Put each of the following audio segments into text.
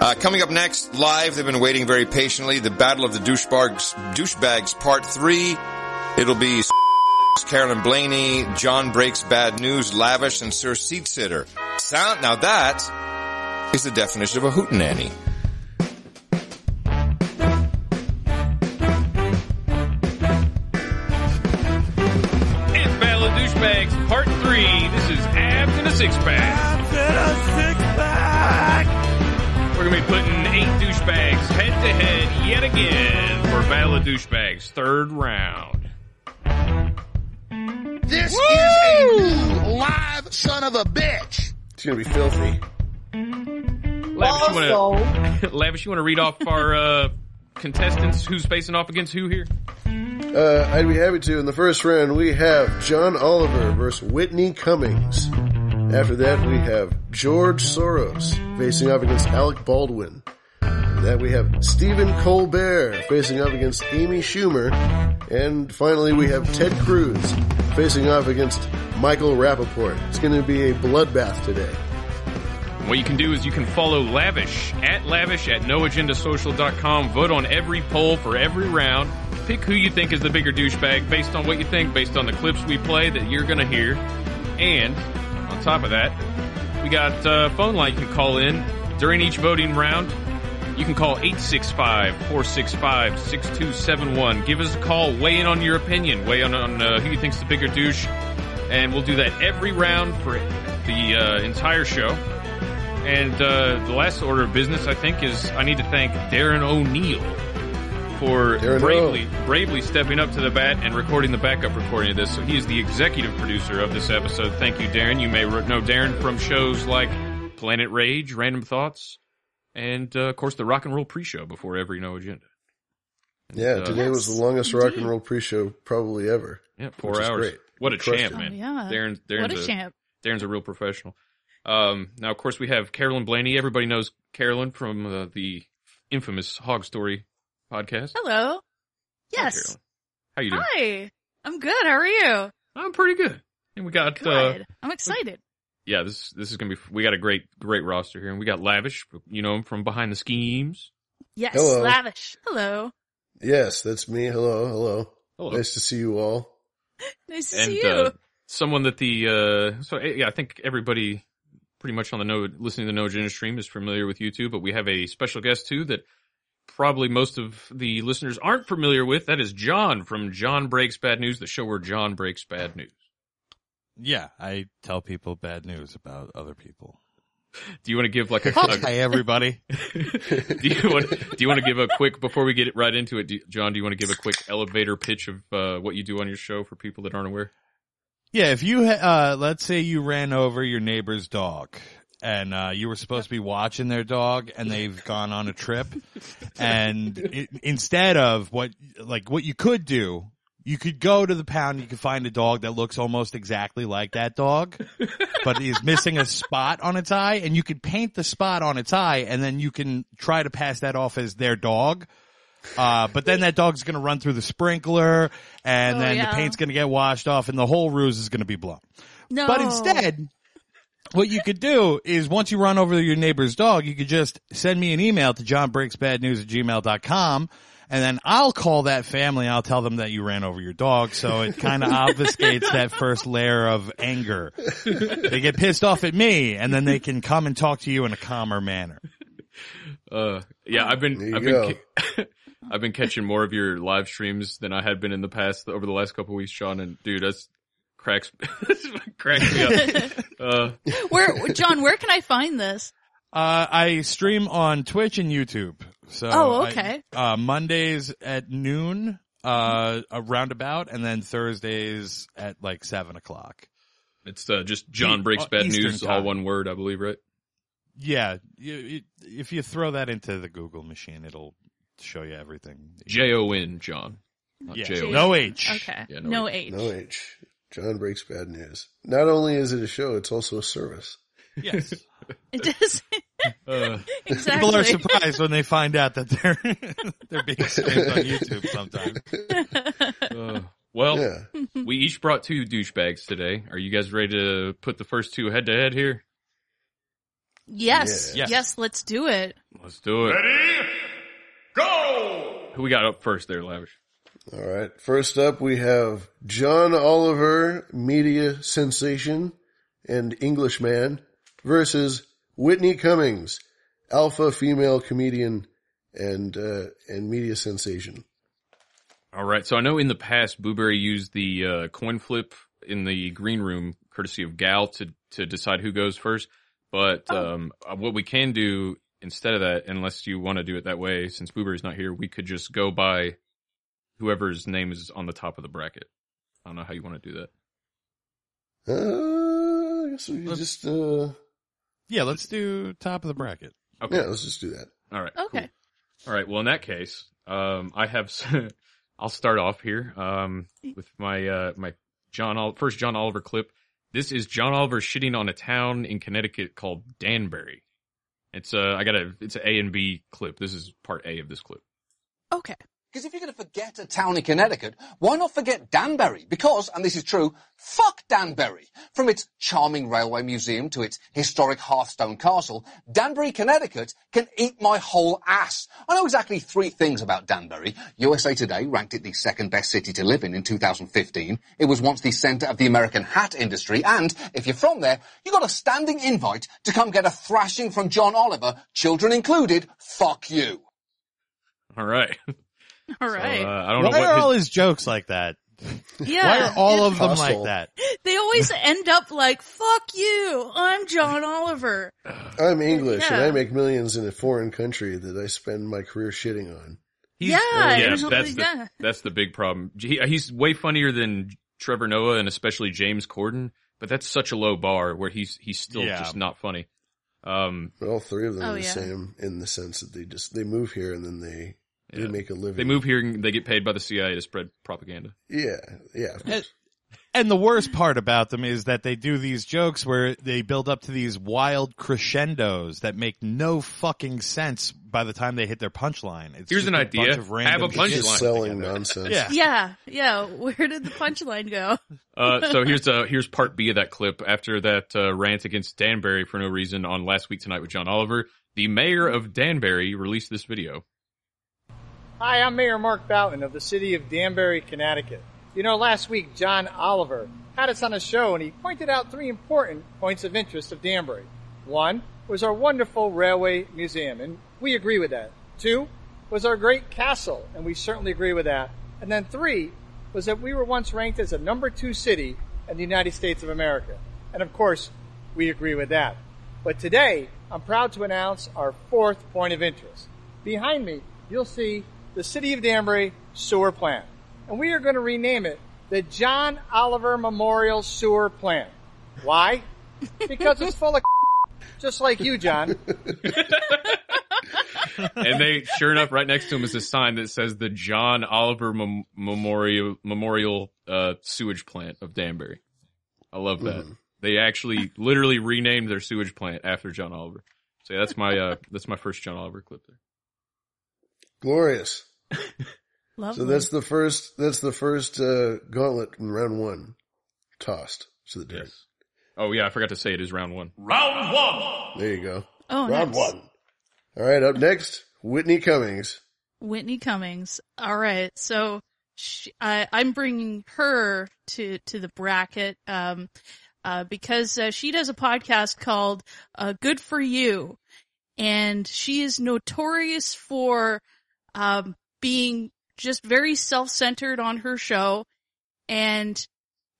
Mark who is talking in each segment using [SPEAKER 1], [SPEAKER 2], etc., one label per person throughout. [SPEAKER 1] Uh, coming up next, live, they've been waiting very patiently, the Battle of the Douchebags, Douchebags Part 3. It'll be Carolyn Blaney, John Breaks Bad News, Lavish, and Sir Seat Sitter. Sound, now that is the definition of a hootenanny.
[SPEAKER 2] It's Battle of Douchebags Part 3. This is Abs in a Six Pack. We're going to be putting eight douchebags head to head yet again for Battle of Douchebags, third round.
[SPEAKER 3] This is a new live son of a bitch.
[SPEAKER 4] It's gonna be filthy.
[SPEAKER 2] Lavish, you want to, Lavish, you want to read off our uh, contestants who's facing off against who here?
[SPEAKER 4] Uh, I'd be happy to. In the first round, we have John Oliver versus Whitney Cummings. After that, we have George Soros facing off against Alec Baldwin. After that, we have Stephen Colbert facing off against Amy Schumer. And finally, we have Ted Cruz facing off against Michael Rappaport. It's going to be a bloodbath today.
[SPEAKER 2] What you can do is you can follow Lavish at Lavish at noagendasocial.com. Vote on every poll for every round. Pick who you think is the bigger douchebag based on what you think, based on the clips we play that you're going to hear. And on top of that, we got uh, phone line you can call in during each voting round. You can call 865 465 6271. Give us a call. Weigh in on your opinion. Weigh in on uh, who you think's the bigger douche. And we'll do that every round for the uh, entire show. And uh, the last order of business, I think, is I need to thank Darren O'Neill for
[SPEAKER 4] Darren
[SPEAKER 2] bravely bravely stepping up to the bat and recording the backup recording of this. So he is the executive producer of this episode. Thank you, Darren. You may re- know Darren from shows like Planet Rage, Random Thoughts, and uh, of course the Rock and Roll Pre-Show before every No Agenda.
[SPEAKER 4] Yeah,
[SPEAKER 2] Uh,
[SPEAKER 4] today was the longest rock and roll pre-show probably ever.
[SPEAKER 2] Yeah, four
[SPEAKER 4] Which is
[SPEAKER 2] hours.
[SPEAKER 4] great.
[SPEAKER 2] What a
[SPEAKER 4] Crushed
[SPEAKER 2] champ,
[SPEAKER 4] it.
[SPEAKER 2] man!
[SPEAKER 5] Oh, yeah.
[SPEAKER 2] Darren, Darren's
[SPEAKER 5] What a champ.
[SPEAKER 2] Darren's a real professional. Um, now, of course, we have Carolyn Blaney. Everybody knows Carolyn from uh, the infamous Hog Story podcast.
[SPEAKER 5] Hello.
[SPEAKER 2] Hi,
[SPEAKER 5] Yes.
[SPEAKER 2] Carolyn. How you doing?
[SPEAKER 5] Hi. I'm good. How are you?
[SPEAKER 2] I'm pretty good. And we got uh,
[SPEAKER 5] Good. I'm excited.
[SPEAKER 2] yeah, this this is gonna be we got a great great roster here, and we got Lavish, you know, him from Behind the Schemes.
[SPEAKER 5] Yes.
[SPEAKER 4] Hello.
[SPEAKER 5] Lavish. Hello.
[SPEAKER 4] Yes, that's me. Hello, hello.
[SPEAKER 2] Hello.
[SPEAKER 4] Nice to see you all.
[SPEAKER 5] Nice to
[SPEAKER 2] and
[SPEAKER 5] see you.
[SPEAKER 2] Uh, someone that the uh, so eh, yeah, I think everybody pretty much on the no listening to the No Agenda stream is familiar with you two, but we have a special guest too that probably most of the listeners aren't familiar with. That is John from John Breaks Bad News, the show where John breaks bad news.
[SPEAKER 6] Yeah, I tell people bad news about other people.
[SPEAKER 2] Do you want to give like a, a
[SPEAKER 6] Hi, everybody.
[SPEAKER 2] do you want do you want to give a quick before we get right into it, do, John? Do you want to give a quick elevator pitch of uh, what you do on your show for people that aren't aware?
[SPEAKER 6] yeah, if you, ha- uh, let's say you ran over your neighbor's dog and, uh, you were supposed to be watching their dog and they've gone on a trip and i instead of what, like what you could do, you could go to the pound, you could find a dog that looks almost exactly like that dog, but is missing a spot on its eye and you could paint the spot on its eye and then you can try to pass that off as their dog. Uh, but then that dog's gonna run through the sprinkler and
[SPEAKER 5] Oh,
[SPEAKER 6] then
[SPEAKER 5] yeah.
[SPEAKER 6] the paint's gonna get washed off and the whole ruse is gonna be blown.
[SPEAKER 5] no.
[SPEAKER 6] But instead, what you could do is once you run over your neighbor's dog, you could just send me an email to johnbreaksbadnews at gmail.com. And then I'll call that family. I'll tell them that you ran over your dog. So it kind of obfuscates that first layer of anger. They get pissed off at me and then they can come and talk to you in a calmer manner.
[SPEAKER 2] Uh, yeah, I've
[SPEAKER 4] There
[SPEAKER 2] been
[SPEAKER 4] you
[SPEAKER 2] I've been ca- I've been catching more of your live streams than I had been in the past over the last couple of weeks, Sean. And dude, that's cracks cracks me up. Uh,
[SPEAKER 5] where, John, where can I find this?
[SPEAKER 6] Uh, I stream on Twitch and YouTube. So
[SPEAKER 5] Oh,
[SPEAKER 6] I-
[SPEAKER 5] okay.
[SPEAKER 6] uh, Mondays at noon, uh, a roundabout, and then Thursdays at like seven o'clock.
[SPEAKER 2] it's uh, just John breaks
[SPEAKER 6] Uh,
[SPEAKER 2] bad
[SPEAKER 6] Eastern
[SPEAKER 2] news, all
[SPEAKER 6] time.
[SPEAKER 2] one word, I believe, right?
[SPEAKER 6] Yeah, you, you, if you throw that into the Google machine, it'll show you everything.
[SPEAKER 2] J O N, John. Not
[SPEAKER 6] Yeah.
[SPEAKER 2] J-O-N.
[SPEAKER 6] No H.
[SPEAKER 5] Okay.
[SPEAKER 2] Yeah, no
[SPEAKER 5] no H.
[SPEAKER 4] No H. John breaks bad news. Not only is it a show, it's also a service.
[SPEAKER 6] Yes.
[SPEAKER 5] It does.
[SPEAKER 2] Uh,
[SPEAKER 5] exactly.
[SPEAKER 6] People are surprised when they find out that they're they're being streamed on YouTube sometimes.
[SPEAKER 2] uh, well,
[SPEAKER 4] Yeah.
[SPEAKER 2] we each brought two douchebags today. Are you guys ready to put the first two head to head here?
[SPEAKER 5] Yes,
[SPEAKER 6] Yes.
[SPEAKER 5] yes. let's do it.
[SPEAKER 2] Let's do it. Ready? Go! Who we got up first there, Lavish?
[SPEAKER 4] All right. First up, we have John Oliver, media sensation and Englishman, versus Whitney Cummings, alpha female comedian and uh, and media sensation.
[SPEAKER 2] All right. So I know in the past, Blueberry used the uh, coin flip in the green room, courtesy of Gal, to to decide who goes first. But um, uh, what we can do instead of that, unless you want to do it that way, since Blueberry's not here, we could just go by whoever's name is on the top of the bracket. I don't know how you want to do that.
[SPEAKER 4] Uh, I guess we could just uh,
[SPEAKER 6] Yeah, let's do top of the bracket.
[SPEAKER 2] Okay.
[SPEAKER 4] yeah, let's just do that.
[SPEAKER 2] All right.
[SPEAKER 5] Okay.
[SPEAKER 2] All right. Well, in that case, um, I have. s- I'll start off here um, with my uh, my John Ol- first John Oliver clip. This is John Oliver shitting on a town in Connecticut called Danbury. It's uh, I got a it's an A and B clip. This is part A of this clip.
[SPEAKER 5] Okay.
[SPEAKER 7] Because if you're going to forget a town in Connecticut, why not forget Danbury? Because, and this is true, fuck Danbury. From its charming railway museum to its historic Hearthstone castle, Danbury, Connecticut can eat my whole ass. I know exactly three things about Danbury. USA Today ranked it the second best city to live in in 2015. It was once the center of the American hat industry. And if you're from there, you got a standing invite to come get a thrashing from John Oliver, children included. Fuck you.
[SPEAKER 2] All right.
[SPEAKER 5] All
[SPEAKER 2] So,
[SPEAKER 5] right.
[SPEAKER 2] uh, I don't know
[SPEAKER 6] Why
[SPEAKER 2] what
[SPEAKER 6] are
[SPEAKER 2] his-
[SPEAKER 6] all his jokes like that? Why
[SPEAKER 5] yeah.
[SPEAKER 6] are all of them
[SPEAKER 4] Hostile.
[SPEAKER 6] like that?
[SPEAKER 5] they always end up like, fuck you. I'm John Oliver.
[SPEAKER 4] I'm English and
[SPEAKER 5] Yeah.
[SPEAKER 4] I make millions in a foreign country that I spend my career shitting on.
[SPEAKER 5] yeah.
[SPEAKER 2] yeah,
[SPEAKER 5] usually-
[SPEAKER 2] that's the,
[SPEAKER 5] yeah.
[SPEAKER 2] that's the big problem. He, he's way funnier than Trevor Noah and especially James Corden, but that's such a low bar where he's he's still
[SPEAKER 6] Yeah.
[SPEAKER 2] just not funny. Um,
[SPEAKER 4] But all three of them
[SPEAKER 5] Oh,
[SPEAKER 4] are the
[SPEAKER 5] yeah.
[SPEAKER 4] same in the sense that they just they move here and then they
[SPEAKER 2] Yeah.
[SPEAKER 4] they make a living.
[SPEAKER 2] They move here and they get paid by the CIA to spread propaganda.
[SPEAKER 4] Yeah, yeah. of
[SPEAKER 6] And, and the worst part about them is that they do these jokes where they build up to these wild crescendos that make no fucking sense by the time they hit their punchline. It's
[SPEAKER 2] Here's
[SPEAKER 6] just
[SPEAKER 2] an
[SPEAKER 6] a
[SPEAKER 2] idea.
[SPEAKER 6] bunch of random
[SPEAKER 2] Have a
[SPEAKER 6] shit.
[SPEAKER 2] punchline.
[SPEAKER 4] Just selling nonsense.
[SPEAKER 6] Yeah.
[SPEAKER 5] Yeah. Yeah. Where did the punchline go?
[SPEAKER 2] Uh, so here's uh, here's part B of that clip. After that uh, rant against Danbury for no reason on last week tonight with John Oliver, the mayor of Danbury released this video.
[SPEAKER 8] Hi, I'm Mayor Mark Boughton of the city of Danbury, Connecticut. You know, last week, John Oliver had us on a show and he pointed out three important points of interest of Danbury. One was our wonderful railway museum, and we agree with that. Two was our great castle, and we certainly agree with that. And then three was that we were once ranked as a number two city in the United States of America. And of course, we agree with that. But today, I'm proud to announce our fourth point of interest. Behind me, you'll see the City of Danbury Sewer Plant. And we are going to rename it the John Oliver Memorial Sewer Plant. Why? Because it's full of just like you, John.
[SPEAKER 2] And they, sure enough, right next to him is a sign that says the John Oliver Mem- Memorial Memorial uh, Sewage Plant of Danbury. I love that. They actually literally renamed their sewage plant after John Oliver. So yeah, that's my uh, that's my first John Oliver clip there.
[SPEAKER 4] Glorious. So
[SPEAKER 5] Lovely.
[SPEAKER 4] that's the first. That's the first uh, gauntlet in round one, tossed to the dirt.
[SPEAKER 2] Yes. Oh yeah, I forgot to say it is round one.
[SPEAKER 4] There you go.
[SPEAKER 5] oh,
[SPEAKER 4] round
[SPEAKER 5] nice.
[SPEAKER 4] one. All right. Up next, Whitney Cummings.
[SPEAKER 5] Whitney Cummings. All right, so she, I, I'm bringing her to to the bracket um, uh, because uh, she does a podcast called uh, "Good for You," and she is notorious for um, being just very self centered on her show and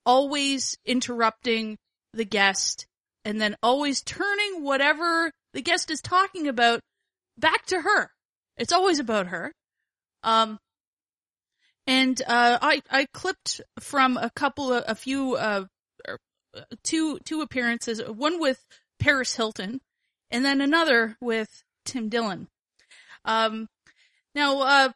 [SPEAKER 5] always interrupting the guest and then always turning whatever the guest is talking about back to her. It's always about her. Um, and uh, I I clipped from a couple of a few uh er, two two appearances, one with Paris Hilton, and then another with Tim Dillon. Um, now uh,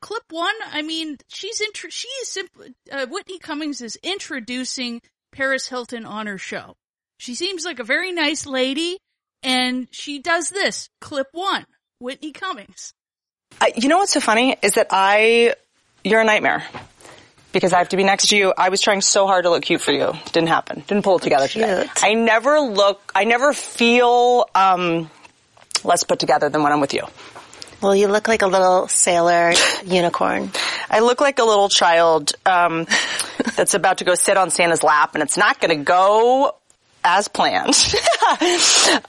[SPEAKER 5] clip one. I mean, she's intro. She is simply uh, Whitney Cummings is introducing Paris Hilton on her show. She seems like a very nice lady, and she does this clip one. Whitney Cummings.
[SPEAKER 9] Uh,
[SPEAKER 10] I, you know what's so funny is that I, you're a nightmare.
[SPEAKER 9] because I have to be next to you. I was trying so hard to look cute for you. Didn't happen. Didn't pull it together today.
[SPEAKER 11] Cute.
[SPEAKER 9] I never look, I never feel, um, less put together than when I'm with you.
[SPEAKER 11] Well, you look like a little sailor unicorn.
[SPEAKER 9] I look like a little child, um, that's about to go sit on Santa's lap and it's not going to go as planned.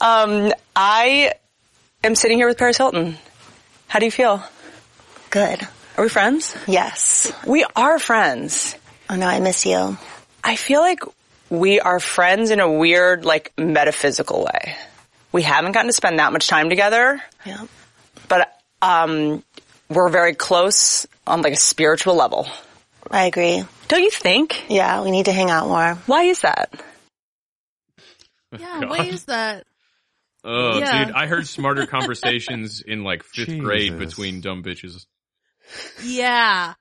[SPEAKER 9] um, I am sitting here with Paris Hilton. How do you feel?
[SPEAKER 11] Good.
[SPEAKER 9] Are we friends?
[SPEAKER 11] Yes.
[SPEAKER 9] We are friends.
[SPEAKER 11] Oh no, I miss you.
[SPEAKER 9] I feel like we are friends in a weird, like, metaphysical way. We haven't gotten to spend that much time together,
[SPEAKER 11] Yeah.
[SPEAKER 9] but um, we're very close on like a spiritual level.
[SPEAKER 11] I agree.
[SPEAKER 9] Don't you think?
[SPEAKER 11] Yeah, we need to hang out more.
[SPEAKER 9] Why is that?
[SPEAKER 5] Yeah,
[SPEAKER 2] God.
[SPEAKER 5] what is that?
[SPEAKER 2] Oh,
[SPEAKER 5] Yeah.
[SPEAKER 2] dude, I heard smarter conversations in like fifth grade
[SPEAKER 6] Jesus.
[SPEAKER 2] between dumb bitches.
[SPEAKER 5] Yeah,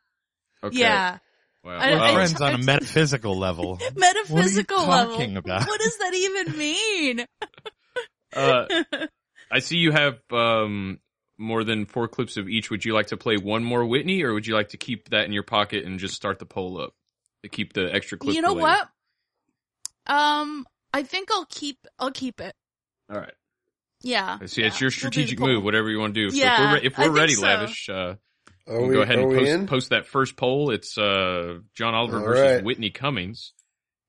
[SPEAKER 2] Okay.
[SPEAKER 5] yeah.
[SPEAKER 2] Wow.
[SPEAKER 5] I-
[SPEAKER 6] We're
[SPEAKER 5] I-
[SPEAKER 6] friends on a metaphysical level.
[SPEAKER 5] Metaphysical
[SPEAKER 6] what are you talking
[SPEAKER 5] level.
[SPEAKER 6] about?
[SPEAKER 5] What does that even mean?
[SPEAKER 2] Uh, I see you have um, more than four clips of each. Would you like to play one more Whitney, or would you like to keep that in your pocket and just start the poll up? To keep the extra clip.
[SPEAKER 5] you know
[SPEAKER 2] for later?
[SPEAKER 5] what? Um, I think I'll keep. I'll keep it.
[SPEAKER 2] All right.
[SPEAKER 5] Yeah.
[SPEAKER 2] I see.
[SPEAKER 5] yeah.
[SPEAKER 2] It's
[SPEAKER 5] We'll do
[SPEAKER 2] your
[SPEAKER 5] the
[SPEAKER 2] strategic
[SPEAKER 5] poll.
[SPEAKER 2] move. Whatever you want to do. So
[SPEAKER 5] Yeah,
[SPEAKER 2] if we're, re- if
[SPEAKER 5] I
[SPEAKER 2] we're
[SPEAKER 5] think
[SPEAKER 2] ready,
[SPEAKER 5] so.
[SPEAKER 2] lavish. Uh,
[SPEAKER 4] Are
[SPEAKER 2] we'll
[SPEAKER 4] we,
[SPEAKER 2] go ahead
[SPEAKER 4] are
[SPEAKER 2] and
[SPEAKER 4] we
[SPEAKER 2] post,
[SPEAKER 4] in?
[SPEAKER 2] post that first poll. It's uh, John Oliver
[SPEAKER 4] All
[SPEAKER 2] versus
[SPEAKER 4] right.
[SPEAKER 2] Whitney Cummings,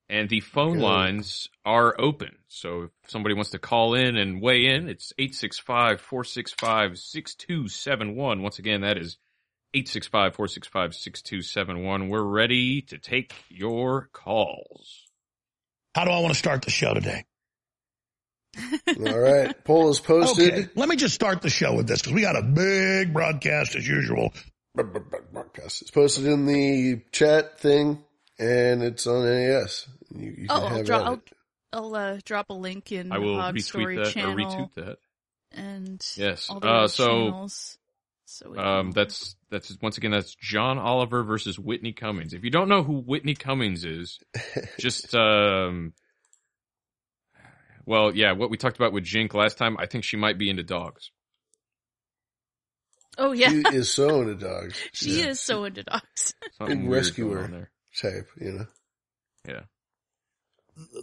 [SPEAKER 2] and the phone
[SPEAKER 4] Good.
[SPEAKER 2] lines are open. So if somebody wants to call in and weigh in, it's 865-465-6271. Once again, that is 865-465-6271. We're ready to take your calls.
[SPEAKER 12] How do I want to start the show today?
[SPEAKER 4] All right. Poll is posted.
[SPEAKER 12] Okay, let me just start the show with this because we got a big broadcast as usual.
[SPEAKER 4] broadcast. It's posted in the chat thing, and it's on NAS. You, you can
[SPEAKER 5] Oh, I'll
[SPEAKER 4] have
[SPEAKER 5] draw-
[SPEAKER 4] at
[SPEAKER 5] I'll-
[SPEAKER 4] it.
[SPEAKER 5] I'll uh, drop a link in
[SPEAKER 2] I will
[SPEAKER 5] Hog Story
[SPEAKER 2] retweet that
[SPEAKER 5] channel
[SPEAKER 2] or retweet that.
[SPEAKER 5] and
[SPEAKER 2] Yes.
[SPEAKER 5] all the
[SPEAKER 2] Uh,
[SPEAKER 5] other
[SPEAKER 2] so
[SPEAKER 5] channels. So we can-
[SPEAKER 2] Um, that's that's once again that's John Oliver versus Whitney Cummings. If you don't know who Whitney Cummings is, just um, well, yeah, what we talked about with Jink last time, I think she might be into dogs.
[SPEAKER 5] oh yeah,
[SPEAKER 4] She is so into dogs.
[SPEAKER 5] she
[SPEAKER 4] Yeah.
[SPEAKER 5] is so into dogs.
[SPEAKER 2] Something
[SPEAKER 4] Big
[SPEAKER 2] weird
[SPEAKER 4] rescuer.
[SPEAKER 2] going on there.
[SPEAKER 4] Type, you know.
[SPEAKER 2] Yeah.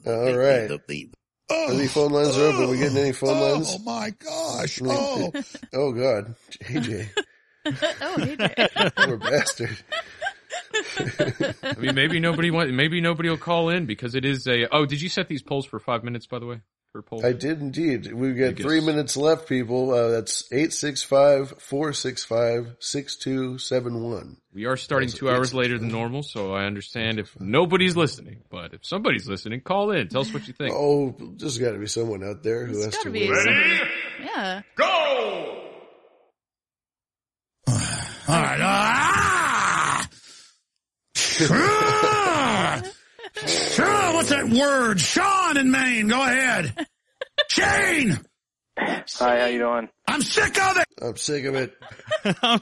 [SPEAKER 4] All right.
[SPEAKER 12] The, the, oh,
[SPEAKER 4] Any phone lines are open? We getting any phone
[SPEAKER 12] oh,
[SPEAKER 4] lines?
[SPEAKER 12] Oh my gosh.
[SPEAKER 4] Any-
[SPEAKER 12] Oh,
[SPEAKER 4] Oh, God. AJ,
[SPEAKER 5] oh, hey there.
[SPEAKER 4] poor bastard.
[SPEAKER 2] I mean, maybe nobody want, maybe nobody will call in because it is a. Oh, did you set these polls for five minutes? By the way, for polls.
[SPEAKER 4] I did indeed. We've got
[SPEAKER 2] guess-
[SPEAKER 4] three minutes left, people. Uh, that's 865-465-6271.
[SPEAKER 2] We are starting two
[SPEAKER 4] It's-
[SPEAKER 2] hours later than normal, so I understand if nobody's listening. But if somebody's listening, call in. Tell us what you think.
[SPEAKER 4] Oh, there's got to be someone out there who
[SPEAKER 5] There's
[SPEAKER 4] has
[SPEAKER 5] gotta
[SPEAKER 4] to
[SPEAKER 5] be
[SPEAKER 4] win.
[SPEAKER 5] somebody- Yeah.
[SPEAKER 12] all right. Ah! Sure. Sure. What's that word? Sean in Maine. Go ahead. Shane.
[SPEAKER 13] Hi, how you doing?
[SPEAKER 12] I'm sick of it.
[SPEAKER 4] I'm sick of it.
[SPEAKER 5] I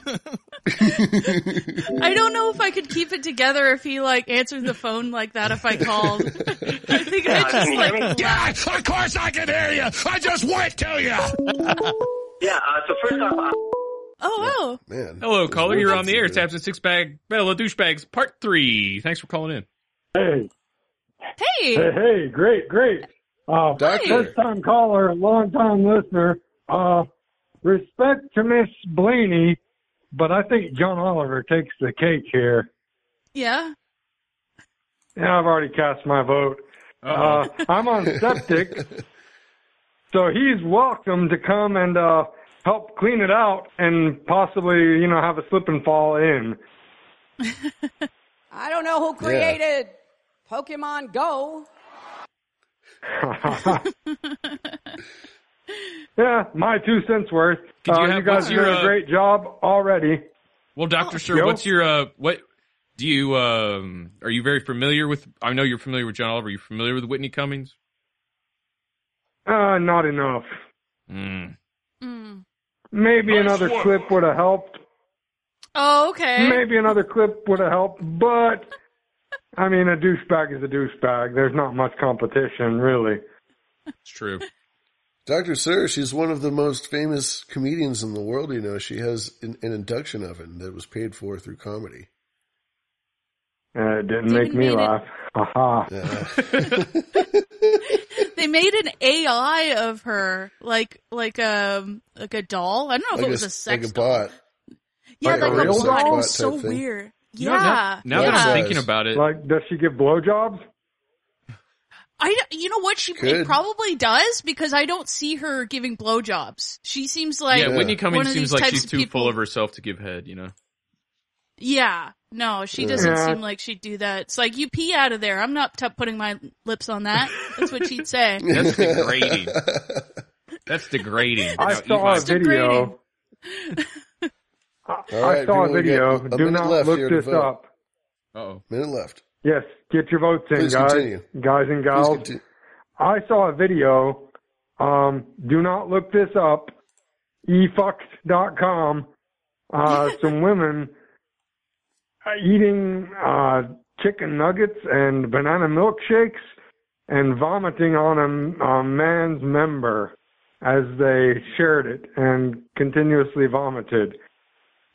[SPEAKER 5] don't know if I could keep it together if he like answered the phone like that if I called. I think I just like
[SPEAKER 12] Yeah, of course I can hear you. I just went to you.
[SPEAKER 13] Yeah, uh, so first off, uh,
[SPEAKER 5] oh oh
[SPEAKER 4] Man.
[SPEAKER 2] Hello,
[SPEAKER 4] There's
[SPEAKER 2] caller. You're
[SPEAKER 4] words
[SPEAKER 2] on the air.
[SPEAKER 4] in
[SPEAKER 2] It's Absent Six Bag Battle of Douchebags Part 3. Thanks for calling in.
[SPEAKER 13] hey,
[SPEAKER 5] hey
[SPEAKER 13] hey, hey, great, great. Uh,
[SPEAKER 4] Doctor.
[SPEAKER 13] first time caller, long time listener. Uh, respect to Miss Blaney, but I think John Oliver takes the cake here.
[SPEAKER 5] yeah
[SPEAKER 13] Yeah, I've already cast my vote. Uh, I'm on septic, so he's welcome to come and uh, help clean it out and possibly, you know, have a slip and fall in.
[SPEAKER 9] I don't know who
[SPEAKER 4] created
[SPEAKER 9] Pokemon Go.
[SPEAKER 13] Yeah, my two cents worth.
[SPEAKER 2] Could you
[SPEAKER 13] uh,
[SPEAKER 2] have-
[SPEAKER 13] you guys
[SPEAKER 2] what's
[SPEAKER 13] are
[SPEAKER 2] your,
[SPEAKER 13] doing
[SPEAKER 2] uh,
[SPEAKER 13] a great job already.
[SPEAKER 2] Well, Dr. Sir,
[SPEAKER 13] yo.
[SPEAKER 2] what's your, uh, what, do you, um, are you very familiar with, I know you're familiar with John Oliver. Are you familiar with Whitney Cummings?
[SPEAKER 13] Uh, not enough.
[SPEAKER 2] Mm.
[SPEAKER 5] Mm.
[SPEAKER 13] Maybe another clip would have helped.
[SPEAKER 5] oh okay
[SPEAKER 13] Maybe another clip would have helped, but I mean, a douchebag is a douchebag. There's not much competition, really.
[SPEAKER 2] It's true.
[SPEAKER 4] Dr. Sir, she's one of the most famous comedians in the world, you know. She has an, an induction oven that was paid for through comedy.
[SPEAKER 13] And it didn't make me
[SPEAKER 5] made it-
[SPEAKER 13] laugh. Aha.
[SPEAKER 5] They made an AI of her, like like um like a doll. I don't know if
[SPEAKER 4] Like
[SPEAKER 5] it
[SPEAKER 4] a-
[SPEAKER 5] was a sex
[SPEAKER 4] like a
[SPEAKER 5] doll.
[SPEAKER 4] bot.
[SPEAKER 5] Yeah,
[SPEAKER 4] Like a
[SPEAKER 5] like, a,
[SPEAKER 4] real
[SPEAKER 5] bot.
[SPEAKER 4] bot
[SPEAKER 5] It
[SPEAKER 4] type
[SPEAKER 5] was so
[SPEAKER 4] thing.
[SPEAKER 5] weird.
[SPEAKER 13] You
[SPEAKER 5] Yeah.
[SPEAKER 13] know, now-
[SPEAKER 2] now that
[SPEAKER 4] Yeah.
[SPEAKER 2] I'm thinking about it,
[SPEAKER 13] Like, does she give blowjobs?
[SPEAKER 5] I don't- you know what she it
[SPEAKER 13] Good.
[SPEAKER 5] probably does because I don't see her giving blowjobs. She seems like
[SPEAKER 2] yeah, Whitney
[SPEAKER 5] one
[SPEAKER 2] Cummings
[SPEAKER 5] of
[SPEAKER 2] seems
[SPEAKER 5] these
[SPEAKER 2] like
[SPEAKER 5] types
[SPEAKER 2] she's
[SPEAKER 5] of
[SPEAKER 2] too
[SPEAKER 5] people-
[SPEAKER 2] full of herself to give head. You know,
[SPEAKER 5] Yeah, no, she doesn't
[SPEAKER 2] Yeah.
[SPEAKER 5] seem like she'd do that. It's like you pee out of there. I'm not t- putting my lips on that. That's what she'd say.
[SPEAKER 2] that's degrading. that's degrading.
[SPEAKER 13] I
[SPEAKER 2] Now, eat
[SPEAKER 13] saw
[SPEAKER 2] my-
[SPEAKER 13] a video.
[SPEAKER 4] All right,
[SPEAKER 13] I saw a
[SPEAKER 4] everyone, we
[SPEAKER 13] video.
[SPEAKER 4] got a
[SPEAKER 13] Do
[SPEAKER 4] minute
[SPEAKER 13] not
[SPEAKER 4] left
[SPEAKER 13] look
[SPEAKER 4] here to
[SPEAKER 13] this
[SPEAKER 4] vote.
[SPEAKER 13] up.
[SPEAKER 2] Uh-oh.
[SPEAKER 4] Minute left.
[SPEAKER 13] Yes, get your votes in,
[SPEAKER 4] Please
[SPEAKER 13] guys,
[SPEAKER 4] continue.
[SPEAKER 13] guys and gals.
[SPEAKER 4] conti-
[SPEAKER 13] I saw a video. Um, do not look this up. e efucked.com. Uh, some women uh, eating uh, chicken nuggets and banana milkshakes and vomiting on a, a man's member as they shared it and continuously vomited.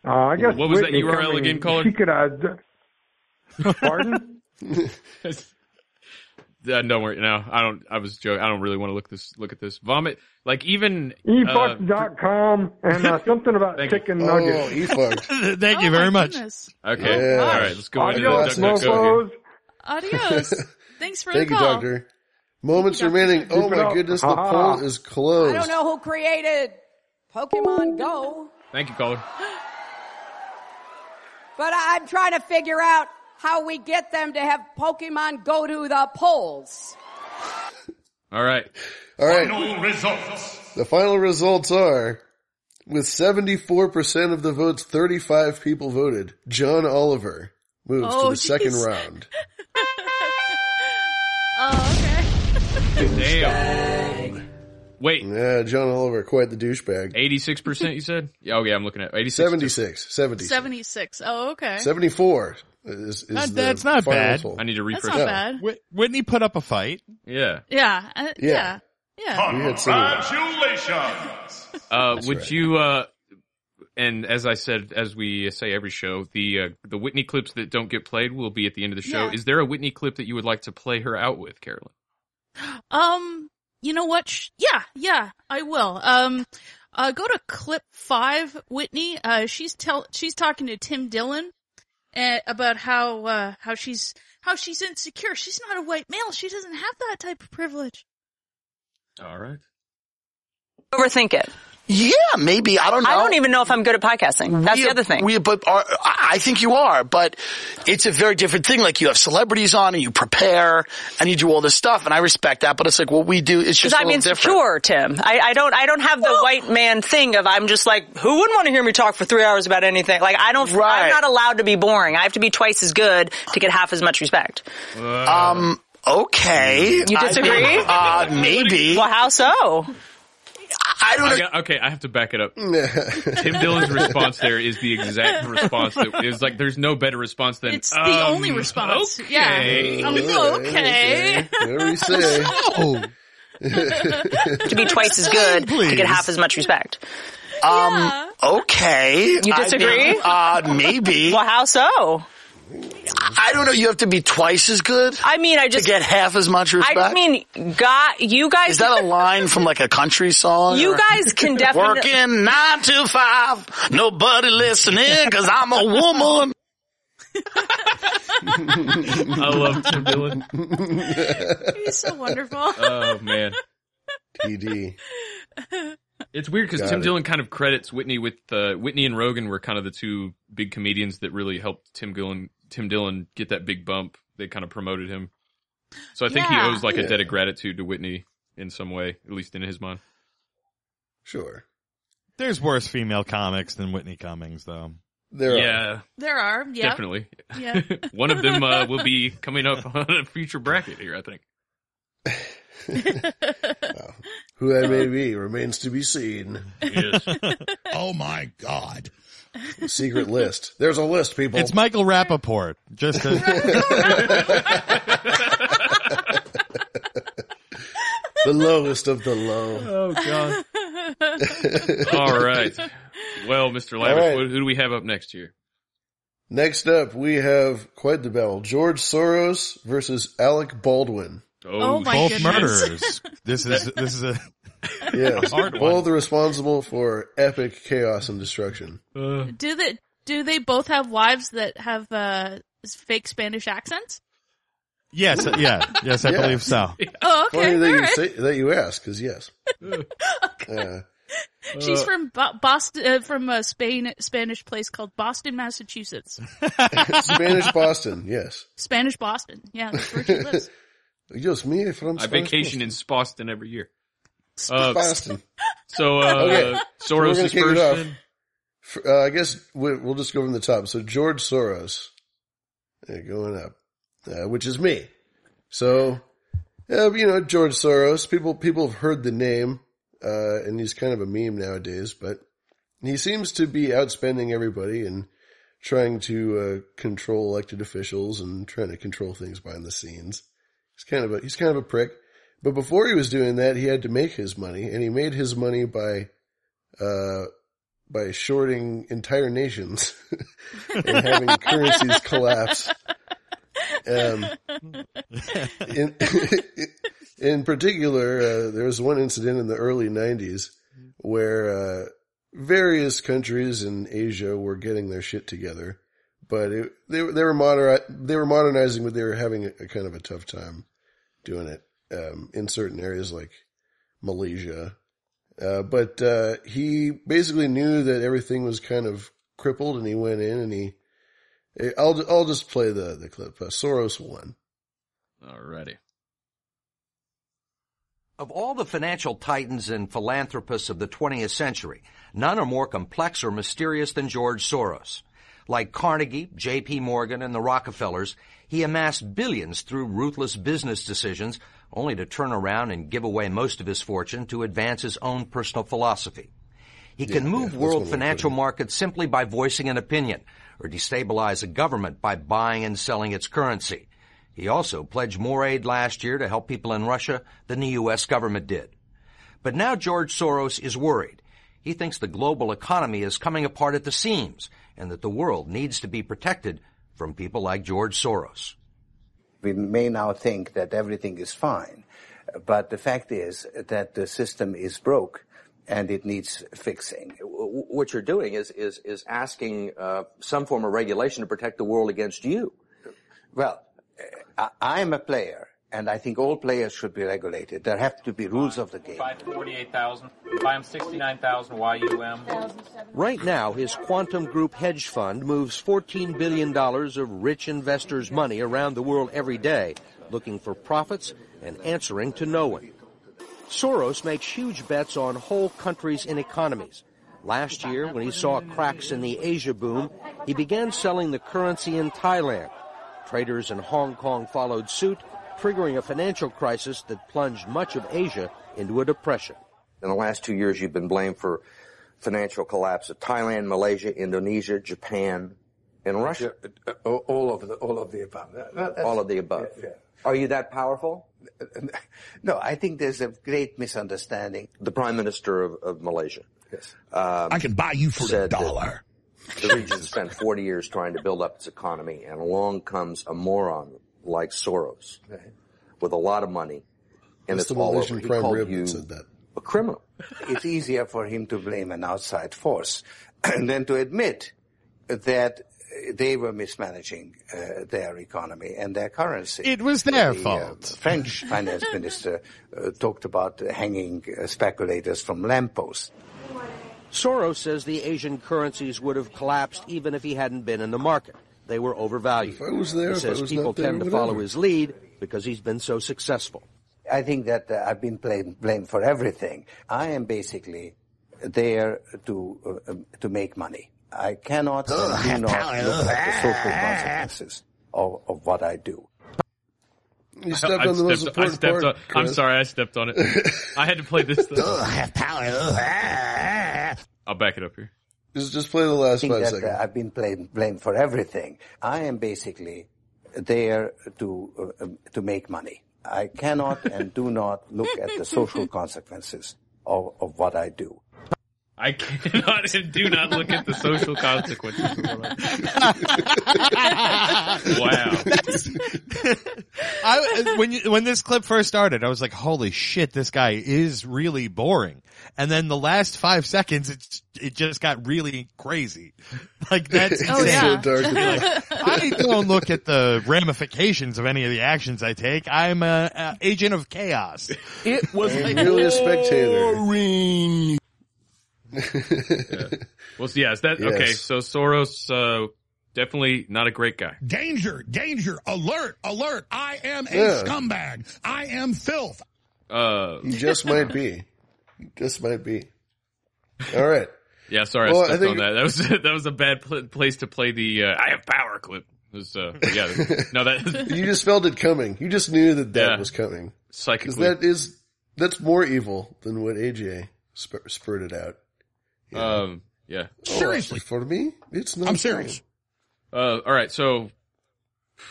[SPEAKER 13] Uh, I guess
[SPEAKER 2] What was that
[SPEAKER 13] Whitney
[SPEAKER 2] URL
[SPEAKER 13] Cummings,
[SPEAKER 2] again, Colin?
[SPEAKER 13] She could add. Pardon?
[SPEAKER 2] Uh, no, we're- no, I don't. I was joking. I don't really want to look this. Look at this vomit. Like even
[SPEAKER 13] E,
[SPEAKER 2] uh,
[SPEAKER 13] efucked.com and uh, something about
[SPEAKER 2] Thank you.
[SPEAKER 13] chicken
[SPEAKER 4] Oh,
[SPEAKER 13] nuggets.
[SPEAKER 4] efucked.
[SPEAKER 6] Thank you very much.
[SPEAKER 2] okay.
[SPEAKER 4] Yeah.
[SPEAKER 2] All right, let's go into
[SPEAKER 13] Adios,
[SPEAKER 2] the DuckDuckGo.
[SPEAKER 13] mofos.
[SPEAKER 5] Adios. Thanks for
[SPEAKER 4] Thank
[SPEAKER 5] the
[SPEAKER 4] you,
[SPEAKER 5] call.
[SPEAKER 4] Doctor. Moments
[SPEAKER 5] Doctor.
[SPEAKER 4] remaining. Oh
[SPEAKER 13] Keep it
[SPEAKER 4] my
[SPEAKER 13] up.
[SPEAKER 4] goodness, the
[SPEAKER 13] Ha-ha.
[SPEAKER 4] poll is
[SPEAKER 14] I
[SPEAKER 4] closed.
[SPEAKER 14] don't know who created Pokemon Go,
[SPEAKER 2] Thank you, caller.
[SPEAKER 14] but I- I'm trying to figure out how we get them to have Pokemon go to the polls.
[SPEAKER 2] All right.
[SPEAKER 4] All right,
[SPEAKER 15] No results.
[SPEAKER 4] the final results are with 74% of the votes, 35 people voted. John Oliver moves
[SPEAKER 5] Oh,
[SPEAKER 4] to the second
[SPEAKER 5] jeez.
[SPEAKER 4] round.
[SPEAKER 5] Oh, okay.
[SPEAKER 2] Damn. Wait,
[SPEAKER 4] Yeah, John Oliver, quite the douchebag.
[SPEAKER 2] eighty-six percent. You said? Yeah. Oh yeah, I'm looking at eighty-six.
[SPEAKER 4] 76, 76.
[SPEAKER 5] 76. Oh, okay.
[SPEAKER 4] 74 is, is
[SPEAKER 6] Not-
[SPEAKER 4] the
[SPEAKER 6] that's not
[SPEAKER 4] final
[SPEAKER 6] bad.
[SPEAKER 4] poll.
[SPEAKER 2] I need to refresh.
[SPEAKER 5] That's not
[SPEAKER 2] that.
[SPEAKER 5] bad.
[SPEAKER 6] Whit- Whitney put up a fight.
[SPEAKER 2] Yeah.
[SPEAKER 5] Yeah. uh, yeah. Yeah.
[SPEAKER 4] We had some of
[SPEAKER 15] Congratulations.
[SPEAKER 2] Uh, would
[SPEAKER 4] right.
[SPEAKER 2] you? Uh, and as I said, as we say every show, the uh, the Whitney clips that don't get played will be at the end of the show.
[SPEAKER 5] Yeah.
[SPEAKER 2] Is there a Whitney clip that you would like to play her out with, Carolyn?
[SPEAKER 5] Um, you know what? Sh- Yeah, yeah, I will. Um, uh, go to clip five, Whitney. Uh, she's tell, she's talking to Tim Dillon uh, about how, uh, how she's, how she's insecure. She's not a white male. She doesn't have that type of privilege.
[SPEAKER 2] All right.
[SPEAKER 9] Overthink it.
[SPEAKER 16] Yeah, maybe. I don't know.
[SPEAKER 9] I don't even know if I'm good at podcasting. That's
[SPEAKER 16] We-
[SPEAKER 9] the other thing.
[SPEAKER 16] We, but are, I I think you are, but it's a very different thing. Like you have celebrities on and you prepare and you do all this stuff, and I respect that. But it's like what we do. It's
[SPEAKER 9] Because
[SPEAKER 16] just a
[SPEAKER 9] I'm
[SPEAKER 16] little different.
[SPEAKER 9] insecure, Tim. I, I don't. I don't have the white man thing of I'm just like who wouldn't want to hear me talk for three hours about anything. Like I don't.
[SPEAKER 16] Right.
[SPEAKER 9] I'm not allowed to be boring. I have to be twice as good to get half as much respect.
[SPEAKER 4] Uh.
[SPEAKER 16] Um. Okay.
[SPEAKER 9] You
[SPEAKER 16] I
[SPEAKER 9] disagree?
[SPEAKER 16] think, uh, maybe.
[SPEAKER 9] Well, how so?
[SPEAKER 16] I don't.
[SPEAKER 2] I got, okay, I have to back it up.
[SPEAKER 4] them.
[SPEAKER 2] Tim Dillon's response there is the exact response that is like there's no better response than
[SPEAKER 5] It's the only
[SPEAKER 2] um,
[SPEAKER 5] response.
[SPEAKER 9] Oh,
[SPEAKER 2] okay.
[SPEAKER 5] Yeah. Um, okay.
[SPEAKER 4] Whatever you say.
[SPEAKER 6] Oh,
[SPEAKER 9] To be twice as good to
[SPEAKER 6] Please.
[SPEAKER 9] get half as much respect.
[SPEAKER 16] Um. Okay. You
[SPEAKER 9] disagree?
[SPEAKER 16] Uh. Maybe.
[SPEAKER 9] Well, how so?
[SPEAKER 16] I don't know. You have to be twice as good
[SPEAKER 9] I mean, I
[SPEAKER 16] to
[SPEAKER 9] just.
[SPEAKER 16] get half as much
[SPEAKER 9] I
[SPEAKER 16] respect.
[SPEAKER 9] just mean, God, you guys.
[SPEAKER 16] Is that a line from like a country song?
[SPEAKER 9] you
[SPEAKER 16] or-
[SPEAKER 9] guys can definitely.
[SPEAKER 16] Working nine to five. Nobody listening because I'm a woman.
[SPEAKER 2] I love Tim Dillon.
[SPEAKER 5] He's so wonderful.
[SPEAKER 2] Oh man,
[SPEAKER 4] TD.
[SPEAKER 2] it's weird because
[SPEAKER 4] Got
[SPEAKER 2] Tim
[SPEAKER 4] it.
[SPEAKER 2] Dillon kind of credits Whitney with uh, Whitney and Rogan were kind of the two big comedians that really helped Tim Dillon Tim Dillon get that big bump. They kind of promoted him, so I think
[SPEAKER 5] Yeah.
[SPEAKER 2] he owes like a
[SPEAKER 4] Yeah.
[SPEAKER 2] debt of gratitude to Whitney in some way, at least in his mind.
[SPEAKER 4] Sure.
[SPEAKER 6] there's worse female comics than Whitney Cummings, though.
[SPEAKER 4] There are.
[SPEAKER 2] yeah,
[SPEAKER 5] there are. Yeah.
[SPEAKER 2] definitely.
[SPEAKER 5] Yeah.
[SPEAKER 2] One of them uh, will be coming up on a future bracket here, I think.
[SPEAKER 4] Who that may be remains to be seen.
[SPEAKER 15] Oh my God.
[SPEAKER 4] Secret list. There's a list, people.
[SPEAKER 6] It's Michael Rappaport. Just to,
[SPEAKER 4] the lowest of the low.
[SPEAKER 2] Oh god. All right. Well, Mr. Lavish,
[SPEAKER 4] right.
[SPEAKER 2] what who do we have up next here?
[SPEAKER 4] Next up, we have quite the battle: George Soros versus Alec Baldwin.
[SPEAKER 5] Oh, my
[SPEAKER 6] both
[SPEAKER 5] goodness.
[SPEAKER 6] murderers. This is this is a
[SPEAKER 4] Yes,
[SPEAKER 6] hard one.
[SPEAKER 4] both responsible for epic chaos and destruction.
[SPEAKER 5] Do they do they both have wives that have uh, fake Spanish accents?
[SPEAKER 6] yes, uh, yeah, yes, I
[SPEAKER 4] Yeah.
[SPEAKER 6] believe so.
[SPEAKER 5] Oh, okay,
[SPEAKER 4] Funny that
[SPEAKER 5] all
[SPEAKER 4] you
[SPEAKER 5] right.
[SPEAKER 4] say, that you ask, because yes, Uh,
[SPEAKER 5] She's
[SPEAKER 4] Uh,
[SPEAKER 5] from Bo- Boston, uh, from a Spain Spanish place called Boston, Massachusetts.
[SPEAKER 4] Spanish Boston. Yes,
[SPEAKER 5] Spanish Boston. Yeah, that's where she lives.
[SPEAKER 4] Yes, me from
[SPEAKER 2] I
[SPEAKER 4] Spanish
[SPEAKER 2] vacation in Boston every year.
[SPEAKER 4] Boston. Boston.
[SPEAKER 2] So uh,
[SPEAKER 4] Okay. So we're
[SPEAKER 2] Soros
[SPEAKER 4] gonna
[SPEAKER 2] is
[SPEAKER 4] kick it
[SPEAKER 2] first.
[SPEAKER 4] off.
[SPEAKER 2] then?
[SPEAKER 4] F- Uh, I guess we- we'll just go from the top. So George Soros, uh, going up, uh, which is me. So, uh, you know, George Soros. People people have heard the name, uh, and he's kind of a meme nowadays. But he seems to be outspending everybody and trying to uh, control elected officials and trying to control things behind the scenes. He's kind of a he's kind of a prick. But before he was doing that, he had to make his money, and he made his money by. Uh, by shorting entire nations and having currencies collapse. Um, in, in particular, uh, there was one incident in the early 90s where uh, various countries in Asia were getting their shit together, but it, they, were- they were moder- they were modernizing, but they were having a, a kind of a tough time doing it um, in certain areas like Malaysia. Uh, but uh, he basically knew that everything was kind of crippled, and he went in and he. I'll I'll just play the the clip. Uh, Soros won.
[SPEAKER 2] Alrighty.
[SPEAKER 17] Of all the financial titans and philanthropists of the 20th century, none are more complex or mysterious than George Soros. Like Carnegie, J.P. Morgan, and the Rockefellers, he amassed billions through ruthless business decisions, only to turn around and give away most of his fortune to advance his own personal philosophy. He can move world financial markets simply by voicing an opinion, or destabilize a government by buying and selling its currency. He also pledged more aid last year to help people in Russia than the U.S. government did. But now George Soros is worried. He thinks the global economy is coming apart at the seams and that the world needs to be protected from people like George Soros.
[SPEAKER 18] We may now think that everything is fine, but the fact is that the system is broke and it needs fixing.
[SPEAKER 19] w- what you're doing is is is asking uh, some form of regulation to protect the world against you.
[SPEAKER 18] Well, I, I'm a player and I think all players should be regulated. There have to be rules of the game.
[SPEAKER 20] Buy 48,000. Buy him 69,000 YUM.
[SPEAKER 17] Right now, his Quantum Group hedge fund moves $14 billion of rich investors' money around the world every day, looking for profits and answering to no one. Soros makes huge bets on whole countries and economies. Last year, when he saw cracks in the Asia boom, he began selling the currency in Thailand. Traders in Hong Kong followed suit, triggering a financial crisis that plunged much of Asia into a depression.
[SPEAKER 19] In the last two years, you've been blamed for financial collapse of Thailand, Malaysia, Indonesia, Japan, and Russia.
[SPEAKER 18] Uh, All, all of the all of the above.
[SPEAKER 19] All of the above.
[SPEAKER 18] Yeah,
[SPEAKER 19] Are you that powerful?
[SPEAKER 18] No, I think there's a great misunderstanding.
[SPEAKER 19] The Prime Minister of, of Malaysia.
[SPEAKER 18] Yes.
[SPEAKER 19] Um,
[SPEAKER 18] I can buy you for a
[SPEAKER 19] said that
[SPEAKER 18] dollar.
[SPEAKER 19] The region spent 40 years trying to build up its economy, and along comes a moron like Soros with a lot of money, and
[SPEAKER 18] That's
[SPEAKER 19] it's
[SPEAKER 18] the
[SPEAKER 19] all
[SPEAKER 18] Malaysian
[SPEAKER 19] over. He
[SPEAKER 18] prime
[SPEAKER 19] called
[SPEAKER 18] rib that
[SPEAKER 19] you
[SPEAKER 18] said that.
[SPEAKER 19] a criminal.
[SPEAKER 18] It's easier for him to blame an outside force than to admit that uh, they were mismanaging uh, their economy and their currency.
[SPEAKER 6] It was their
[SPEAKER 18] The, uh,
[SPEAKER 6] fault.
[SPEAKER 18] French finance minister uh, talked about hanging uh, speculators from lampposts.
[SPEAKER 17] Soros says the Asian currencies would have collapsed even if he hadn't been in the market. They were overvalued.
[SPEAKER 18] was there,
[SPEAKER 17] he
[SPEAKER 18] if I
[SPEAKER 17] says
[SPEAKER 18] was
[SPEAKER 17] people
[SPEAKER 18] not there,
[SPEAKER 17] tend to follow
[SPEAKER 18] whatever.
[SPEAKER 17] his lead because he's been so successful.
[SPEAKER 18] I think that uh, I've been blamed, blamed for everything. I am basically there to uh, um, to make money. I cannot and
[SPEAKER 17] Ugh,
[SPEAKER 18] do
[SPEAKER 17] power,
[SPEAKER 18] not look at the
[SPEAKER 17] ugh.
[SPEAKER 18] social consequences of, of what I do.
[SPEAKER 4] You
[SPEAKER 2] I- I stepped- I stepped on- I'm sorry, I stepped on it. I had to play this. Thing. I'll back it up here.
[SPEAKER 4] Just, just play the last
[SPEAKER 18] think
[SPEAKER 4] five
[SPEAKER 18] that,
[SPEAKER 4] seconds.
[SPEAKER 18] uh, I've been blamed, blamed for everything. I am basically there to uh, um, to make money. I cannot and do not look at the social consequences of, of what I do.
[SPEAKER 2] I cannot and do not look at the social consequences. of what
[SPEAKER 4] ah.
[SPEAKER 2] I- wow.
[SPEAKER 6] I, when you, when this clip first started, I was like, "Holy shit, this guy is really boring." And then the last five seconds, it it just got really crazy. Like that's
[SPEAKER 4] Oh,
[SPEAKER 6] insane.
[SPEAKER 4] yeah. So dark.
[SPEAKER 6] You're like, I don't look at the ramifications of any of the actions I take. I'm a, a agent of chaos.
[SPEAKER 4] It was I'm merely a spectator.
[SPEAKER 6] Boring.
[SPEAKER 2] Well, yes, that
[SPEAKER 4] Yes.
[SPEAKER 2] okay. So Soros, uh, definitely not a great guy.
[SPEAKER 12] Danger, danger, alert, alert. I am a
[SPEAKER 4] Yeah.
[SPEAKER 12] scumbag. I am filth.
[SPEAKER 2] Uh,
[SPEAKER 4] You just might be. You just might be. All right.
[SPEAKER 2] yeah, sorry,
[SPEAKER 4] Well, I
[SPEAKER 2] I stepped
[SPEAKER 4] think-
[SPEAKER 2] on that. That was that was a bad pl- place to play the uh, "I have power" clip. It was, uh, yeah, no, that
[SPEAKER 4] You just felt it coming. You just knew that that
[SPEAKER 2] Yeah.
[SPEAKER 4] was coming. Because
[SPEAKER 2] psychically.
[SPEAKER 4] that is, that's more evil than what AJ spur- spurted out.
[SPEAKER 2] um, yeah.
[SPEAKER 4] Seriously. for me, it's not.
[SPEAKER 12] I'm serious.
[SPEAKER 2] Uh, all right, so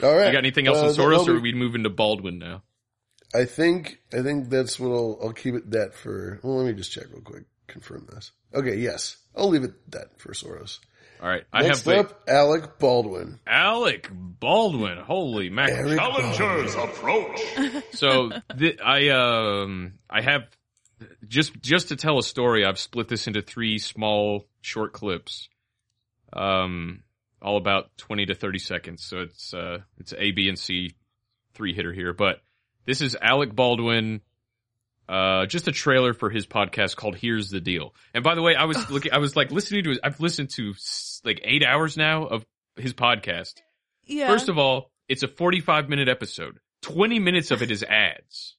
[SPEAKER 4] All right.
[SPEAKER 2] you got anything else
[SPEAKER 4] Uh,
[SPEAKER 2] on Soros,
[SPEAKER 4] that'll
[SPEAKER 2] or
[SPEAKER 4] be-
[SPEAKER 2] we move into Baldwin now?
[SPEAKER 4] I think I think that's what I'll, I'll keep it that for. Well, let me just check real quick. Confirm this. Okay, yes, I'll leave it that for Soros.
[SPEAKER 2] All right, I
[SPEAKER 4] Next
[SPEAKER 2] have wait,
[SPEAKER 4] up, Alec Baldwin.
[SPEAKER 2] Alec Baldwin. Holy mackerel!
[SPEAKER 16] Challengers approach.
[SPEAKER 2] So th- I um I have just just to tell a story. I've split this into three small short clips, um, all about twenty to thirty seconds. So it's uh it's A B and C three hitter here. But this is Alec Baldwin. Uh, just a trailer for his podcast called "Here's the Deal." And by the way, I was looking, I was like listening to. His, I've listened to s- like eight hours now of his podcast.
[SPEAKER 5] Yeah.
[SPEAKER 2] First of all, it's a 45 minute episode. 20 minutes of it is ads.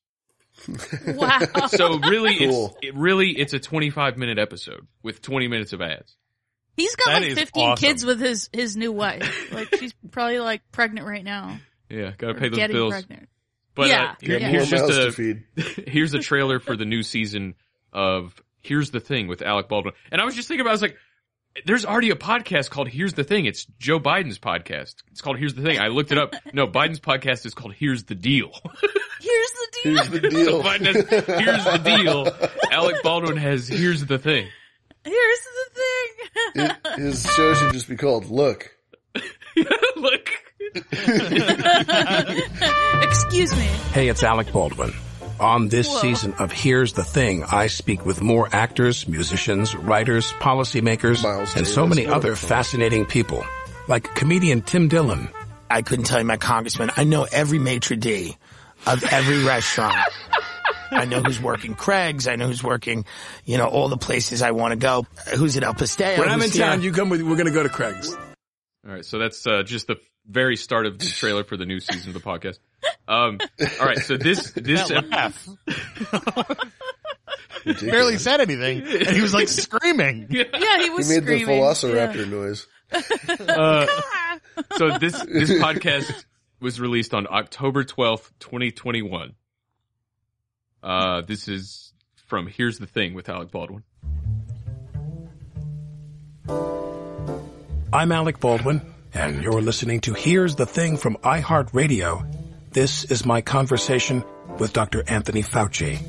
[SPEAKER 5] wow.
[SPEAKER 2] So really, it's, it really, it's a 25 minute episode with 20 minutes of ads.
[SPEAKER 5] He's got
[SPEAKER 2] That
[SPEAKER 5] like
[SPEAKER 2] is
[SPEAKER 5] 15
[SPEAKER 2] awesome.
[SPEAKER 5] kids with his, his new wife. Like she's probably like pregnant right now.
[SPEAKER 2] Yeah. Gotta
[SPEAKER 5] Or
[SPEAKER 2] pay those
[SPEAKER 5] getting
[SPEAKER 2] bills.
[SPEAKER 5] pregnant.
[SPEAKER 2] But
[SPEAKER 5] yeah.
[SPEAKER 2] uh, here-
[SPEAKER 5] yeah.
[SPEAKER 2] here's
[SPEAKER 4] More
[SPEAKER 2] just
[SPEAKER 4] mouths
[SPEAKER 2] a,
[SPEAKER 4] to feed.
[SPEAKER 2] here's a trailer for the new season of Here's the Thing with Alec Baldwin. And I was just thinking about, it, I was like, there's already a podcast called Here's the Thing. It's Joe Biden's podcast. It's called Here's the Thing. I looked it up. No, Biden's podcast is called Here's the Deal.
[SPEAKER 5] Here's the deal.
[SPEAKER 4] Here's the
[SPEAKER 2] so
[SPEAKER 4] deal.
[SPEAKER 2] Biden has, here's the deal. Alec Baldwin has here's the thing.
[SPEAKER 5] Here's the thing.
[SPEAKER 4] It- his show should just be called "Look."
[SPEAKER 2] Look.
[SPEAKER 5] Excuse me.
[SPEAKER 21] Hey, it's Alec Baldwin. On this
[SPEAKER 5] Whoa.
[SPEAKER 21] season of Here's the Thing, I speak with more actors, musicians, writers, policymakers, and so
[SPEAKER 22] Davis,
[SPEAKER 21] many other
[SPEAKER 22] wonderful.
[SPEAKER 21] fascinating people, like comedian Tim Dillon.
[SPEAKER 23] I couldn't tell you my congressman. I know every maitre d' of every restaurant. I know who's working Craig's. I know who's working, you know, all the places I want to go. Who's at El Pastel?
[SPEAKER 21] When I'm
[SPEAKER 23] who's
[SPEAKER 21] in town,
[SPEAKER 23] here.
[SPEAKER 21] you come with. We're going to go to Craig's.
[SPEAKER 2] All right, so that's uh, just the very start of the trailer for the new season of the podcast. Um, all right, so this this
[SPEAKER 6] That laugh. Barely
[SPEAKER 4] Ridiculous.
[SPEAKER 6] said anything, and he was like screaming.
[SPEAKER 5] Yeah, he was
[SPEAKER 4] he made
[SPEAKER 5] screaming.
[SPEAKER 4] the Velociraptor noise.
[SPEAKER 2] Uh, so this this podcast was released on October twelfth, twenty twenty one. Uh, this is from Here's the Thing with Alec Baldwin.
[SPEAKER 21] I'm Alec Baldwin, and you're listening to Here's the Thing from iHeartRadio. This is my conversation with Dr. Anthony Fauci.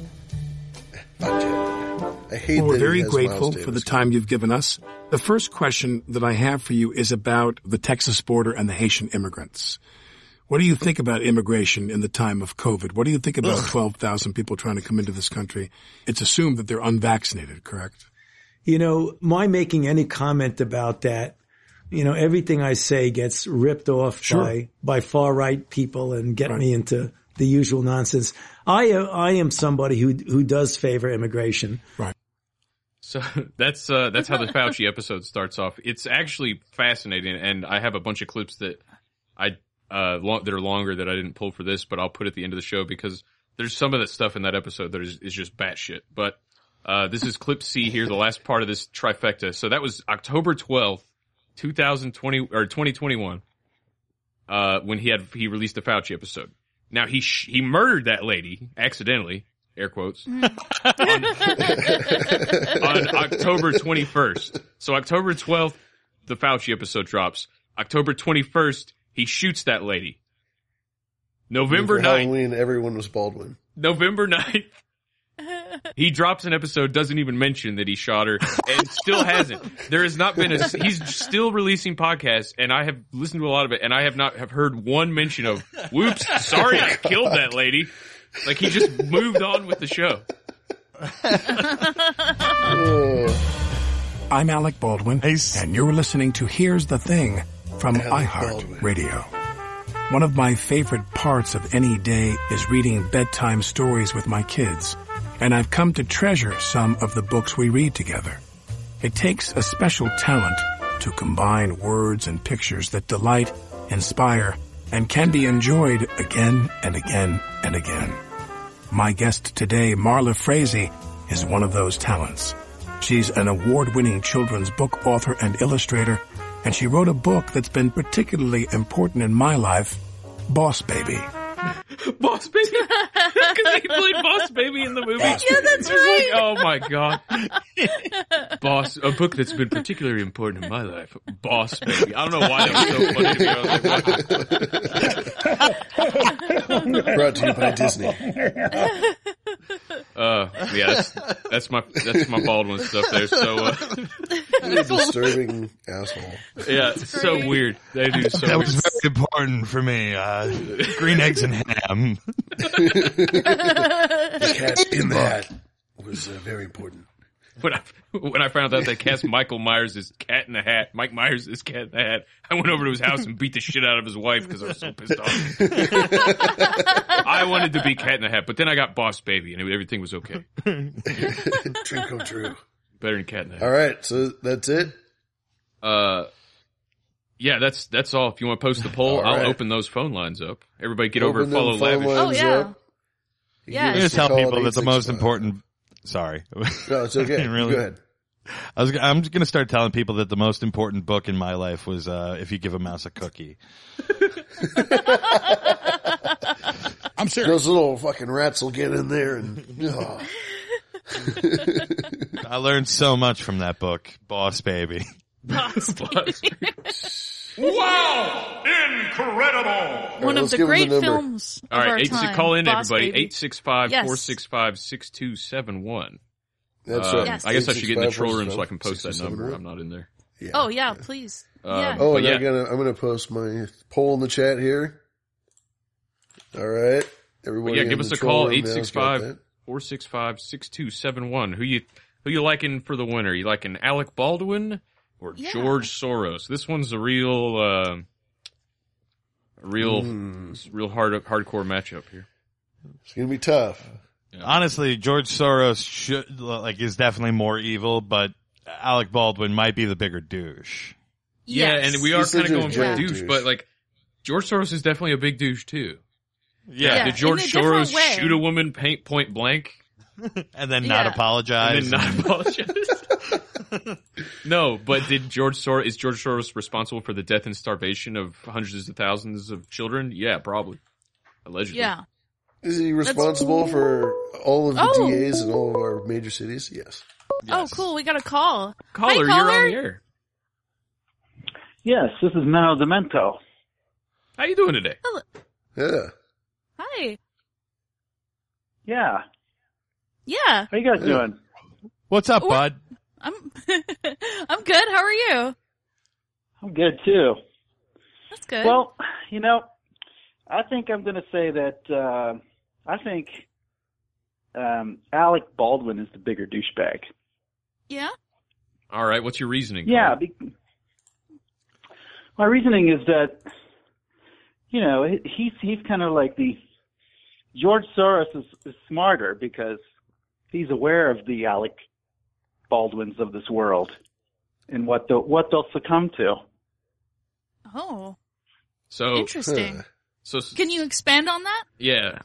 [SPEAKER 4] I hate
[SPEAKER 21] We're
[SPEAKER 4] that he
[SPEAKER 21] very
[SPEAKER 4] has
[SPEAKER 21] grateful
[SPEAKER 4] Miles
[SPEAKER 21] for the
[SPEAKER 4] Davis.
[SPEAKER 21] time you've given us. The first question that I have for you is about the Texas border and the Haitian immigrants. What do you think about immigration in the time of COVID? What do you think about 12,000 people trying to come into this country? It's assumed that they're unvaccinated, correct?
[SPEAKER 24] You know, my making any comment about that, you know, everything I say gets ripped off
[SPEAKER 21] Sure.
[SPEAKER 24] by by far right people and get
[SPEAKER 21] Right.
[SPEAKER 24] me into the usual nonsense. I uh, I am somebody who who does favor immigration.
[SPEAKER 21] Right.
[SPEAKER 2] So that's uh, that's how the Fauci episode starts off. It's actually fascinating, and I have a bunch of clips that I uh, lo- that are longer that I didn't pull for this, but I'll put at the end of the show because there's some of the stuff in that episode that is, is just batshit. But uh, this is clip C here, the last part of this trifecta. So that was October twelfth, two thousand twenty or twenty twenty one, uh, when he had he released the Fauci episode. Now he sh- he murdered that lady accidentally, air quotes on October 21st. So October 12th, the Fauci episode drops. October 21st, he shoots that lady. November
[SPEAKER 4] For
[SPEAKER 2] 9th,
[SPEAKER 4] Halloween, everyone was Baldwin.
[SPEAKER 2] November 9th, He drops an episode, doesn't even mention that he shot her, and still hasn't. There has not been a. He's still releasing podcasts, and I have listened to a lot of it, and I have not have heard one mention of. Whoops! Sorry, I killed that lady. Like he just moved on with the show.
[SPEAKER 21] I'm Alec Baldwin, and you're listening to Here's the Thing from iHeartRadio. One of my favorite parts of any day is reading bedtime stories with my kids, and I've come to treasure some of the books we read together. It takes a special talent to combine words and pictures that delight, inspire, and can be enjoyed again and again and again. My guest today, Marla Frazee, is one of those talents. She's an award-winning children's book author and illustrator, and she wrote a book that's been particularly important in my life, Boss Baby.
[SPEAKER 2] Boss Baby, because he played Boss Baby in the movie.
[SPEAKER 5] Yeah, that's
[SPEAKER 2] It's like,
[SPEAKER 5] right.
[SPEAKER 2] oh my god, Boss, a book that's been particularly important in my life, Boss Baby. I don't know why that was so funny. To me. I was like, what? oh.
[SPEAKER 4] Brought to you by Disney.
[SPEAKER 2] Uh, yeah, that's, that's my that's my Baldwin stuff there. So uh,
[SPEAKER 4] You're a disturbing asshole.
[SPEAKER 2] yeah, it's so weird. They do so.
[SPEAKER 6] that
[SPEAKER 2] weird.
[SPEAKER 6] was very important for me. Uh, green eggs and ham.
[SPEAKER 4] The cat in the hat was uh, very important.
[SPEAKER 2] when I when I found out that cast Michael Myers is Cat in the Hat, Mike Myers is Cat in the Hat. I went over to his house and beat the shit out of his wife because I was so pissed off. I wanted to be Cat in the Hat, but then I got Boss Baby, and everything was okay.
[SPEAKER 4] Dream come true.
[SPEAKER 2] Better than Cat in the Hat.
[SPEAKER 4] All right, so that's it.
[SPEAKER 2] Uh, yeah, that's that's all. If you want to post the poll,
[SPEAKER 4] All
[SPEAKER 2] I'll
[SPEAKER 4] right.
[SPEAKER 2] open those phone lines up. Everybody, get over
[SPEAKER 4] Open
[SPEAKER 2] and follow
[SPEAKER 4] them phone
[SPEAKER 2] Lavish.
[SPEAKER 4] lines
[SPEAKER 5] Oh, yeah.
[SPEAKER 4] up. You
[SPEAKER 5] Yeah.
[SPEAKER 4] give us
[SPEAKER 6] just
[SPEAKER 4] a
[SPEAKER 6] tell
[SPEAKER 4] call at
[SPEAKER 6] people that the most
[SPEAKER 4] 865.
[SPEAKER 6] important. Sorry.
[SPEAKER 4] No, it's okay.
[SPEAKER 6] Really?
[SPEAKER 4] Go ahead.
[SPEAKER 6] I was. I'm just gonna start telling people that the most important book in my life was uh, "If You Give a Mouse a Cookie."
[SPEAKER 4] I'm serious. Those little fucking rats will get in there and. Oh.
[SPEAKER 6] I learned so much from that book, Boss Baby.
[SPEAKER 16] Wow! Incredible!
[SPEAKER 5] One of the great films.
[SPEAKER 2] All
[SPEAKER 5] of
[SPEAKER 2] right,
[SPEAKER 5] our
[SPEAKER 2] eight,
[SPEAKER 5] time.
[SPEAKER 2] call in
[SPEAKER 5] Boss
[SPEAKER 2] everybody.
[SPEAKER 5] Baby.
[SPEAKER 2] Eight six five
[SPEAKER 5] Yes.
[SPEAKER 2] four six five six two seven one.
[SPEAKER 4] That's
[SPEAKER 2] Uh,
[SPEAKER 4] right. Yes.
[SPEAKER 2] I guess I should get in the troll room so I
[SPEAKER 4] 865-465-6271.
[SPEAKER 2] can post that number. I'm not in there.
[SPEAKER 5] Oh yeah, please.
[SPEAKER 2] Um,
[SPEAKER 5] yeah.
[SPEAKER 4] Oh, and
[SPEAKER 2] but yeah.
[SPEAKER 4] I'm gonna I'm gonna post my poll in the chat here. All right,
[SPEAKER 2] But
[SPEAKER 4] everybody.
[SPEAKER 2] yeah,
[SPEAKER 4] in
[SPEAKER 2] give us
[SPEAKER 4] the
[SPEAKER 2] a
[SPEAKER 4] troll
[SPEAKER 2] call
[SPEAKER 4] room now has got
[SPEAKER 2] 865 465 6271. Who you who you liking for the winner? You liking Alec Baldwin or George Soros? This one's a real uh, a real
[SPEAKER 4] Hmm.
[SPEAKER 2] real hard hardcore matchup here.
[SPEAKER 4] It's gonna be tough.
[SPEAKER 6] Honestly, George Soros should like is definitely more evil, but Alec Baldwin might be the bigger douche.
[SPEAKER 2] Yeah, and we are
[SPEAKER 4] He's such
[SPEAKER 2] kind of
[SPEAKER 4] a
[SPEAKER 2] going for
[SPEAKER 4] big
[SPEAKER 2] douche,
[SPEAKER 4] douche.
[SPEAKER 2] but like George Soros is definitely a big douche too.
[SPEAKER 6] Yeah.
[SPEAKER 2] Did George
[SPEAKER 5] in a different
[SPEAKER 2] Soros
[SPEAKER 5] way.
[SPEAKER 2] shoot a woman paint point blank
[SPEAKER 6] And then not
[SPEAKER 5] Yeah.
[SPEAKER 6] apologize.
[SPEAKER 2] and then not apologize? no, but did George Soros is George Soros responsible for the death and starvation of hundreds of thousands of children? Yeah, probably. Allegedly.
[SPEAKER 5] Yeah.
[SPEAKER 4] Is he responsible for all of the
[SPEAKER 5] Oh.
[SPEAKER 4] DAs in all of our major cities? Yes.
[SPEAKER 5] Oh, cool. We got a call.
[SPEAKER 2] Caller,
[SPEAKER 5] Hi,
[SPEAKER 2] you're
[SPEAKER 5] caller.
[SPEAKER 2] on the air.
[SPEAKER 25] Yes, this is Menno Demento.
[SPEAKER 2] How you doing today?
[SPEAKER 4] Yeah.
[SPEAKER 5] Hi.
[SPEAKER 25] Yeah.
[SPEAKER 5] Yeah.
[SPEAKER 25] How you guys doing?
[SPEAKER 6] What's up, bud?
[SPEAKER 5] I'm I'm good. How are you?
[SPEAKER 25] I'm good too.
[SPEAKER 5] That's good.
[SPEAKER 25] Well, you know, I think I'm going to say that uh, I think um, Alec Baldwin is the bigger douchebag.
[SPEAKER 5] yeah.
[SPEAKER 2] All right, what's your reasoning?
[SPEAKER 25] Yeah. Be- my reasoning is that, you know, he- he's he's kind of like the George Soros is, is smarter because he's aware of the Alec Baldwin's of this world and what the what they'll succumb to.
[SPEAKER 5] Oh,
[SPEAKER 2] So
[SPEAKER 5] interesting.
[SPEAKER 2] So
[SPEAKER 5] Can you expand on that?
[SPEAKER 2] yeah,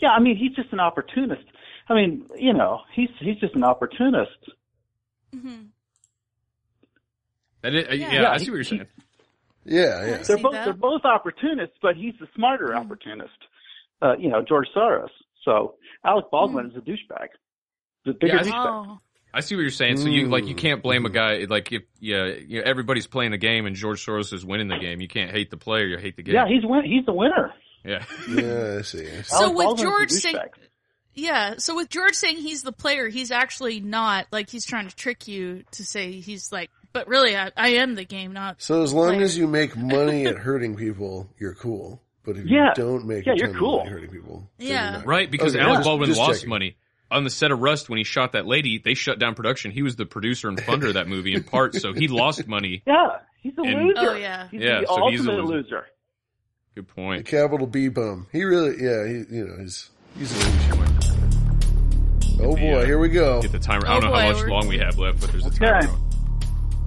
[SPEAKER 25] Yeah, I mean, he's just an opportunist. I mean, you know, he's he's just an opportunist.
[SPEAKER 2] that is, uh, yeah.
[SPEAKER 25] Yeah,
[SPEAKER 2] I see what you're saying.
[SPEAKER 4] Yeah, yeah.
[SPEAKER 25] They're both they're both opportunists, but he's the smarter opportunist. Uh, you know, George Soros. So Alec Baldwin
[SPEAKER 2] Hmm.
[SPEAKER 25] is a douchebag. The bigger
[SPEAKER 2] Yeah, I see-
[SPEAKER 25] douchebag.
[SPEAKER 5] Oh.
[SPEAKER 2] I see what you're saying. So you
[SPEAKER 4] Mm.
[SPEAKER 2] like you can't blame a
[SPEAKER 4] Mm-hmm.
[SPEAKER 2] guy like if yeah you know, everybody's playing a game and George Soros is winning the game. You can't hate the player. You hate the game.
[SPEAKER 25] Yeah, he's win- he's the winner.
[SPEAKER 2] yeah.
[SPEAKER 4] Yeah, I see.
[SPEAKER 25] Alec
[SPEAKER 5] so with
[SPEAKER 25] Baldwin's a
[SPEAKER 5] George, say,
[SPEAKER 25] douchebag.
[SPEAKER 5] Yeah. So with George saying he's the player, he's actually not. Like he's trying to trick you to say he's like, but really, I, I am the game, not.
[SPEAKER 4] So as long as you make money at hurting people, you're cool. But if
[SPEAKER 5] Yeah.
[SPEAKER 4] you don't make
[SPEAKER 5] Yeah,
[SPEAKER 4] a
[SPEAKER 5] you're
[SPEAKER 4] ton of
[SPEAKER 5] cool.
[SPEAKER 4] money hurting people,
[SPEAKER 5] Yeah.
[SPEAKER 2] Right, because
[SPEAKER 4] Okay,
[SPEAKER 2] Alec
[SPEAKER 4] just-
[SPEAKER 2] Baldwin
[SPEAKER 4] just
[SPEAKER 2] lost
[SPEAKER 4] checking.
[SPEAKER 2] money. On the set of Rust, when he shot that lady, they shut down production. He was the producer and funder of that movie in part, so he lost money.
[SPEAKER 25] Yeah, he's a
[SPEAKER 2] And-
[SPEAKER 25] loser.
[SPEAKER 5] Oh, yeah.
[SPEAKER 25] he's
[SPEAKER 2] Yeah,
[SPEAKER 25] the
[SPEAKER 2] so
[SPEAKER 25] ultimate
[SPEAKER 2] he's a loser.
[SPEAKER 25] loser.
[SPEAKER 2] Good point.
[SPEAKER 4] capital B bum. He really, yeah, he, you know, he's he's a loser. Oh boy, here we go.
[SPEAKER 2] uh, Get the timer.
[SPEAKER 5] Oh
[SPEAKER 2] I don't know how much long we have left, but there's a timer.
[SPEAKER 4] Okay.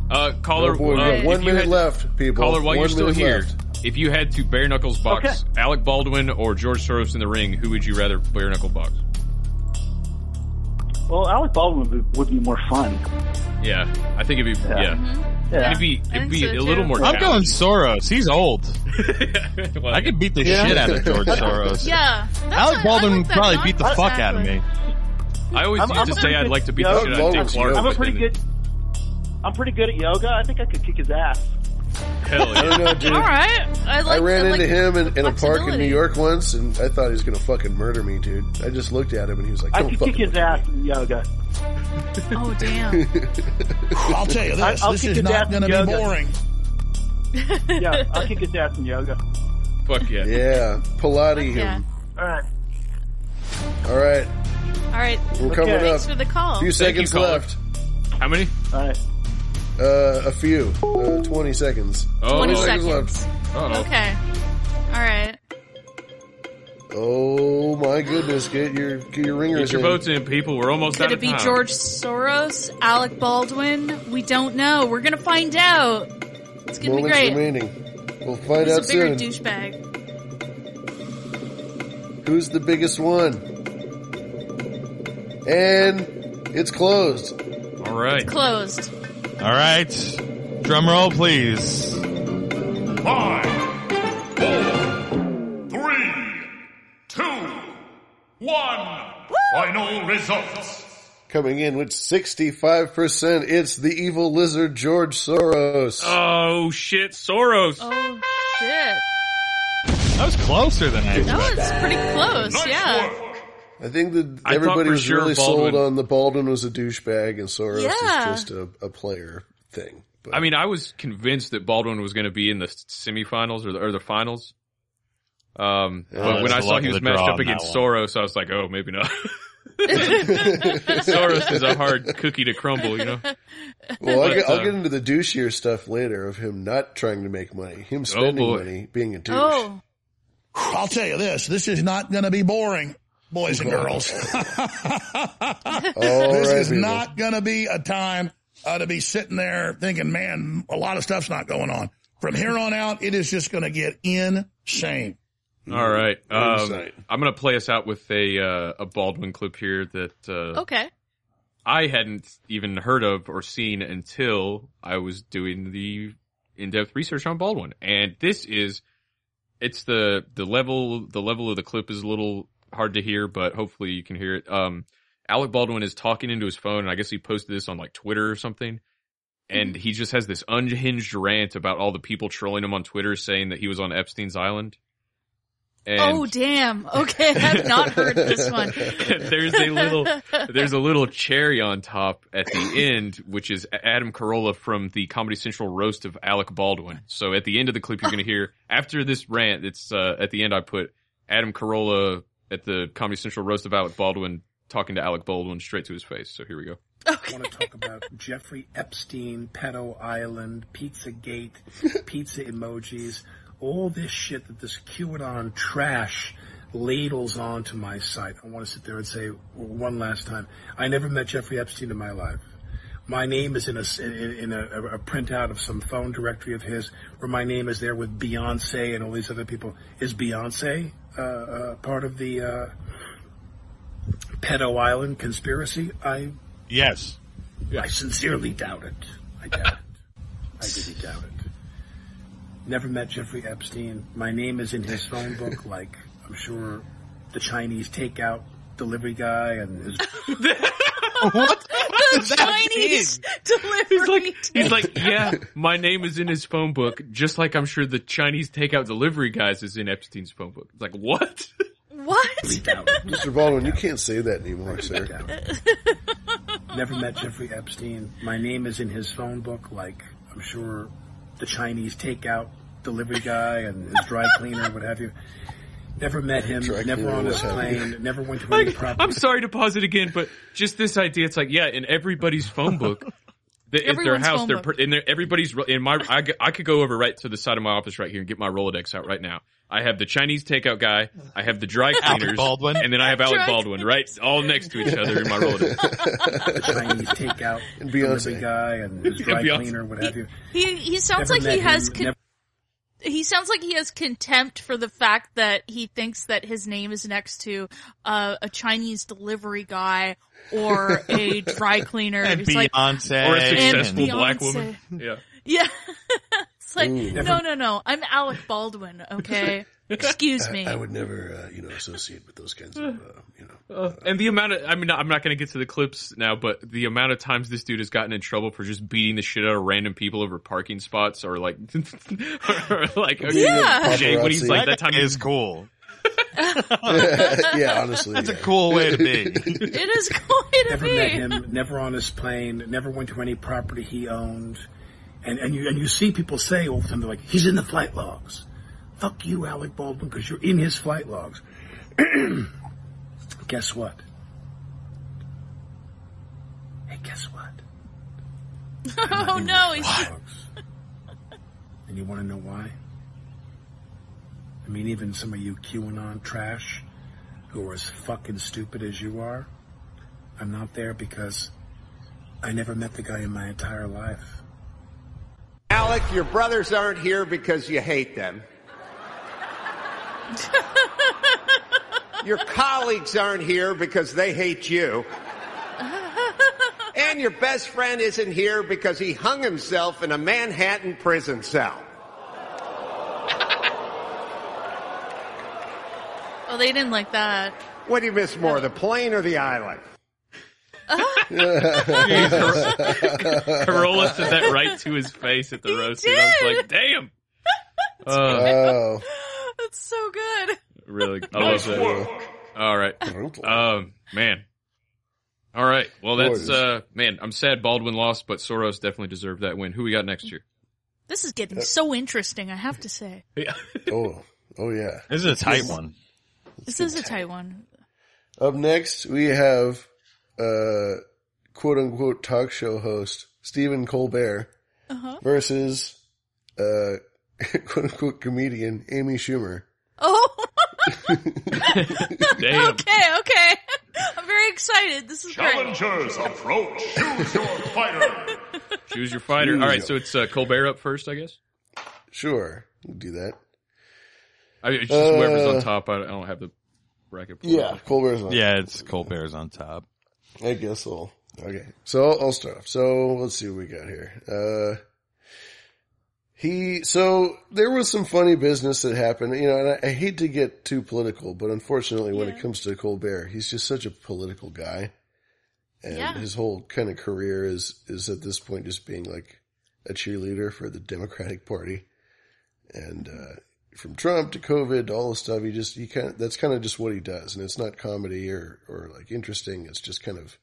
[SPEAKER 2] Uh, caller,
[SPEAKER 4] Oh, boy, we
[SPEAKER 2] uh,
[SPEAKER 4] got
[SPEAKER 2] if
[SPEAKER 4] one
[SPEAKER 2] you
[SPEAKER 4] minute
[SPEAKER 2] had-
[SPEAKER 4] left, people.
[SPEAKER 2] Caller, while
[SPEAKER 4] One
[SPEAKER 2] you're still
[SPEAKER 4] minute
[SPEAKER 2] here,
[SPEAKER 4] left.
[SPEAKER 2] if you had to bare knuckles box Alec Baldwin or George Soros in the ring, who would you rather bare knuckle box?
[SPEAKER 25] Well, Alec Baldwin would be, would be more fun.
[SPEAKER 2] Yeah, I think it'd be yeah.
[SPEAKER 25] Yeah.
[SPEAKER 2] It'd be
[SPEAKER 25] I
[SPEAKER 2] it'd
[SPEAKER 25] think
[SPEAKER 2] be
[SPEAKER 25] so,
[SPEAKER 2] a
[SPEAKER 25] too.
[SPEAKER 2] little more.
[SPEAKER 6] I'm going
[SPEAKER 2] challenging.
[SPEAKER 6] Soros. He's old. I could beat the
[SPEAKER 2] Yeah.
[SPEAKER 6] shit out of George Soros.
[SPEAKER 5] Yeah.
[SPEAKER 6] Alec Baldwin would probably beat the fuck out of me.
[SPEAKER 2] I always
[SPEAKER 25] I'm-
[SPEAKER 2] used
[SPEAKER 25] I'm
[SPEAKER 2] to
[SPEAKER 25] a
[SPEAKER 2] say
[SPEAKER 25] pretty
[SPEAKER 2] I'd
[SPEAKER 25] good-
[SPEAKER 2] like to beat
[SPEAKER 25] yeah,
[SPEAKER 2] the shit out of Dick
[SPEAKER 25] I'm-
[SPEAKER 2] Clark.
[SPEAKER 25] I'm a
[SPEAKER 2] but
[SPEAKER 25] pretty
[SPEAKER 2] then-
[SPEAKER 25] good. I'm pretty good at yoga. I think I could kick his ass.
[SPEAKER 2] Hell yeah.
[SPEAKER 4] I don't know, dude.
[SPEAKER 5] All right. I like.
[SPEAKER 4] Oh, I ran
[SPEAKER 5] I
[SPEAKER 4] into
[SPEAKER 5] like-
[SPEAKER 4] him in, in a park in
[SPEAKER 5] flexibility.
[SPEAKER 4] New York once, and I thought he was going to fucking murder me, dude. I just looked at him, and he was like,
[SPEAKER 25] I
[SPEAKER 4] "Don't
[SPEAKER 25] could
[SPEAKER 4] fucking."
[SPEAKER 25] kick his ass in yoga.
[SPEAKER 5] Oh damn.
[SPEAKER 12] I'll tell you this.
[SPEAKER 25] I- I'll
[SPEAKER 12] this
[SPEAKER 25] kick
[SPEAKER 12] is
[SPEAKER 25] his ass
[SPEAKER 12] not
[SPEAKER 25] in
[SPEAKER 12] going to be
[SPEAKER 25] yoga.
[SPEAKER 12] boring.
[SPEAKER 25] yeah, I'll kick his ass in yoga.
[SPEAKER 2] Fuck yeah.
[SPEAKER 4] Yeah, Pilate him.
[SPEAKER 5] Yeah.
[SPEAKER 25] All right.
[SPEAKER 4] All right,
[SPEAKER 5] All right.
[SPEAKER 4] we're coming up.
[SPEAKER 5] Thanks for the call.
[SPEAKER 4] A few seconds left.
[SPEAKER 2] How many?
[SPEAKER 25] All right.
[SPEAKER 4] Uh, a few. Uh, Twenty seconds.
[SPEAKER 2] Oh.
[SPEAKER 5] 20
[SPEAKER 4] left.
[SPEAKER 5] Okay. All right.
[SPEAKER 4] Oh my goodness! Get your get your ringers.
[SPEAKER 2] Get your
[SPEAKER 4] in.
[SPEAKER 2] votes in, people. We're almost
[SPEAKER 5] Could
[SPEAKER 2] out
[SPEAKER 5] it
[SPEAKER 2] of
[SPEAKER 5] be
[SPEAKER 2] time.
[SPEAKER 5] George Soros, Alec Baldwin? We don't know. We're gonna find out. It's gonna
[SPEAKER 4] Moments
[SPEAKER 5] be great.
[SPEAKER 4] remaining. We'll find
[SPEAKER 5] Who's
[SPEAKER 4] out
[SPEAKER 5] a bigger
[SPEAKER 4] soon.
[SPEAKER 5] douchebag?
[SPEAKER 4] Who's the biggest one? And it's closed.
[SPEAKER 2] All right.
[SPEAKER 5] Closed.
[SPEAKER 6] All right. Drum roll, please.
[SPEAKER 12] Five, four, three, two, one. Final results.
[SPEAKER 4] Coming in with 65%, it's the evil lizard George Soros.
[SPEAKER 2] Oh shit, Soros.
[SPEAKER 5] Oh shit.
[SPEAKER 6] That was closer than I
[SPEAKER 5] That was pretty close. yeah.
[SPEAKER 4] I think that
[SPEAKER 2] I thought
[SPEAKER 4] everybody
[SPEAKER 2] for
[SPEAKER 4] was
[SPEAKER 2] sure
[SPEAKER 4] really
[SPEAKER 2] Baldwin-
[SPEAKER 4] sold on the Baldwin was a douchebag and Soros
[SPEAKER 5] Yeah.
[SPEAKER 4] is just a, a player thing.
[SPEAKER 2] I mean, I was convinced that Baldwin was going to be in the semifinals or the, or the finals. Um,
[SPEAKER 4] Yeah,
[SPEAKER 2] but
[SPEAKER 4] that's
[SPEAKER 2] when I
[SPEAKER 4] the
[SPEAKER 2] saw
[SPEAKER 4] luck
[SPEAKER 2] he
[SPEAKER 4] of
[SPEAKER 2] was
[SPEAKER 4] the
[SPEAKER 2] matched
[SPEAKER 4] draw
[SPEAKER 2] up
[SPEAKER 4] on that
[SPEAKER 2] against
[SPEAKER 4] one.
[SPEAKER 2] Soros, I was like, oh, maybe not. Soros is a hard cookie to crumble, you know.
[SPEAKER 4] Well, I'll,
[SPEAKER 2] But,
[SPEAKER 4] get, I'll
[SPEAKER 2] uh,
[SPEAKER 4] get into the douchier stuff later of him not trying to make money,
[SPEAKER 6] Oh,
[SPEAKER 4] him spending
[SPEAKER 2] boy.
[SPEAKER 4] money, being a douche.
[SPEAKER 5] Oh.
[SPEAKER 12] I'll tell you this. This is not going to be boring, boys and girls. this
[SPEAKER 4] right,
[SPEAKER 12] is
[SPEAKER 4] people.
[SPEAKER 12] not going to be a time uh, to be sitting there thinking, man, a lot of stuff's not going on. From here on out, it is just going to get insane.
[SPEAKER 4] Mm-hmm.
[SPEAKER 2] All right. Um,
[SPEAKER 12] Insight.
[SPEAKER 2] I'm going to play us out with a, uh, a Baldwin clip here that, uh,
[SPEAKER 5] Okay.
[SPEAKER 2] I hadn't even heard of or seen until I was doing the in-depth research on Baldwin. And this is, it's the, the level, the level of the clip is a little hard to hear, but hopefully you can hear it. Um, Alec Baldwin is talking into his phone and I guess he posted this on like Twitter or something. And he just has this unhinged rant about all the people trolling him on Twitter saying that he was on Epstein's Island. And
[SPEAKER 5] oh damn. Okay, I've not heard this one.
[SPEAKER 2] there's a little there's a little cherry on top at the end, which is Adam Carolla from the Comedy Central roast of Alec Baldwin. So at the end of the clip, you're going to hear after this rant. It's uh, at the end. I put Adam Carolla at the Comedy Central roast of Alec Baldwin talking to Alec Baldwin straight to his face. So here we go.
[SPEAKER 21] I want to talk about Jeffrey Epstein, Pedo Island, Pizzagate, pizza emojis, all this shit that this QAnon trash ladles onto my site. I want to sit there and say one last time, I never met Jeffrey Epstein in my life. My name is in a in, in a, a printout of some phone directory of his, where my name is there with Beyonce and all these other people. Is Beyonce uh, uh, part of the uh, pedo island conspiracy? I
[SPEAKER 2] uh,
[SPEAKER 6] Yes.
[SPEAKER 21] I sincerely doubt it. I doubt it. I really doubt it. Never met Jeffrey Epstein. My name is in his phone book, like I'm sure the Chinese takeout delivery guy and his.
[SPEAKER 5] what? The Chinese delivery. He's like,
[SPEAKER 2] He's like, yeah, my name is in his phone book, just like I'm sure the Chinese takeout delivery guys is in Epstein's phone book. It's like, what?
[SPEAKER 5] What?
[SPEAKER 4] Mr. Baldwin, you can't say that anymore, sir.
[SPEAKER 21] Never met Jeffrey Epstein. My name is in his phone book, like I'm sure the Chinese takeout delivery guy and his dry cleaner, what have you. Never met him. Never on his
[SPEAKER 2] what have you.
[SPEAKER 21] plane. Never went to any property.
[SPEAKER 2] I'm sorry to pause it again, but just this idea. It's like, yeah, in everybody's phone book, the, at their
[SPEAKER 20] Everyone's
[SPEAKER 2] house,
[SPEAKER 20] phone
[SPEAKER 2] they're
[SPEAKER 20] book.
[SPEAKER 2] per- in their, everybody's ro- in my. I, g- I could go over right to the side of my office right here and get my Rolodex out right now. I have the Chinese takeout guy. I have the dry cleaners, Baldwin, and then I have Alec
[SPEAKER 21] Dry
[SPEAKER 2] Baldwin, right, all next to each other in my Rolodex.
[SPEAKER 21] the Chinese takeout
[SPEAKER 2] And Beyonce.
[SPEAKER 21] delivery guy and his
[SPEAKER 2] And
[SPEAKER 21] dry
[SPEAKER 2] Beyonce.
[SPEAKER 21] cleaner, what have you.
[SPEAKER 5] He he sounds
[SPEAKER 21] Never
[SPEAKER 5] like he
[SPEAKER 21] met
[SPEAKER 5] has
[SPEAKER 21] him,
[SPEAKER 5] con-
[SPEAKER 21] never-
[SPEAKER 5] he sounds like he has contempt for the fact that he thinks that his name is next to uh, a Chinese delivery guy or a dry cleaner.
[SPEAKER 6] And
[SPEAKER 5] It's like-
[SPEAKER 6] Beyonce.
[SPEAKER 2] or a
[SPEAKER 6] And
[SPEAKER 2] successful black
[SPEAKER 5] Beyonce.
[SPEAKER 2] woman. Yeah.
[SPEAKER 5] yeah, it's like
[SPEAKER 4] Ooh.
[SPEAKER 5] no, no, no. I'm Alec Baldwin. Okay, excuse
[SPEAKER 4] I-
[SPEAKER 5] me.
[SPEAKER 4] I, would never, uh, you know, associate with those kinds of. Uh,
[SPEAKER 5] Oh.
[SPEAKER 2] Uh, and the amount of, I mean, I'm not going to get to the clips now, but the amount of times this dude has gotten in trouble for just beating the shit out of random people over parking spots or like, or like,
[SPEAKER 5] Yeah.
[SPEAKER 2] Jay, when he's like, that
[SPEAKER 6] That
[SPEAKER 2] time is
[SPEAKER 6] cool.
[SPEAKER 4] yeah,
[SPEAKER 6] honestly, That's a yeah. cool way to be.
[SPEAKER 5] It is going to
[SPEAKER 21] never
[SPEAKER 5] be.
[SPEAKER 21] met him, never on his plane, never went to any property he owned. And, and you and you see people say all the time, they're like, he's in the flight logs. Fuck you, Alec Baldwin, because you're in his flight logs. guess what? Hey, guess what?
[SPEAKER 5] Oh no, he's
[SPEAKER 21] And you want to know why? I mean, even some of you QAnon trash who are as fucking stupid as you are, I'm not there because I never met the guy in my entire life.
[SPEAKER 16] Alec, your brothers aren't here because you hate them. your colleagues aren't here because they hate you. And your best friend isn't here because he hung himself in a Manhattan prison cell.
[SPEAKER 5] Well, Oh, they didn't like that.
[SPEAKER 16] What do you miss more, the plane or the island?
[SPEAKER 2] Corolla said that right to his face at the roast. dude. I was like, damn. Uh,
[SPEAKER 5] That's so good.
[SPEAKER 2] really, I
[SPEAKER 5] Nice
[SPEAKER 2] love that.
[SPEAKER 5] work.
[SPEAKER 2] All right. Um, man. All right. Well, that's,
[SPEAKER 5] Gorgeous.
[SPEAKER 2] uh, man, I'm sad Baldwin lost, but Soros definitely deserved that win. Who we got next year?
[SPEAKER 5] This is getting so interesting. I have to say,
[SPEAKER 2] Yeah.
[SPEAKER 4] oh, oh yeah.
[SPEAKER 6] This is a tight one.
[SPEAKER 5] this is a tight one.
[SPEAKER 4] Up next, we have uh, quote unquote talk show host Stephen Colbert
[SPEAKER 5] Uh-huh.
[SPEAKER 4] versus uh, quote unquote comedian Amy Schumer.
[SPEAKER 5] Oh,
[SPEAKER 2] Damn.
[SPEAKER 5] okay, okay. I'm very excited. This is
[SPEAKER 26] Challengers approach. Choose your fighter.
[SPEAKER 2] Choose your fighter.
[SPEAKER 4] Choose
[SPEAKER 2] All right.
[SPEAKER 4] your-
[SPEAKER 2] So it's uh, Colbert up first, I guess.
[SPEAKER 4] Sure, we'll do that.
[SPEAKER 2] I mean, it's just whoever's
[SPEAKER 4] Uh,
[SPEAKER 2] on top. I I don't have the bracket. pulled
[SPEAKER 4] Yeah,
[SPEAKER 2] up.
[SPEAKER 4] Colbert's on.
[SPEAKER 6] Yeah, it's Colbert's on top.
[SPEAKER 4] I guess so. Okay, so I'll, I'll start off. So let's see what we got here. Uh, he, so there was some funny business that happened, you know, and I, I hate to get too political, but unfortunately when it comes to Colbert, he's just such a political guy. And
[SPEAKER 5] Yeah.
[SPEAKER 4] his whole kind of career is, is at this point just being like a cheerleader for the Democratic Party. And, uh, from Trump to COVID, all the stuff, he just, he kind of, that's kind of just what he does. And it's not comedy or, or like interesting. It's just kind of,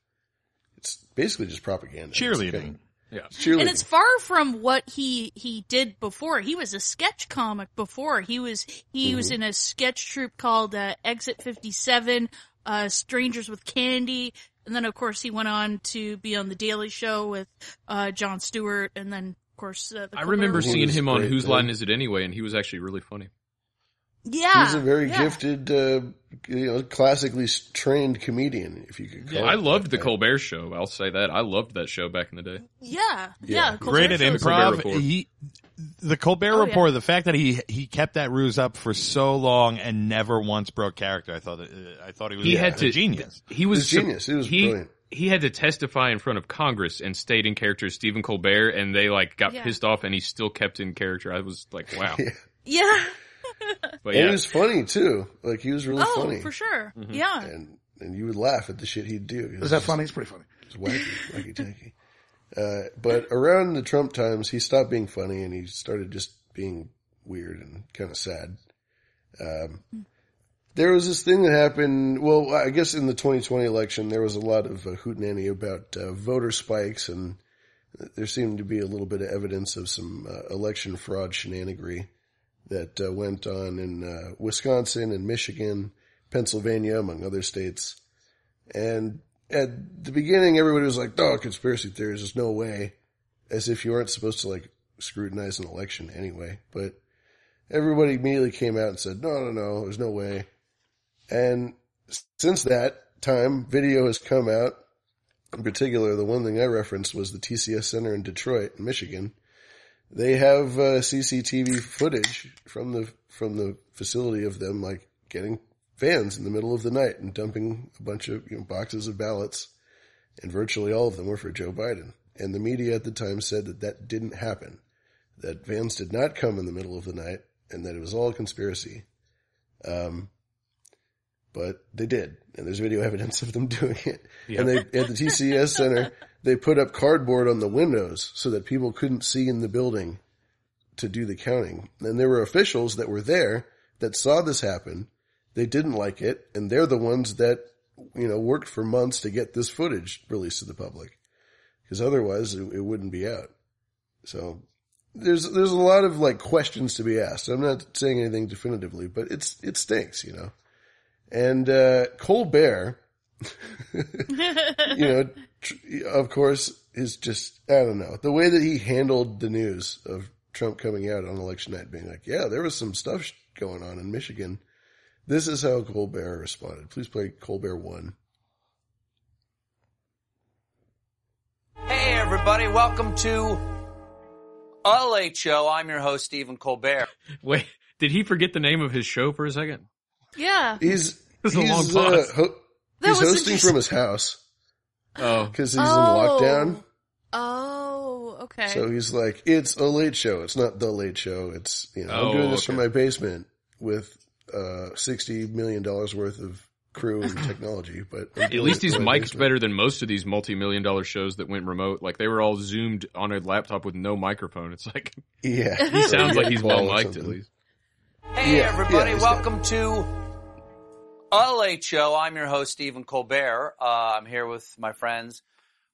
[SPEAKER 4] it's basically just propaganda. Cheerleading.
[SPEAKER 2] yeah.
[SPEAKER 4] Cheerleading.
[SPEAKER 5] And it's far from what he he did before. He was a sketch comic before. He was he was
[SPEAKER 4] Mhm.
[SPEAKER 5] in a sketch troupe called uh, Exit 57, uh, Strangers with Candy, and then of course he went on to be on the Daily Show with uh, John Stewart, and then of course uh, the
[SPEAKER 2] I remember
[SPEAKER 5] Colbert-
[SPEAKER 2] seeing him on
[SPEAKER 4] great,
[SPEAKER 2] Whose
[SPEAKER 4] though.
[SPEAKER 2] Line Is It Anyway, and he was actually really funny.
[SPEAKER 5] Yeah,
[SPEAKER 4] he's a very
[SPEAKER 5] yeah.
[SPEAKER 4] gifted, uh, you know, classically s- trained comedian, if you could call
[SPEAKER 2] Yeah,
[SPEAKER 4] it.
[SPEAKER 2] I loved the Colbert Show. I'll say that. I loved that show back in the day.
[SPEAKER 5] Yeah, yeah. Colbert
[SPEAKER 6] Great at
[SPEAKER 5] Show is-
[SPEAKER 6] improv.
[SPEAKER 2] Report.
[SPEAKER 6] He, the Colbert
[SPEAKER 5] Oh, yeah.
[SPEAKER 6] Report. The fact that he he kept that ruse up for so long and never once broke character. I thought uh, I thought he was
[SPEAKER 2] He had
[SPEAKER 6] a
[SPEAKER 2] to
[SPEAKER 6] genius.
[SPEAKER 2] He was
[SPEAKER 4] He was genius. He was brilliant.
[SPEAKER 2] He had to testify in front of Congress and stayed in character as Stephen Colbert, and they like got
[SPEAKER 5] Yeah.
[SPEAKER 2] pissed off, and he still kept in character. I was like, wow.
[SPEAKER 5] Yeah.
[SPEAKER 2] But
[SPEAKER 4] and
[SPEAKER 2] yeah,
[SPEAKER 4] he was funny too. Like he was really
[SPEAKER 5] oh,
[SPEAKER 4] funny,
[SPEAKER 5] for sure.
[SPEAKER 4] Mhm.
[SPEAKER 5] Yeah.
[SPEAKER 4] and you would laugh at the shit he'd do. It
[SPEAKER 27] Is that funny? It's pretty funny.
[SPEAKER 4] It's wacky, wacky tanky. Uh, but around the Trump times, he stopped being funny and he started just being weird and kind of sad. Um, There was this thing that happened. Well, I guess in the 2020 election, there was a lot of uh, hootenanny about uh, voter spikes, and there seemed to be a little bit of evidence of some uh, election fraud shenanigans that uh, went on in uh, Wisconsin and Michigan, Pennsylvania, among other states. And at the beginning, everybody was like, "Oh, conspiracy theories, there's no way," as if you aren't supposed to like scrutinize an election anyway. But everybody immediately came out and said, "No, no, no, there's no way." And s- since that time, video has come out. In particular, the one thing I referenced was the TCS Center in Detroit, Michigan. They have uh, CCTV footage from the from the facility of them like getting vans in the middle of the night and dumping a bunch of you know, boxes of ballots, and virtually all of them were for Joe Biden. And the media at the time said that that didn't happen, that vans did not come in the middle of the night, and that it was all a conspiracy. Um, but they did, and there's video evidence of them doing it. And they at the TCS center, they put up cardboard on the windows so that people couldn't see in the building to do the counting. And there were officials that were there that saw this happen. They didn't like it, and they're the ones that you know worked for months to get this footage released to the public, because otherwise it, it wouldn't be out. So there's there's a lot of like questions to be asked. I'm not saying anything definitively, but it's it stinks, you know. And uh, Colbert, you know, tr- of course, is just I don't know the way that he handled the news of Trump coming out on election night, being like, "Yeah, there was some stuff sh- going on in Michigan." This is how Colbert responded. Please play Colbert one.
[SPEAKER 3] Hey, everybody, welcome to A Late Show. I'm your host, Stephen Colbert.
[SPEAKER 2] Wait, did he forget the name of his show for a second?
[SPEAKER 5] Yeah.
[SPEAKER 4] He's
[SPEAKER 2] This is a
[SPEAKER 4] he's,
[SPEAKER 2] long pause.
[SPEAKER 4] uh, ho-
[SPEAKER 5] That
[SPEAKER 4] he's hosting
[SPEAKER 5] was interesting.
[SPEAKER 4] from his house.
[SPEAKER 2] Oh,
[SPEAKER 4] because he's in
[SPEAKER 5] Oh.
[SPEAKER 4] lockdown.
[SPEAKER 5] Oh, okay.
[SPEAKER 4] So he's like, it's a late show. It's not the late show. It's, you know,
[SPEAKER 2] Oh,
[SPEAKER 4] I'm doing this from my basement with, uh, $60 million worth of crew and technology, but I'm
[SPEAKER 2] At
[SPEAKER 4] doing
[SPEAKER 2] least
[SPEAKER 4] it
[SPEAKER 2] he's
[SPEAKER 4] from my
[SPEAKER 2] mic'd better than most of these multi-million dollar shows that went remote. Like they were all zoomed on a laptop with no microphone. It's like,
[SPEAKER 4] Yeah.
[SPEAKER 2] he sounds like he's well
[SPEAKER 4] Or
[SPEAKER 2] mic'd at
[SPEAKER 4] something.
[SPEAKER 2] least.
[SPEAKER 3] Hey,
[SPEAKER 4] Yeah,
[SPEAKER 3] everybody,
[SPEAKER 4] yeah, he's
[SPEAKER 3] welcome to A Late Show. I'm your host, Stephen Colbert. Uh, I'm here with my friends,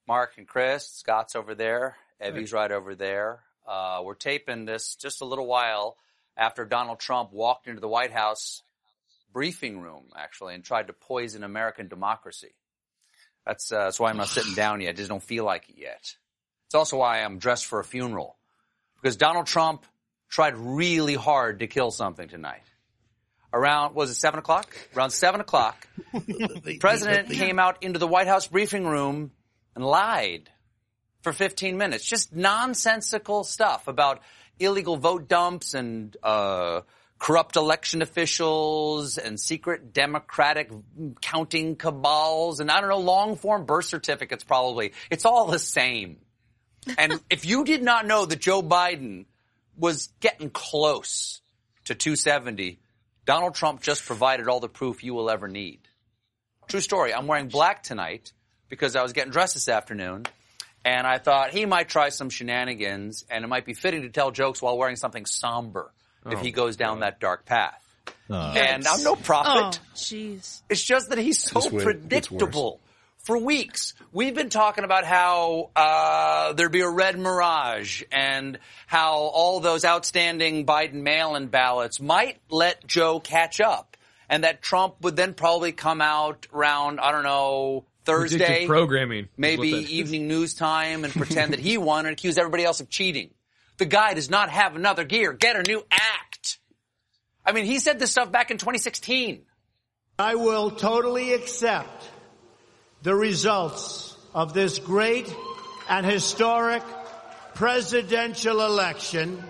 [SPEAKER 3] Mark and Chris. Scott's over there. Evie's right over there. Uh, we're taping this just a little while after Donald Trump walked into the White House briefing room, actually, and tried to poison American democracy. That's, uh, that's why I'm not sitting down yet. I just don't feel like it yet. It's also why I'm dressed for a funeral. Because Donald Trump tried really hard to kill something tonight. Around, was it seven o'clock? Around seven o'clock, the president came out into the White House briefing room and lied for 15 minutes. Just nonsensical stuff about illegal vote dumps and, uh, corrupt election officials and secret democratic counting cabals and I don't know, long form birth certificates probably. It's all the same. And if you did not know that Joe Biden was getting close to 270, Donald Trump just provided all the proof you will ever need. True story. I'm wearing black tonight because I was getting dressed this afternoon and I thought he might try some shenanigans and it might be fitting to tell jokes while wearing something somber if
[SPEAKER 16] Oh,
[SPEAKER 3] he goes down that dark path.
[SPEAKER 16] Uh,
[SPEAKER 3] and I'm no prophet.
[SPEAKER 5] Oh, jeez.
[SPEAKER 3] It's just that he's so
[SPEAKER 16] Just wait, it gets
[SPEAKER 3] predictable. For weeks, we've been talking about how uh, there'd be a red mirage and how all those outstanding Biden mail-in ballots might let Joe catch up, and that Trump would then probably come out around I don't know Thursday
[SPEAKER 2] Predictive programming. is what
[SPEAKER 3] maybe
[SPEAKER 2] that is.
[SPEAKER 3] evening news time and pretend that he won and accuse everybody else of cheating. The guy does not have another gear. Get a new act. I mean, he said this stuff back in 2016.
[SPEAKER 28] I will totally accept the results of this great and historic presidential election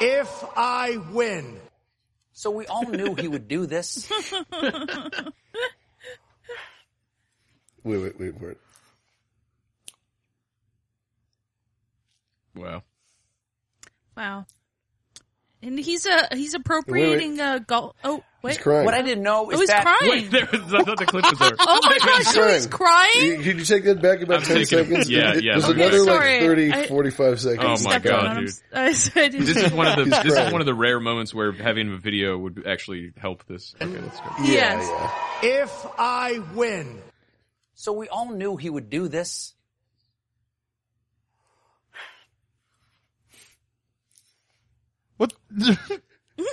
[SPEAKER 28] if I win.
[SPEAKER 3] So we all knew he would do this.
[SPEAKER 4] Wait, wait, wait, wait.
[SPEAKER 2] Wow.
[SPEAKER 5] Wow. And he's uh he's appropriating uh gol- oh Wait,
[SPEAKER 4] crying.
[SPEAKER 3] What I didn't know is
[SPEAKER 5] Oh, he's
[SPEAKER 3] that
[SPEAKER 5] crying.
[SPEAKER 2] Wait, there was, I thought the clip was over.
[SPEAKER 5] Oh my gosh, so he's crying?
[SPEAKER 4] You- Can you take that back about
[SPEAKER 2] I'm
[SPEAKER 4] 10
[SPEAKER 2] taking it.
[SPEAKER 4] seconds?
[SPEAKER 2] Yeah,
[SPEAKER 4] It-
[SPEAKER 2] yeah,
[SPEAKER 4] There's
[SPEAKER 2] I'm
[SPEAKER 4] another
[SPEAKER 2] good.
[SPEAKER 4] like
[SPEAKER 5] Sorry,
[SPEAKER 4] 30,
[SPEAKER 5] I-
[SPEAKER 4] 45 seconds.
[SPEAKER 2] Oh my
[SPEAKER 5] Stepped on
[SPEAKER 2] god,
[SPEAKER 5] him.
[SPEAKER 2] dude!
[SPEAKER 5] I- so I didn't-
[SPEAKER 2] This is one of the
[SPEAKER 4] He's
[SPEAKER 2] this is
[SPEAKER 4] crying.
[SPEAKER 2] one of the rare moments where having a video would actually help this. Okay, let's go.
[SPEAKER 5] Yes.
[SPEAKER 29] If I win,
[SPEAKER 3] So we all knew he would do this.
[SPEAKER 6] What?
[SPEAKER 12] oh,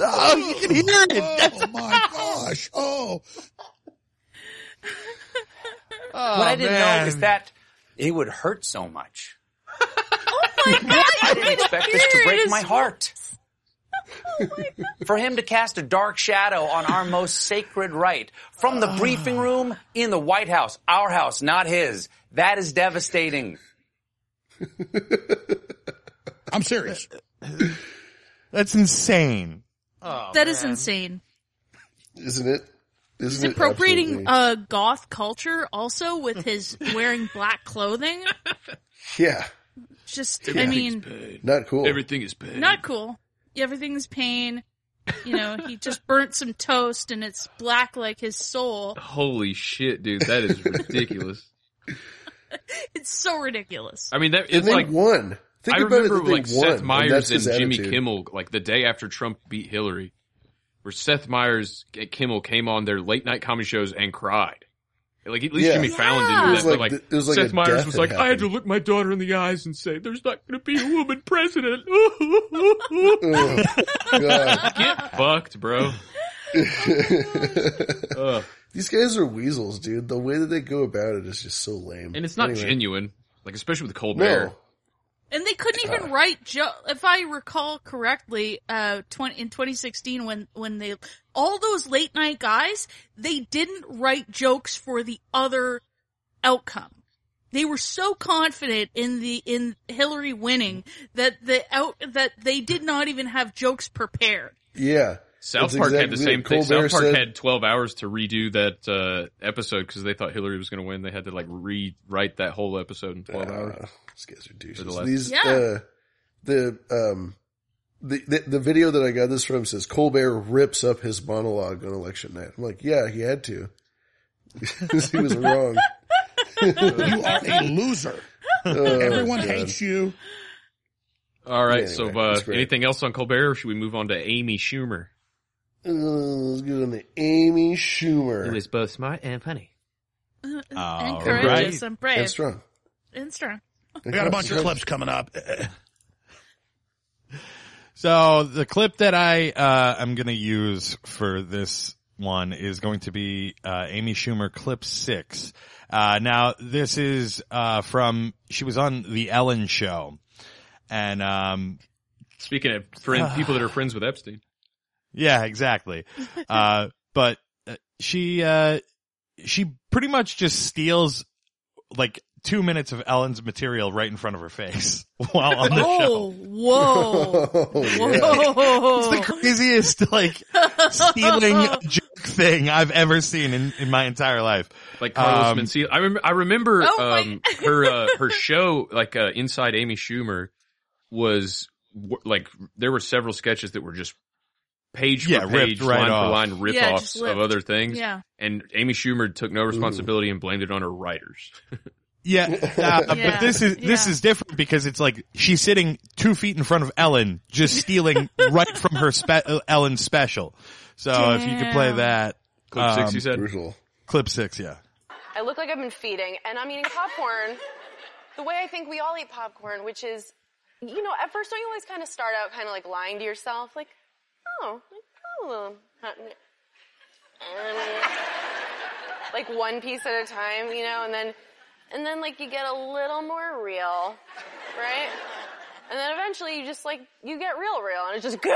[SPEAKER 16] Oh, you can hear it.
[SPEAKER 12] Oh my gosh! Oh,
[SPEAKER 16] Oh,
[SPEAKER 3] what
[SPEAKER 12] Oh,
[SPEAKER 3] I didn't know is that it would hurt so much.
[SPEAKER 5] I
[SPEAKER 3] didn't expect this to break my heart. For him to cast a dark shadow on our most sacred right from the briefing room in the White House, our house, not his, that is devastating.
[SPEAKER 12] I'm serious.
[SPEAKER 6] That's insane.
[SPEAKER 2] Oh,
[SPEAKER 5] That is insane.
[SPEAKER 4] Isn't it? Isn't
[SPEAKER 5] He's
[SPEAKER 4] it absolutely-
[SPEAKER 5] appropriating uh, goth culture also with his wearing black clothing.
[SPEAKER 4] yeah,
[SPEAKER 5] Just, I mean,
[SPEAKER 4] not cool.
[SPEAKER 2] Everything is paid.
[SPEAKER 5] not cool. Everything's pain. You know, he just burnt some toast and it's black like his soul.
[SPEAKER 2] Holy shit, dude! That is ridiculous.
[SPEAKER 5] It's so ridiculous.
[SPEAKER 2] I mean, that
[SPEAKER 4] And
[SPEAKER 2] it's
[SPEAKER 4] they
[SPEAKER 2] like
[SPEAKER 4] won. Think
[SPEAKER 2] I
[SPEAKER 4] about it,
[SPEAKER 2] remember
[SPEAKER 4] that they
[SPEAKER 2] like
[SPEAKER 4] won,
[SPEAKER 2] Seth
[SPEAKER 4] and
[SPEAKER 2] Meyers
[SPEAKER 4] that's
[SPEAKER 2] and
[SPEAKER 4] his
[SPEAKER 2] Jimmy
[SPEAKER 4] attitude.
[SPEAKER 2] Kimmel, like the day after Trump beat Hillary, where Seth Meyers and Kimmel came on their late night comedy shows and cried. Like at least
[SPEAKER 4] Yeah.
[SPEAKER 2] Jimmy Fallon
[SPEAKER 5] Yeah. It
[SPEAKER 2] didn't do
[SPEAKER 5] was
[SPEAKER 2] that. but,
[SPEAKER 4] like
[SPEAKER 2] Like,
[SPEAKER 4] the- it was like
[SPEAKER 2] Seth
[SPEAKER 4] a
[SPEAKER 2] Meyers
[SPEAKER 4] death
[SPEAKER 2] was
[SPEAKER 4] had
[SPEAKER 2] like, I had to
[SPEAKER 4] happened."
[SPEAKER 2] look my daughter in the eyes and say, "There's not going to be a woman president."
[SPEAKER 4] Ugh, God.
[SPEAKER 2] Get fucked, bro. Ugh.
[SPEAKER 4] These guys are weasels, dude. The way that they go about it is just so lame.
[SPEAKER 2] And it's not
[SPEAKER 4] Anyway.
[SPEAKER 2] genuine, like especially with Colbert.
[SPEAKER 4] No,
[SPEAKER 5] And they couldn't even write Joe. If I recall correctly, uh, 20, in 2016, when when they all those late night guys, they didn't write jokes for the other outcome. They were so confident in the in Hillary winning that the out that they did not even have jokes prepared.
[SPEAKER 4] yeah.
[SPEAKER 2] South
[SPEAKER 4] It's
[SPEAKER 2] Park had
[SPEAKER 4] exactly
[SPEAKER 2] the
[SPEAKER 4] it.
[SPEAKER 2] same thing.
[SPEAKER 4] Colbert
[SPEAKER 2] South Park
[SPEAKER 4] said-
[SPEAKER 2] had 12 hours to redo that uh, episode because they thought Hillary was going to win. They had to like rewrite that whole episode in 12 hours.
[SPEAKER 4] These Ah, guys are
[SPEAKER 2] Or
[SPEAKER 4] douches.
[SPEAKER 2] the left.
[SPEAKER 4] These
[SPEAKER 5] Yeah.
[SPEAKER 4] uh, the um the, the the video that I got this from says Colbert rips up his monologue on election night. I'm like, yeah, he had to. 'Cause he was wrong.
[SPEAKER 12] You are a loser.
[SPEAKER 4] Oh,
[SPEAKER 12] Everyone
[SPEAKER 4] God.
[SPEAKER 12] hates you.
[SPEAKER 2] All right.
[SPEAKER 4] Yeah,
[SPEAKER 2] so,
[SPEAKER 4] anyway,
[SPEAKER 2] uh,
[SPEAKER 4] that's great.
[SPEAKER 2] anything else on Colbert? or Should we move on to Amy Schumer?
[SPEAKER 4] Uh, let's get on the Amy Schumer.
[SPEAKER 2] both smart and funny.
[SPEAKER 5] and
[SPEAKER 6] All
[SPEAKER 5] courageous
[SPEAKER 6] Oh, right.
[SPEAKER 5] and brave
[SPEAKER 4] That's strong.
[SPEAKER 5] and strong.
[SPEAKER 12] We got a bunch of clips coming up.
[SPEAKER 6] So the clip that I uh, am going to use for this one is going to be uh, Amy Schumer clip six. Uh, now this is uh, from she was on the Ellen Show, and um,
[SPEAKER 2] Speaking of friend, people that are friends with Epstein.
[SPEAKER 6] yeah, exactly. Uh, but uh, she, uh, she pretty much just steals like two minutes of Ellen's material right in front of her face while on the show.
[SPEAKER 5] Oh, whoa,
[SPEAKER 4] Oh, yeah.
[SPEAKER 5] whoa!
[SPEAKER 6] It's the craziest like
[SPEAKER 5] Uh-huh.
[SPEAKER 6] stealing joke thing I've ever seen in, in my entire life.
[SPEAKER 2] Like Carlos
[SPEAKER 6] Um,
[SPEAKER 2] Mencia. I, rem- I remember
[SPEAKER 5] Oh my-
[SPEAKER 2] um, her uh, her show, like uh, Inside Amy Schumer, was w- like there were several sketches that were just page
[SPEAKER 6] Yeah,
[SPEAKER 2] for
[SPEAKER 6] ripped
[SPEAKER 2] page,
[SPEAKER 6] right
[SPEAKER 2] line for
[SPEAKER 6] off.
[SPEAKER 2] line rip
[SPEAKER 5] Yeah,
[SPEAKER 2] offs
[SPEAKER 5] just
[SPEAKER 2] of
[SPEAKER 5] ripped.
[SPEAKER 2] other things.
[SPEAKER 5] Yeah.
[SPEAKER 2] And Amy Schumer took no responsibility and blamed it on her writers.
[SPEAKER 6] Yeah, uh,
[SPEAKER 5] Yeah,
[SPEAKER 6] but this is this
[SPEAKER 5] yeah.
[SPEAKER 6] is different because it's like she's sitting two feet in front of Ellen, just stealing right from her spe- uh, Ellen's special. So if you could play
[SPEAKER 5] Damn.
[SPEAKER 6] that
[SPEAKER 2] Clip six,
[SPEAKER 6] um,
[SPEAKER 2] you said.
[SPEAKER 4] Brutal.
[SPEAKER 6] clip six, yeah.
[SPEAKER 1] I look like I've been feeding, and I'm eating popcorn the way I think we all eat popcorn, which is, you know, at first don't you always kind of start out kind of like lying to yourself, like, oh, like, oh, um, like one piece at a time, you know, and then, and then like you get a little more real, right? And then eventually you just like you get real, real, and it's just good.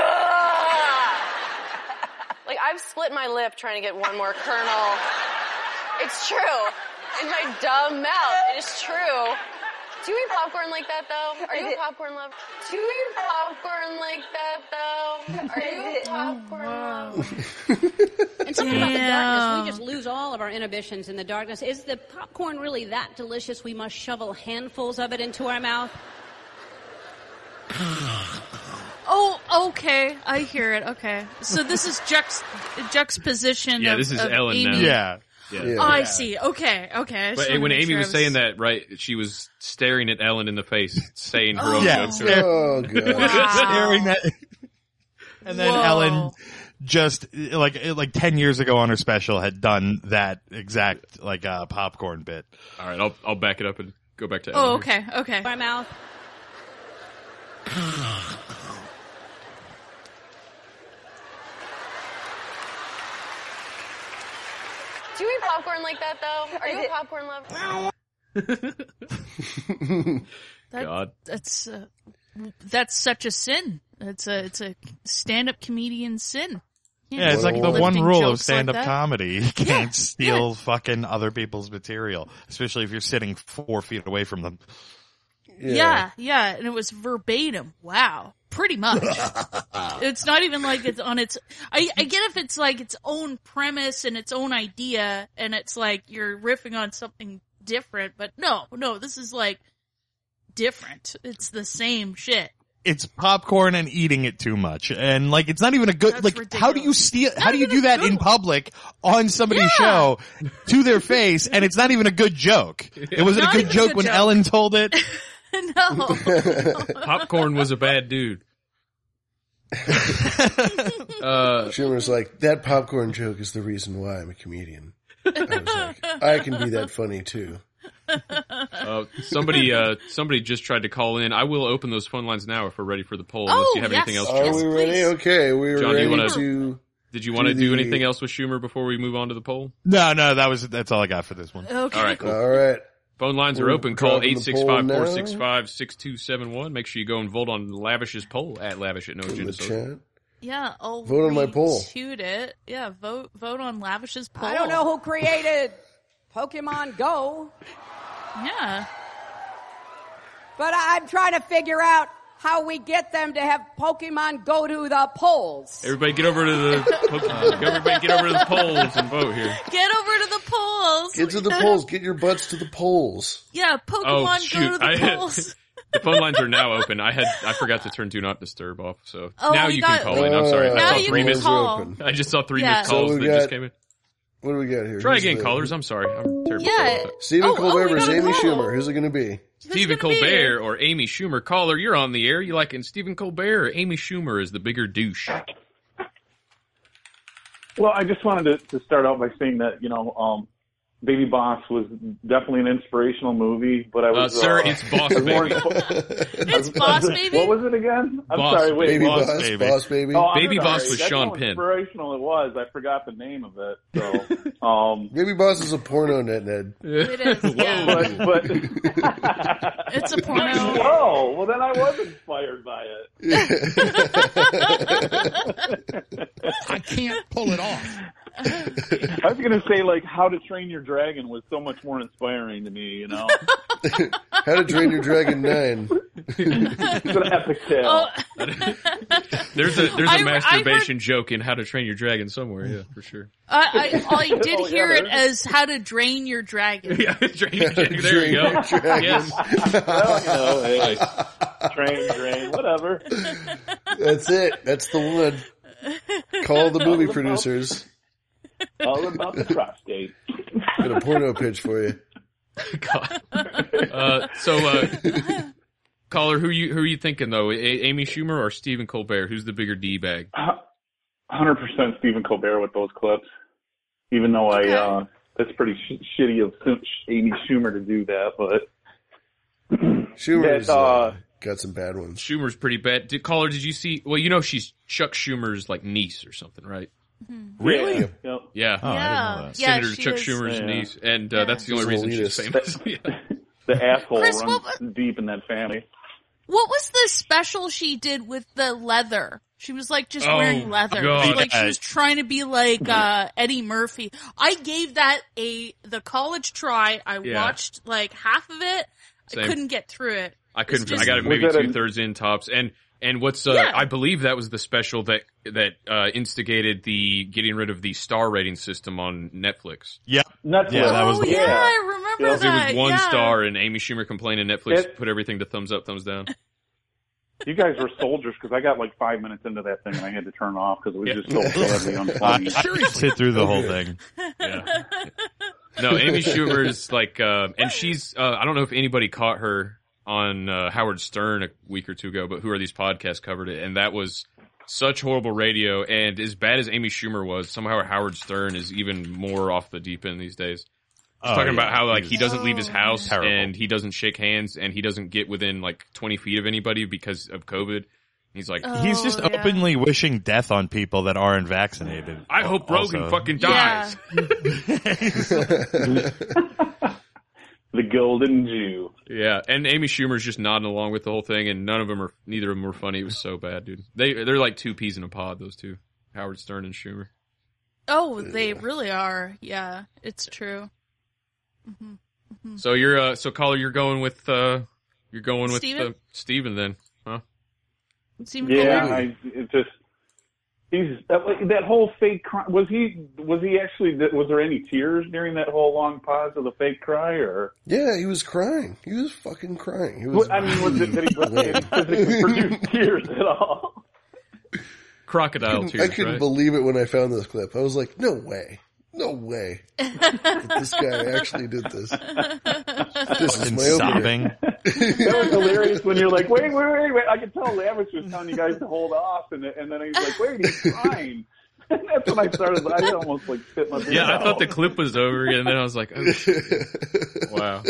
[SPEAKER 1] Like I've split my lip trying to get one more kernel. It's true. In my dumb mouth. It is true. Do you eat popcorn like that though? Are you a popcorn lover? Do you eat popcorn like that though? Are you a popcorn lover?
[SPEAKER 14] And something about the darkness,
[SPEAKER 5] Damn.
[SPEAKER 14] we just lose all of our inhibitions in the darkness. Is the popcorn really that delicious? We must shovel handfuls of it into our mouth.
[SPEAKER 5] Oh, okay, I hear it. Okay, so this is juxt- juxtaposition.
[SPEAKER 2] Yeah,
[SPEAKER 5] of-
[SPEAKER 2] this is
[SPEAKER 5] of
[SPEAKER 2] Ellen
[SPEAKER 5] Amy.
[SPEAKER 2] now. Yeah. Yeah. Yeah.
[SPEAKER 5] Oh, I
[SPEAKER 2] Yeah.
[SPEAKER 5] see. Okay, okay. I just
[SPEAKER 2] But
[SPEAKER 5] wanted
[SPEAKER 2] when
[SPEAKER 5] to make
[SPEAKER 2] Amy
[SPEAKER 5] sure I
[SPEAKER 2] was saying that, right, she was staring at Ellen in the face, saying her own
[SPEAKER 6] Yeah.
[SPEAKER 2] joke to her.
[SPEAKER 6] Oh, God. Wow. Staring at- And then Ellen just like like 10 years ago on her special had done that exact like uh popcorn bit.
[SPEAKER 2] All right, I'll I'll back it up and go back to Ellen.
[SPEAKER 5] Oh, okay, okay.
[SPEAKER 14] My mouth.
[SPEAKER 1] Do you eat popcorn like that though? Are you a popcorn lover?
[SPEAKER 5] That,
[SPEAKER 2] God.
[SPEAKER 5] that's uh, that's such a sin. It's a it's a stand-up comedian sin. You
[SPEAKER 6] Yeah,
[SPEAKER 5] know,
[SPEAKER 6] it's like the
[SPEAKER 5] lifting
[SPEAKER 6] one rule of
[SPEAKER 5] jokes like
[SPEAKER 6] stand up
[SPEAKER 5] that.
[SPEAKER 6] comedy. You can't steal
[SPEAKER 5] yeah.
[SPEAKER 6] fucking other people's material, especially if you're sitting four feet away from them.
[SPEAKER 5] Yeah. yeah, and it was verbatim. Wow, pretty much. it's not even like it's on its. I, I get if it's like its own premise and its own idea, and it's like you're riffing on something different. But no, no, this is like different. It's the same shit.
[SPEAKER 6] It's popcorn and eating it too much. And like, it's not even a good, like, how do you steal, how do you do that in public on somebody's show to their face? And it's not even a good joke. It wasn't
[SPEAKER 5] Not
[SPEAKER 6] a good
[SPEAKER 5] even a
[SPEAKER 6] joke
[SPEAKER 5] good
[SPEAKER 6] when
[SPEAKER 5] joke.
[SPEAKER 6] Ellen told it.
[SPEAKER 5] no,
[SPEAKER 2] Popcorn was a bad dude. Uh,
[SPEAKER 4] Schumer's like that popcorn joke is the reason why I'm a comedian. I was like, I can be that funny too.
[SPEAKER 2] Uh, somebody, uh, somebody just tried to call in. I will open those phone lines now if we're ready for the poll. Unless you have anything else.
[SPEAKER 4] Are
[SPEAKER 2] John.
[SPEAKER 4] we ready? Okay, we are
[SPEAKER 2] John, do
[SPEAKER 4] ready
[SPEAKER 2] you wanna,
[SPEAKER 4] to.
[SPEAKER 2] did you want to
[SPEAKER 4] do
[SPEAKER 2] do
[SPEAKER 4] the-
[SPEAKER 2] anything else with Schumer before we move on to the poll?
[SPEAKER 6] No, no, that was, that's all I got for this one.
[SPEAKER 2] Okay. All right, cool.
[SPEAKER 4] All right.
[SPEAKER 2] Phone lines are
[SPEAKER 4] We're
[SPEAKER 2] open. Call
[SPEAKER 4] dropping the
[SPEAKER 2] 865
[SPEAKER 4] poll now.
[SPEAKER 2] 465 6271. Make sure you go and vote on Lavish's poll at Lavish at No Agenda Social.
[SPEAKER 5] yeah. I'll
[SPEAKER 2] Vote on my poll.
[SPEAKER 5] Shoot it. Yeah, vote vote on Lavish's poll.
[SPEAKER 14] I don't know who created Pokemon Go.
[SPEAKER 5] Yeah.
[SPEAKER 14] But I- I'm trying to figure out how we get them to have Pokemon go to the polls.
[SPEAKER 2] Everybody get over to
[SPEAKER 4] Uh.
[SPEAKER 2] the everybody get over to the polls and vote here.
[SPEAKER 5] Get over to the polls.
[SPEAKER 4] Get to the polls. Get your butts to the polls.
[SPEAKER 5] Yeah,
[SPEAKER 2] oh
[SPEAKER 5] Pokemon
[SPEAKER 2] shoot!
[SPEAKER 5] go to the
[SPEAKER 2] I-
[SPEAKER 5] polls.
[SPEAKER 2] the phone lines are now open. I had I forgot to turn Do Not Disturb off. So
[SPEAKER 5] Oh,
[SPEAKER 2] now
[SPEAKER 5] we
[SPEAKER 2] you
[SPEAKER 5] got-
[SPEAKER 2] can call in. I'm sorry.
[SPEAKER 5] Now
[SPEAKER 2] I
[SPEAKER 5] you
[SPEAKER 2] saw three
[SPEAKER 5] can
[SPEAKER 2] missed.
[SPEAKER 5] call.
[SPEAKER 2] I just saw three
[SPEAKER 5] Yeah.
[SPEAKER 2] missed
[SPEAKER 5] So
[SPEAKER 2] calls
[SPEAKER 4] we
[SPEAKER 2] that just
[SPEAKER 4] got-
[SPEAKER 2] came in.
[SPEAKER 4] What do we got here?
[SPEAKER 2] Try
[SPEAKER 4] Who's
[SPEAKER 2] again,
[SPEAKER 4] the-
[SPEAKER 2] callers. I'm sorry. I'm terrible.
[SPEAKER 5] yeah.
[SPEAKER 4] Stephen
[SPEAKER 5] Oh, oh,
[SPEAKER 4] Colbert
[SPEAKER 5] we got
[SPEAKER 4] versus
[SPEAKER 5] a
[SPEAKER 4] Amy
[SPEAKER 5] poll.
[SPEAKER 4] Schumer. Who's it going to be?
[SPEAKER 2] Stephen
[SPEAKER 5] gonna be
[SPEAKER 2] Colbert or Amy Schumer. Caller, you're on the air. You like in Stephen Colbert or Amy Schumer is the bigger douche.
[SPEAKER 30] Well, I just wanted to, to start out by saying that you know, um, Baby Boss was definitely an inspirational movie, but I
[SPEAKER 2] Uh,
[SPEAKER 30] was
[SPEAKER 2] sir,
[SPEAKER 30] uh,
[SPEAKER 2] it's Boss
[SPEAKER 30] I was more
[SPEAKER 2] Baby.
[SPEAKER 30] info-
[SPEAKER 5] It's Boss Baby?
[SPEAKER 30] What was it again? I'm
[SPEAKER 2] Boss
[SPEAKER 30] sorry, wait,
[SPEAKER 2] Baby Boss Baby. Boss Baby.
[SPEAKER 30] Oh, I'm
[SPEAKER 2] Baby
[SPEAKER 30] sorry.
[SPEAKER 2] Boss was
[SPEAKER 30] That's
[SPEAKER 2] Sean
[SPEAKER 30] how
[SPEAKER 2] Penn.
[SPEAKER 30] Inspirational it was. I forgot the name of it. So.
[SPEAKER 4] Um, Baby Boss is a porno net, Ned.
[SPEAKER 30] It is, yeah. But-
[SPEAKER 5] it's a porno.
[SPEAKER 30] Whoa! Well, then I was inspired by it.
[SPEAKER 16] I can't pull it off.
[SPEAKER 30] I was going to say, like, How to Train Your Dragon was so much more inspiring to me, you know?
[SPEAKER 4] How to Train Your Dragon 9.
[SPEAKER 30] it's an epic tale.
[SPEAKER 5] Oh.
[SPEAKER 2] There's a there's a
[SPEAKER 30] I- I
[SPEAKER 2] masturbation joke in How to Train Your Dragon somewhere. Yeah, for sure.
[SPEAKER 5] I, I, I did
[SPEAKER 30] Oh, yeah,
[SPEAKER 5] hear it
[SPEAKER 30] there
[SPEAKER 5] as how to drain your dragon.
[SPEAKER 2] Yeah, Train Your Dragon. There
[SPEAKER 30] Train
[SPEAKER 2] you go.
[SPEAKER 30] Your Dragon.
[SPEAKER 2] Yes.
[SPEAKER 30] I Train, drain, whatever.
[SPEAKER 4] That's it. That's the one. Call the movie producers.
[SPEAKER 30] All about the prostate.
[SPEAKER 4] Got a porno pitch for you.
[SPEAKER 2] Uh, so, uh, caller, who you who are you thinking though? A- Amy Schumer or Stephen Colbert? Who's the bigger d bag?
[SPEAKER 30] 100% Stephen Colbert with those clips, even though I, uh, that's pretty sh- shitty of Amy Schumer to do that, but. That,
[SPEAKER 4] Schumer's
[SPEAKER 30] uh,
[SPEAKER 4] uh, got some bad ones.
[SPEAKER 2] Schumer's pretty bad. Did, caller, did you see? Well, you know she's Chuck Schumer's like niece or something, right?
[SPEAKER 5] Mm-hmm.
[SPEAKER 30] Really? Yeah. Yep.
[SPEAKER 2] Yeah.
[SPEAKER 30] Oh, I didn't know Yeah. that. Yeah,
[SPEAKER 2] Senator
[SPEAKER 30] she
[SPEAKER 2] Chuck
[SPEAKER 30] is.
[SPEAKER 2] Schumer's
[SPEAKER 30] Yeah.
[SPEAKER 2] niece, and uh, that's the only
[SPEAKER 30] She's an
[SPEAKER 2] reason she's
[SPEAKER 30] elitist.
[SPEAKER 2] famous. yeah.
[SPEAKER 30] The asshole
[SPEAKER 5] Chris,
[SPEAKER 30] runs deep in that family.
[SPEAKER 5] What was the special she did with the leather? She was like just
[SPEAKER 30] Oh,
[SPEAKER 5] wearing leather.
[SPEAKER 30] God.
[SPEAKER 5] Like she was trying to be like uh, Eddie Murphy. I gave that a the college try. I
[SPEAKER 2] Yeah.
[SPEAKER 5] watched like half of it.
[SPEAKER 2] Same.
[SPEAKER 5] I couldn't get through it.
[SPEAKER 2] I couldn't.
[SPEAKER 5] It's just-
[SPEAKER 2] I got it maybe
[SPEAKER 30] Was that a-
[SPEAKER 2] two thirds in tops. And and what's uh,
[SPEAKER 5] Yeah.
[SPEAKER 2] I believe that was the special that that uh, instigated the getting rid of the star rating system on Netflix.
[SPEAKER 6] Yeah,
[SPEAKER 30] Netflix.
[SPEAKER 2] Yeah, that was
[SPEAKER 5] oh
[SPEAKER 2] the-
[SPEAKER 5] yeah, I remember
[SPEAKER 2] It
[SPEAKER 5] that.
[SPEAKER 2] was one
[SPEAKER 5] yeah.
[SPEAKER 2] star, and Amy Schumer complained, and Netflix put everything to thumbs up, thumbs down.
[SPEAKER 30] You guys were soldiers because I got like five minutes into that thing and I had to turn it off because it was just so bloody unplugged.
[SPEAKER 6] sit through the whole thing.
[SPEAKER 2] No, Amy Schumer's like, uh, and she's, uh, I don't know if anybody caught her on uh, Howard Stern a week or two ago, but Who Are These Podcasts covered it. And that was such horrible radio. And as bad as Amy Schumer was, somehow Howard Stern is even more off the deep end these days. He's
[SPEAKER 6] Oh,
[SPEAKER 2] talking
[SPEAKER 6] yeah.
[SPEAKER 2] about how like he
[SPEAKER 6] He's
[SPEAKER 2] doesn't leave his house
[SPEAKER 6] terrible.
[SPEAKER 2] and he doesn't shake hands and he doesn't get within like 20 feet of anybody because of COVID. He's like,
[SPEAKER 6] He's just openly wishing death on people that aren't vaccinated.
[SPEAKER 2] I hope Rogan
[SPEAKER 6] Also-
[SPEAKER 2] fucking dies.
[SPEAKER 30] the Golden Jew.
[SPEAKER 2] Yeah, and Amy Schumer's just nodding along with the whole thing, and none of them are, neither of them were funny. It was so bad, dude. They they're like two peas in a pod. Those two, Howard Stern and Schumer.
[SPEAKER 5] Oh, they really are. Yeah, it's true. Mhm.
[SPEAKER 2] So you're uh, so caller, you're going with uh, you're going with
[SPEAKER 5] Steven?
[SPEAKER 2] Uh, Steven then, huh?
[SPEAKER 5] Seem
[SPEAKER 30] Yeah,
[SPEAKER 5] cool.
[SPEAKER 30] I, it just he's that, like, that whole fake cry. Was he was he actually was there any tears during that whole long pause of the fake cry or?
[SPEAKER 4] Yeah, he was crying. He was fucking crying. He was.
[SPEAKER 30] I mean, was it, did he, was, did he physically produce tears at all?
[SPEAKER 4] I
[SPEAKER 2] Crocodile
[SPEAKER 4] couldn't,
[SPEAKER 2] tears,
[SPEAKER 4] I couldn't
[SPEAKER 2] right?
[SPEAKER 4] believe it when I found this clip. I was like, no way. No way. that this guy actually did this. This is
[SPEAKER 6] Fucking
[SPEAKER 4] my opening.
[SPEAKER 6] sobbing.
[SPEAKER 30] that was hilarious when you're like, wait, wait, wait, wait. I could tell Lavish was telling you guys to hold off, and and then he's like, wait, he's crying. And that's when I started. I almost like spit my. beer
[SPEAKER 2] yeah, I
[SPEAKER 30] out.
[SPEAKER 2] thought the clip was over, and then I was like, oh, shit. wow.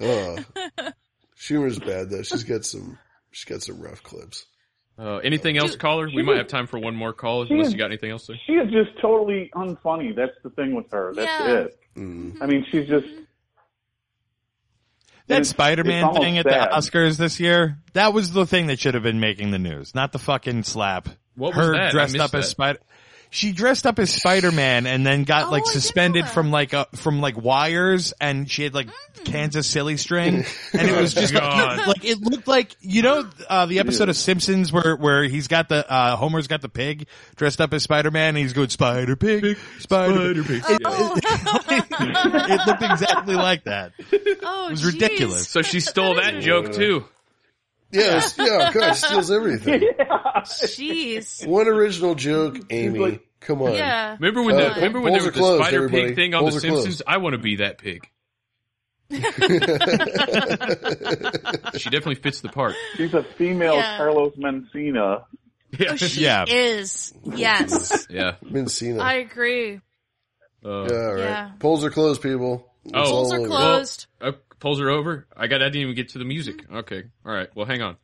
[SPEAKER 4] Oh. Schumer's bad though. She's got some. She's got some rough clips.
[SPEAKER 2] Uh, anything else, caller? We might have time for one more caller,
[SPEAKER 4] she
[SPEAKER 2] unless
[SPEAKER 4] is-
[SPEAKER 2] you got anything else. To...
[SPEAKER 30] She is just totally unfunny. That's the thing with her. That's
[SPEAKER 2] Yeah.
[SPEAKER 30] it.
[SPEAKER 5] Mm-hmm.
[SPEAKER 30] I mean, she's just
[SPEAKER 6] That
[SPEAKER 30] It's-
[SPEAKER 6] Spider
[SPEAKER 30] it's
[SPEAKER 6] Man
[SPEAKER 30] almost
[SPEAKER 6] thing at
[SPEAKER 30] sad.
[SPEAKER 6] the Oscars this year, that was the thing that should have been making the news, not the fucking slap.
[SPEAKER 2] What was
[SPEAKER 6] Her
[SPEAKER 2] that? I
[SPEAKER 6] dressed
[SPEAKER 2] missed
[SPEAKER 6] up as
[SPEAKER 2] that.
[SPEAKER 6] Spider She dressed up as Spider Man and then got like suspended from like a, from like wires and she had like Kansas silly string and it was just
[SPEAKER 2] God.
[SPEAKER 6] like it looked like you know uh, the episode of Simpsons where where he's got the uh, Homer's got the pig dressed up as Spider Man and he's going Spider Pig Spider Pig. It, it looked exactly like that.
[SPEAKER 5] Oh,
[SPEAKER 6] it was ridiculous.
[SPEAKER 2] So she stole that joke too.
[SPEAKER 4] Yeah, it's- yeah. God, she steals everything.
[SPEAKER 5] Jeez.
[SPEAKER 4] One original joke, Amy. Come on.
[SPEAKER 5] Yeah.
[SPEAKER 2] Remember when
[SPEAKER 4] Uh,
[SPEAKER 2] the remember when there
[SPEAKER 4] polls
[SPEAKER 2] was
[SPEAKER 4] are closed,
[SPEAKER 2] the spider
[SPEAKER 4] everybody.
[SPEAKER 2] pig thing on
[SPEAKER 4] Polls
[SPEAKER 2] The
[SPEAKER 4] are closed.
[SPEAKER 2] Simpsons? I want to be that pig. she definitely fits the part.
[SPEAKER 30] she's a female
[SPEAKER 5] Yeah.
[SPEAKER 30] Carlos Mencina.
[SPEAKER 2] Yeah,
[SPEAKER 5] Oh, she is. Yes.
[SPEAKER 2] yeah. Uh.
[SPEAKER 4] Mencina.
[SPEAKER 5] I agree.
[SPEAKER 4] yeah, all right.
[SPEAKER 5] yeah.
[SPEAKER 4] Polls are closed, people. It's
[SPEAKER 2] Oh,
[SPEAKER 4] all
[SPEAKER 5] Polls are
[SPEAKER 4] over.
[SPEAKER 5] closed.
[SPEAKER 2] Uh, polls are over. I got. I didn't even get to the music. Okay. All right. Well, hang on.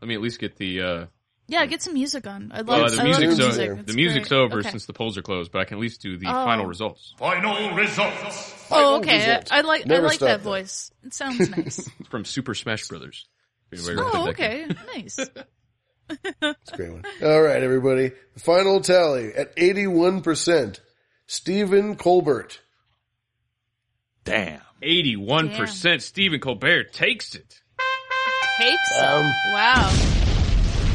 [SPEAKER 2] Let me at least get the. Uh,
[SPEAKER 5] Yeah, get some music on. I
[SPEAKER 2] uh,
[SPEAKER 5] love,
[SPEAKER 2] the
[SPEAKER 5] I love
[SPEAKER 2] music's
[SPEAKER 5] music.
[SPEAKER 2] over.
[SPEAKER 5] It's
[SPEAKER 2] The music's
[SPEAKER 5] great.
[SPEAKER 2] over
[SPEAKER 5] Okay.
[SPEAKER 2] since the polls are closed, but I can at least do the
[SPEAKER 5] Oh.
[SPEAKER 2] final results.
[SPEAKER 16] Final results.
[SPEAKER 5] Oh, okay. I, I like
[SPEAKER 2] Never
[SPEAKER 5] I like
[SPEAKER 2] stop
[SPEAKER 5] that
[SPEAKER 2] that.
[SPEAKER 5] voice. It sounds nice.
[SPEAKER 2] from Super Smash Brothers. If anybody
[SPEAKER 5] oh,
[SPEAKER 2] remembers that game.
[SPEAKER 5] okay. Nice.
[SPEAKER 4] All right, everybody. The final tally at 81%. Stephen Colbert.
[SPEAKER 6] Damn.
[SPEAKER 2] Eighty-one percent. Stephen Colbert takes it.
[SPEAKER 5] Takes.
[SPEAKER 4] Um,
[SPEAKER 5] wow.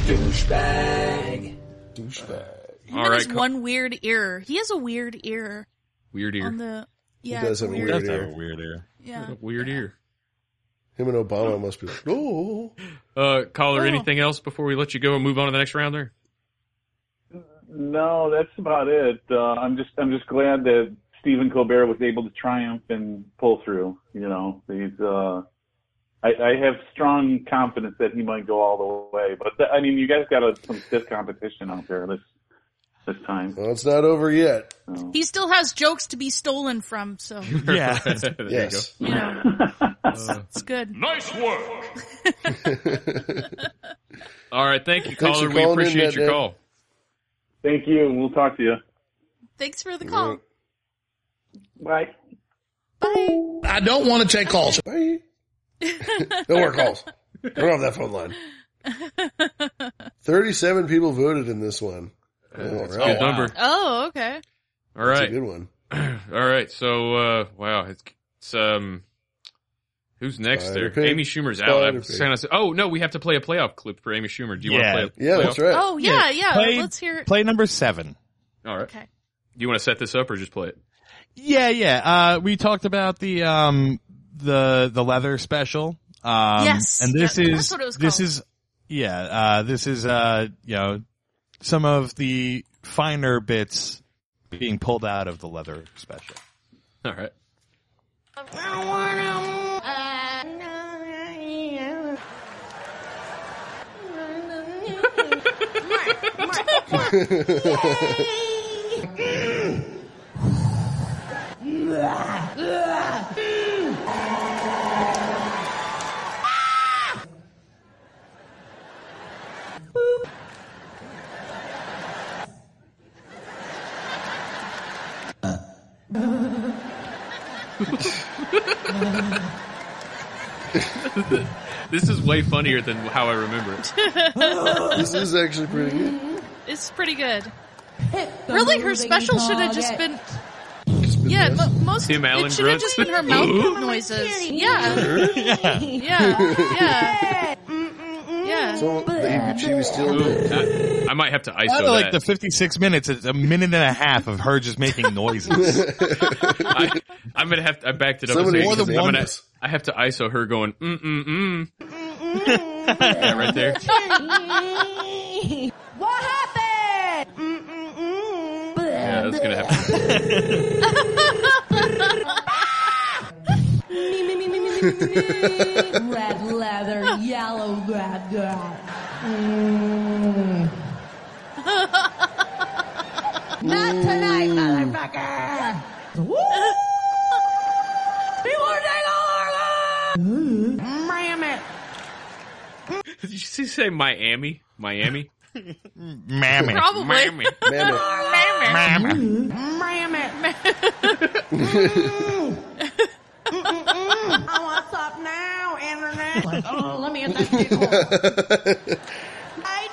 [SPEAKER 4] Douchebag. Douchebag.
[SPEAKER 5] All right. one weird ear. He has a weird ear
[SPEAKER 2] Weird
[SPEAKER 5] on
[SPEAKER 2] ear.
[SPEAKER 5] the. Yeah.
[SPEAKER 4] he does
[SPEAKER 5] it's
[SPEAKER 4] have a weird
[SPEAKER 6] Does
[SPEAKER 4] ear.
[SPEAKER 6] have a weird ear.
[SPEAKER 5] Yeah.
[SPEAKER 2] Weird ear.
[SPEAKER 4] Him and Obama must be like, oh.
[SPEAKER 2] Uh, caller,
[SPEAKER 4] Oh.
[SPEAKER 2] anything else before we let you go and move on to the next round? There.
[SPEAKER 30] No, that's about it. Uh, I'm just I'm just glad that Stephen Colbert was able to triumph and pull through. You know, he's. Uh, I, I have strong confidence that he might go all the way, but th- I mean, you guys got a, some stiff competition out there this this time.
[SPEAKER 4] Well, it's not over yet.
[SPEAKER 5] He still has jokes to be stolen from, so
[SPEAKER 4] Yeah.
[SPEAKER 2] there
[SPEAKER 4] Yes.
[SPEAKER 2] You
[SPEAKER 5] you know, it's good.
[SPEAKER 16] Nice work.
[SPEAKER 2] go. All right. Thank you,
[SPEAKER 30] Thanks
[SPEAKER 2] caller.
[SPEAKER 30] for
[SPEAKER 2] We
[SPEAKER 30] calling in,
[SPEAKER 2] appreciate
[SPEAKER 30] Dad,
[SPEAKER 2] your
[SPEAKER 30] Dad.
[SPEAKER 2] call.
[SPEAKER 30] Thank you, and we'll talk to you.
[SPEAKER 5] Thanks for the call.
[SPEAKER 30] Bye.
[SPEAKER 12] I don't want to take calls.
[SPEAKER 4] No more calls. I don't have that phone line. 37 people voted in this one.
[SPEAKER 2] that's a good
[SPEAKER 4] wow.
[SPEAKER 2] number.
[SPEAKER 5] Oh, okay.
[SPEAKER 2] All
[SPEAKER 4] That's a
[SPEAKER 2] right.
[SPEAKER 4] good one.
[SPEAKER 2] All right. So, uh, wow. It's, it's um, who's next
[SPEAKER 4] Spider
[SPEAKER 2] there?
[SPEAKER 4] pig.
[SPEAKER 2] Amy Schumer's out.
[SPEAKER 4] Spider
[SPEAKER 2] I'm
[SPEAKER 4] pig.
[SPEAKER 2] saying I said- oh, no, we have to play a playoff clip for Amy Schumer. Do you
[SPEAKER 6] Yeah.
[SPEAKER 2] want to play a
[SPEAKER 6] Yeah,
[SPEAKER 2] playoff?
[SPEAKER 6] that's right.
[SPEAKER 5] Oh, yeah, yeah.
[SPEAKER 6] Play-
[SPEAKER 5] Let's hear it.
[SPEAKER 6] Play number seven.
[SPEAKER 2] All right.
[SPEAKER 5] Okay.
[SPEAKER 2] Do you want to set this up or just play it?
[SPEAKER 6] Yeah, yeah. Uh, we talked about the um, the the leather special. Um,
[SPEAKER 5] Yes.
[SPEAKER 6] and this
[SPEAKER 5] Yeah,
[SPEAKER 6] is
[SPEAKER 5] that's what it was
[SPEAKER 6] this
[SPEAKER 5] called.
[SPEAKER 6] is yeah, uh, this is uh, you know, some of the finer bits being pulled out of the leather special.
[SPEAKER 2] All right.
[SPEAKER 5] Uh,
[SPEAKER 2] this is way funnier than how I remember it.
[SPEAKER 4] this is actually pretty good.
[SPEAKER 5] It's pretty good. Really, her special should have just been.
[SPEAKER 4] been
[SPEAKER 5] Yeah, mo- most
[SPEAKER 2] Tim Allen
[SPEAKER 5] it should have just been her
[SPEAKER 2] grunts.
[SPEAKER 5] mouth noises. Yeah,
[SPEAKER 2] yeah.
[SPEAKER 5] yeah, yeah, yeah.
[SPEAKER 4] she was still
[SPEAKER 2] I, I might have to
[SPEAKER 6] Out
[SPEAKER 2] ISO
[SPEAKER 6] of like
[SPEAKER 2] that.
[SPEAKER 6] the 56 minutes, it's a minute and a half of her just making noises.
[SPEAKER 2] I, I'm gonna have to. I backed it up.
[SPEAKER 6] Somebody
[SPEAKER 2] and
[SPEAKER 6] more
[SPEAKER 2] said,
[SPEAKER 6] than
[SPEAKER 2] I'm
[SPEAKER 6] one
[SPEAKER 2] gonna-
[SPEAKER 6] is-
[SPEAKER 2] I have to ISO her going mm mm mm. yeah, right there.
[SPEAKER 31] what happened?
[SPEAKER 2] Yeah, that's gonna happen.
[SPEAKER 31] me, me, me, me, me, me, me, me. Red leather, yellow leather. Mm. Not tonight, motherfucker. Woo! You wanna take over? Ram it.
[SPEAKER 2] Did you say Miami? Miami.
[SPEAKER 6] Mammy.
[SPEAKER 5] Probably.
[SPEAKER 2] Mammy.
[SPEAKER 4] Mammy.
[SPEAKER 6] Mammy.
[SPEAKER 31] Ram it. Mm-mm-mm. I want stop now, internet. Oh, let me get that shit I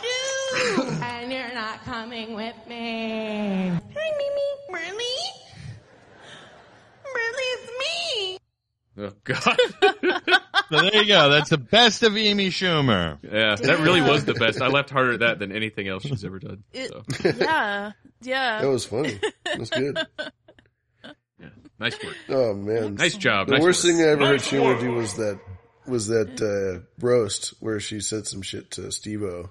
[SPEAKER 31] do. and you're not coming with me. Hi, Mimi. Really? Really, it's me.
[SPEAKER 2] Oh God.
[SPEAKER 6] so there you go. That's the best of Amy Schumer.
[SPEAKER 2] Yeah, that really was the best. I laughed harder at that than anything else she's ever done.
[SPEAKER 5] It-
[SPEAKER 2] So
[SPEAKER 5] yeah, yeah.
[SPEAKER 4] That was funny. That was good.
[SPEAKER 2] nice work.
[SPEAKER 4] Oh man,
[SPEAKER 2] Nice job.
[SPEAKER 4] The
[SPEAKER 2] Nice
[SPEAKER 4] worst
[SPEAKER 2] work.
[SPEAKER 4] thing I ever heard
[SPEAKER 2] Nice
[SPEAKER 4] Schumer
[SPEAKER 2] work.
[SPEAKER 4] do was that was that uh, roast where she said some shit to Steve-O.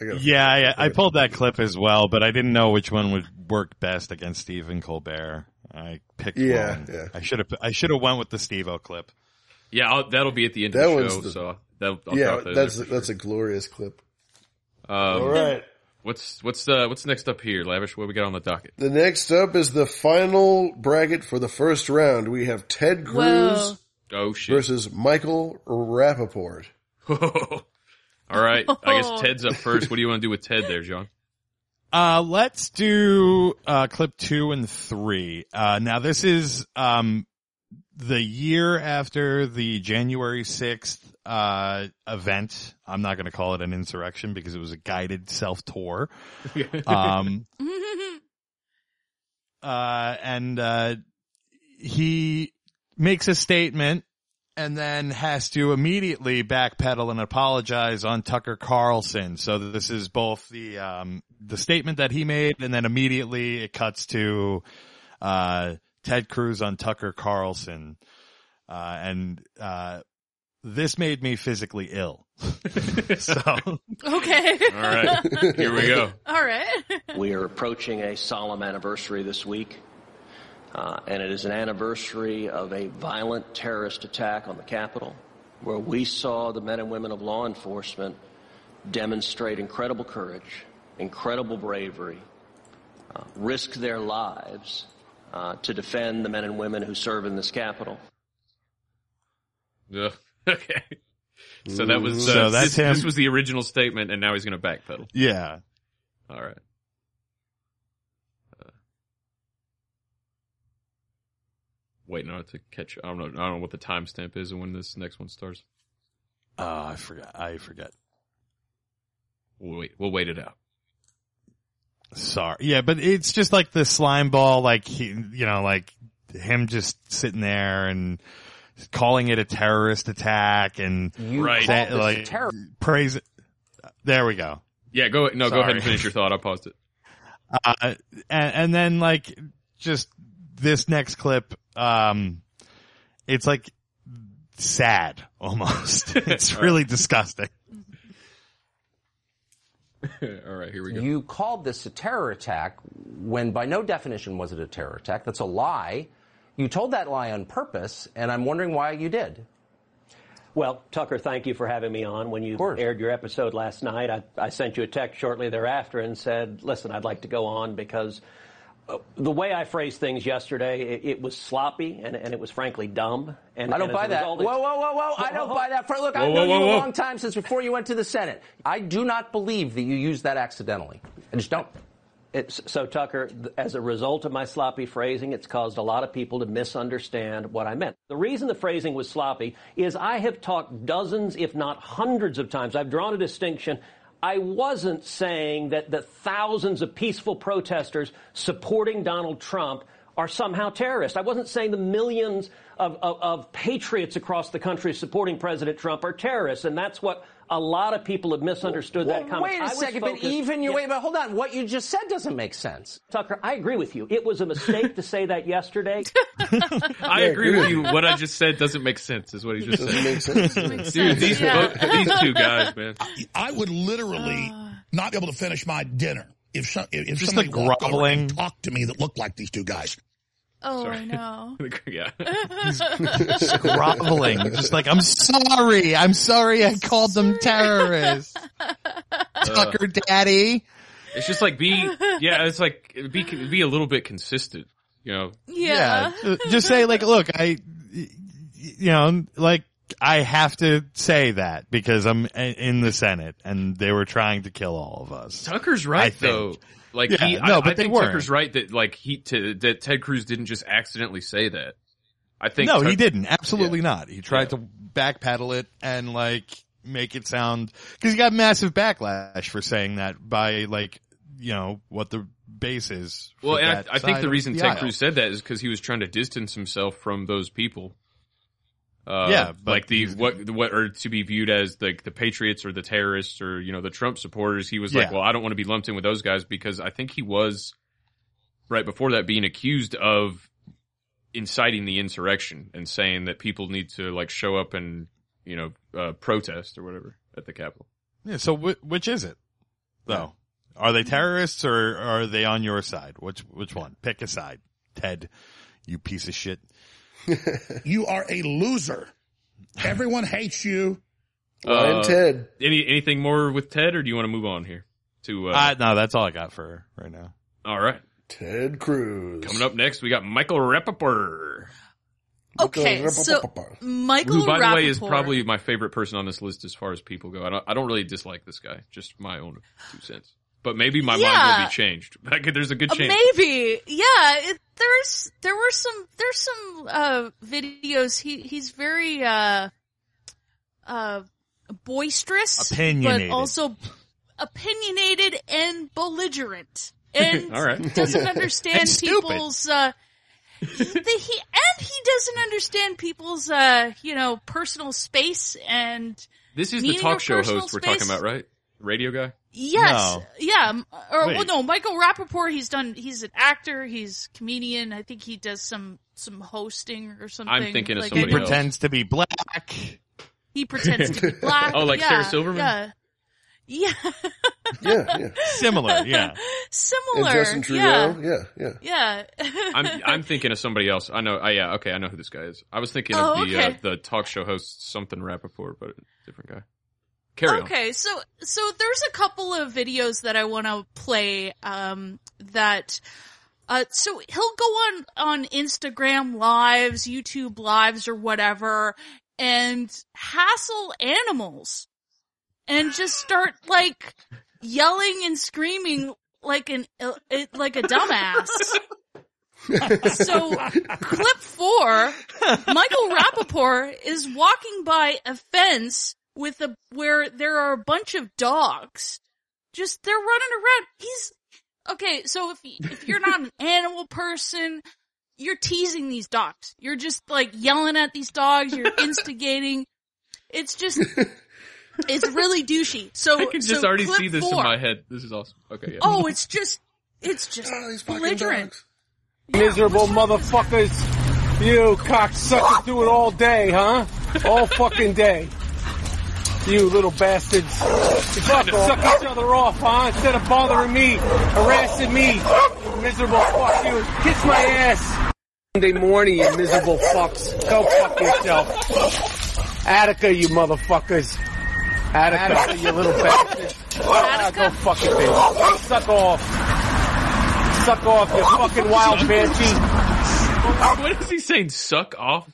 [SPEAKER 4] I got
[SPEAKER 6] Yeah, I, I pulled that clip as well, but I didn't know which one would work best against Stephen Colbert. I picked
[SPEAKER 4] Yeah,
[SPEAKER 6] one.
[SPEAKER 4] yeah.
[SPEAKER 6] I should have. I should have went with the Steve-O clip.
[SPEAKER 2] Yeah, I'll, that'll be at the end
[SPEAKER 4] That
[SPEAKER 2] of the
[SPEAKER 4] one's
[SPEAKER 2] show.
[SPEAKER 4] the-
[SPEAKER 2] so that'll, I'll
[SPEAKER 4] yeah,
[SPEAKER 2] drop that in
[SPEAKER 4] that's
[SPEAKER 2] there.
[SPEAKER 4] that's a glorious clip.
[SPEAKER 2] Um,
[SPEAKER 4] All right.
[SPEAKER 2] What's what's uh, what's next up here, Lavish? What we got on the docket?
[SPEAKER 4] The next up is the final bracket for the first round. We have Ted
[SPEAKER 5] Whoa.
[SPEAKER 4] Cruz
[SPEAKER 2] Oh shit!
[SPEAKER 4] versus Michael Rappaport.
[SPEAKER 2] All right, I guess Ted's up first. What do you want to do with Ted there, John?
[SPEAKER 6] Uh, let's do uh, clip two and three. Uh, now this is um, the year after the January sixth uh, event. I'm not going to call it an insurrection because it was a guided self tour. Um, uh, and uh, he makes a statement and then has to immediately backpedal and apologize on Tucker Carlson. So this is both the um, the statement that he made, and then immediately it cuts to uh, Ted Cruz on Tucker Carlson, uh, and uh, this made me physically ill. so.
[SPEAKER 5] Okay.
[SPEAKER 6] All right. Here we go.
[SPEAKER 5] All right.
[SPEAKER 32] We are approaching a solemn anniversary this week, uh, and it is an anniversary of a violent terrorist attack on the Capitol, where we saw the men and women of law enforcement demonstrate incredible courage, incredible bravery, uh, risk their lives uh, to defend the men and women who serve in this Capitol.
[SPEAKER 2] Ugh. Okay. So that was uh,
[SPEAKER 6] So that's
[SPEAKER 2] this,
[SPEAKER 6] him.
[SPEAKER 2] this was the original statement, and now he's going to backpedal.
[SPEAKER 6] Yeah.
[SPEAKER 2] All right. Uh, Waiting on it to catch. I don't know. I don't know what the timestamp is and when this next one starts.
[SPEAKER 6] Oh, I forgot. I forget.
[SPEAKER 2] We'll wait. We'll wait it out.
[SPEAKER 6] Sorry. Yeah, but it's just like the slime ball, like he, you know, like him just sitting there and calling it a terrorist attack and
[SPEAKER 2] You Right.
[SPEAKER 6] say-
[SPEAKER 2] called this
[SPEAKER 6] like
[SPEAKER 2] terror-
[SPEAKER 6] praise. There we go.
[SPEAKER 2] Yeah. Go. No. Go ahead and
[SPEAKER 6] Sorry.
[SPEAKER 2] finish your thought. I paused it.
[SPEAKER 6] Uh, and, and then like just this next clip, um, it's like sad almost. it's really disgusting.
[SPEAKER 2] All right, here we
[SPEAKER 24] You called this a terror attack when by no definition was it a terror attack. That's a lie. You told that lie on purpose, and I'm wondering why you did.
[SPEAKER 32] Well, Tucker, thank you for having me on. When you aired your episode last night, I, I sent you a text shortly thereafter and said, listen, I'd like to go on because uh, the way I phrased things yesterday, it, it was sloppy and, and it was frankly dumb. And
[SPEAKER 24] I don't
[SPEAKER 32] and as
[SPEAKER 24] buy
[SPEAKER 32] a
[SPEAKER 24] that.
[SPEAKER 32] result,
[SPEAKER 24] whoa,
[SPEAKER 32] it's-
[SPEAKER 24] whoa, whoa, whoa! I don't buy that. For, look,
[SPEAKER 32] Whoa,
[SPEAKER 24] I've
[SPEAKER 32] whoa,
[SPEAKER 24] known
[SPEAKER 32] whoa,
[SPEAKER 24] you a
[SPEAKER 32] whoa.
[SPEAKER 24] long time since before you went to the Senate. I do not believe that you used that accidentally. I just don't.
[SPEAKER 32] It's, so, Tucker, th- as a result of my sloppy phrasing, it's caused a lot of people to misunderstand what I meant. The reason the phrasing was sloppy is I have talked dozens, if not hundreds of times. I've drawn a distinction. I wasn't saying that the thousands of peaceful protesters supporting Donald Trump are somehow terrorists. I wasn't saying the millions of, of, of patriots across the country supporting President Trump are terrorists, and that's what a lot of people have misunderstood that comment.
[SPEAKER 24] Wait
[SPEAKER 32] I
[SPEAKER 24] a
[SPEAKER 32] was
[SPEAKER 24] second, but
[SPEAKER 32] focused-
[SPEAKER 24] even your
[SPEAKER 32] Yeah.
[SPEAKER 24] wait, but hold on. What you just said doesn't make sense.
[SPEAKER 32] Tucker, I agree with you. It was a mistake to say that yesterday.
[SPEAKER 5] Uh,
[SPEAKER 2] I agree with you. What I just said doesn't make sense, is what he just said. Dude, these, bo- these two guys, man.
[SPEAKER 12] I would literally
[SPEAKER 5] Uh.
[SPEAKER 12] not be able to finish my dinner if some, if, if
[SPEAKER 6] Just
[SPEAKER 12] somebody
[SPEAKER 6] the
[SPEAKER 12] walked over
[SPEAKER 6] groveling.
[SPEAKER 12] and talked to me that looked like these two guys.
[SPEAKER 5] Oh,
[SPEAKER 6] Sorry.
[SPEAKER 5] no.
[SPEAKER 2] yeah.
[SPEAKER 6] groveling. Just like, I'm sorry. I'm sorry I called them terrorists. Tucker daddy.
[SPEAKER 2] It's just like be, yeah, it's like be, be a little bit consistent, you know?
[SPEAKER 5] Yeah.
[SPEAKER 6] Yeah, Just say like, look, I, you know, like I have to say that because I'm i- in the Senate and they were trying to kill all of us.
[SPEAKER 2] Tucker's
[SPEAKER 6] I
[SPEAKER 2] right
[SPEAKER 6] think.
[SPEAKER 2] though. Like
[SPEAKER 6] Yeah,
[SPEAKER 2] he,
[SPEAKER 6] no,
[SPEAKER 2] I,
[SPEAKER 6] but
[SPEAKER 2] I
[SPEAKER 6] they
[SPEAKER 2] think
[SPEAKER 6] weren't.
[SPEAKER 2] Tucker's right that like he to, that Ted Cruz didn't just accidentally say that. I think
[SPEAKER 6] no, he
[SPEAKER 2] Tuck-
[SPEAKER 6] didn't. Absolutely not. He tried to backpedal it and like make it sound because he got massive backlash for saying that by like you know what the base is. for
[SPEAKER 2] Well, and
[SPEAKER 6] that
[SPEAKER 2] I, I
[SPEAKER 6] side
[SPEAKER 2] think the
[SPEAKER 6] of
[SPEAKER 2] reason
[SPEAKER 6] the
[SPEAKER 2] Ted
[SPEAKER 6] aisle.
[SPEAKER 2] Cruz said that is because he was trying to distance himself from those people. Uh,
[SPEAKER 6] Yeah, but
[SPEAKER 2] like the what what are to be viewed as like the patriots or the terrorists or you know the Trump supporters. He was like,
[SPEAKER 6] Yeah.
[SPEAKER 2] well, I don't want to be lumped in with those guys because I think he was right before that being accused of inciting the insurrection and saying that people need to like show up and you know uh, protest or whatever at the Capitol.
[SPEAKER 6] Yeah. So wh- which is it though? Are they terrorists or are they on your side? Which which one? Pick a side, Ted. You piece of shit.
[SPEAKER 12] You are a loser. Everyone hates you.
[SPEAKER 2] Uh.
[SPEAKER 4] Lion Ted.
[SPEAKER 2] Any anything more with Ted, or do you want to move on here to? Uh,
[SPEAKER 6] Uh, no, that's all I got for right now.
[SPEAKER 2] all right.
[SPEAKER 4] Ted Cruz.
[SPEAKER 2] Coming up next, we got Michael Rappaport.
[SPEAKER 5] Okay, so Michael
[SPEAKER 2] who, by the way, is
[SPEAKER 5] Rappaport-
[SPEAKER 2] probably my favorite person on this list as far as people go. I don't, I don't really dislike this guy, just my own two cents. But maybe my mind will
[SPEAKER 5] Yeah.
[SPEAKER 2] be changed. There's a good
[SPEAKER 5] Uh,
[SPEAKER 2] chance.
[SPEAKER 5] maybe yeah it, there's there were some there's some uh videos he he's very uh uh boisterous
[SPEAKER 6] Opinionated.
[SPEAKER 5] but also opinionated and belligerent and
[SPEAKER 6] All right.
[SPEAKER 5] doesn't understand
[SPEAKER 6] And stupid.
[SPEAKER 5] people's uh the, he and he doesn't understand people's uh you know personal space and
[SPEAKER 2] This is the
[SPEAKER 5] meaning
[SPEAKER 2] talk
[SPEAKER 5] of
[SPEAKER 2] show
[SPEAKER 5] personal
[SPEAKER 2] host we're
[SPEAKER 5] space.
[SPEAKER 2] talking about, right? Radio guy?
[SPEAKER 5] Yes.
[SPEAKER 2] No.
[SPEAKER 5] Yeah. m- Or well,
[SPEAKER 2] Wait.
[SPEAKER 5] no, Michael Rappaport. He's done. He's an actor. He's comedian. I think he does some some hosting or something.
[SPEAKER 2] thinking of
[SPEAKER 5] like
[SPEAKER 6] He
[SPEAKER 2] somebody else.
[SPEAKER 6] pretends to be black.
[SPEAKER 5] He pretends to be black.
[SPEAKER 2] Oh, like
[SPEAKER 5] yeah,
[SPEAKER 2] Sarah Silverman?
[SPEAKER 5] Yeah. Yeah.
[SPEAKER 4] Yeah, yeah.
[SPEAKER 6] Similar, yeah.
[SPEAKER 5] Similar.
[SPEAKER 4] And Justin
[SPEAKER 5] yeah.
[SPEAKER 4] Trudeau. Yeah, yeah.
[SPEAKER 5] Yeah.
[SPEAKER 2] I'm I'm thinking of somebody else. I know. Uh, yeah, okay, I know who this guy is. I was thinking
[SPEAKER 5] Oh,
[SPEAKER 2] of the
[SPEAKER 5] okay.
[SPEAKER 2] uh, the talk show host something Rappaport, but a different guy. Carry on.
[SPEAKER 5] okay, so so there's a couple of videos that I want to play um that uh so he'll go on on Instagram lives, YouTube lives or whatever and hassle animals and just start like yelling and screaming like an uh, like a dumbass. so clip four, Michael Rappaport is walking by a fence with a where there are a bunch of dogs. Just they're running around. He's okay. So if y- if you're not an animal person, you're teasing these dogs. You're just like yelling at these dogs. You're instigating. It's just. It's really douchey. So
[SPEAKER 2] I can just
[SPEAKER 5] so
[SPEAKER 2] already
[SPEAKER 5] clip
[SPEAKER 2] see this
[SPEAKER 5] four.
[SPEAKER 2] in my head. This is awesome. Okay, yeah.
[SPEAKER 5] Oh, it's just, it's just
[SPEAKER 2] Oh,
[SPEAKER 5] belligerent.
[SPEAKER 21] Miserable motherfuckers. You cocksuckers do it all day, huh?
[SPEAKER 33] all fucking day. You little bastards. You fuck off. Suck each other off, huh? Instead of bothering me, harassing me. Miserable fuck you. Kiss my ass. Monday morning, you miserable fucks. Go fuck yourself. Attica, you motherfuckers. Attica, you little bastards. Attica? Go fuck it, bitch. Suck off. Suck off, you fucking wild banshee.
[SPEAKER 2] What is he saying? Suck off?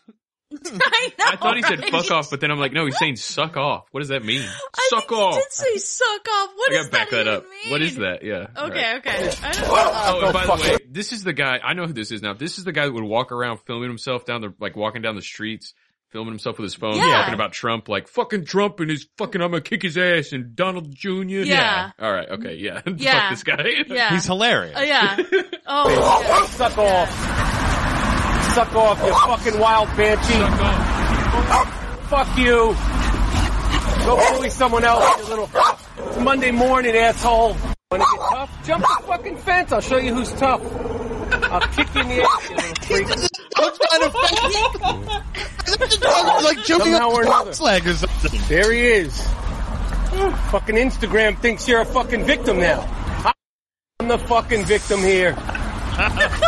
[SPEAKER 5] I know.
[SPEAKER 2] I thought he said
[SPEAKER 5] right?
[SPEAKER 2] fuck off, but then I'm like, no, he's saying suck off. What does that mean? suck
[SPEAKER 5] He
[SPEAKER 2] off.
[SPEAKER 5] did say suck off. What
[SPEAKER 2] I gotta
[SPEAKER 5] is
[SPEAKER 2] back that,
[SPEAKER 5] that?
[SPEAKER 2] up. What is that? Yeah. all
[SPEAKER 5] Okay,
[SPEAKER 2] right.
[SPEAKER 5] okay. I don't
[SPEAKER 2] Oh, and by the
[SPEAKER 5] Ah, fuck
[SPEAKER 2] way, this is the guy. I know who this is now. This is the guy that would walk around filming himself down the like walking down the streets, filming himself with his phone,
[SPEAKER 5] Yeah.
[SPEAKER 2] talking about Trump, like fucking Trump and his fucking I'm gonna kick his ass and Donald Jr. Yeah. All right. Okay. Yeah.
[SPEAKER 5] Yeah.
[SPEAKER 2] Fuck this guy.
[SPEAKER 5] Yeah. He's
[SPEAKER 6] hilarious.
[SPEAKER 5] Oh, yeah. Oh, yeah.
[SPEAKER 33] Suck off. Suck off, you fucking wild banshee. Fuck you. Go bully someone else, you little. It's Monday morning, asshole. Wanna get tough? Jump the fucking fence. I'll show you who's tough. I'll kick you in the ass, you little freak. What kind of
[SPEAKER 17] like jumping
[SPEAKER 33] Somehow
[SPEAKER 17] up
[SPEAKER 33] or
[SPEAKER 17] the
[SPEAKER 33] another.
[SPEAKER 17] flag or something.
[SPEAKER 33] There he is. Fucking Instagram thinks you're a fucking victim now. I'm the fucking victim here.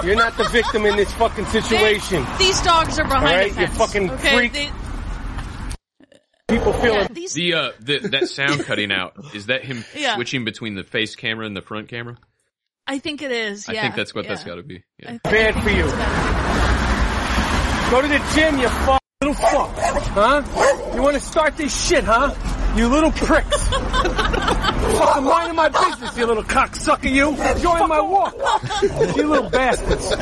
[SPEAKER 33] You're not the victim in this fucking situation.
[SPEAKER 5] These dogs are behind
[SPEAKER 33] All right,
[SPEAKER 5] the
[SPEAKER 33] you
[SPEAKER 5] fence.
[SPEAKER 33] fucking
[SPEAKER 5] okay,
[SPEAKER 33] freak.
[SPEAKER 5] They,
[SPEAKER 33] People feel
[SPEAKER 5] yeah,
[SPEAKER 33] it.
[SPEAKER 5] these,
[SPEAKER 2] The uh the, that sound cutting out is that him
[SPEAKER 5] Yeah.
[SPEAKER 2] switching between the face camera and the front camera?
[SPEAKER 5] I think it is. Yeah,
[SPEAKER 2] I think that's what that's
[SPEAKER 5] yeah.
[SPEAKER 2] got to be. Yeah.
[SPEAKER 33] Bad for you. Go to the gym, you fuck, little fuck. Huh? You want to start this shit, huh? You little pricks. fucking minding my business, you little cocksucker, you. Join my walk. you little bastards.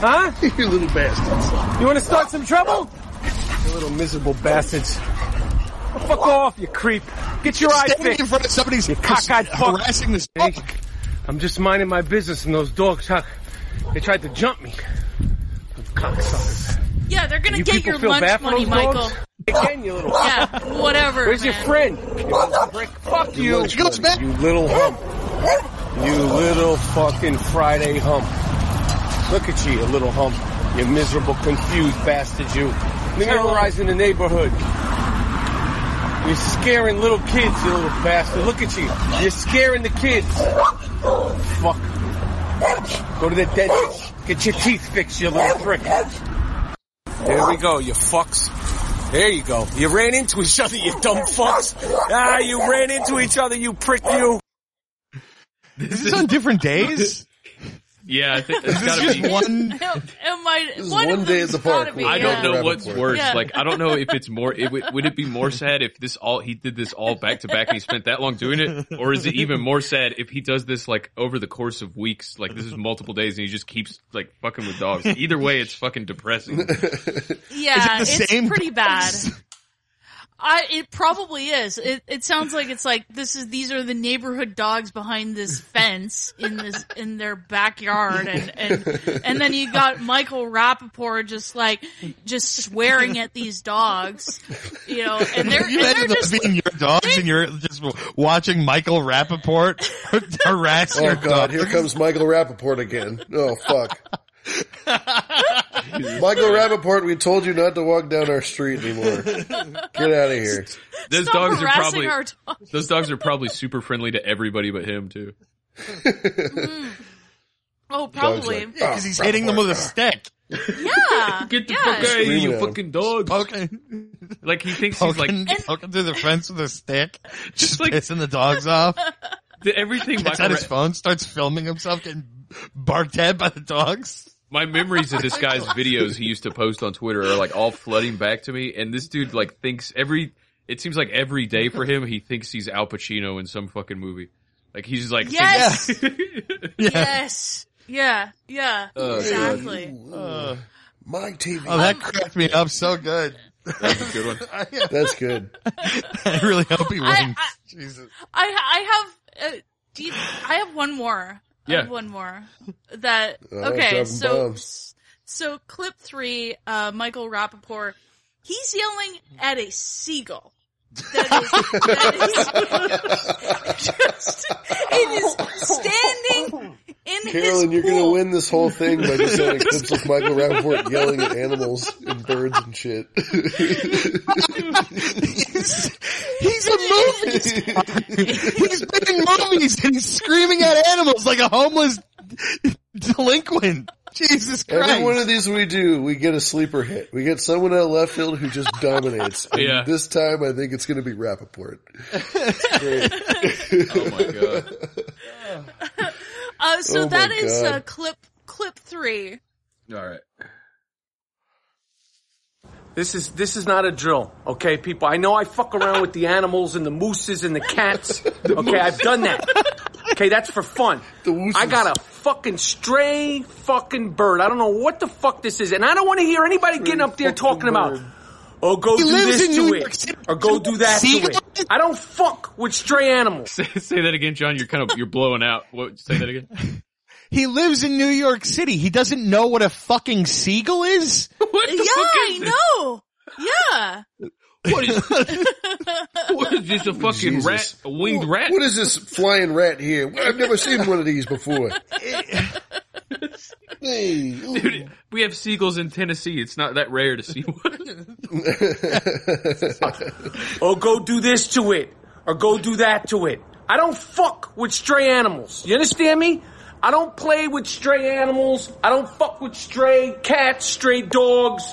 [SPEAKER 33] Huh? you little bastards. You want to start some trouble? You little miserable bastards. Fuck off, you creep. Get your eyes
[SPEAKER 17] Standing
[SPEAKER 33] fixed.
[SPEAKER 17] in front of somebody's
[SPEAKER 33] you cockeyed fuck.
[SPEAKER 17] harassing this
[SPEAKER 33] I'm just minding my business and those dogs, huh? They tried to jump me. Those cocksuckers.
[SPEAKER 5] yeah, they're gonna
[SPEAKER 33] You
[SPEAKER 5] get
[SPEAKER 33] people
[SPEAKER 5] your
[SPEAKER 33] feel
[SPEAKER 5] lunch
[SPEAKER 33] bad for
[SPEAKER 5] money,
[SPEAKER 33] those
[SPEAKER 5] Michael.
[SPEAKER 33] dogs? Again, you little.
[SPEAKER 5] Yeah, whatever.
[SPEAKER 33] Where's your
[SPEAKER 5] man.
[SPEAKER 33] friend? You little prick. Fuck
[SPEAKER 5] Your
[SPEAKER 33] you.
[SPEAKER 5] lunch She goes money, back.
[SPEAKER 33] You little hump. You little fucking Friday hump. Look at you, you little hump. You miserable, confused bastard, you. Terrorizing the neighborhood. You're scaring little kids, you little bastard. Look at you. You're scaring the kids. Fuck. Go to the dentist. Get your teeth fixed, you little prick. There we go, you fucks. There you go. You ran into each other, you dumb fucks. Ah, you ran into each other, you prick, you.
[SPEAKER 6] Is this on different days?
[SPEAKER 2] Yeah, I think it's
[SPEAKER 6] Is this
[SPEAKER 2] got to
[SPEAKER 6] just
[SPEAKER 2] be.
[SPEAKER 6] one?
[SPEAKER 5] Am I,
[SPEAKER 2] is
[SPEAKER 5] one,
[SPEAKER 2] one
[SPEAKER 5] of
[SPEAKER 2] day
[SPEAKER 5] them's
[SPEAKER 2] at the
[SPEAKER 5] gotta
[SPEAKER 2] park.
[SPEAKER 5] be,
[SPEAKER 2] I don't
[SPEAKER 5] yeah.
[SPEAKER 2] know what's worse.
[SPEAKER 5] Yeah.
[SPEAKER 2] Like, I don't know if it's more. It, would would it be more sad if this all he did this all back to back and he spent that long doing it, or is it even more sad if he does this like over the course of weeks? Like this is multiple days and he just keeps like fucking with dogs. Either way, it's fucking depressing.
[SPEAKER 5] Yeah,
[SPEAKER 2] Is it the
[SPEAKER 5] it's
[SPEAKER 2] same
[SPEAKER 5] pretty bad. I it probably is. It it sounds like it's like this is these are the neighborhood dogs behind this fence in this in their backyard and and and then you got Michael Rappaport just like just swearing at these dogs. You know, and they're
[SPEAKER 6] Can you
[SPEAKER 5] and they're
[SPEAKER 6] imagine those
[SPEAKER 5] just
[SPEAKER 6] being your dogs and you're just watching Michael Rappaport harass
[SPEAKER 4] Oh
[SPEAKER 6] your
[SPEAKER 4] God!
[SPEAKER 6] dog?
[SPEAKER 4] Here comes Michael Rappaport again. Oh fuck! Michael Rappaport, we told you not to walk down our street anymore. Get out of here.
[SPEAKER 2] Those
[SPEAKER 5] Stop
[SPEAKER 2] dogs are
[SPEAKER 5] harassing
[SPEAKER 2] probably
[SPEAKER 5] our dogs.
[SPEAKER 2] those dogs are probably super friendly to everybody but him too.
[SPEAKER 5] oh
[SPEAKER 2] dogs
[SPEAKER 5] probably
[SPEAKER 2] like,
[SPEAKER 6] because he's hitting them with a stick.
[SPEAKER 5] yeah
[SPEAKER 2] Get the
[SPEAKER 5] yeah.
[SPEAKER 2] fuck out of here,
[SPEAKER 6] Screaming
[SPEAKER 2] you
[SPEAKER 6] at him.
[SPEAKER 2] fucking dog! Like he thinks he's like
[SPEAKER 6] Poking, poking through the fence with a stick, just pissing the dogs off.
[SPEAKER 2] the- everything.
[SPEAKER 6] Gets
[SPEAKER 2] Michael
[SPEAKER 6] out
[SPEAKER 2] Ra-
[SPEAKER 6] his phone, starts filming himself getting barked at by the dogs.
[SPEAKER 2] my memories of this guy's videos he used to post on Twitter are like all flooding back to me. And this dude like thinks every, it seems like every day for him, he thinks he's Al Pacino in some fucking movie. Like he's just like,
[SPEAKER 5] Yes.
[SPEAKER 2] thinks-
[SPEAKER 5] Yes. Yeah. Yeah.
[SPEAKER 2] Oh,
[SPEAKER 5] exactly.
[SPEAKER 4] My TV.
[SPEAKER 6] Oh, that cracked me up so good.
[SPEAKER 2] That's a good one.
[SPEAKER 4] That's good.
[SPEAKER 6] I really hope he wins.
[SPEAKER 5] I I have uh, do you- I have one more. I
[SPEAKER 6] Yeah.
[SPEAKER 5] have one more. That
[SPEAKER 4] All right,
[SPEAKER 5] okay.
[SPEAKER 4] dropping
[SPEAKER 5] So
[SPEAKER 4] bombs.
[SPEAKER 5] so clip three. Uh, Michael Rappaport. He's yelling at a seagull. That is, that is just, it is standing in in
[SPEAKER 4] Carolyn,
[SPEAKER 5] his
[SPEAKER 4] you're going to
[SPEAKER 5] pool.
[SPEAKER 4] win this whole thing by just having clips of Michael Rappaport yelling at animals and birds and shit.
[SPEAKER 18] He's in movies. he's been in movies and he's screaming at animals like a homeless delinquent. Jesus Christ!
[SPEAKER 4] Every one of these we do, we get a sleeper hit. We get someone out of left field who just dominates. And
[SPEAKER 18] Yeah.
[SPEAKER 4] This time, I think it's going to be Rappaport.
[SPEAKER 18] Oh my God.
[SPEAKER 5] Uh, so
[SPEAKER 4] Oh my
[SPEAKER 5] that is
[SPEAKER 4] God.
[SPEAKER 5] uh, clip clip three.
[SPEAKER 18] All right.
[SPEAKER 33] This is this is not a drill, okay, people. I know I fuck around with the animals and the mooses and the cats. okay, I've done that. Okay, that's for fun. I got a fucking stray fucking bird. I don't know what the fuck this is, and I don't want to hear anybody getting up there talking about. Oh, go
[SPEAKER 18] He
[SPEAKER 33] do
[SPEAKER 18] lives in
[SPEAKER 33] this to
[SPEAKER 18] New
[SPEAKER 33] it,
[SPEAKER 18] York City.
[SPEAKER 33] or go do that
[SPEAKER 18] See?
[SPEAKER 33] to it. I don't fuck with stray animals.
[SPEAKER 2] say that again, John. You're kind of you're blowing out. What? Say that again.
[SPEAKER 18] He lives in New York City. He doesn't know what a fucking seagull is.
[SPEAKER 2] What
[SPEAKER 5] yeah, I know. Yeah.
[SPEAKER 2] What is? what is this? A fucking
[SPEAKER 4] Jesus.
[SPEAKER 2] rat? A winged
[SPEAKER 4] Wh-
[SPEAKER 2] rat?
[SPEAKER 4] What is this flying rat here? I've never seen one of these before. hey, ooh.
[SPEAKER 2] Dude, we have seagulls in Tennessee. It's not that rare to see one.
[SPEAKER 33] or go do this to it, or go do that to it. I don't fuck with stray animals. You understand me? I don't play with stray animals. I don't fuck with stray cats, stray dogs.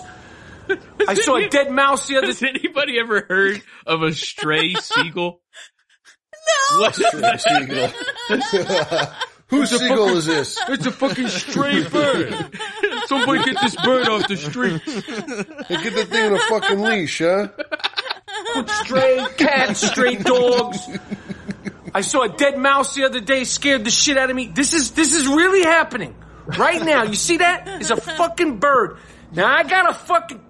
[SPEAKER 33] I saw a dead mouse the other
[SPEAKER 2] Has anybody ever heard of a stray seagull? No. What?
[SPEAKER 4] Stray seagull. Whose seagull is this?
[SPEAKER 2] It's a fucking stray bird. Somebody get this bird off the street.
[SPEAKER 4] Hey, get that thing on a fucking leash, huh?
[SPEAKER 33] stray cats, stray dogs. I saw a dead mouse the other day, scared the shit out of me. This is this is really happening right now. You see that? It's a fucking bird. Now I got a fucking.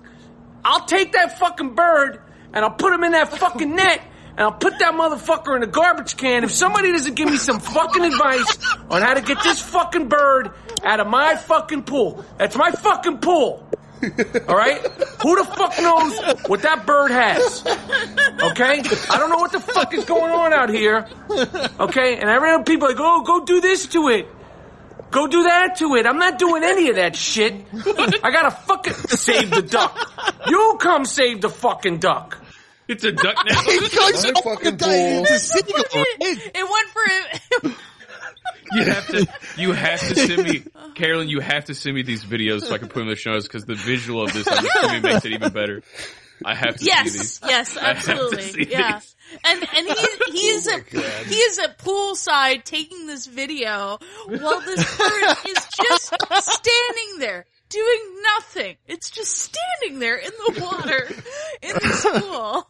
[SPEAKER 33] I'll take that fucking bird and I'll put him in that fucking net and I'll put that motherfucker in a garbage can. If somebody doesn't give me some fucking advice on how to get this fucking bird out of my fucking pool, that's my fucking pool. All right? Who the fuck knows what that bird has? Okay? I don't know what the fuck is going on out here. Okay? And I remember people like, oh, go do this to it. Go do that to it. I'm not doing any of that shit. I gotta fucking save the duck. You come save the fucking duck.
[SPEAKER 2] It's a duck now.
[SPEAKER 4] My fucking pool.
[SPEAKER 5] It, it went for it.
[SPEAKER 2] You have to, you have to send me, Carolyn. You have to send me these videos so I can put them in the show notes because the visual of this on the screen makes it even better. I have to see
[SPEAKER 5] yes,
[SPEAKER 2] these.
[SPEAKER 5] yes,
[SPEAKER 2] I have to see
[SPEAKER 5] absolutely. Yeah.
[SPEAKER 2] these. Oh
[SPEAKER 5] And and he he is at he is at poolside taking this video while this bird is just standing there doing nothing. It's just standing there in the water in this
[SPEAKER 2] oh,
[SPEAKER 5] pool.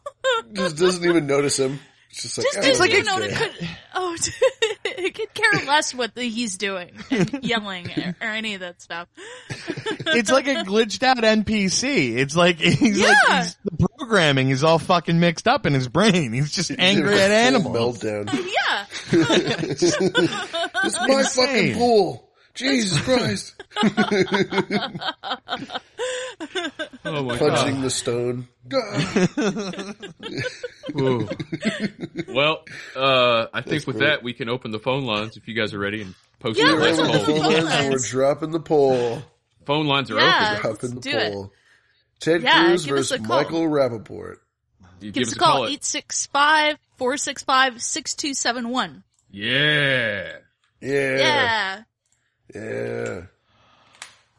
[SPEAKER 4] Just doesn't even notice him. It's just like,
[SPEAKER 5] Just
[SPEAKER 4] I
[SPEAKER 5] didn't
[SPEAKER 4] don't
[SPEAKER 5] even know
[SPEAKER 4] care.
[SPEAKER 5] it could. Oh, it could care less what the, he's doing and yelling or, or any of that stuff.
[SPEAKER 18] It's like a glitched out NPC. It's like he's like
[SPEAKER 5] Yeah.
[SPEAKER 18] he's, the programming is all fucking mixed up in his brain. He's just angry
[SPEAKER 4] Full
[SPEAKER 18] at animals.
[SPEAKER 4] Meltdown.
[SPEAKER 5] Yeah.
[SPEAKER 4] It's my fucking pool. Jesus Christ.
[SPEAKER 2] Oh my
[SPEAKER 4] Punching
[SPEAKER 2] God.
[SPEAKER 4] the stone.
[SPEAKER 2] Ooh. Well, uh, I think with that we can open the phone lines if you guys are ready and post
[SPEAKER 5] Yeah,
[SPEAKER 2] the
[SPEAKER 5] let's
[SPEAKER 2] last
[SPEAKER 5] open
[SPEAKER 2] poll.
[SPEAKER 5] the
[SPEAKER 4] Phone
[SPEAKER 5] Phone
[SPEAKER 4] lines, and we're
[SPEAKER 5] lines.
[SPEAKER 4] dropping the poll.
[SPEAKER 2] Phone lines are
[SPEAKER 5] Yeah.
[SPEAKER 2] open.
[SPEAKER 4] dropping
[SPEAKER 5] let's
[SPEAKER 4] the
[SPEAKER 5] do it.
[SPEAKER 4] poll. Ted
[SPEAKER 5] Yeah,
[SPEAKER 4] Cruz
[SPEAKER 5] give us
[SPEAKER 4] versus
[SPEAKER 5] a call.
[SPEAKER 4] Michael Rappaport.
[SPEAKER 2] You
[SPEAKER 5] Give us a call, 865 465 6271.
[SPEAKER 2] yeah.
[SPEAKER 4] Yeah.
[SPEAKER 5] Yeah.
[SPEAKER 4] Yeah.
[SPEAKER 6] Oh,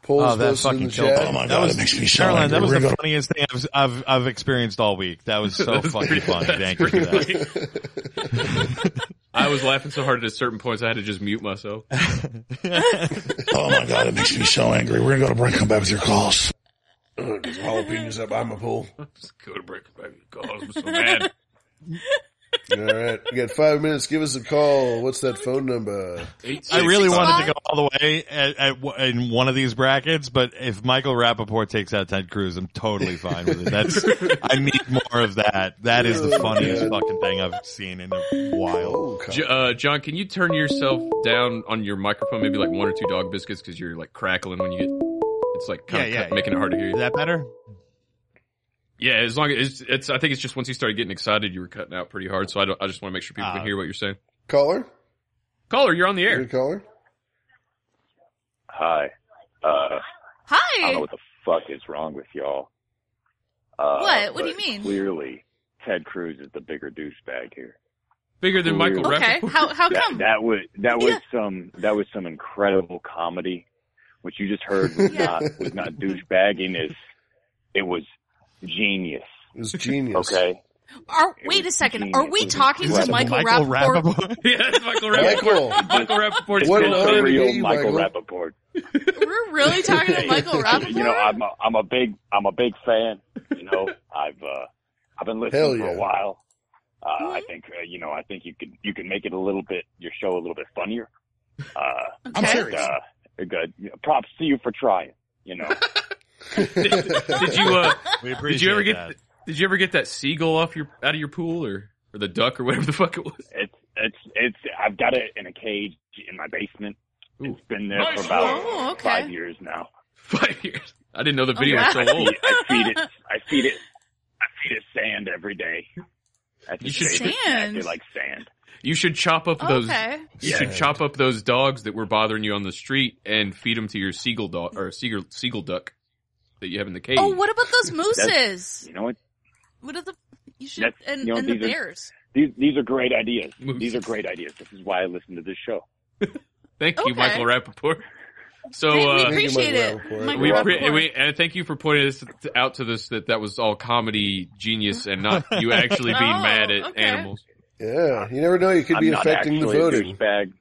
[SPEAKER 4] Polls
[SPEAKER 6] that
[SPEAKER 4] posted in
[SPEAKER 6] fucking Oh
[SPEAKER 4] the
[SPEAKER 6] killed.
[SPEAKER 4] chat.
[SPEAKER 6] me.
[SPEAKER 12] God, it makes me so
[SPEAKER 6] Caroline,
[SPEAKER 12] angry.
[SPEAKER 6] that was
[SPEAKER 12] We're
[SPEAKER 6] the
[SPEAKER 12] gonna-
[SPEAKER 6] funniest thing I've, I've I've experienced all week. That was so
[SPEAKER 2] That's
[SPEAKER 6] fucking
[SPEAKER 2] pretty-
[SPEAKER 6] funny.
[SPEAKER 2] that's
[SPEAKER 6] Thank you for
[SPEAKER 2] pretty
[SPEAKER 6] that.
[SPEAKER 2] I was laughing so hard at certain points I had to just mute myself.
[SPEAKER 12] Oh my god, it makes me so angry. We're gonna go to break. Come back with your calls.
[SPEAKER 4] Ugh, there's jalapenos up by my pool.
[SPEAKER 2] Go to break back calls. I'm so mad.
[SPEAKER 4] All right. We got five minutes. Give us a call. What's that phone number?
[SPEAKER 6] I really wanted to go all the way at, at, w- in one of these brackets, but if Michael Rappaport takes out Ted Cruz, I'm totally fine with it. That's I need more of that. That is the funniest fucking thing I've seen in a while.
[SPEAKER 2] J- uh, John, can you turn yourself down on your microphone? Maybe like one or two dog biscuits because you're like crackling when you get. It's like kind of
[SPEAKER 6] Yeah, yeah,
[SPEAKER 2] making it hard to hear you.
[SPEAKER 6] Is that better?
[SPEAKER 2] Yeah, as long as it's, it's, I think it's just once you started getting excited, you were cutting out pretty hard. So I, don't, I just want to make sure people
[SPEAKER 6] Ah.
[SPEAKER 2] can hear what you're saying.
[SPEAKER 4] Caller?
[SPEAKER 2] Caller, you're on the air.
[SPEAKER 4] Caller?
[SPEAKER 34] Hi. Uh, I don't know
[SPEAKER 5] Hi.
[SPEAKER 34] what the fuck is wrong with y'all. Uh,
[SPEAKER 5] What? What do you
[SPEAKER 34] but
[SPEAKER 5] mean?
[SPEAKER 34] Clearly, Ted Cruz is the bigger douchebag here.
[SPEAKER 2] Bigger than Michael
[SPEAKER 34] Clearly.
[SPEAKER 2] Rappaport.
[SPEAKER 5] Okay. How how
[SPEAKER 34] that,
[SPEAKER 5] come?
[SPEAKER 34] That was that was some that was some incredible comedy. What you just heard was not was not douchebagging. Is it was genius.
[SPEAKER 4] It was genius.
[SPEAKER 34] Okay.
[SPEAKER 5] Are wait a second. Are we talking to Michael, Rappaport?
[SPEAKER 2] yeah, Michael Rappaport. Michael Rappaport.
[SPEAKER 34] What the real Michael Rappaport.
[SPEAKER 5] We're really talking to Michael Rappaport. Oh,
[SPEAKER 34] You know, I'm a, I'm a big I'm a big fan. You know, I've uh, I've been listening
[SPEAKER 4] Hell
[SPEAKER 34] for
[SPEAKER 4] yeah.
[SPEAKER 34] a while. Uh, I think uh, you know I think you can you can make it a little bit your show a little bit funnier. Uh,
[SPEAKER 31] I'm serious.
[SPEAKER 34] Uh, good. You know, props to you for trying. You know,
[SPEAKER 2] Did you uh?
[SPEAKER 6] We
[SPEAKER 2] did you ever get? Did you ever get that seagull off your out of your pool or or the duck or whatever the fuck it was?
[SPEAKER 34] it's it's it's I've got it in a cage in my basement. It's been there
[SPEAKER 2] Nice
[SPEAKER 34] for about
[SPEAKER 2] one. Oh, okay.
[SPEAKER 34] five years now.
[SPEAKER 2] I didn't know the video was so
[SPEAKER 34] I
[SPEAKER 2] old.
[SPEAKER 34] feed- I feed it. I feed it. I feed it sand every day. That's
[SPEAKER 2] You should-
[SPEAKER 34] sand.
[SPEAKER 2] Sand?
[SPEAKER 34] like sand.
[SPEAKER 2] You should chop up those.
[SPEAKER 34] Okay.
[SPEAKER 2] You
[SPEAKER 34] Yeah.
[SPEAKER 2] should chop up those dogs that were bothering you on the street and feed them to your seagull dog or seagull seagull duck that you have in the cage.
[SPEAKER 5] Oh, what about those mooses?
[SPEAKER 34] You know what?
[SPEAKER 5] What are the you should
[SPEAKER 34] That's-
[SPEAKER 5] and,
[SPEAKER 34] you know,
[SPEAKER 5] and the
[SPEAKER 34] these are-
[SPEAKER 5] bears?
[SPEAKER 34] These these are great ideas. These are great ideas. This is why I listen to this show.
[SPEAKER 2] Thank you,
[SPEAKER 5] Okay.
[SPEAKER 2] Michael Rappaport. So
[SPEAKER 5] Great, we
[SPEAKER 2] uh,
[SPEAKER 5] appreciate Thank you, Michael it. Rappaport. Michael
[SPEAKER 2] We appre-
[SPEAKER 5] Rappaport.
[SPEAKER 2] and we- and thank you for pointing this t- out to this that that was all comedy genius and not you actually being
[SPEAKER 4] Oh,
[SPEAKER 2] mad at
[SPEAKER 4] okay.
[SPEAKER 2] animals.
[SPEAKER 4] Yeah, you never know. You could
[SPEAKER 34] I'm
[SPEAKER 4] be
[SPEAKER 34] not
[SPEAKER 4] affecting the
[SPEAKER 34] actually a
[SPEAKER 4] voting.
[SPEAKER 34] douchebag.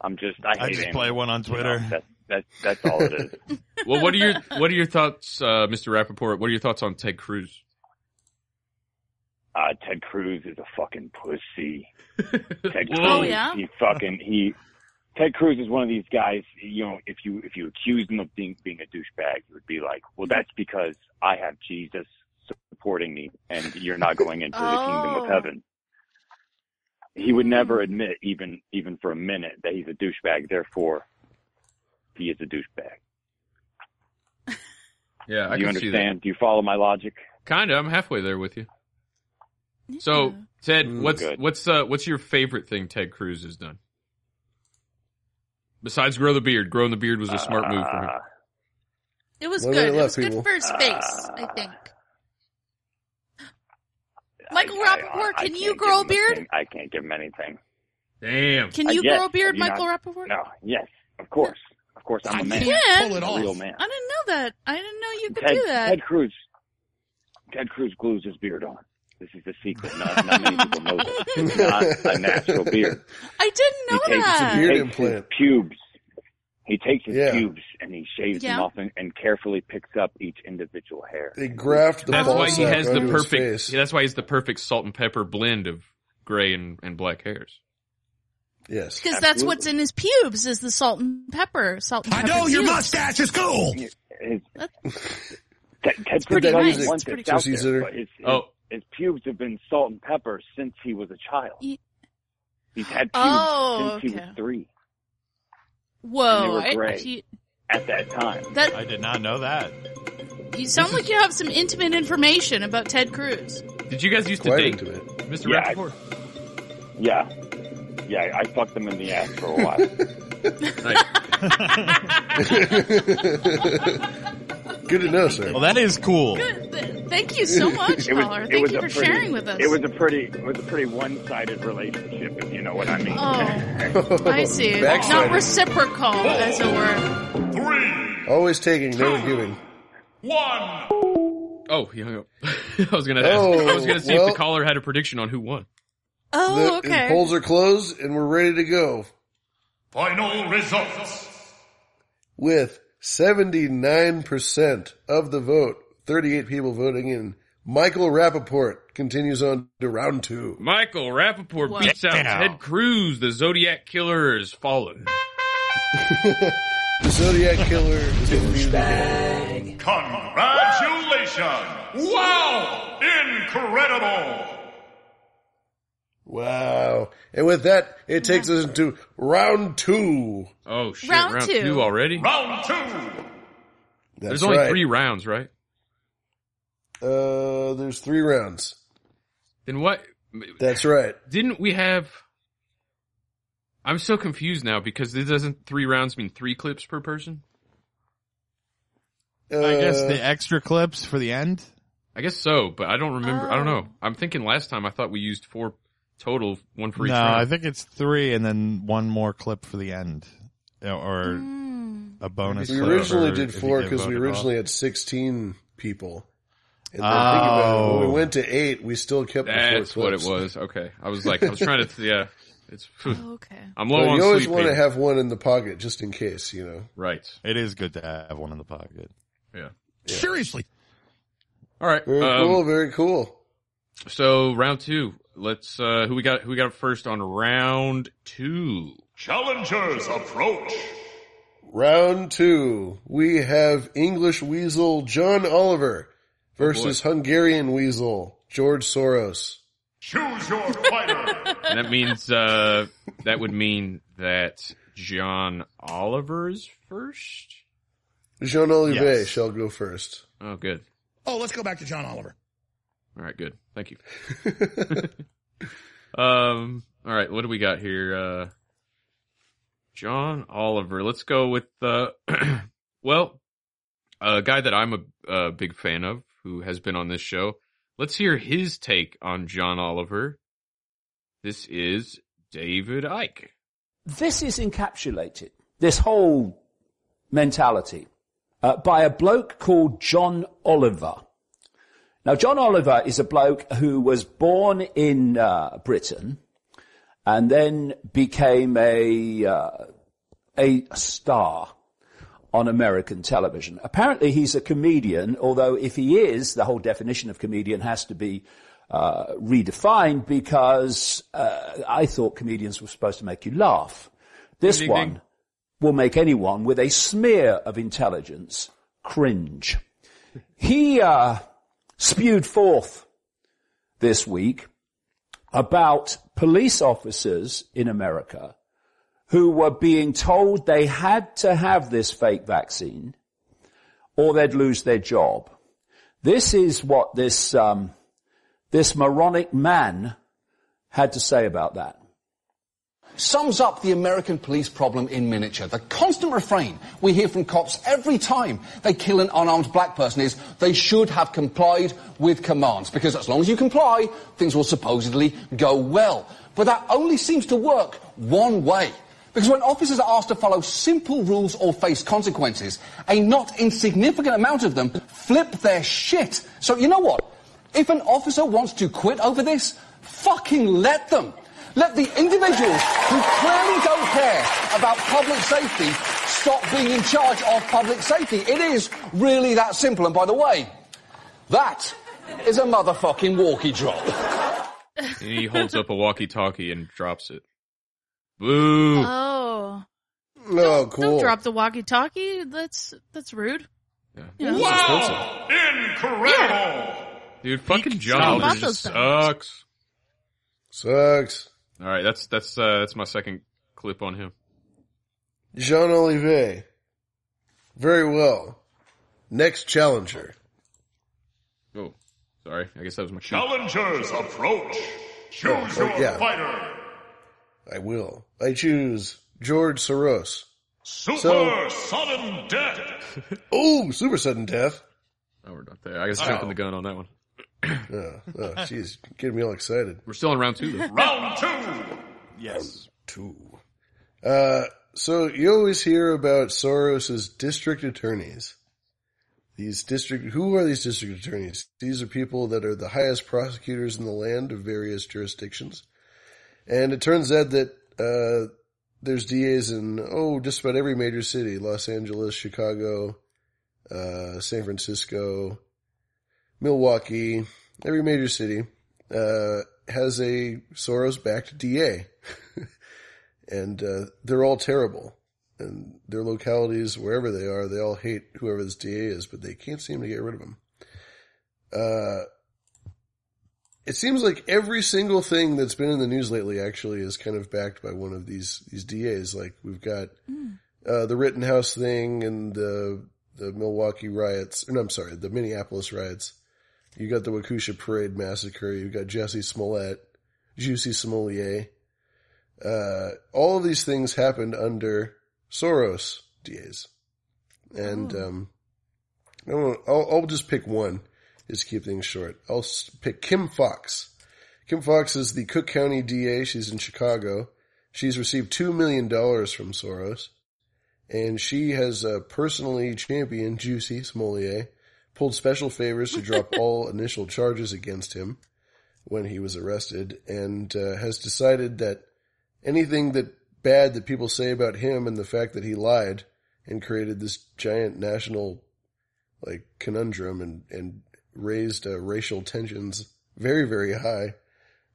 [SPEAKER 34] I'm just. I,
[SPEAKER 6] I
[SPEAKER 34] hate
[SPEAKER 6] just
[SPEAKER 34] animals.
[SPEAKER 6] play one on Twitter.
[SPEAKER 34] That's that's that's all it is.
[SPEAKER 2] Well, what are your what are your thoughts, uh, Mr. Rappaport? What are your thoughts on Ted Cruz?
[SPEAKER 34] Uh, Ted Cruz is a fucking pussy. Ted Cruz,
[SPEAKER 2] Oh, yeah?
[SPEAKER 34] he fucking he. Ted Cruz is one of these guys. You know, if you if you accused him of being being a douchebag, you would be like, well, that's because I have Jesus supporting me, and you're not going into the kingdom
[SPEAKER 5] Oh.
[SPEAKER 34] of heaven. He would
[SPEAKER 2] Hmm.
[SPEAKER 34] never admit, even even for a minute, that he's a douchebag. Therefore, he is a douchebag.
[SPEAKER 2] Yeah, I
[SPEAKER 34] Do you
[SPEAKER 2] can see that.
[SPEAKER 34] understand? Do you follow my logic?
[SPEAKER 2] Kind of. I'm halfway there with you. So, Ted, what's
[SPEAKER 34] good.
[SPEAKER 2] what's uh, what's your favorite thing Ted Cruz has done? Besides grow the beard, growing the beard was a smart move for him.
[SPEAKER 5] It was
[SPEAKER 2] Well,
[SPEAKER 5] good.
[SPEAKER 2] they
[SPEAKER 5] It
[SPEAKER 2] love
[SPEAKER 5] was
[SPEAKER 2] people.
[SPEAKER 5] good for space,
[SPEAKER 34] Ah,
[SPEAKER 5] I think. Michael Rappaport,
[SPEAKER 34] I
[SPEAKER 5] can you
[SPEAKER 34] can't
[SPEAKER 5] grow a
[SPEAKER 34] give him
[SPEAKER 5] beard?
[SPEAKER 34] thing. I can't give him anything.
[SPEAKER 2] Damn.
[SPEAKER 5] Can
[SPEAKER 34] Uh,
[SPEAKER 5] you
[SPEAKER 34] yes.
[SPEAKER 5] grow a beard,
[SPEAKER 34] Have you
[SPEAKER 5] Michael
[SPEAKER 34] not-
[SPEAKER 5] Rappaport?
[SPEAKER 34] No. Yes. Of course. Of course, I'm a man.
[SPEAKER 5] can.
[SPEAKER 34] I'm a real man.
[SPEAKER 5] I didn't know that. I didn't know you could
[SPEAKER 34] Ted,
[SPEAKER 5] do that.
[SPEAKER 34] Ted Cruz. Ted Cruz glues his beard on. This is the secret. Not, not many people know this. It's not a natural beard.
[SPEAKER 5] I didn't know that.
[SPEAKER 34] he takes his pubes. He takes his pubes and he shaves
[SPEAKER 5] Yeah.
[SPEAKER 34] them off and, and carefully picks up each individual hair.
[SPEAKER 4] They graft the
[SPEAKER 2] that's why
[SPEAKER 4] ball
[SPEAKER 2] he
[SPEAKER 4] sack
[SPEAKER 2] has the
[SPEAKER 4] onto his
[SPEAKER 2] perfect. yeah, that's why he's the perfect salt and pepper blend of gray and, and black hairs.
[SPEAKER 4] Yes,
[SPEAKER 5] Because that's what's in his pubes is the salt and pepper. Salt and
[SPEAKER 31] I
[SPEAKER 5] pepper.
[SPEAKER 31] know your
[SPEAKER 5] pubes.
[SPEAKER 31] mustache is cool.
[SPEAKER 34] Ted, Ted Cruz
[SPEAKER 5] pretty nice.
[SPEAKER 34] doesn't
[SPEAKER 5] It's
[SPEAKER 34] want this
[SPEAKER 5] pretty
[SPEAKER 34] out
[SPEAKER 5] cool.
[SPEAKER 34] there, but his, his,
[SPEAKER 2] Oh.
[SPEAKER 34] his pubes have been salt and pepper since he was a child. He's had pubes
[SPEAKER 5] Oh,
[SPEAKER 34] since he
[SPEAKER 5] okay.
[SPEAKER 34] was three
[SPEAKER 5] Whoa.
[SPEAKER 34] And they were
[SPEAKER 5] I-
[SPEAKER 34] gray.
[SPEAKER 5] you,
[SPEAKER 34] at that time.
[SPEAKER 5] That-
[SPEAKER 6] I did not know that.
[SPEAKER 5] you sound like you have some intimate information about Ted Cruz.
[SPEAKER 2] Did you guys used
[SPEAKER 34] Quite
[SPEAKER 2] to date,
[SPEAKER 34] into
[SPEAKER 2] Mr.
[SPEAKER 34] Yeah, I-
[SPEAKER 2] Rappaport?
[SPEAKER 34] Yeah. Yeah, I fucked them in the ass for a while.
[SPEAKER 4] Good to know, sir.
[SPEAKER 6] Well, that is cool.
[SPEAKER 5] Thank you so much,
[SPEAKER 34] It was-
[SPEAKER 5] caller.
[SPEAKER 34] it
[SPEAKER 5] Thank
[SPEAKER 34] was
[SPEAKER 5] you
[SPEAKER 34] a
[SPEAKER 5] for
[SPEAKER 34] pretty-
[SPEAKER 5] sharing with us.
[SPEAKER 34] It was a pretty, it was a pretty one-sided relationship, if you know what I mean.
[SPEAKER 5] Oh, I see. Not
[SPEAKER 4] Backsliding.
[SPEAKER 5] reciprocal, as it were.
[SPEAKER 4] Always taking, never giving.
[SPEAKER 2] One. Oh, he hung up. I was gonna ask.
[SPEAKER 4] Oh,
[SPEAKER 2] I was gonna see if
[SPEAKER 4] well-
[SPEAKER 2] the caller had a prediction on who won.
[SPEAKER 4] The-
[SPEAKER 5] Oh,
[SPEAKER 4] the
[SPEAKER 5] okay.
[SPEAKER 4] polls are closed, and we're ready to go
[SPEAKER 16] Final results.
[SPEAKER 4] with seventy-nine percent of the vote. Thirty-eight people voting in. Michael Rappaport continues on to round two.
[SPEAKER 2] Michael Rappaport beats out
[SPEAKER 4] Wow.
[SPEAKER 2] Ted Cruz. The Zodiac Killer is fallen.
[SPEAKER 4] The Zodiac Killer is going to be the
[SPEAKER 16] Congratulations! Wow! Incredible!
[SPEAKER 4] Wow. And with that, it takes us into round two.
[SPEAKER 2] Oh shit!
[SPEAKER 16] Round
[SPEAKER 2] Round,
[SPEAKER 16] two.
[SPEAKER 2] two. already.
[SPEAKER 16] Round two!
[SPEAKER 2] There's
[SPEAKER 4] That's
[SPEAKER 2] only
[SPEAKER 4] right.
[SPEAKER 2] three rounds, right?
[SPEAKER 4] Uh, there's three rounds.
[SPEAKER 2] Then what?
[SPEAKER 4] That's right.
[SPEAKER 2] Didn't we have? I'm so confused now because this doesn't three rounds mean three clips per person?
[SPEAKER 4] Uh,
[SPEAKER 6] I guess the extra clips for the end.
[SPEAKER 2] I guess so, but I don't remember. I don't know. I'm thinking last time I thought we used four total, one for each
[SPEAKER 6] no,
[SPEAKER 2] round.
[SPEAKER 6] I think it's three, and then one more clip for the end, Yeah, or a bonus.
[SPEAKER 4] Hmm. We
[SPEAKER 6] clip
[SPEAKER 4] originally
[SPEAKER 6] for
[SPEAKER 4] did
[SPEAKER 6] if you
[SPEAKER 4] four
[SPEAKER 6] get
[SPEAKER 4] because we
[SPEAKER 6] voted off.
[SPEAKER 4] originally had 16 people. And then think about it, when we
[SPEAKER 6] Oh.
[SPEAKER 4] went to eight, we still kept the four
[SPEAKER 2] That's what it
[SPEAKER 4] clips.
[SPEAKER 2] was. Okay. I was like, I was trying to, yeah. It's,
[SPEAKER 5] okay.
[SPEAKER 2] I'm
[SPEAKER 4] But
[SPEAKER 2] low on
[SPEAKER 4] you always
[SPEAKER 2] sleep.
[SPEAKER 4] want to
[SPEAKER 2] Peter.
[SPEAKER 4] have one in the pocket just in case, you know.
[SPEAKER 2] Right.
[SPEAKER 6] It is good to have one in the pocket.
[SPEAKER 2] Yeah.
[SPEAKER 12] Seriously.
[SPEAKER 2] All right.
[SPEAKER 4] Very
[SPEAKER 2] um,
[SPEAKER 4] cool. Very cool.
[SPEAKER 2] So round two. Let's, uh, who we got, who we got first on round two?
[SPEAKER 16] Challengers approach.
[SPEAKER 4] Round two. We have English Weasel John Oliver
[SPEAKER 2] Oh,
[SPEAKER 4] versus Hungarian Weasel George Soros.
[SPEAKER 16] Choose your fighter.
[SPEAKER 2] And that means, uh, that would mean that John Oliver's first?
[SPEAKER 4] Jean Olivet
[SPEAKER 2] Yes.
[SPEAKER 4] shall go first.
[SPEAKER 2] Oh, good.
[SPEAKER 12] Oh, let's go back to John Oliver.
[SPEAKER 2] All right, good. Thank you. um, all right, what do we got here? Uh, John Oliver. Let's go with uh, well, a guy that I'm a, a big fan of who has been on this show. Let's hear his take on John Oliver. This is David Icke.
[SPEAKER 35] This is encapsulated, this whole mentality, uh, by a bloke called John Oliver. Now, John Oliver is a bloke who was born in uh, Britain and then became a, uh, a star on American television. Apparently, he's a comedian, although if he is, the whole definition of comedian has to be uh, redefined because uh, I thought comedians were supposed to make you laugh. This
[SPEAKER 36] Ding, ding,
[SPEAKER 35] one
[SPEAKER 36] ding.
[SPEAKER 35] will make anyone with a smear of intelligence cringe. He uh, spewed forth this week about police officers in America who were being told they had to have this fake vaccine or they'd lose their job. This is what this, um, this moronic man had to say about that.
[SPEAKER 37] sums up the American police problem in miniature. The constant refrain we hear from cops every time they kill an unarmed black person is they should have complied with commands because as long as you comply, things will supposedly go well. But that only seems to work one way. Because when officers are asked to follow simple rules or face consequences, a not insignificant amount of them flip their shit. So you know what? If an officer wants to quit over this, fucking let them. Let the individuals who clearly don't care about public safety stop being in charge of public safety. It is really that simple. And by the way, that is a motherfucking walkie drop.
[SPEAKER 2] And he holds up a walkie-talkie and drops it. Boo!
[SPEAKER 5] Oh.
[SPEAKER 4] Oh,
[SPEAKER 5] Don't drop the walkie-talkie. That's that's rude. You know?
[SPEAKER 16] Wow! Incredible!
[SPEAKER 2] Dude, fucking John
[SPEAKER 5] something
[SPEAKER 2] Oliver
[SPEAKER 5] about
[SPEAKER 2] just
[SPEAKER 5] those
[SPEAKER 2] sucks.
[SPEAKER 4] Sucks.
[SPEAKER 2] All right, that's that's uh, that's my second clip on him.
[SPEAKER 4] Jean Olivet. Very well. Next challenger.
[SPEAKER 2] Oh, sorry. I guess that was my cue.
[SPEAKER 16] Challengers approach. Choose
[SPEAKER 4] Oh,
[SPEAKER 16] your
[SPEAKER 4] yeah.
[SPEAKER 16] fighter.
[SPEAKER 4] I will. I choose George Soros.
[SPEAKER 16] Super sudden death.
[SPEAKER 4] oh, super sudden death.
[SPEAKER 2] Oh, we're not there. I guess jumping the gun on that one.
[SPEAKER 4] Oh, oh, jeez, getting me all excited.
[SPEAKER 2] We're still on round two. Though.
[SPEAKER 16] Round two.
[SPEAKER 6] Yes.
[SPEAKER 4] Two. Uh, so you always hear about Soros's district attorneys. These district, who are these district attorneys? These are people that are the highest prosecutors in the land of various jurisdictions. And it turns out that, uh, there's DAs in, oh, just about every major city, Los Angeles, Chicago, uh, San Francisco, Milwaukee, every major city, uh, has a Soros-backed DA and uh, they're all terrible. And their localities, wherever they are, they all hate whoever this DA is, but they can't seem to get rid of him. Uh, it seems like every single thing that's been in the news lately actually is kind of backed by one of these these DAs. Like we've got uh, the Rittenhouse thing and the the Milwaukee riots. No, I'm sorry, the Minneapolis riots. You got the Wakusha Parade massacre. You've got Jesse Smollett, Juicy Smollett. Uh, all of these things happened under Soros DAs. And, um, I won't- I'll, I'll just pick one just to keep things short. I'll s- pick Kim Fox. Kim Fox is the Cook County DA. She's in Chicago. She's received $2 million from Soros. And she has uh, personally championed Juicy Smollier, pulled special favors to drop all initial charges against him when he was arrested, and uh, has decided that anything that bad that people say about him and the fact that he lied and created this giant national like conundrum and and raised uh, racial tensions very very high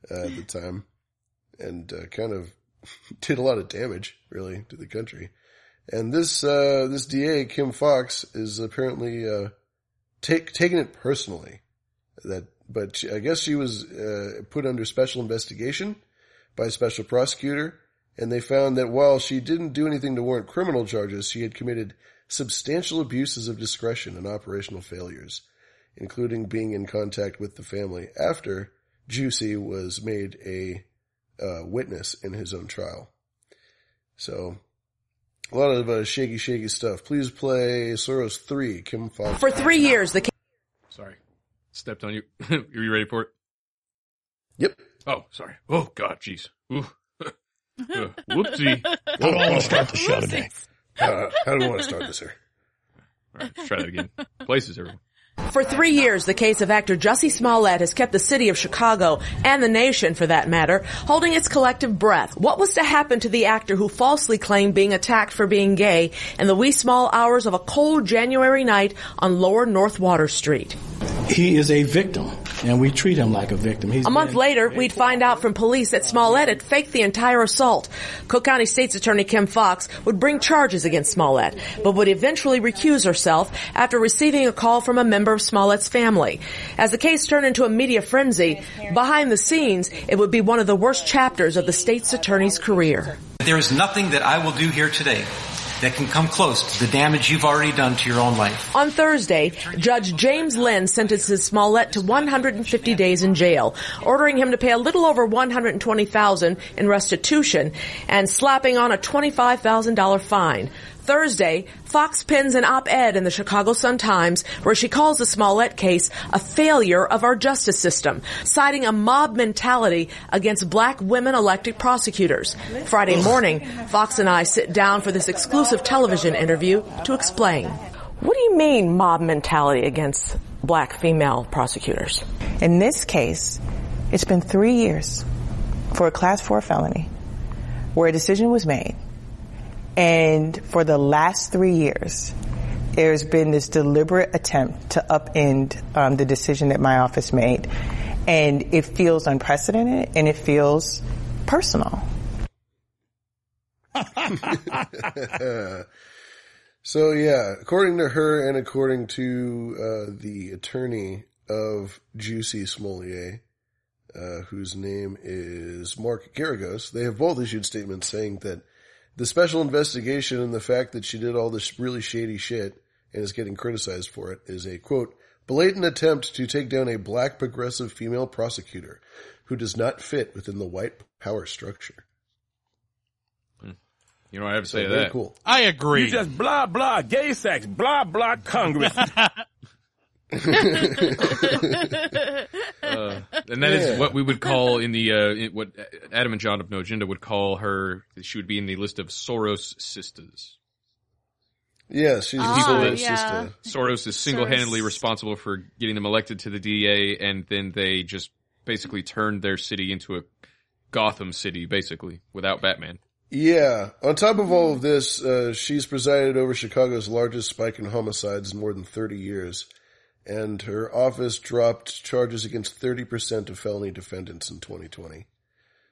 [SPEAKER 4] uh, at the time, and uh, kind of did a lot of damage really to the country. And this uh, this DA Kim Fox is apparently uh, take, taking it personally that, but she, I guess she was uh, put under special investigation by a special prosecutor, and they found that while she didn't do anything to warrant criminal charges, she had committed substantial abuses of discretion and operational failures, including being in contact with the family after Juicy was made a uh, witness in his own trial. So, a lot of uh, shaky, shaky stuff. Please play Soros 3, Kim Fox.
[SPEAKER 38] For three years, the
[SPEAKER 2] Sorry. Stepped on you. Are you ready for it?
[SPEAKER 4] Yep.
[SPEAKER 2] Oh, sorry. Oh, God, jeez. Ooh. Uh, whoopsie.
[SPEAKER 16] I don't want to start the show today.
[SPEAKER 4] Uh, I don't want to start this here.
[SPEAKER 2] All right, let's try that again. Places, everyone.
[SPEAKER 38] For three years, the case of actor Jussie Smollett has kept the city of Chicago, and the nation for that matter, holding its collective breath. What was to happen to the actor who falsely claimed being attacked for being gay in the wee small hours of a cold January night on Lower North Water Street?
[SPEAKER 30] He is a victim, and we treat him like a victim. He's
[SPEAKER 38] a month later, we'd find out from police that Smollett had faked the entire assault. Cook County State's Attorney Kim Fox would bring charges against Smollett, but would eventually recuse herself after receiving a call from a member of Smollett's family. As the case turned into a media frenzy, behind the scenes, it would be one of the worst chapters of the state's attorney's career.
[SPEAKER 39] There is nothing that I will do here today that can come close to the damage you've already done to your own life.
[SPEAKER 38] On Thursday, Judge James Lynn sentences Smollett to 150 days in jail, ordering him to pay a little over 120,000 in restitution and slapping on a $25,000 fine. Thursday, Fox pins an op-ed in the Chicago Sun-Times where she calls the Smollett case a failure of our justice system, citing a mob mentality against black women elected prosecutors. Friday morning, Fox and I sit down for this exclusive television interview to explain. What do you mean mob mentality against black female prosecutors?
[SPEAKER 40] In this case, it's been three years for a class four felony where a decision was made. And for the last three years, there's been this deliberate attempt to upend um, the decision that my office made. And it feels unprecedented and it feels personal.
[SPEAKER 4] so yeah, according to her and according to uh, the attorney of Juicy Smollier, uh, whose name is Mark Garagos, they have both issued statements saying that the special investigation and the fact that she did all this really shady shit and is getting criticized for it is a quote blatant attempt to take down a black progressive female prosecutor who does not fit within the white power structure.
[SPEAKER 2] You know what I have to say to
[SPEAKER 4] Very
[SPEAKER 2] that?
[SPEAKER 4] cool.
[SPEAKER 41] I agree.
[SPEAKER 42] You just blah blah gay sex, blah blah Congress.
[SPEAKER 2] Uh, and that is
[SPEAKER 42] Yeah.
[SPEAKER 2] what we would call in the uh, it- what Adam and John of No Agenda would call her. She would be in the list of Soros sisters.
[SPEAKER 4] Yeah, she's a Soros sister.
[SPEAKER 2] Soros is single-handedly responsible for getting them elected to the DA, and then they just basically turned their city into a Gotham City, basically without Batman.
[SPEAKER 4] Yeah. On top of all of this, uh, she's presided over Chicago's largest spike in homicides in more than 30 years, and her office dropped charges against 30% of felony defendants in 2020.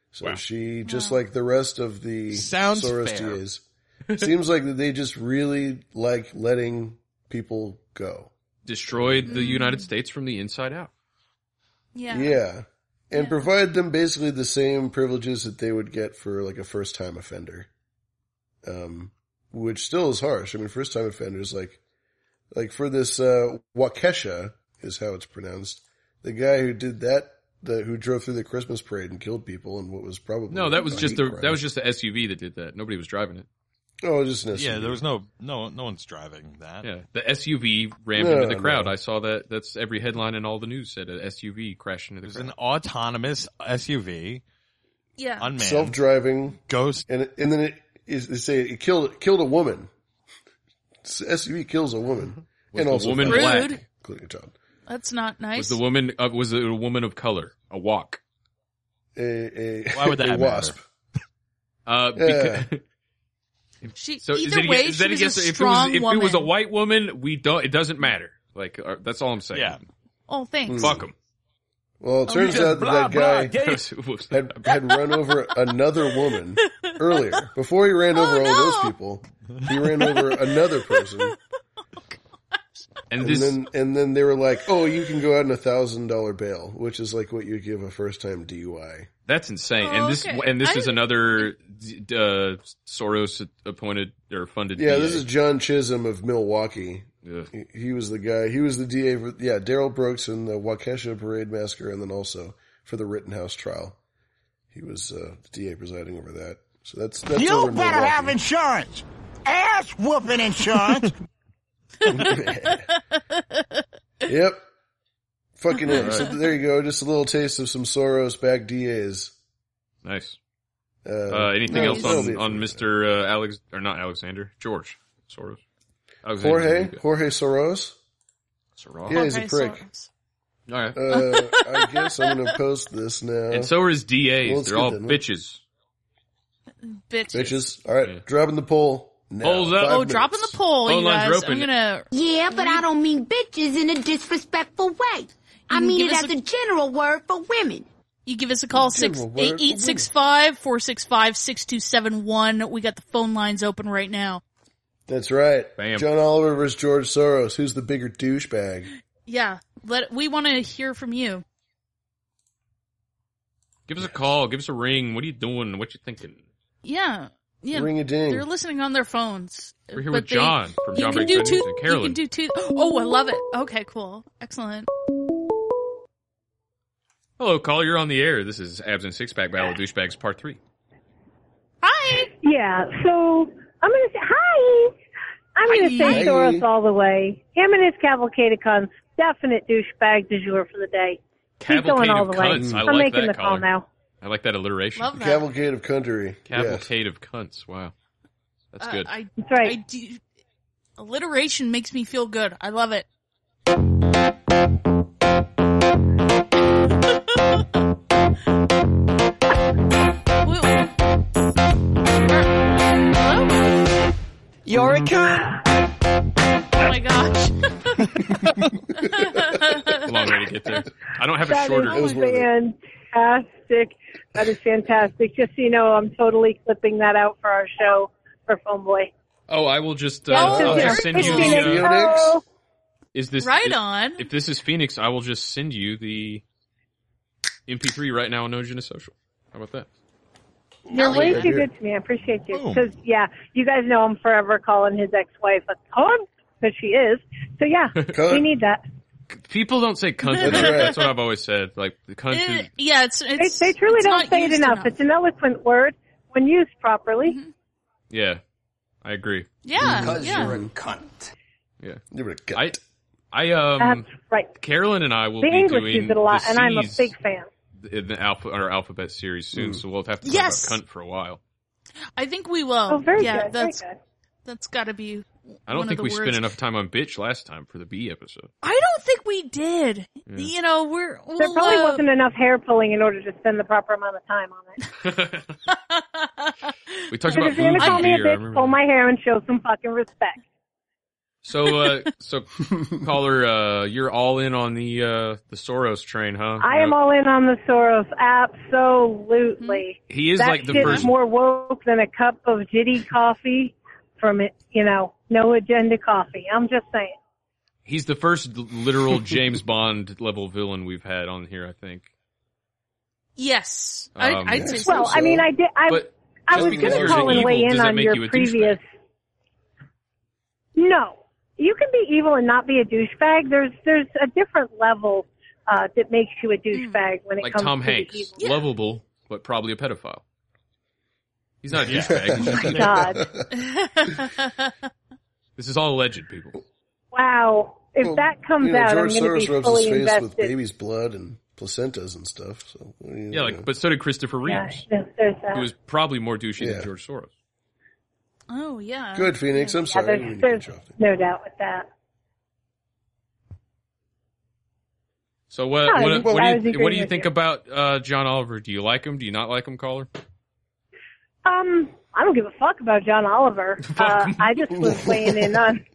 [SPEAKER 4] So she, just like the rest of the
[SPEAKER 41] Sounds
[SPEAKER 4] Soros
[SPEAKER 41] fair.
[SPEAKER 4] DAs, seems like that they just really like letting people go.
[SPEAKER 2] Destroyed the
[SPEAKER 4] Mm.
[SPEAKER 2] United States from the inside out.
[SPEAKER 4] Yeah. And provide them basically the same privileges that they would get for like a first time offender. Um, which still is harsh. I mean, first time offenders, like, like for this, uh, Wakesha is how it's pronounced. The guy who did that that who drove through the Christmas parade and killed people and what was probably
[SPEAKER 2] No, that was
[SPEAKER 4] a
[SPEAKER 2] just
[SPEAKER 4] hate
[SPEAKER 2] the
[SPEAKER 4] crime.
[SPEAKER 2] that was just the SUV that did that. Nobody was driving it.
[SPEAKER 4] oh, it was just an
[SPEAKER 6] Yeah,
[SPEAKER 4] SUV.
[SPEAKER 6] there was no no no one's driving that.
[SPEAKER 2] Yeah, the SUV rammed
[SPEAKER 6] No,
[SPEAKER 2] into the
[SPEAKER 6] no.
[SPEAKER 2] crowd. I saw that. That's every headline in all the news said an SUV crashed into the
[SPEAKER 6] It's
[SPEAKER 2] crowd.
[SPEAKER 6] an autonomous SUV.
[SPEAKER 5] Yeah.
[SPEAKER 6] Unmanned.
[SPEAKER 4] self-driving
[SPEAKER 6] ghost,
[SPEAKER 4] and it- and then it is they say it killed it killed a woman. SUV kills a woman,
[SPEAKER 2] Was
[SPEAKER 4] and
[SPEAKER 2] the
[SPEAKER 4] also
[SPEAKER 2] woman
[SPEAKER 4] found-
[SPEAKER 2] black? Rude.
[SPEAKER 4] including a child.
[SPEAKER 5] That's not nice.
[SPEAKER 2] Was the woman uh, was it a woman of color? A walk.
[SPEAKER 4] A, a
[SPEAKER 2] Why would
[SPEAKER 4] a
[SPEAKER 2] that
[SPEAKER 4] wasp?
[SPEAKER 2] Uh,
[SPEAKER 4] Yeah.
[SPEAKER 2] because,
[SPEAKER 5] she,
[SPEAKER 2] so is
[SPEAKER 5] either
[SPEAKER 2] it, a-
[SPEAKER 5] way,
[SPEAKER 2] is
[SPEAKER 5] she
[SPEAKER 2] that
[SPEAKER 5] was
[SPEAKER 2] guess
[SPEAKER 5] a
[SPEAKER 2] if
[SPEAKER 5] strong
[SPEAKER 2] it was if
[SPEAKER 5] woman.
[SPEAKER 2] it was a white woman, we don't. It doesn't matter. Like uh, that's all I'm saying. Yeah.
[SPEAKER 5] oh, thanks.
[SPEAKER 2] Fuck them.
[SPEAKER 4] Well, it
[SPEAKER 5] Oh,
[SPEAKER 4] turns
[SPEAKER 5] yeah.
[SPEAKER 4] out
[SPEAKER 5] Blah,
[SPEAKER 4] that
[SPEAKER 5] blah,
[SPEAKER 4] that guy
[SPEAKER 5] gay.
[SPEAKER 4] had, had run over another woman earlier. Before he
[SPEAKER 5] Oh,
[SPEAKER 4] ran over all those people, he ran over another person.
[SPEAKER 5] Oh,
[SPEAKER 2] And,
[SPEAKER 4] and
[SPEAKER 2] this-
[SPEAKER 4] then and then they were like, "Oh, you can go out on a thousand dollar bail," which is like what you give a first time DUI.
[SPEAKER 2] That's insane.
[SPEAKER 4] Oh,
[SPEAKER 2] and this
[SPEAKER 4] okay.
[SPEAKER 2] and this
[SPEAKER 4] I-
[SPEAKER 2] is another uh, Soros appointed or funded.
[SPEAKER 4] Yeah,
[SPEAKER 2] DA.
[SPEAKER 4] this is John Chisholm of Milwaukee.
[SPEAKER 2] Yeah.
[SPEAKER 4] He, he was the guy. He was the DA. For, yeah, Daryl Brooks in the Waukesha Parade Massacre, and then also for the Rittenhouse trial. He was uh, the DA presiding over that. So that's that's over
[SPEAKER 7] you
[SPEAKER 4] in
[SPEAKER 7] better
[SPEAKER 4] Milwaukee.
[SPEAKER 7] have insurance. Ass whooping insurance.
[SPEAKER 4] Yep. Fucking it.
[SPEAKER 2] Alright.
[SPEAKER 4] So there you go. Just a little taste of some Soros back DAs.
[SPEAKER 2] nice.
[SPEAKER 4] Uh,
[SPEAKER 2] Uh, anything
[SPEAKER 4] no,
[SPEAKER 2] else
[SPEAKER 4] that'll
[SPEAKER 2] on,
[SPEAKER 4] be-
[SPEAKER 2] on Mr. Uh, Alex or not Alexander George Soros? Alexander
[SPEAKER 4] Jorge?
[SPEAKER 2] Rodriguez.
[SPEAKER 4] Jorge Soros?
[SPEAKER 2] Soros.
[SPEAKER 4] Yeah, he's a
[SPEAKER 2] Jorge
[SPEAKER 4] prick.
[SPEAKER 2] All right.
[SPEAKER 4] Uh, I guess I'm gonna post this now.
[SPEAKER 2] and so are his DAs.
[SPEAKER 4] Well, it's
[SPEAKER 2] They're
[SPEAKER 4] good
[SPEAKER 2] all
[SPEAKER 4] then.
[SPEAKER 2] bitches.
[SPEAKER 5] Bitches.
[SPEAKER 4] Bitches. All right, dropping the poll. Now.
[SPEAKER 2] Polls up.
[SPEAKER 4] Five
[SPEAKER 5] Oh,
[SPEAKER 4] minutes.
[SPEAKER 5] dropping the poll,
[SPEAKER 4] Phone
[SPEAKER 5] you
[SPEAKER 4] lines
[SPEAKER 5] guys.
[SPEAKER 4] are open.
[SPEAKER 5] I'm gonna.
[SPEAKER 8] Yeah, but I don't mean bitches in a disrespectful way. I
[SPEAKER 5] You
[SPEAKER 8] mean
[SPEAKER 5] give
[SPEAKER 8] it
[SPEAKER 5] us
[SPEAKER 8] as a, general word for women.
[SPEAKER 5] You give us a call six
[SPEAKER 8] General word
[SPEAKER 5] eight
[SPEAKER 8] for
[SPEAKER 5] eight six five four six five six two seven one. We got the phone lines open right now.
[SPEAKER 4] That's right.
[SPEAKER 2] Bam.
[SPEAKER 4] John Oliver versus George Soros. Who's the bigger douchebag?
[SPEAKER 5] Yeah, let we want to hear from you.
[SPEAKER 2] Give us a call. Give us a ring. What are you doing? What you thinking?
[SPEAKER 5] Yeah, yeah.
[SPEAKER 4] Ring a ding.
[SPEAKER 5] They're listening on their phones.
[SPEAKER 2] We're here
[SPEAKER 5] But
[SPEAKER 2] with John from
[SPEAKER 5] you
[SPEAKER 2] John
[SPEAKER 5] can
[SPEAKER 2] Big
[SPEAKER 5] do
[SPEAKER 2] Bad
[SPEAKER 5] two-
[SPEAKER 2] News and
[SPEAKER 5] You can
[SPEAKER 2] Carolyn.
[SPEAKER 5] do two. Oh, I love it. Okay, cool, excellent.
[SPEAKER 2] Hello, call. You're on the air. This is Abs and Six Pack Battle of Douchebags Part Three.
[SPEAKER 5] Hi.
[SPEAKER 10] Yeah. So I'm gonna say hi. I'm gonna
[SPEAKER 2] Hi.
[SPEAKER 10] say Soros all the way. Him and his cavalcade of cunts, definite douchebag du jour for the day. He's going
[SPEAKER 2] Cavalcade
[SPEAKER 10] all
[SPEAKER 2] of
[SPEAKER 10] the
[SPEAKER 2] cunts.
[SPEAKER 10] way.
[SPEAKER 2] I
[SPEAKER 10] am
[SPEAKER 2] like
[SPEAKER 10] making
[SPEAKER 2] that
[SPEAKER 10] the call
[SPEAKER 2] caller.
[SPEAKER 10] now.
[SPEAKER 2] I like that alliteration.
[SPEAKER 5] Love that.
[SPEAKER 4] Cavalcade of country. Yes.
[SPEAKER 2] Cavalcade of cunts. Wow, that's
[SPEAKER 5] Uh,
[SPEAKER 2] good.
[SPEAKER 5] I,
[SPEAKER 10] That's right.
[SPEAKER 5] I do, alliteration makes me feel good. I love it.
[SPEAKER 18] You're a
[SPEAKER 43] Mm-hmm.
[SPEAKER 18] cunt.
[SPEAKER 5] Oh my gosh.
[SPEAKER 2] It's a long way to get there. I don't have a
[SPEAKER 10] That
[SPEAKER 2] shorter.
[SPEAKER 10] is fantastic. That is fantastic. Just so you know, I'm totally clipping that out for our show for Filmboy.
[SPEAKER 2] Oh, I will just. Uh,
[SPEAKER 10] Yeah, it's
[SPEAKER 2] I'll
[SPEAKER 10] in
[SPEAKER 2] just
[SPEAKER 10] there.
[SPEAKER 2] send you.
[SPEAKER 10] It's in
[SPEAKER 2] The,
[SPEAKER 10] there.
[SPEAKER 2] uh,
[SPEAKER 10] Oh,
[SPEAKER 2] is this
[SPEAKER 10] Right
[SPEAKER 2] is-
[SPEAKER 10] on.
[SPEAKER 2] If this is Phoenix, I will just send you the MP3 right now on No Gina Social. How about that?
[SPEAKER 10] You're
[SPEAKER 2] Yeah,
[SPEAKER 10] way
[SPEAKER 2] yeah,
[SPEAKER 10] too
[SPEAKER 2] yeah.
[SPEAKER 10] good to me. I appreciate you. Because, yeah, you guys know I'm forever calling his ex-wife a cunt, because she is. So, yeah, we need that.
[SPEAKER 2] People don't say cunt.
[SPEAKER 10] That's
[SPEAKER 2] enough.
[SPEAKER 10] right.
[SPEAKER 2] That's what I've always said. Like the cunt is
[SPEAKER 5] yeah, it's, it's
[SPEAKER 10] they, they truly
[SPEAKER 5] it's
[SPEAKER 10] don't
[SPEAKER 5] not
[SPEAKER 10] say it
[SPEAKER 5] used Mm-hmm.
[SPEAKER 10] enough. It's an eloquent word when used properly.
[SPEAKER 2] Yeah, I agree.
[SPEAKER 5] Yeah, Because yeah. you're a
[SPEAKER 10] cunt.
[SPEAKER 2] Yeah,
[SPEAKER 4] you're a
[SPEAKER 2] cunt. I, I um,
[SPEAKER 10] That's right.
[SPEAKER 2] Carolyn and I will
[SPEAKER 10] the
[SPEAKER 2] be
[SPEAKER 10] English
[SPEAKER 2] doing
[SPEAKER 10] use it a lot,
[SPEAKER 2] the
[SPEAKER 10] and I'm a
[SPEAKER 2] Cs
[SPEAKER 10] big fan.
[SPEAKER 2] in the alpha our alphabet series soon, so we'll have to talk
[SPEAKER 5] Yes.
[SPEAKER 2] about cunt for a while.
[SPEAKER 5] I think we will.
[SPEAKER 10] Oh, very
[SPEAKER 5] yeah,
[SPEAKER 10] good, very
[SPEAKER 5] That's that's got to be.
[SPEAKER 2] I don't
[SPEAKER 5] one
[SPEAKER 2] think
[SPEAKER 5] of
[SPEAKER 2] we
[SPEAKER 5] the
[SPEAKER 2] spent
[SPEAKER 5] words.
[SPEAKER 2] enough time on bitch last time for the B episode.
[SPEAKER 5] I don't think we did.
[SPEAKER 2] Yeah.
[SPEAKER 5] You know, we're we'll,
[SPEAKER 10] there probably
[SPEAKER 5] uh,
[SPEAKER 10] wasn't enough hair pulling in order to spend the proper amount of time on it.
[SPEAKER 2] We talked
[SPEAKER 10] But
[SPEAKER 2] about
[SPEAKER 10] if you're gonna
[SPEAKER 2] boobs
[SPEAKER 10] call
[SPEAKER 2] and
[SPEAKER 10] me a
[SPEAKER 2] beer. I
[SPEAKER 10] bitch, pull
[SPEAKER 2] remember.
[SPEAKER 10] my hair and show some fucking respect.
[SPEAKER 2] So, uh, so caller, uh, you're all in on the uh, the Soros train, huh?
[SPEAKER 10] I am all in on the Soros, absolutely.
[SPEAKER 2] He is
[SPEAKER 10] that
[SPEAKER 2] like the
[SPEAKER 10] shit's
[SPEAKER 2] first-
[SPEAKER 10] more woke than a cup of jitty coffee from it, you know, no agenda coffee. I'm just saying.
[SPEAKER 2] He's the first literal James Bond level villain we've had on here. I think.
[SPEAKER 5] yes.
[SPEAKER 2] Um,
[SPEAKER 5] I, I'd say so.
[SPEAKER 10] Well, I mean, I did. I,
[SPEAKER 2] But
[SPEAKER 10] I
[SPEAKER 2] just
[SPEAKER 10] was going
[SPEAKER 2] because
[SPEAKER 10] to
[SPEAKER 2] you're
[SPEAKER 10] call and
[SPEAKER 2] evil,
[SPEAKER 10] weigh
[SPEAKER 2] does
[SPEAKER 10] in
[SPEAKER 2] that
[SPEAKER 10] on
[SPEAKER 2] make you
[SPEAKER 10] your
[SPEAKER 2] a douchebag?
[SPEAKER 10] previous. No, you can be evil and not be a douchebag. There's there's a different level uh, that makes you a douchebag when it
[SPEAKER 2] Mm. Like
[SPEAKER 10] comes
[SPEAKER 2] Tom
[SPEAKER 10] to the
[SPEAKER 2] Hanks,
[SPEAKER 10] evil.
[SPEAKER 2] lovable but probably a pedophile. He's not
[SPEAKER 10] Oh
[SPEAKER 2] a douchebag.
[SPEAKER 10] God.
[SPEAKER 2] This is all alleged, people.
[SPEAKER 10] wow. If that comes
[SPEAKER 4] you know,
[SPEAKER 10] out,
[SPEAKER 4] George
[SPEAKER 10] I'm going
[SPEAKER 4] Soros
[SPEAKER 10] to be
[SPEAKER 4] rubs
[SPEAKER 10] fully
[SPEAKER 4] his face
[SPEAKER 10] invested.
[SPEAKER 4] with baby's blood and placentas and stuff. So what do you
[SPEAKER 2] Yeah,
[SPEAKER 4] know?
[SPEAKER 2] like, but so did Christopher
[SPEAKER 10] Yeah,
[SPEAKER 2] Reeves,
[SPEAKER 10] there's- there's that.
[SPEAKER 2] who was probably more douchey than George Soros.
[SPEAKER 5] Oh yeah.
[SPEAKER 4] Good, Phoenix. I'm
[SPEAKER 10] Yeah,
[SPEAKER 4] sorry. I didn't mean
[SPEAKER 10] there's,
[SPEAKER 4] to
[SPEAKER 10] there's no doubt with that.
[SPEAKER 2] So what?
[SPEAKER 10] Yeah, I
[SPEAKER 2] what,
[SPEAKER 10] was-
[SPEAKER 2] what
[SPEAKER 10] I was
[SPEAKER 2] do you,
[SPEAKER 10] agreeing
[SPEAKER 2] what do you
[SPEAKER 10] with
[SPEAKER 2] think
[SPEAKER 10] you.
[SPEAKER 2] about uh, John Oliver? Do you like him? Do you not like him, caller?
[SPEAKER 10] Um, I don't give a fuck about John Oliver. Uh, I just was weighing in on.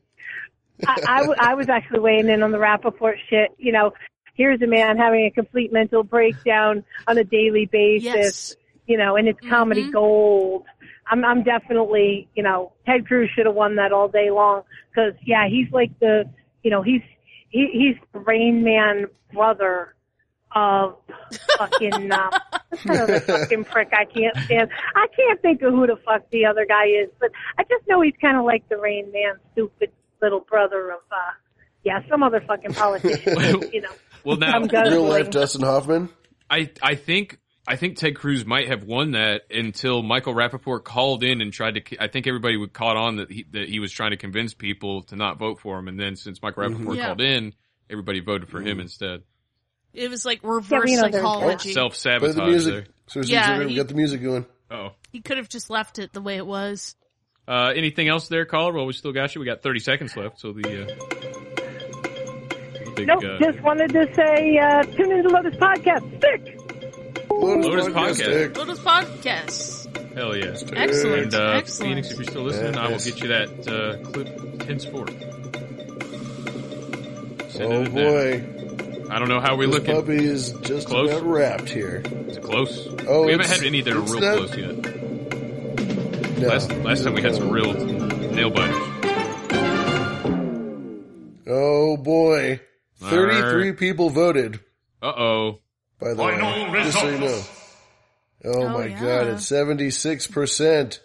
[SPEAKER 10] I, I, w- I was actually weighing in on the Rappaport shit. You know, here's a man having a complete mental breakdown on a daily basis. You know, and it's comedy
[SPEAKER 5] Mm-hmm.
[SPEAKER 10] gold. I'm, I'm definitely, you know, Ted Cruz should have won that all day long because, yeah, he's like the, you know, he's he, he's the Rain Man brother of fucking um, what's that other fucking prick I can't stand. I can't think of who the fuck the other guy is, but I just know he's kind of like the Rain Man, stupid little brother of uh, yeah, some other fucking politician. you know,
[SPEAKER 2] Well, now
[SPEAKER 10] I'm guzzling.
[SPEAKER 4] Real life Dustin Hoffman.
[SPEAKER 2] I I think I think Ted Cruz might have won that until Michael Rappaport called in and tried to. I think everybody would caught on that he, that he was trying to convince people to not vote for him, and then since Michael Rappaport
[SPEAKER 4] Mm-hmm.
[SPEAKER 5] Mhm. Yeah.
[SPEAKER 2] called in, everybody voted for him instead.
[SPEAKER 5] It was like reverse
[SPEAKER 10] you know, there's that.
[SPEAKER 5] psychology.
[SPEAKER 2] Self
[SPEAKER 4] Play the
[SPEAKER 2] sabotage there.
[SPEAKER 4] music. Seriously,
[SPEAKER 5] Yeah,
[SPEAKER 4] Jerry, we
[SPEAKER 5] he-
[SPEAKER 4] got the music going.
[SPEAKER 2] Oh,
[SPEAKER 5] He could have just left it the way it was.
[SPEAKER 2] uh, anything else there, caller? Well, we still got you. We got thirty seconds left, so the. Uh, the big,
[SPEAKER 10] Nope,
[SPEAKER 2] uh,
[SPEAKER 10] just wanted to say uh, tune into Lotus Podcast. Stick.
[SPEAKER 2] Lotus Podcast.
[SPEAKER 5] Lotus podcast.
[SPEAKER 2] Hell yeah.
[SPEAKER 5] Excellent,
[SPEAKER 2] And, uh,
[SPEAKER 5] excellent.
[SPEAKER 2] Phoenix, if you're still listening, I will
[SPEAKER 4] Yes.
[SPEAKER 2] get you that uh, clip henceforth.
[SPEAKER 4] oh
[SPEAKER 2] Sending it
[SPEAKER 4] boy,
[SPEAKER 2] down. I don't know how we're
[SPEAKER 4] this
[SPEAKER 2] looking.
[SPEAKER 4] puppy is just
[SPEAKER 2] Close?
[SPEAKER 4] about wrapped here.
[SPEAKER 2] Is it close?
[SPEAKER 4] Oh,
[SPEAKER 2] we haven't
[SPEAKER 4] it's-
[SPEAKER 2] had any that are
[SPEAKER 4] it's
[SPEAKER 2] real
[SPEAKER 4] not-
[SPEAKER 2] close yet. last last time we had some real nail biters.
[SPEAKER 4] Oh boy,
[SPEAKER 2] All
[SPEAKER 4] thirty-three
[SPEAKER 2] right.
[SPEAKER 4] people voted.
[SPEAKER 2] Uh oh.
[SPEAKER 4] By the
[SPEAKER 2] Final
[SPEAKER 4] way, just so you know.
[SPEAKER 2] results.
[SPEAKER 4] Oh,
[SPEAKER 5] Oh,
[SPEAKER 4] my
[SPEAKER 5] yeah.
[SPEAKER 4] god, it's seventy-six percent.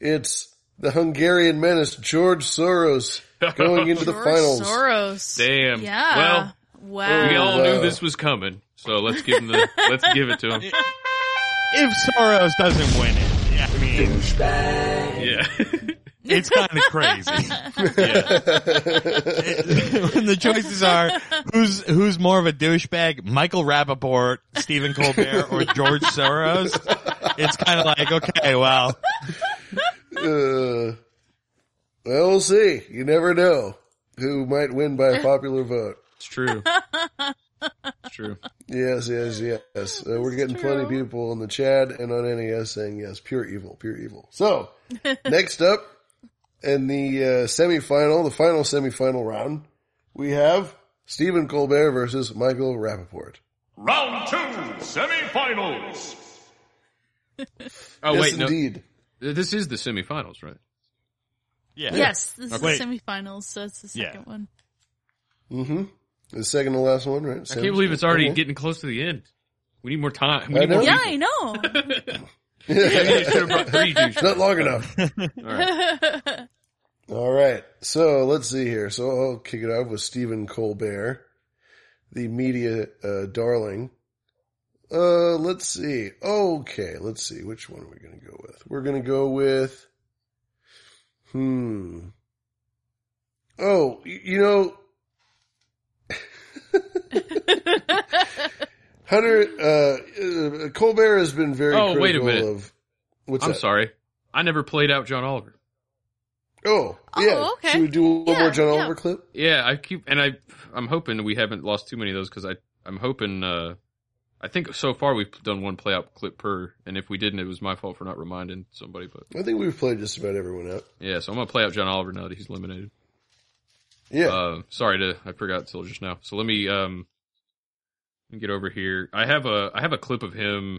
[SPEAKER 4] It's the Hungarian menace George Soros going into the
[SPEAKER 5] George
[SPEAKER 4] finals.
[SPEAKER 5] Soros.
[SPEAKER 2] Damn.
[SPEAKER 5] Yeah.
[SPEAKER 2] Well,
[SPEAKER 5] wow.
[SPEAKER 2] we all
[SPEAKER 4] wow.
[SPEAKER 2] knew this was coming, so let's give him the let's give it to him.
[SPEAKER 6] If Soros doesn't win it, yeah, I mean,
[SPEAKER 2] Yeah.
[SPEAKER 6] it's kind of crazy. when the choices are who's who's more of a douchebag, Michael Rappaport, Stephen Colbert, or George Soros, it's kind of like okay, well,
[SPEAKER 4] Uh, well, we'll see. You never know who might win by a popular vote.
[SPEAKER 2] It's true. It's true.
[SPEAKER 4] Yes, yes, yes. Uh, we're getting plenty of people in the chat and on NES saying yes, pure evil, pure evil. So, next up in the uh, semifinal, the final semifinal round, we have Stephen Colbert versus Michael Rappaport.
[SPEAKER 9] Round two, semifinals.
[SPEAKER 2] Oh
[SPEAKER 4] yes,
[SPEAKER 2] wait, no.
[SPEAKER 4] indeed.
[SPEAKER 2] Th- This is the semifinals, right?
[SPEAKER 6] yeah,
[SPEAKER 5] Yes, this
[SPEAKER 2] Okay.
[SPEAKER 5] is the semifinals, so it's the second one.
[SPEAKER 4] Mm-hmm. The second to last one, right?
[SPEAKER 2] I can't believe it's already getting close to the end. We need more time. We
[SPEAKER 4] I
[SPEAKER 2] need more
[SPEAKER 4] know.
[SPEAKER 5] Yeah,
[SPEAKER 2] people.
[SPEAKER 5] I know.
[SPEAKER 2] Maybe they should have brought three douchebags.
[SPEAKER 4] Not long enough.
[SPEAKER 2] All right.
[SPEAKER 4] All right. So let's see here. So I'll kick it off with Stephen Colbert, the media uh, darling. Uh, let's see. Okay, let's see. Which one are we going to go with? We're going to go with. Hmm. Oh, y- you know. Hunter, uh, uh, Colbert has been very
[SPEAKER 2] Oh,
[SPEAKER 4] critical
[SPEAKER 2] wait a minute.
[SPEAKER 4] of. What's
[SPEAKER 2] I'm
[SPEAKER 4] that?
[SPEAKER 2] sorry. I never played out John Oliver.
[SPEAKER 4] Oh,
[SPEAKER 5] Oh,
[SPEAKER 4] yeah.
[SPEAKER 5] okay.
[SPEAKER 4] Should we do one
[SPEAKER 5] Yeah,
[SPEAKER 4] more John
[SPEAKER 5] yeah.
[SPEAKER 4] Oliver clip?
[SPEAKER 2] Yeah, I keep and I I'm hoping we haven't lost too many of those because I I'm hoping uh I think so far we've done one play out clip per and if we didn't it was my fault for not reminding somebody but
[SPEAKER 4] I think we've played just about everyone out.
[SPEAKER 2] yeah so I'm gonna play out John Oliver now that he's eliminated.
[SPEAKER 4] Yeah.
[SPEAKER 2] Uh, sorry to I forgot till just now. So let me um let me get over here. I have a I have a clip of him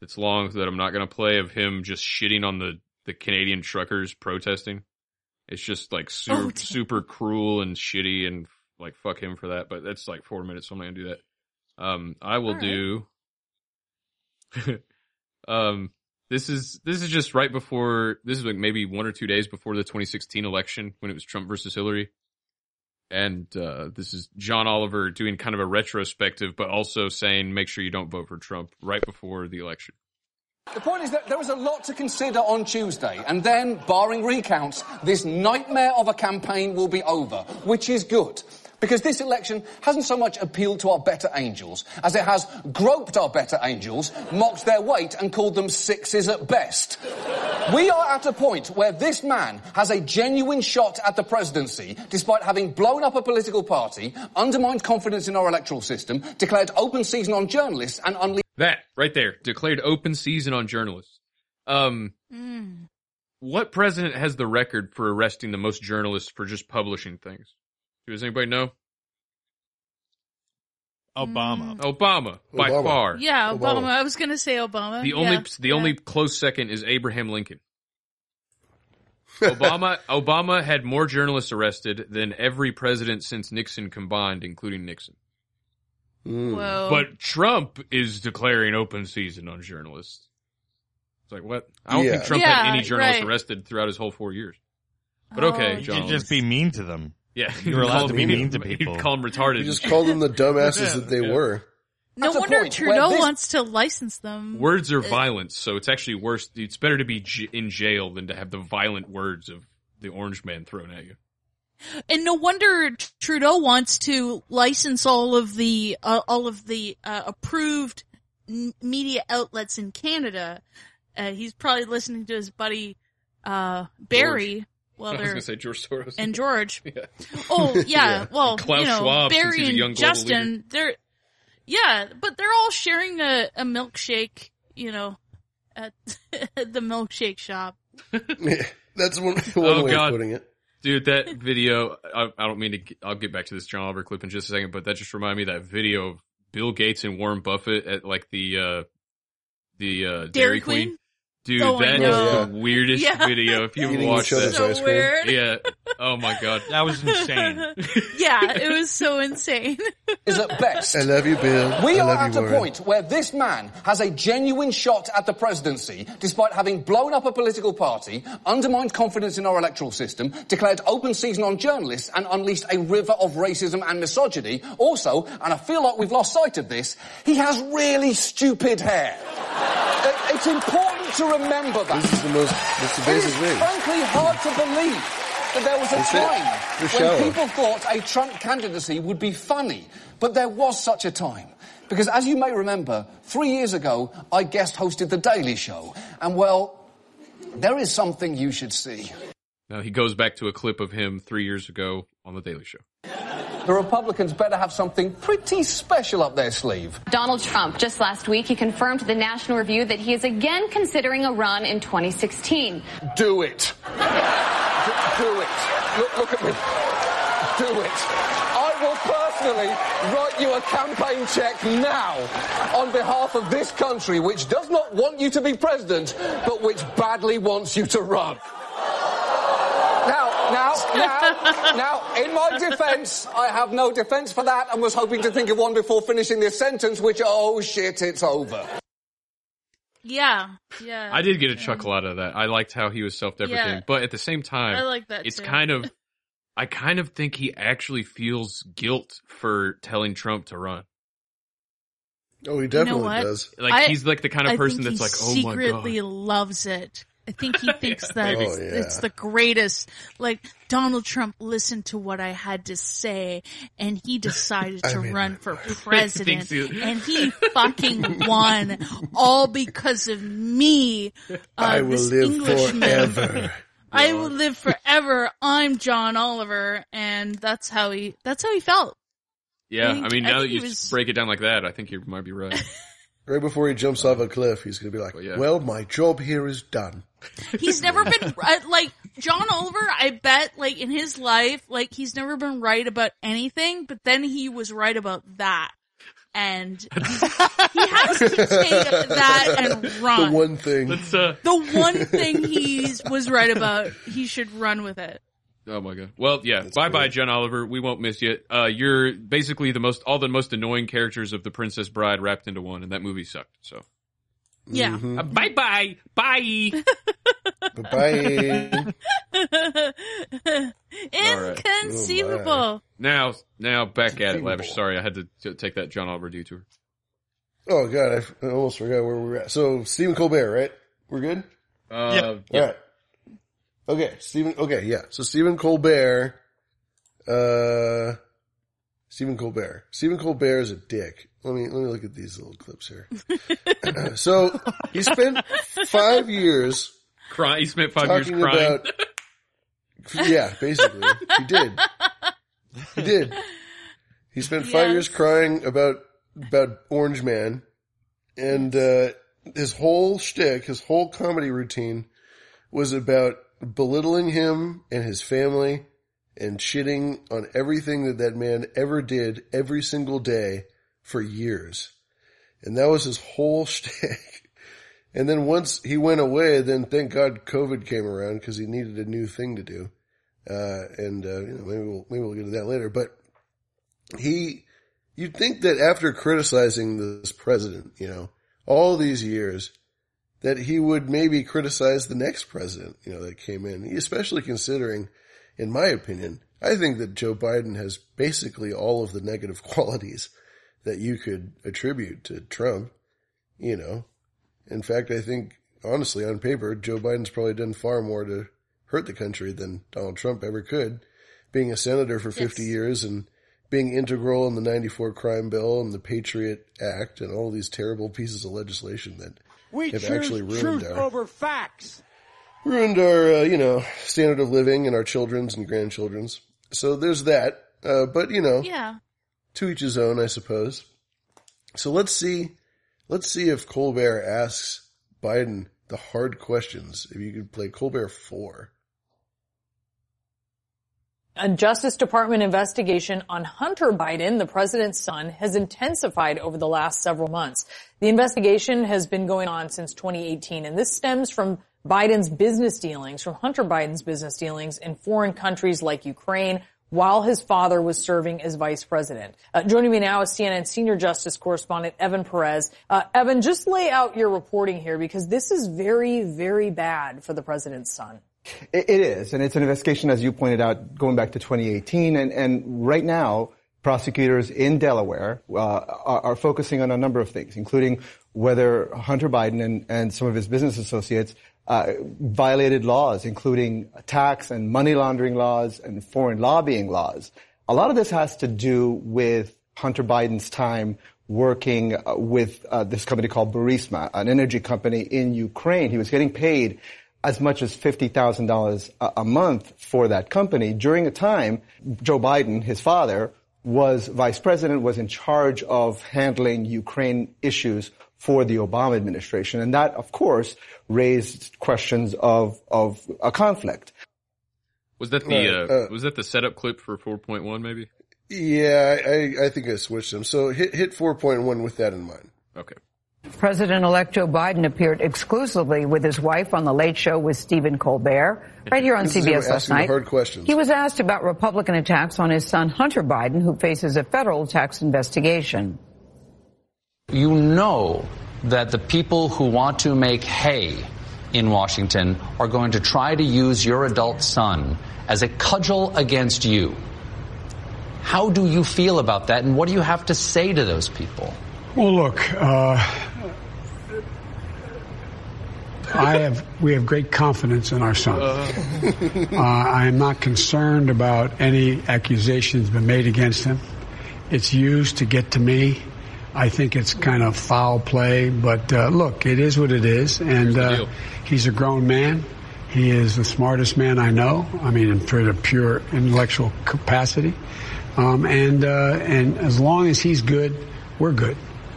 [SPEAKER 2] that's long that I'm not gonna play of him just shitting on the the Canadian truckers protesting. It's just like super
[SPEAKER 5] Oh, damn.
[SPEAKER 2] super cruel and shitty and like fuck him for that. But that's like four minutes, so I'm not gonna do that. Um, I will
[SPEAKER 5] All right.
[SPEAKER 2] do. um, this is this is just right before this is like maybe one or two days before the 2016 election when it was Trump versus Hillary, and uh, this is John Oliver doing kind of a retrospective, but also saying make sure you don't vote for Trump right before the election.
[SPEAKER 37] The point is that there was a lot to consider on Tuesday, and then, barring recounts, this nightmare of a campaign will be over, which is good. Because this election hasn't so much appealed to our better angels as it has groped our better angels, mocked their weight, and called them sixes at best. We are at a point where this man has a genuine shot at the presidency despite having blown up a political party, undermined confidence in our electoral system, declared open season on journalists, and unleashed.
[SPEAKER 2] That right there declared open season on journalists. Um,
[SPEAKER 5] Mm.
[SPEAKER 2] what president has the record for arresting the most journalists for just publishing things? Does anybody know?
[SPEAKER 6] Obama.
[SPEAKER 2] Obama, by
[SPEAKER 6] Obama.
[SPEAKER 2] far.
[SPEAKER 5] Mm. Yeah, Obama. I was gonna say Obama.
[SPEAKER 2] The only
[SPEAKER 5] Yeah.
[SPEAKER 2] the only close second is Abraham Lincoln. Obama Obama had more journalists arrested than every president since Nixon combined, including Nixon.
[SPEAKER 5] Whoa.
[SPEAKER 2] But Trump is declaring open season on journalists. It's like what? I don't think
[SPEAKER 6] Yeah.
[SPEAKER 2] Trump
[SPEAKER 6] Yeah,
[SPEAKER 2] had any journalists
[SPEAKER 6] right.
[SPEAKER 2] arrested throughout his whole four years. But
[SPEAKER 6] Oh.
[SPEAKER 2] okay,
[SPEAKER 6] You
[SPEAKER 2] John.
[SPEAKER 6] could just be mean to them.
[SPEAKER 2] Yeah,
[SPEAKER 6] You were allowed to be mean to
[SPEAKER 2] You'd
[SPEAKER 6] people.
[SPEAKER 2] call them retarded.
[SPEAKER 4] You just called them the dumbasses that they were.
[SPEAKER 5] no
[SPEAKER 37] That's a
[SPEAKER 5] wonder
[SPEAKER 37] point where
[SPEAKER 5] Trudeau
[SPEAKER 37] this-
[SPEAKER 5] wants to license them. Uh,
[SPEAKER 2] Words are violence, so it's actually worse. It's better to be j- in jail than to have the violent words of the orange man thrown at you.
[SPEAKER 5] And no wonder Trudeau wants to license all of the uh, all of the uh, approved n- media outlets in Canada. Uh, he's probably listening to his buddy uh, Barry. Well,
[SPEAKER 2] I was
[SPEAKER 5] they're-
[SPEAKER 2] gonna say George Soros.
[SPEAKER 5] and George.
[SPEAKER 2] Yeah.
[SPEAKER 5] Oh yeah,
[SPEAKER 2] Yeah.
[SPEAKER 5] well,
[SPEAKER 2] And Klaus
[SPEAKER 5] you know,
[SPEAKER 2] Schwab, since
[SPEAKER 5] Barry
[SPEAKER 2] he's a
[SPEAKER 5] and
[SPEAKER 2] young global
[SPEAKER 5] Justin, they're yeah, but they're all sharing a, a milkshake. You know, at the milkshake shop.
[SPEAKER 4] That's one, one way of putting it.
[SPEAKER 2] Oh, Dude, that video, I, I don't mean to, g- I'll get back to this John Oliver clip in just a second, but that just reminded me of that video of Bill Gates and Warren Buffett at like the, uh, the, uh, Dairy,
[SPEAKER 5] Dairy
[SPEAKER 2] Queen.
[SPEAKER 5] Queen?
[SPEAKER 2] Dude,
[SPEAKER 5] Oh, I
[SPEAKER 2] that
[SPEAKER 5] know.
[SPEAKER 2] is the weirdest
[SPEAKER 5] Yeah.
[SPEAKER 2] video if you
[SPEAKER 5] Eating
[SPEAKER 2] watch
[SPEAKER 5] each
[SPEAKER 2] that.
[SPEAKER 5] other's So ice cream. weird.
[SPEAKER 2] Yeah. Oh my God.
[SPEAKER 6] That was insane.
[SPEAKER 5] yeah, it was so insane.
[SPEAKER 37] is at best.
[SPEAKER 4] I love you, Bill.
[SPEAKER 37] We
[SPEAKER 4] I
[SPEAKER 37] are
[SPEAKER 4] love
[SPEAKER 37] at
[SPEAKER 4] you,
[SPEAKER 37] a
[SPEAKER 4] Warren.
[SPEAKER 37] point where this man has a genuine shot at the presidency despite having blown up a political party, undermined confidence in our electoral system, declared open season on journalists, and unleashed a river of racism and misogyny. Also, and I feel like we've lost sight of this, he has really stupid hair. It- it's important to remember that.
[SPEAKER 4] This is the most, this is the
[SPEAKER 37] It
[SPEAKER 4] basic
[SPEAKER 37] is
[SPEAKER 4] thing.
[SPEAKER 37] frankly hard to believe that there was a
[SPEAKER 4] It's it. You're
[SPEAKER 37] time
[SPEAKER 4] shallow.
[SPEAKER 37] when people thought a Trump candidacy would be funny, but there was such a time. Because as you may remember, three years ago, I guest hosted The Daily Show. And well, there is something you should see.
[SPEAKER 2] Now he goes back to a clip of him three years ago on The Daily Show.
[SPEAKER 37] The Republicans better have something pretty special up their sleeve.
[SPEAKER 39] Donald Trump, just last week, he confirmed to the National Review that he is again considering a run in 2016.
[SPEAKER 37] Do it. Do, do it. Look, look at me. Do it. I will personally write you a campaign check now on behalf of this country, which does not want you to be president, but which badly wants you to run. Now, now, now, now, in my defense, I have no defense for that and was hoping to think of one before finishing this sentence, which, oh shit, it's over.
[SPEAKER 5] Yeah, yeah.
[SPEAKER 2] I did get a chuckle out of that. I liked how he was self-deprecating,
[SPEAKER 5] Yeah.
[SPEAKER 2] but at the same time,
[SPEAKER 5] I like that
[SPEAKER 2] It's
[SPEAKER 5] too.
[SPEAKER 2] kind of, I kind of think he actually feels guilt for telling Trump to run.
[SPEAKER 4] Oh, he
[SPEAKER 5] you know
[SPEAKER 4] definitely
[SPEAKER 5] what?
[SPEAKER 4] does.
[SPEAKER 2] Like
[SPEAKER 5] I-
[SPEAKER 2] he's like the kind of
[SPEAKER 5] I
[SPEAKER 2] person
[SPEAKER 5] think
[SPEAKER 2] that's like,
[SPEAKER 5] he
[SPEAKER 2] oh my god,
[SPEAKER 5] secretly loves it. I think he thinks that
[SPEAKER 2] maybe.
[SPEAKER 5] it's,
[SPEAKER 2] Oh, yeah.
[SPEAKER 5] it's the greatest. Like Donald Trump listened to what I had to say, and he decided
[SPEAKER 2] I
[SPEAKER 5] to
[SPEAKER 2] mean,
[SPEAKER 5] run for
[SPEAKER 2] thinks
[SPEAKER 5] president,
[SPEAKER 2] he-
[SPEAKER 5] and he fucking won, all because of me. Uh,
[SPEAKER 4] I will
[SPEAKER 5] this
[SPEAKER 4] live
[SPEAKER 5] Englishman.
[SPEAKER 4] forever.
[SPEAKER 5] I will live forever. I'm John Oliver, and that's how he. That's how he felt.
[SPEAKER 2] yeah.
[SPEAKER 5] think-
[SPEAKER 2] I mean,
[SPEAKER 5] I
[SPEAKER 2] now
[SPEAKER 5] think
[SPEAKER 2] that
[SPEAKER 5] he
[SPEAKER 2] you
[SPEAKER 5] was-
[SPEAKER 2] break it down like that, I think you might be right.
[SPEAKER 4] Right before he jumps off a cliff, he's going to be like,
[SPEAKER 2] Oh, yeah.
[SPEAKER 4] well, my job here is done.
[SPEAKER 5] He's never been uh, like John Oliver. I bet, like in his life, like he's never been right about anything. But then he was right about that, and he has to take that and run.
[SPEAKER 4] The one thing.
[SPEAKER 2] uh,
[SPEAKER 5] The one thing he was right about, he should run with it.
[SPEAKER 2] Oh my god. Well, yeah. bye, bye, John Oliver. We won't miss you. Uh, you're basically the most, all the most annoying characters of the Princess Bride wrapped into one, and that movie sucked. So
[SPEAKER 5] Yeah.
[SPEAKER 2] bye, bye, bye.
[SPEAKER 4] Bye.
[SPEAKER 5] Inconceivable.
[SPEAKER 4] Oh,
[SPEAKER 2] Now, now back at it, Lavish. Sorry, I had to t- take that John Oliver detour.
[SPEAKER 4] Oh god, I f- I almost forgot where we were at. So Stephen Colbert, right? We're good.
[SPEAKER 2] Uh,
[SPEAKER 4] All right. Okay, Stephen. Okay, yeah. So Stephen Colbert. Uh, Stephen Colbert. Stephen Colbert is a dick. Let me let me look at these little clips here. so he spent five years.
[SPEAKER 2] Cry. He spent five years crying.
[SPEAKER 4] about- yeah, basically, he did. He did. He spent five
[SPEAKER 5] Yes.
[SPEAKER 4] years crying about about Orange Man, and uh, his whole shtick, his whole comedy routine, was about belittling him and his family, and shitting on everything that that man ever did every single day for years, and that was his whole shtick. And then once he went away, then thank God COVID came around because he needed a new thing to do. Uh, and, uh, you know, maybe we'll, maybe we'll get to that later, but he, you'd think that after criticizing this president, you know, all these years, that he would maybe criticize the next president, you know, that came in, especially considering, in my opinion, I think that Joe Biden has basically all of the negative qualities that you could attribute to Trump, you know, in fact, I think honestly, on paper, Joe Biden's probably done far more to hurt the country than Donald Trump ever could, being a senator for 50 years and being integral in the 94 crime bill and the Patriot Act and all these terrible pieces of legislation that
[SPEAKER 16] We
[SPEAKER 4] have
[SPEAKER 16] choose
[SPEAKER 4] actually ruined
[SPEAKER 16] truth
[SPEAKER 4] our
[SPEAKER 16] over facts.
[SPEAKER 4] ruined our uh, you know standard of living and our children's and grandchildren's. So there's that. Uh, but you know,
[SPEAKER 5] Yeah.
[SPEAKER 4] to each his own, I suppose. So let's see, let's see if Colbert asks Biden the hard questions. If you could play Colbert four,
[SPEAKER 44] A Justice Department investigation on Hunter Biden, the president's son, has intensified over the last several months. The investigation has been going on since 2018, and this stems from Biden's business dealings, from Hunter Biden's business dealings in foreign countries like Ukraine, while his father was serving as vice president. Uh, joining me now is CNN senior justice correspondent Evan Perez. Uh, Evan, just lay out your reporting here because this is very, very bad for the president's son.
[SPEAKER 45] It, it is, and it's an investigation, as you pointed out, going back to 2018, and, and right now, prosecutors in Delaware uh, are, are focusing on a number of things, including whether Hunter Biden and, and some of his business associates uh, violated laws, including tax and money laundering laws and foreign lobbying laws. A lot of this has to do with Hunter Biden's time working uh, with uh, this company called Burisma, an energy company in Ukraine. He was getting paid as much as $50,000 a- a month for that company during a time Joe Biden, his father, was vice president, was in charge of handling Ukraine issues for the Obama administration. And that, of course, raised questions of, of a conflict.
[SPEAKER 2] Was that the
[SPEAKER 4] Right,
[SPEAKER 2] uh, was that the setup clip for four point one? Maybe.
[SPEAKER 4] yeah, I, I think I switched them. So hit hit four point one with that in mind.
[SPEAKER 2] Okay.
[SPEAKER 43] President-elect Joe Biden appeared exclusively with his wife on The Late Show with Stephen Colbert, right here on
[SPEAKER 4] This is him
[SPEAKER 43] CBS last
[SPEAKER 4] asking the
[SPEAKER 43] night.
[SPEAKER 4] hard questions.
[SPEAKER 43] He was asked about Republican attacks on his son Hunter Biden, who faces a federal tax investigation.
[SPEAKER 3] You know that the people who want to make hay in Washington are going to try to use your adult son as a cudgel against you. How do you feel about that, and what do you have to say to those people?
[SPEAKER 46] Well, look, uh, I have we have great confidence in our son. Uh, I am not concerned about any accusations been made against him. It's used to get to me. I think it's kind of foul play, but uh, look, it is what it is, and uh, he's a grown man. He is the smartest man I know. I mean, in terms of pure intellectual capacity, um, and uh, and as long as he's good, we're good.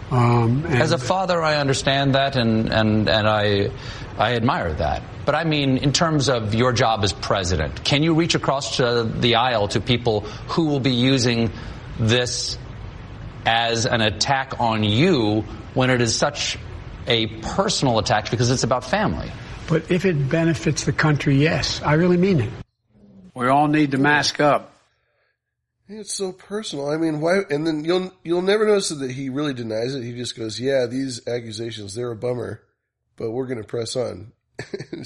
[SPEAKER 46] Um, and
[SPEAKER 3] As a father, I understand that, and and and I, I admire that. But I mean, in terms of your job as president, can you reach across to the aisle to people who will be using this as an attack on you when it is such a personal attack because it's about family?
[SPEAKER 46] But if it benefits the country, yes, I really mean it. We all need to mask up.
[SPEAKER 4] It's so personal. I mean, why? And then you'll you'll never notice that he really denies it. He just goes, "Yeah, these accusations, they're a bummer, but we're going to press on."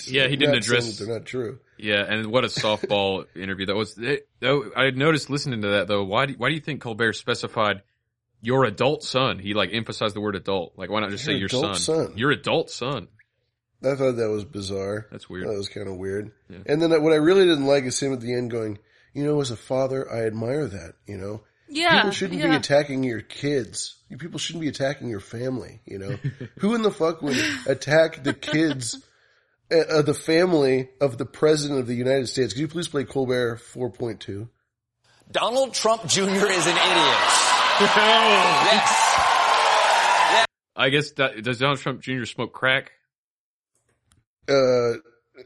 [SPEAKER 2] Yeah, he didn't
[SPEAKER 4] Not saying
[SPEAKER 2] address-
[SPEAKER 4] that They're not true.
[SPEAKER 2] Yeah, and what a softball interview that was. It- though, I noticed listening to that though. Why do, why do you think Colbert specified your adult son? He like emphasized the word adult. Like, why not just
[SPEAKER 4] Your
[SPEAKER 2] say your son?
[SPEAKER 4] adult son.
[SPEAKER 2] Your adult son.
[SPEAKER 4] I thought that was bizarre.
[SPEAKER 2] That's weird.
[SPEAKER 4] That was kind of weird. And then what I really didn't like is him at the end going, you know, as a father, I admire that. You know,
[SPEAKER 5] Yeah,
[SPEAKER 4] people shouldn't be
[SPEAKER 5] yeah.
[SPEAKER 4] attacking your kids. You people shouldn't be attacking your family. You know, who in the fuck would attack the kids? uh, uh, the family of the president of the United States. Could you please play Colbert 4.2?
[SPEAKER 3] Donald Trump Jr. is an idiot. yes.
[SPEAKER 2] I guess that, does Donald Trump Jr. smoke crack
[SPEAKER 4] Uh,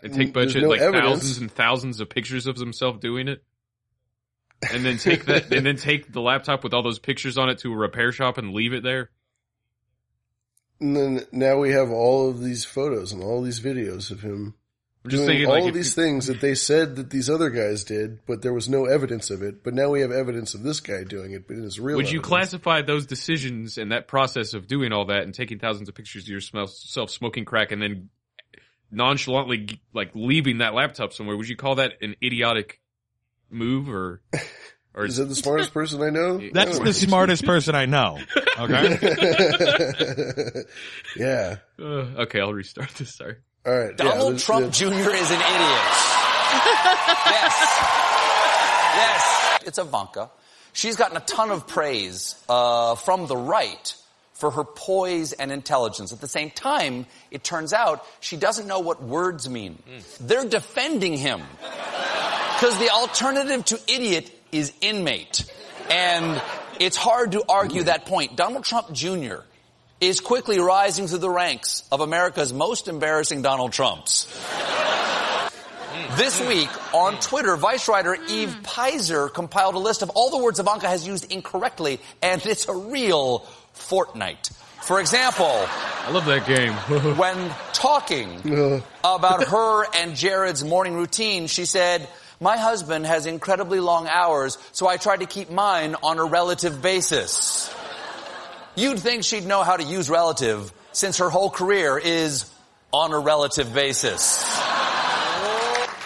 [SPEAKER 2] and take bunch
[SPEAKER 4] there's
[SPEAKER 2] of
[SPEAKER 4] no
[SPEAKER 2] like
[SPEAKER 4] evidence.
[SPEAKER 2] thousands and thousands of pictures of himself doing it, and then take that and then take the laptop with all those pictures on it to a repair shop and leave it there?
[SPEAKER 4] And then now we have all of these photos and all these videos of him
[SPEAKER 2] I'm just
[SPEAKER 4] doing
[SPEAKER 2] thinking,
[SPEAKER 4] all
[SPEAKER 2] like,
[SPEAKER 4] of
[SPEAKER 2] if
[SPEAKER 4] these things that they said that these other guys did, but there was no evidence of it. But now we have evidence of this guy doing it, but it's real.
[SPEAKER 2] Would you
[SPEAKER 4] evidence.
[SPEAKER 2] classify those decisions and that process of doing all that and taking thousands of pictures of yourself smoking crack and then nonchalantly g- like leaving that laptop somewhere? Would you call that an idiotic move or or
[SPEAKER 4] Is that the smartest person I know?
[SPEAKER 6] That's
[SPEAKER 4] No.
[SPEAKER 6] the smartest person I know. Okay.
[SPEAKER 4] yeah.
[SPEAKER 2] Uh, okay, I'll restart this. Sorry.
[SPEAKER 4] All right.
[SPEAKER 3] Donald
[SPEAKER 4] yeah,
[SPEAKER 3] Trump Jr. is an idiot. yes. Yes. It's Ivanka. She's gotten a ton of praise uh, from the right for her poise and intelligence. At the same time, it turns out she doesn't know what words mean. They're defending him. Because the alternative to idiot is inmate. And it's hard to argue that point. Donald Trump Jr. is quickly rising through the ranks of America's most embarrassing Donald Trumps. Mm-hmm.
[SPEAKER 2] Mm-hmm.
[SPEAKER 3] This week on Twitter, Vice writer Eve Pizer compiled a list of all the words Ivanka has used incorrectly, and it's a real fortnight. For example, I
[SPEAKER 2] love that game.
[SPEAKER 3] when talking about her and Jared's morning routine, she said, My husband has incredibly long hours, so I try to keep mine on a relative basis. You'd think she'd know how to use relative since her whole career is on a relative basis.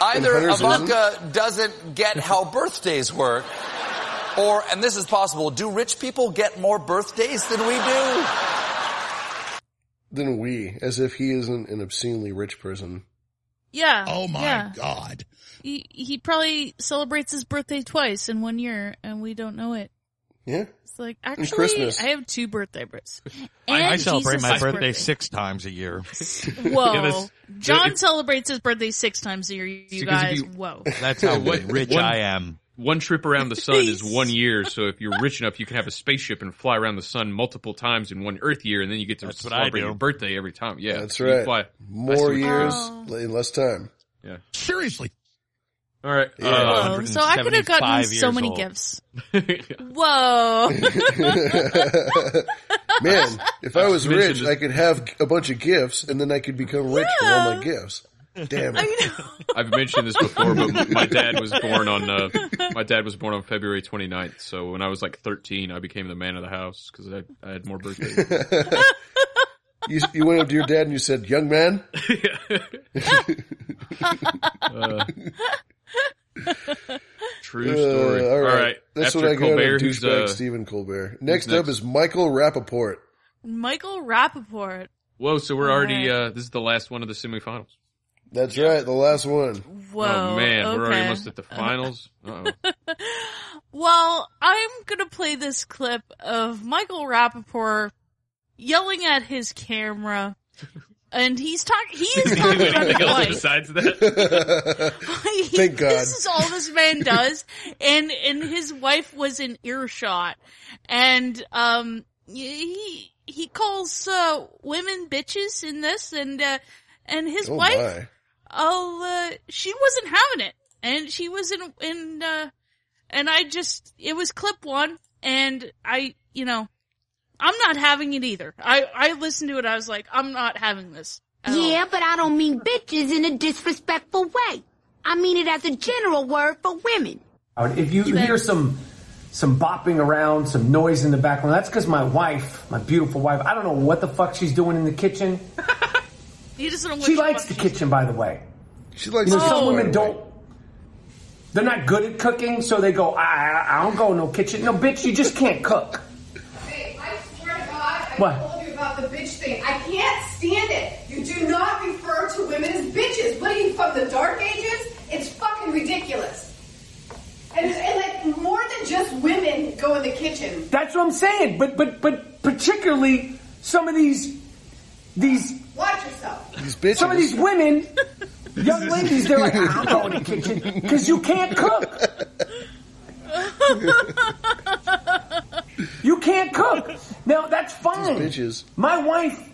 [SPEAKER 3] Either
[SPEAKER 4] And hers
[SPEAKER 3] Ivanka doesn't get how birthdays work, or, and this is possible, do rich people get more birthdays than we do?
[SPEAKER 4] Then we, as if he isn't an obscenely rich person.
[SPEAKER 5] Yeah.
[SPEAKER 4] Oh my
[SPEAKER 5] yeah.
[SPEAKER 4] God.
[SPEAKER 5] He, he probably celebrates his birthday twice in one year, and we don't know it.
[SPEAKER 4] Yeah.
[SPEAKER 5] It's like
[SPEAKER 4] And
[SPEAKER 5] actually,
[SPEAKER 6] Christmas.
[SPEAKER 5] I have two birthday birthdays.
[SPEAKER 6] I, I
[SPEAKER 5] And
[SPEAKER 6] celebrate
[SPEAKER 5] Jesus'
[SPEAKER 6] my birthday, six times a year.
[SPEAKER 5] Whoa,
[SPEAKER 6] Yeah, that's-
[SPEAKER 5] John
[SPEAKER 6] it's-
[SPEAKER 5] celebrates his birthday six times a year. You
[SPEAKER 2] Because if
[SPEAKER 5] guys,
[SPEAKER 2] you-
[SPEAKER 5] whoa.
[SPEAKER 6] That's how rich I am.
[SPEAKER 2] One trip around the sun is one year, so if you're rich enough, you can have a spaceship and fly around the sun multiple times in one Earth year, and then you get to
[SPEAKER 6] That's what I
[SPEAKER 2] celebrate
[SPEAKER 6] do.
[SPEAKER 2] your birthday every time. Yeah,
[SPEAKER 4] That's
[SPEAKER 2] so you
[SPEAKER 4] right.
[SPEAKER 2] fly- I see
[SPEAKER 4] More
[SPEAKER 2] what you-
[SPEAKER 4] years
[SPEAKER 5] Oh.
[SPEAKER 4] in less time.
[SPEAKER 2] Yeah.
[SPEAKER 6] Seriously.
[SPEAKER 2] All right.
[SPEAKER 4] Yeah.
[SPEAKER 2] uh,
[SPEAKER 5] Whoa, so I could have gotten
[SPEAKER 2] 175
[SPEAKER 5] so
[SPEAKER 2] years
[SPEAKER 5] many
[SPEAKER 2] old.
[SPEAKER 5] gifts. Whoa.
[SPEAKER 4] Man, if I was
[SPEAKER 2] Mentioned
[SPEAKER 4] rich,
[SPEAKER 2] it.
[SPEAKER 4] I could have a bunch of gifts and then I could become rich from all my gifts. Damn it.
[SPEAKER 2] I've mentioned this before, but my dad was born on uh, my dad was born on February 29th. So when I was like 13, I became the man of the house because I, I had more birthdays.
[SPEAKER 4] you, you went up to your dad and you said, "Young man."
[SPEAKER 2] Uh, true story.
[SPEAKER 7] Uh,
[SPEAKER 4] Uh, all right, that's
[SPEAKER 2] After
[SPEAKER 4] what I got.
[SPEAKER 2] Colbert,
[SPEAKER 4] on
[SPEAKER 2] who's
[SPEAKER 4] Douchebag
[SPEAKER 2] uh,
[SPEAKER 4] Stephen Colbert.
[SPEAKER 2] who's
[SPEAKER 4] Next, up
[SPEAKER 2] next?
[SPEAKER 4] is Michael Rappaport.
[SPEAKER 5] Michael Rappaport.
[SPEAKER 2] whoa. So we're
[SPEAKER 5] All
[SPEAKER 2] already uh, this is the last one of the semifinals.
[SPEAKER 4] That's right, the last one.
[SPEAKER 5] Whoa.
[SPEAKER 2] oh man, we're already
[SPEAKER 5] okay.
[SPEAKER 33] Uh-huh.
[SPEAKER 2] almost at the finals. Uh-oh.
[SPEAKER 5] Well, I'm gonna play this clip of Michael Rappaport yelling at his camera. And he's talking, he is talking about his wife.
[SPEAKER 2] besides that?
[SPEAKER 4] Thank God.
[SPEAKER 5] This is all this man does. and, and his wife was in earshot. And, um, he, he calls, uh, women bitches in this and, uh, and his
[SPEAKER 4] Oh,
[SPEAKER 5] wife
[SPEAKER 4] my.
[SPEAKER 5] Oh, uh, she wasn't having it, and she was in in uh, and I just it was clip one, and I you know, I'm not having it either. I I listened to it, I was like, I'm not having this.
[SPEAKER 8] Yeah, but I don't mean bitches in a disrespectful way. I mean it as a general word for women.
[SPEAKER 12] If you hear some some bopping around, some noise in the background, that's because my wife, my beautiful wife, I don't know what the fuck she's doing in the kitchen.
[SPEAKER 5] You just don't
[SPEAKER 33] She likes the kitchen, by the way.
[SPEAKER 4] She
[SPEAKER 33] you know, some women don't. They're not good at cooking, so they go. I, I, I don't go in no kitchen. No, bitch, you just can't cook.
[SPEAKER 47] Hey, I swear to God, I
[SPEAKER 33] What?
[SPEAKER 47] told you about the bitch thing. I can't stand it. You do not refer to women as bitches. What are you from the dark ages? It's fucking ridiculous. And, and like more than just women go in the kitchen.
[SPEAKER 33] That's what I'm saying. But but but particularly some of these these
[SPEAKER 47] Watch yourself.
[SPEAKER 33] some of these women, young ladies, they're like, I don't go in the kitchen because you can't cook. you can't cook. Now that's fine. My wife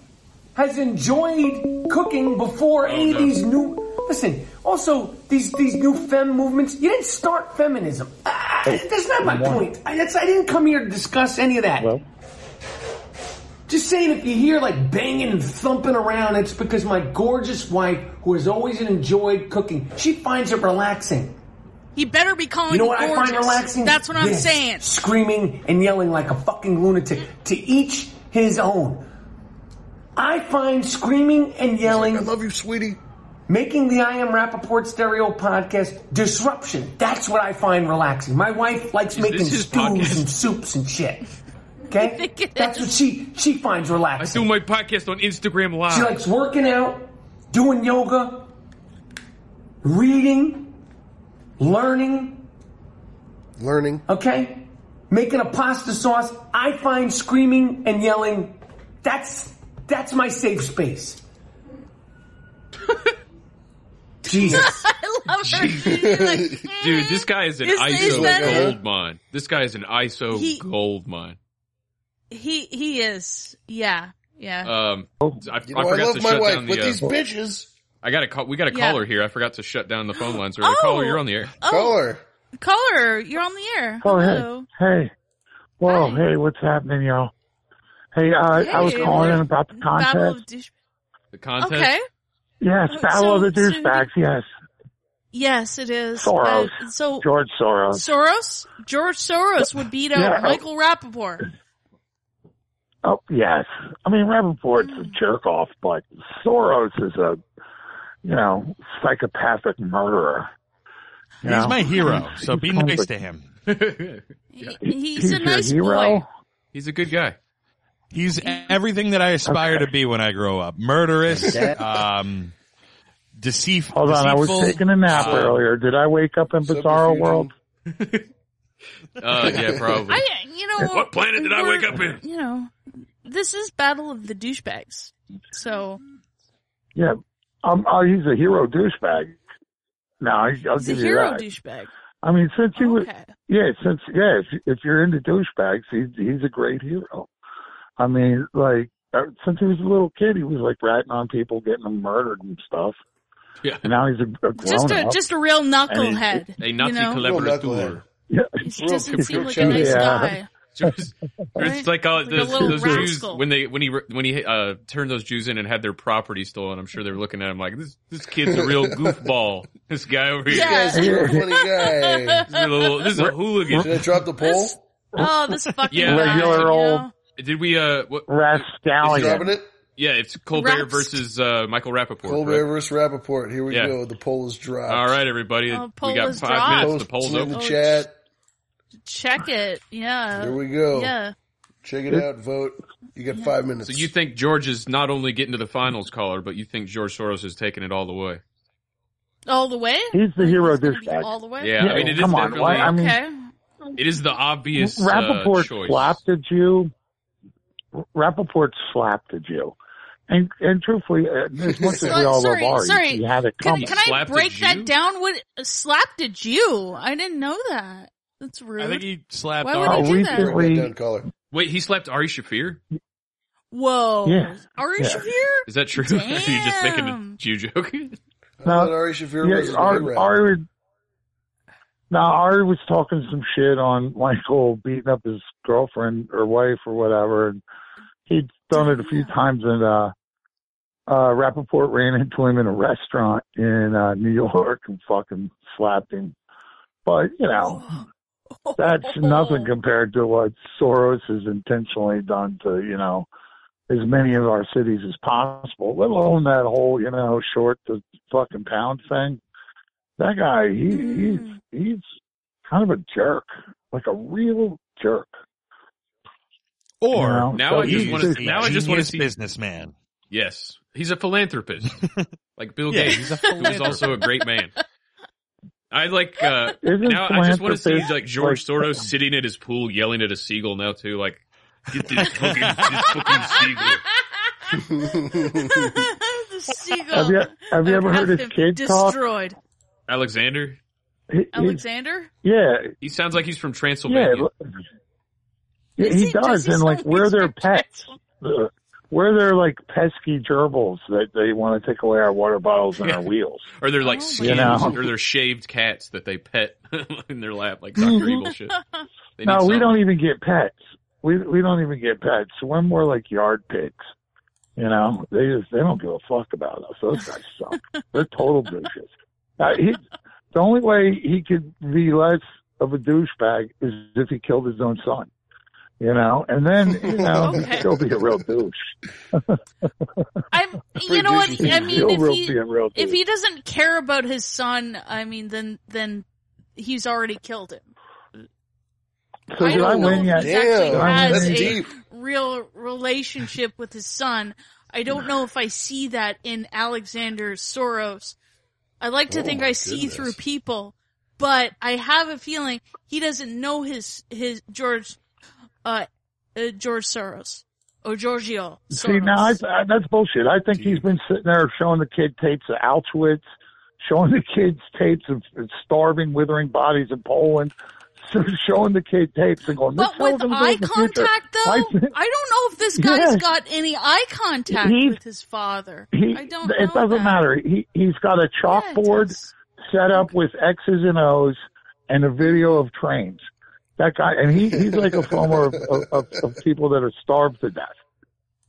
[SPEAKER 33] has enjoyed cooking before any of these new. Listen. Also, these these new fem movements. You didn't start feminism. Ah, that's not my
[SPEAKER 16] one.
[SPEAKER 33] point. I, that's, I didn't come here to discuss any of that. Just saying, if you hear like banging and thumping around, it's because my gorgeous wife, who has always enjoyed cooking, she finds it relaxing.
[SPEAKER 5] He better be calling
[SPEAKER 33] You know
[SPEAKER 5] me
[SPEAKER 33] what I
[SPEAKER 5] gorgeous.
[SPEAKER 33] find relaxing?
[SPEAKER 5] That's what I'm
[SPEAKER 33] This.
[SPEAKER 5] saying.
[SPEAKER 33] Screaming and yelling like a fucking lunatic. To each his own. I find screaming and yelling. I love
[SPEAKER 4] you, sweetie.
[SPEAKER 33] Making the I Am Rappaport Stereo podcast disruption. That's what I find relaxing. My wife likes making stews and soups and shit. Okay? That's what she she finds relaxing.
[SPEAKER 2] I do my podcast on Instagram Live.
[SPEAKER 33] She likes working out, doing yoga, reading, learning.
[SPEAKER 4] Learning.
[SPEAKER 33] Okay? Making a pasta sauce. I find screaming and yelling. That's that's my safe space. Jesus.
[SPEAKER 5] I love her.
[SPEAKER 2] Dude, this guy is an
[SPEAKER 5] Is-
[SPEAKER 2] ISO
[SPEAKER 5] is that it?
[SPEAKER 2] gold mine. This guy is an ISO
[SPEAKER 5] He-
[SPEAKER 2] gold mine.
[SPEAKER 5] he he is. Yeah. Yeah.
[SPEAKER 2] Um, I,
[SPEAKER 5] Oh, You
[SPEAKER 2] I
[SPEAKER 5] know, I
[SPEAKER 2] forgot
[SPEAKER 5] love
[SPEAKER 2] to
[SPEAKER 5] my
[SPEAKER 2] shut
[SPEAKER 5] wife,
[SPEAKER 2] down the.
[SPEAKER 5] but
[SPEAKER 2] uh,
[SPEAKER 5] these
[SPEAKER 4] bitches.
[SPEAKER 2] I got a call. We got a
[SPEAKER 5] Yeah.
[SPEAKER 2] caller here. I forgot to shut down the phone lines earlier. caller, you're on the air.
[SPEAKER 5] Oh. Caller. Caller, you're on the air.
[SPEAKER 31] Oh,
[SPEAKER 5] Uh, Hello.
[SPEAKER 31] hey. Hey. Whoa, hey, what's happening, y'all? Hey, uh, I was
[SPEAKER 5] Hey.
[SPEAKER 31] calling in about the
[SPEAKER 5] Babble
[SPEAKER 31] contest.
[SPEAKER 5] of douche-
[SPEAKER 2] The
[SPEAKER 5] contest? Okay.
[SPEAKER 31] Yes,
[SPEAKER 5] Oh,
[SPEAKER 31] Battle of
[SPEAKER 5] so-
[SPEAKER 31] the
[SPEAKER 5] so-
[SPEAKER 31] Douchebags, yes.
[SPEAKER 5] Yes, it is.
[SPEAKER 31] Soros.
[SPEAKER 5] Uh, so
[SPEAKER 31] George Soros.
[SPEAKER 5] Soros, George Soros would beat out
[SPEAKER 31] Yeah.
[SPEAKER 5] Michael Rappaport.
[SPEAKER 31] oh, yes. I mean, Rappaport's
[SPEAKER 5] Mm.
[SPEAKER 31] a jerk off, but Soros is a, you know, psychopathic murderer. You
[SPEAKER 6] He's
[SPEAKER 31] know?
[SPEAKER 6] my hero, so
[SPEAKER 31] He's
[SPEAKER 6] be
[SPEAKER 31] kind of
[SPEAKER 6] nice
[SPEAKER 31] a-
[SPEAKER 6] to him.
[SPEAKER 5] He's,
[SPEAKER 31] He's
[SPEAKER 5] a
[SPEAKER 31] your
[SPEAKER 5] nice
[SPEAKER 31] hero?
[SPEAKER 5] boy.
[SPEAKER 2] He's a good guy.
[SPEAKER 6] He's everything that I aspire to be when I grow up. Murderous, um, deceit. Uh,
[SPEAKER 31] Hold on, I was taking a nap earlier. Did I wake up in Bizarro World?
[SPEAKER 2] Uh, yeah, probably.
[SPEAKER 5] I, you know,
[SPEAKER 2] What planet did I
[SPEAKER 5] we're-
[SPEAKER 2] wake up in?
[SPEAKER 5] You know, this is Battle of the Douchebags. So
[SPEAKER 31] Yeah. Um, oh, he's a hero douchebag. No, I, I'll
[SPEAKER 5] he's a
[SPEAKER 31] give you
[SPEAKER 5] hero
[SPEAKER 31] that.
[SPEAKER 5] douchebag.
[SPEAKER 31] I mean, since you was, yeah, since yeah, if, if you're into douchebags, he's he's a great hero. I mean, like uh, since he was a little kid, he was like ratting on people, getting them murdered and stuff.
[SPEAKER 2] Yeah.
[SPEAKER 31] And now he's a, a grown
[SPEAKER 5] Just a
[SPEAKER 31] up.
[SPEAKER 5] just a real
[SPEAKER 31] knucklehead,
[SPEAKER 5] knucklehead.
[SPEAKER 2] A Nazi
[SPEAKER 5] you know?
[SPEAKER 2] collaborator.
[SPEAKER 31] yeah.
[SPEAKER 5] He doesn't seem like a
[SPEAKER 31] Yeah.
[SPEAKER 5] nice guy.
[SPEAKER 2] It's like, uh, those,
[SPEAKER 5] little
[SPEAKER 2] those Jews
[SPEAKER 5] rascal.
[SPEAKER 2] when they when he when he uh, turned those Jews in and had their property stolen. I'm sure they were looking at him like this. This kid's a real goofball. This guy over here.
[SPEAKER 4] This guy's a funny guy.
[SPEAKER 2] This is a, little, this is a hooligan.
[SPEAKER 4] Did I drop the poll?
[SPEAKER 5] Oh, this fucking
[SPEAKER 2] Yeah.
[SPEAKER 31] Regular old
[SPEAKER 2] Did we? Uh, what?
[SPEAKER 31] rascallion.
[SPEAKER 2] Yeah, it's Colbert versus uh, Michael Rappaport.
[SPEAKER 4] Colbert versus Rappaport. Here we
[SPEAKER 2] Yeah.
[SPEAKER 4] go. The poll is
[SPEAKER 2] right?
[SPEAKER 4] dropped.
[SPEAKER 2] All right, everybody.
[SPEAKER 5] Oh, poll
[SPEAKER 2] we got
[SPEAKER 5] is
[SPEAKER 2] five
[SPEAKER 5] dropped.
[SPEAKER 2] minutes. The poll's
[SPEAKER 4] Post in
[SPEAKER 2] over.
[SPEAKER 4] the chat.
[SPEAKER 5] Check it. Yeah.
[SPEAKER 4] Here we go.
[SPEAKER 5] Yeah.
[SPEAKER 4] Check it out. Vote. You got five minutes.
[SPEAKER 2] So you think George is not only getting to the finals, caller, but you think George Soros is taking it all the way?
[SPEAKER 5] All the way?
[SPEAKER 31] He's the hero
[SPEAKER 5] douchebag. All the way?
[SPEAKER 2] Yeah, I mean, it is
[SPEAKER 31] come on.
[SPEAKER 2] definitely.
[SPEAKER 31] Why- I mean,
[SPEAKER 5] okay.
[SPEAKER 2] it is the obvious uh,
[SPEAKER 31] Rappaport
[SPEAKER 2] choice.
[SPEAKER 31] slapped a Jew. Rappaport slapped a Jew. And and truthfully, uh, as much as we all
[SPEAKER 5] sorry,
[SPEAKER 31] love Ari,
[SPEAKER 5] sorry.
[SPEAKER 31] he had it
[SPEAKER 5] Can,
[SPEAKER 31] coming.
[SPEAKER 5] can I break that down? What slapped a Jew? I didn't know that. That's rude.
[SPEAKER 2] think he slapped
[SPEAKER 5] Why would he do that?
[SPEAKER 2] Wait, he slapped Ari Shafir?
[SPEAKER 5] Whoa.
[SPEAKER 2] Yeah.
[SPEAKER 5] Are you
[SPEAKER 2] Yeah.
[SPEAKER 5] sure?
[SPEAKER 2] Is that true? Are you just making a Jew joke?
[SPEAKER 31] No,
[SPEAKER 4] Ari Shaffir was a
[SPEAKER 31] Ari,
[SPEAKER 4] big
[SPEAKER 31] Ari, no, Ari was talking some shit on Michael beating up his girlfriend or wife or whatever, and he'd done it a few times. And uh, uh, Rappaport ran into him in a restaurant in uh, New York and fucking slapped him. But you know, that's nothing compared to what Soros has intentionally done to you know as many of our cities as possible, let alone that whole, you know, short to fucking pound thing. That guy, he, he's, he's kind of a jerk, like a real jerk.
[SPEAKER 6] Or
[SPEAKER 31] You know,
[SPEAKER 2] now
[SPEAKER 31] so
[SPEAKER 2] I just
[SPEAKER 31] he-
[SPEAKER 2] want to now I just want to
[SPEAKER 6] Genius
[SPEAKER 2] see
[SPEAKER 6] businessman.
[SPEAKER 2] Yes, he's a philanthropist, like Bill
[SPEAKER 6] Yeah,
[SPEAKER 2] Gates,
[SPEAKER 6] he's a
[SPEAKER 2] who was also a great man. I like uh,
[SPEAKER 6] Isn't
[SPEAKER 2] now. I just want to see
[SPEAKER 6] philanthropist
[SPEAKER 2] like George
[SPEAKER 6] like-
[SPEAKER 2] Soros sitting at his pool yelling at a seagull now too. Like, get this fucking, this fucking seagull.
[SPEAKER 5] the seagull.
[SPEAKER 31] Have you, have you ever heard his
[SPEAKER 5] have
[SPEAKER 31] kid talk?
[SPEAKER 5] destroyed.
[SPEAKER 2] Alexander,
[SPEAKER 31] He- he-
[SPEAKER 5] Alexander?
[SPEAKER 31] Yeah,
[SPEAKER 2] he sounds like he's from
[SPEAKER 31] yeah,
[SPEAKER 2] Transylvania.
[SPEAKER 31] l- yeah, he does. And like, where they're pets, uh, where they're like pesky gerbils that they want to take away our water bottles and our wheels.
[SPEAKER 2] Or they're like skins,
[SPEAKER 31] know.
[SPEAKER 2] or they're shaved cats that they pet in their lap, like Doctor Evil shit. They
[SPEAKER 31] no,
[SPEAKER 2] need
[SPEAKER 31] we
[SPEAKER 2] some-
[SPEAKER 31] don't even get pets. We we don't even get pets. We're more like yard pigs. You know, they just they don't give a fuck about us. Those guys suck. They're total douches. Uh, he, the only way he could be less of a douchebag is if he killed his own son. You know, and then you know
[SPEAKER 5] Okay.
[SPEAKER 31] he'd still be a real douche.
[SPEAKER 5] I'm, you know what? I mean,
[SPEAKER 31] He'll
[SPEAKER 5] if
[SPEAKER 31] real-
[SPEAKER 5] he,
[SPEAKER 31] be a real
[SPEAKER 5] if
[SPEAKER 31] dude.
[SPEAKER 5] he doesn't care about his son, I mean, then, then he's already killed him.
[SPEAKER 31] So
[SPEAKER 5] I
[SPEAKER 31] did
[SPEAKER 5] don't
[SPEAKER 31] I
[SPEAKER 5] know
[SPEAKER 31] win
[SPEAKER 5] if
[SPEAKER 31] yet?
[SPEAKER 5] he's actually
[SPEAKER 31] Did I win
[SPEAKER 5] has a
[SPEAKER 31] yet?
[SPEAKER 5] real relationship with his son. I don't know if I see that in Alexander Soros. I like to
[SPEAKER 7] Oh
[SPEAKER 5] think
[SPEAKER 7] my
[SPEAKER 5] I see
[SPEAKER 7] goodness.
[SPEAKER 5] through people, but I have a feeling he doesn't know his his George uh, uh George Soros or Giorgio.
[SPEAKER 31] See, now I, I, that's bullshit. I think he's been sitting there showing the kid tapes of Auschwitz, showing the kids tapes of starving, withering bodies in Poland, so showing the kid tapes and going,
[SPEAKER 5] But
[SPEAKER 31] "Let's
[SPEAKER 5] with
[SPEAKER 31] show them
[SPEAKER 5] eye
[SPEAKER 31] the
[SPEAKER 5] contact,
[SPEAKER 31] future."
[SPEAKER 5] though, I,
[SPEAKER 31] I
[SPEAKER 5] don't
[SPEAKER 31] think-
[SPEAKER 5] know if this guy's
[SPEAKER 31] Yes.
[SPEAKER 5] got any eye contact
[SPEAKER 31] He-
[SPEAKER 5] with his father.
[SPEAKER 31] He,
[SPEAKER 5] I don't.
[SPEAKER 31] it doesn't matter. He he's got a chalkboard set up with X's and O's and a video of trains. That guy, and he, he's like a former of, of, of people that are starved to death.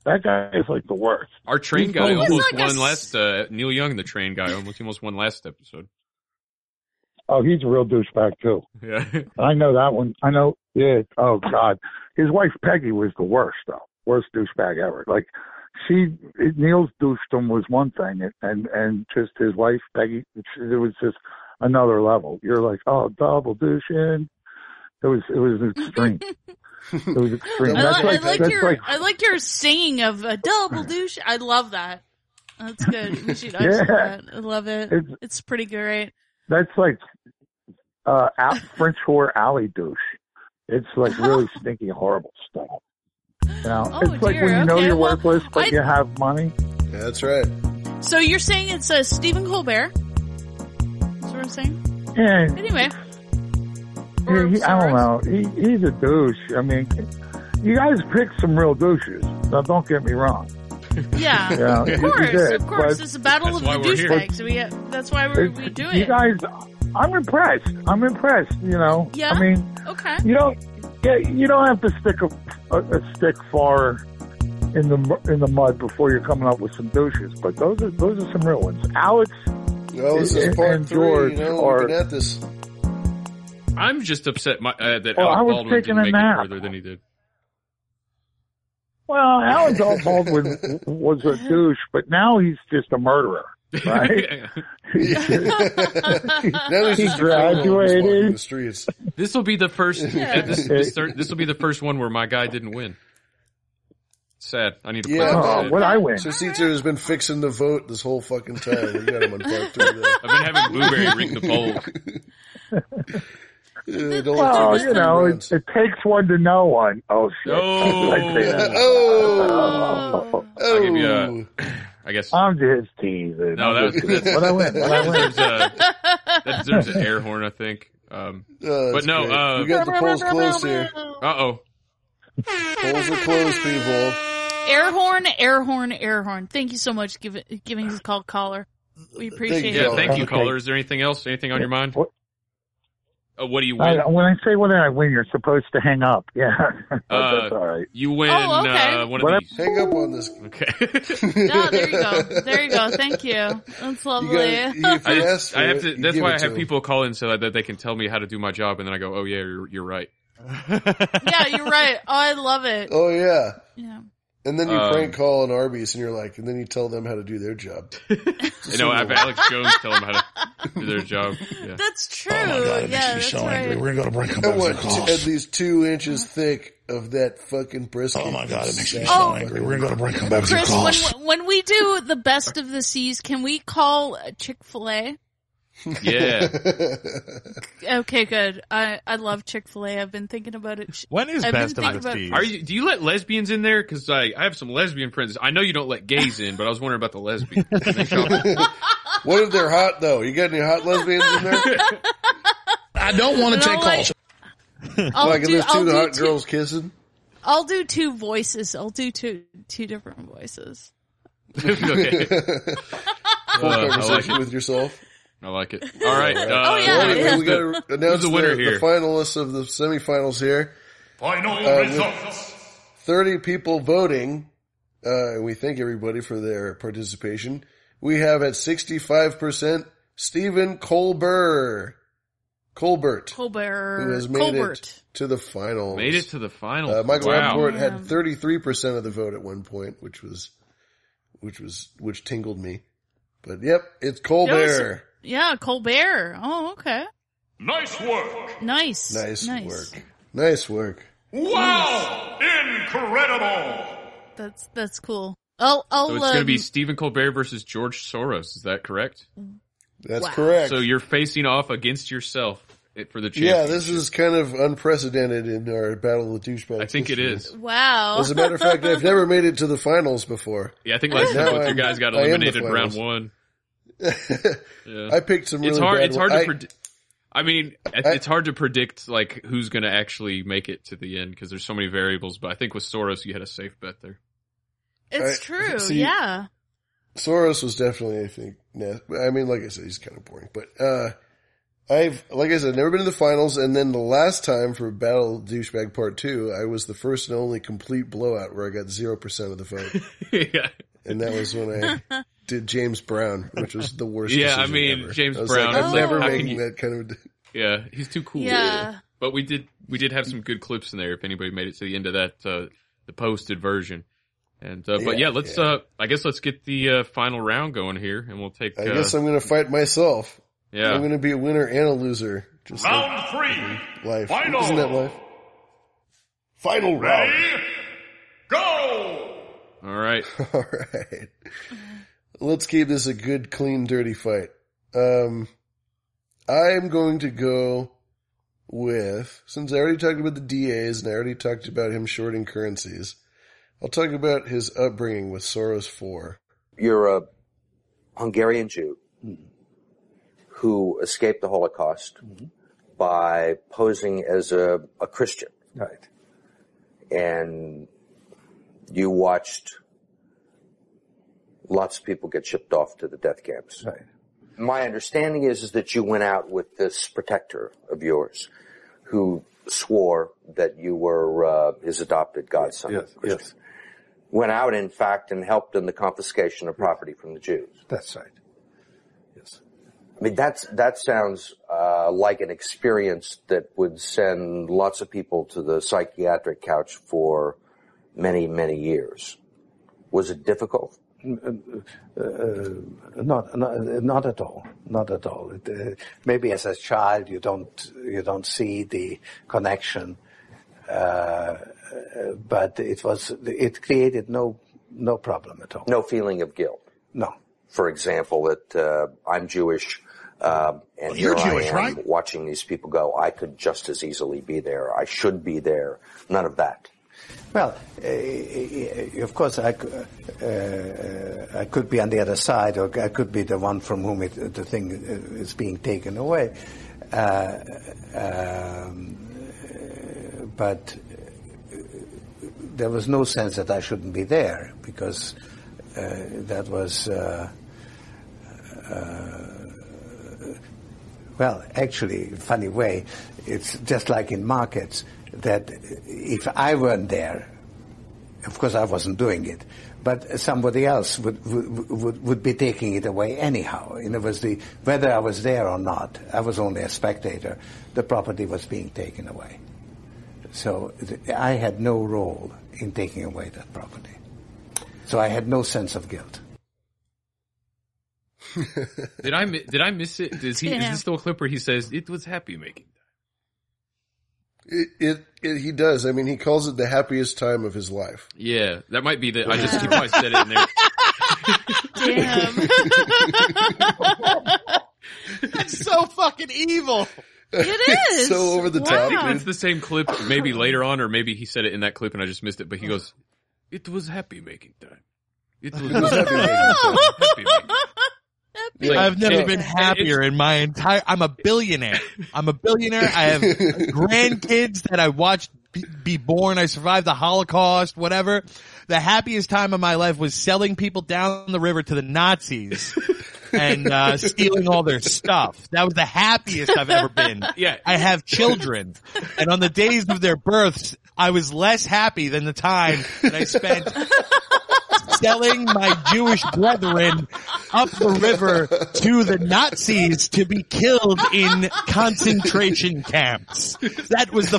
[SPEAKER 31] That guy is like the worst.
[SPEAKER 2] Our train
[SPEAKER 31] He's
[SPEAKER 2] guy
[SPEAKER 31] like-
[SPEAKER 2] almost won last. Uh, Neil Young, the train guy, almost he almost won last episode.
[SPEAKER 31] Oh, he's a real douchebag too.
[SPEAKER 2] Yeah.
[SPEAKER 31] I know that one. I know. Yeah. Oh God, his wife Peggy was the worst though. Worst douchebag ever. Like she, it, Neil's douchedom was one thing, and and just his wife Peggy, she- it was just another level. You're like, oh, double douching. It was it was extreme. it was extreme.
[SPEAKER 5] I,
[SPEAKER 31] That's
[SPEAKER 5] li-
[SPEAKER 31] like,
[SPEAKER 5] I like
[SPEAKER 31] that's
[SPEAKER 5] your
[SPEAKER 31] like
[SPEAKER 5] I like your singing of a double douche. I love that. That's good. We should
[SPEAKER 31] Yeah.
[SPEAKER 5] actually do that. I love it. It's,
[SPEAKER 31] It's-
[SPEAKER 5] pretty great.
[SPEAKER 31] That's like uh, Al- French whore alley douche. It's like really stinky, horrible stuff. You know,
[SPEAKER 5] Oh,
[SPEAKER 31] it's like
[SPEAKER 5] dear.
[SPEAKER 31] when you know
[SPEAKER 5] Okay,
[SPEAKER 31] you're
[SPEAKER 5] well,
[SPEAKER 31] worthless, but
[SPEAKER 5] I-
[SPEAKER 31] you have money.
[SPEAKER 4] Yeah, that's right.
[SPEAKER 5] So you're saying it's a Stephen Colbert? That's what I'm saying.
[SPEAKER 31] Yeah,
[SPEAKER 5] Anyway,
[SPEAKER 31] he- he- I don't know. He, he's a douche. I mean, you guys picked some real douches. Now, don't get me wrong.
[SPEAKER 5] yeah,
[SPEAKER 31] Yeah,
[SPEAKER 5] of
[SPEAKER 31] you- you
[SPEAKER 5] course,
[SPEAKER 31] did,
[SPEAKER 5] of course,
[SPEAKER 31] but-
[SPEAKER 5] it's a battle of the
[SPEAKER 31] That's why we're here.
[SPEAKER 5] douchebags. We have, that's why we're, we do
[SPEAKER 31] You
[SPEAKER 5] it.
[SPEAKER 31] guys, I'm impressed. I'm impressed. You know,
[SPEAKER 5] Yeah.
[SPEAKER 31] I mean,
[SPEAKER 5] okay.
[SPEAKER 31] you don't yeah, you don't have to stick a, a, a stick far in the mu- in the mud before you're coming up with some douches. But those are those are some real ones. Alex,
[SPEAKER 4] Well, this is
[SPEAKER 31] and,
[SPEAKER 4] part
[SPEAKER 31] and
[SPEAKER 4] three.
[SPEAKER 31] George
[SPEAKER 4] you know,
[SPEAKER 31] are
[SPEAKER 4] we've been at this.
[SPEAKER 2] I'm just upset my, uh, that
[SPEAKER 31] Well,
[SPEAKER 2] Alec
[SPEAKER 31] I was
[SPEAKER 2] Baldwin
[SPEAKER 31] taking
[SPEAKER 2] didn't
[SPEAKER 31] a
[SPEAKER 2] make
[SPEAKER 31] nap.
[SPEAKER 2] it further than he did.
[SPEAKER 31] well, Alex Baldwin was a douche, but now he's just a murderer, right?
[SPEAKER 4] Now he's just
[SPEAKER 31] he
[SPEAKER 4] a criminal who's walking
[SPEAKER 31] graduated.
[SPEAKER 4] the streets.
[SPEAKER 2] This will be the first.
[SPEAKER 4] Yeah.
[SPEAKER 2] uh, this this, third- this will be the first one where my guy didn't win. Sad. I need to. play that
[SPEAKER 31] Uh-huh.
[SPEAKER 2] shit.
[SPEAKER 4] So Caesar has been fixing the vote this whole fucking time. We got him on part three. There.
[SPEAKER 2] I've been having Blueberry ring the poll.
[SPEAKER 4] Yeah, don't let
[SPEAKER 31] Well,
[SPEAKER 4] Blueberry
[SPEAKER 31] you know, it, it takes one to know one. Oh shit! I say that.
[SPEAKER 4] Oh.
[SPEAKER 2] I'll give you. uh, I guess.
[SPEAKER 31] I'm just teasing.
[SPEAKER 2] No, that
[SPEAKER 31] I'm
[SPEAKER 2] was
[SPEAKER 31] just kidding. What I win? What I
[SPEAKER 2] that
[SPEAKER 31] win?
[SPEAKER 2] deserves, uh, that deserves an air horn, I think. Um,
[SPEAKER 4] Oh,
[SPEAKER 2] but
[SPEAKER 4] that's
[SPEAKER 2] no,
[SPEAKER 4] great.
[SPEAKER 2] uh,
[SPEAKER 4] we got the polls closed here.
[SPEAKER 2] Uh oh.
[SPEAKER 4] Polls are closed, people.
[SPEAKER 5] Air horn, air horn, air horn. Thank you so much, give, giving us a call, caller. We appreciate it.
[SPEAKER 2] Yeah, thank you,
[SPEAKER 31] Okay.
[SPEAKER 2] caller. Is there anything else? Anything on your mind? What, uh, what do you win?
[SPEAKER 31] I, when I say whether I win, you're supposed to hang up. Yeah,
[SPEAKER 2] Uh,
[SPEAKER 31] Oh, that's all right.
[SPEAKER 2] You win
[SPEAKER 5] Oh, okay.
[SPEAKER 2] uh, one of
[SPEAKER 31] What I-
[SPEAKER 2] these.
[SPEAKER 4] Hang up on this.
[SPEAKER 2] Okay.
[SPEAKER 5] No, Ah, there you go. There you go. Thank you. That's lovely.
[SPEAKER 2] I, just- I have to. That's why I have people call in so that they can tell me how to do my job, and then I go, "Oh yeah, you're, you're right."
[SPEAKER 5] yeah, you're right. Oh, I love it.
[SPEAKER 4] Oh yeah.
[SPEAKER 5] Yeah.
[SPEAKER 4] And then you
[SPEAKER 2] Um,
[SPEAKER 4] prank call an Arby's and you're like, and then you tell them how to do their job.
[SPEAKER 2] You know, I have Alex Jones tell them how to do their job. Yeah.
[SPEAKER 5] That's true.
[SPEAKER 2] Oh, God,
[SPEAKER 5] Oh, yeah,
[SPEAKER 2] it makes me
[SPEAKER 5] that's
[SPEAKER 2] so
[SPEAKER 5] right.
[SPEAKER 2] angry.
[SPEAKER 5] We're
[SPEAKER 2] gonna break up
[SPEAKER 4] I
[SPEAKER 2] after
[SPEAKER 4] want
[SPEAKER 2] the calls.
[SPEAKER 4] t- at least two inches thick of that fucking brisket. Oh my god, it makes
[SPEAKER 5] me so Oh.
[SPEAKER 4] angry. We're gonna break up
[SPEAKER 5] Chris, when, when we do the best of the seas, can we call Chick Fil A?
[SPEAKER 2] Yeah.
[SPEAKER 5] Okay, good. I I love Chick Fil A. I've been thinking about it.
[SPEAKER 48] When is
[SPEAKER 5] I've been
[SPEAKER 48] best of
[SPEAKER 5] thinking
[SPEAKER 48] the
[SPEAKER 5] about-
[SPEAKER 48] seas?
[SPEAKER 2] Are you? Do you let lesbians in there? Because I, I have some lesbian friends. I know you don't let gays in, but I was wondering about the lesbian.
[SPEAKER 4] what if they're hot though? You got any hot lesbians in there? I don't
[SPEAKER 5] wanna You know, take like-
[SPEAKER 4] calls.
[SPEAKER 5] I'll
[SPEAKER 4] like
[SPEAKER 5] do-
[SPEAKER 4] there's
[SPEAKER 5] I'll
[SPEAKER 4] two
[SPEAKER 5] do
[SPEAKER 4] hot
[SPEAKER 5] two-
[SPEAKER 4] girls kissing.
[SPEAKER 5] I'll do two voices. I'll do two two different voices.
[SPEAKER 2] okay.
[SPEAKER 4] Full
[SPEAKER 2] Uh, I like
[SPEAKER 4] conversation
[SPEAKER 2] it.
[SPEAKER 4] with yourself.
[SPEAKER 2] I like it. All right. Uh,
[SPEAKER 4] Oh,
[SPEAKER 2] what do we-
[SPEAKER 4] We got to announce
[SPEAKER 2] Who's the winner here?
[SPEAKER 4] the finalists of the semifinals here.
[SPEAKER 16] Final
[SPEAKER 4] Uh, with-
[SPEAKER 16] results.
[SPEAKER 4] 30 people voting, uh, and we thank everybody for their participation. We have at 65% Stephen Colbert. Colbert.
[SPEAKER 5] Colbert.
[SPEAKER 4] Oh. Who has made
[SPEAKER 5] Colbert.
[SPEAKER 4] it to the finals.
[SPEAKER 2] Made it to the finals.
[SPEAKER 4] Uh, Michael
[SPEAKER 2] wow.
[SPEAKER 4] Rappaport had 33% of the vote at one point, which was, which was, which tingled me. But yep, it's Colbert.
[SPEAKER 5] Yeah, Colbert. Oh, okay.
[SPEAKER 16] Nice work.
[SPEAKER 5] Nice.
[SPEAKER 4] Nice, work. Nice work.
[SPEAKER 16] Wow! Incredible!
[SPEAKER 5] That's that's cool. I'll I'll
[SPEAKER 2] So it's going to
[SPEAKER 5] um,
[SPEAKER 2] be Stephen Colbert versus George Soros. Is that correct?
[SPEAKER 4] That's correct.
[SPEAKER 2] So you're facing off against yourself it- for the championship.
[SPEAKER 4] Yeah, this is kind of unprecedented in our battle with douchebags.
[SPEAKER 2] I think it is.
[SPEAKER 5] um, Wow.
[SPEAKER 4] As a matter of fact, I've never made it to the finals before.
[SPEAKER 2] Yeah, I think last
[SPEAKER 4] Now
[SPEAKER 2] time both you
[SPEAKER 4] I'm-
[SPEAKER 2] guys got
[SPEAKER 4] I am the
[SPEAKER 2] eliminated round
[SPEAKER 4] finals.
[SPEAKER 2] one. Yeah.
[SPEAKER 4] I picked some
[SPEAKER 2] it's
[SPEAKER 4] really
[SPEAKER 2] hard.
[SPEAKER 4] bad
[SPEAKER 2] It's hard
[SPEAKER 4] one.
[SPEAKER 2] to.
[SPEAKER 4] I-
[SPEAKER 2] predi- I mean, it- it's hard to predict like who's going to actually make it to the end because there's so many variables. But I think with Soros, you had a safe bet there.
[SPEAKER 5] It's
[SPEAKER 4] I-
[SPEAKER 5] true.
[SPEAKER 4] see-
[SPEAKER 5] yeah.
[SPEAKER 4] Soros was definitely, I think. Nah, I mean, like I said, he's kind of boring. But uh, I've, like I said, never been to the finals. And then the last time for Battle Douchebag Part Two, I was the first and only complete blowout where I got zero percent of the vote,
[SPEAKER 2] yeah.
[SPEAKER 4] and that was when I did James Brown, which was the worst.
[SPEAKER 2] Yeah, I
[SPEAKER 4] decision
[SPEAKER 2] mean,
[SPEAKER 4] ever.
[SPEAKER 2] James
[SPEAKER 4] I was
[SPEAKER 2] Brown,
[SPEAKER 4] Like,
[SPEAKER 2] it's
[SPEAKER 4] I'm
[SPEAKER 2] like,
[SPEAKER 4] never
[SPEAKER 2] how can
[SPEAKER 4] making
[SPEAKER 2] you-
[SPEAKER 4] that kind of.
[SPEAKER 2] Yeah, he's too cool.
[SPEAKER 5] Yeah.
[SPEAKER 2] But we did we did have some good clips in there. If anybody made it to the end of that, uh, the posted version. And uh, but
[SPEAKER 4] Yeah,
[SPEAKER 2] yeah, let's. Uh, I guess let's get the uh, final round going here, and we'll take.
[SPEAKER 4] I
[SPEAKER 2] uh,
[SPEAKER 4] guess I'm going to fight myself.
[SPEAKER 2] Yeah.
[SPEAKER 4] I'm going to be a winner and a loser. Just
[SPEAKER 16] Round three.
[SPEAKER 4] like life.
[SPEAKER 16] Final.
[SPEAKER 4] Isn't that life? Final round.
[SPEAKER 16] Ready? Go!
[SPEAKER 2] All right.
[SPEAKER 4] All right. Let's keep this a good, clean, dirty fight. Um, I'm going to go with, since I already talked about the DAs and I already talked about him shorting currencies, I'll talk about his upbringing with Soros 4.
[SPEAKER 17] You're a Hungarian Jew
[SPEAKER 18] Mm-hmm.
[SPEAKER 17] who escaped the Holocaust
[SPEAKER 18] Mm-hmm.
[SPEAKER 17] by posing as a, a Christian.
[SPEAKER 18] Right.
[SPEAKER 17] And you watched lots of people get shipped off to the death camps.
[SPEAKER 18] Right.
[SPEAKER 17] My understanding is, is that you went out with this protector of yours who swore that you were uh, his adopted godson.
[SPEAKER 18] Yes,
[SPEAKER 17] Christian. Went out, in fact, and helped in the confiscation of property from the Jews.
[SPEAKER 18] That's right.
[SPEAKER 17] I mean, that's that sounds uh, like an experience that would send lots of people to the psychiatric couch for many, many years. Was it difficult?
[SPEAKER 18] Mm, Uh, not, not not at all. Not at all. It, uh, maybe as a child you don't you don't see the connection, uh, uh, but it was it created no no problem at all.
[SPEAKER 17] No feeling of guilt.
[SPEAKER 18] No.
[SPEAKER 17] For example, that uh, I'm Jewish, um and
[SPEAKER 18] Well, you're
[SPEAKER 17] here
[SPEAKER 18] Jewish,
[SPEAKER 17] I am
[SPEAKER 18] right?
[SPEAKER 17] watching these people go. I could just as easily be there. I should be there. None of that.
[SPEAKER 18] Well, uh, of course, I, c- uh, I could be on the other side, or I could be the one from whom it, the thing is being taken away. Uh, um, uh, but uh, there was no sense that I shouldn't be there because uh, that was. Uh, uh, well, actually, funny way, it's just like in markets that if I weren't there, of course I wasn't doing it, but somebody else would would would, would be taking it away anyhow. And it was the whether I was there or not, I was only a spectator. The property was being taken away, so th- I had no role in taking away that property. So I had no sense of guilt.
[SPEAKER 2] Did I mi- did I miss it? Is he is this still a clip where he says it was happy making?
[SPEAKER 4] It, it, it he does. I mean, he calls it the happiest time of his life.
[SPEAKER 2] Yeah, that might be the. I just he probably said it in there.
[SPEAKER 6] That's so fucking evil.
[SPEAKER 5] It
[SPEAKER 4] is. so over the top,
[SPEAKER 2] I think
[SPEAKER 4] dude.
[SPEAKER 2] it's the same clip. Maybe later on, or maybe he said it in that clip and I just missed it. But he goes, "It was happy making time. It was, happy making time. Happy making time." Like,
[SPEAKER 6] I've never
[SPEAKER 2] it's-
[SPEAKER 6] been happier in my entire. I'm a billionaire. I'm a billionaire. I have grandkids that I watched be- be born. I survived the Holocaust. Whatever. The happiest time of my life was selling people down the river to the Nazis and uh, stealing all their stuff. That was the happiest I've ever been.
[SPEAKER 2] Yeah.
[SPEAKER 6] I have children, and on the days of their births, I was less happy than the time that I spent selling my Jewish brethren up the river to the Nazis to be killed in concentration camps. That was the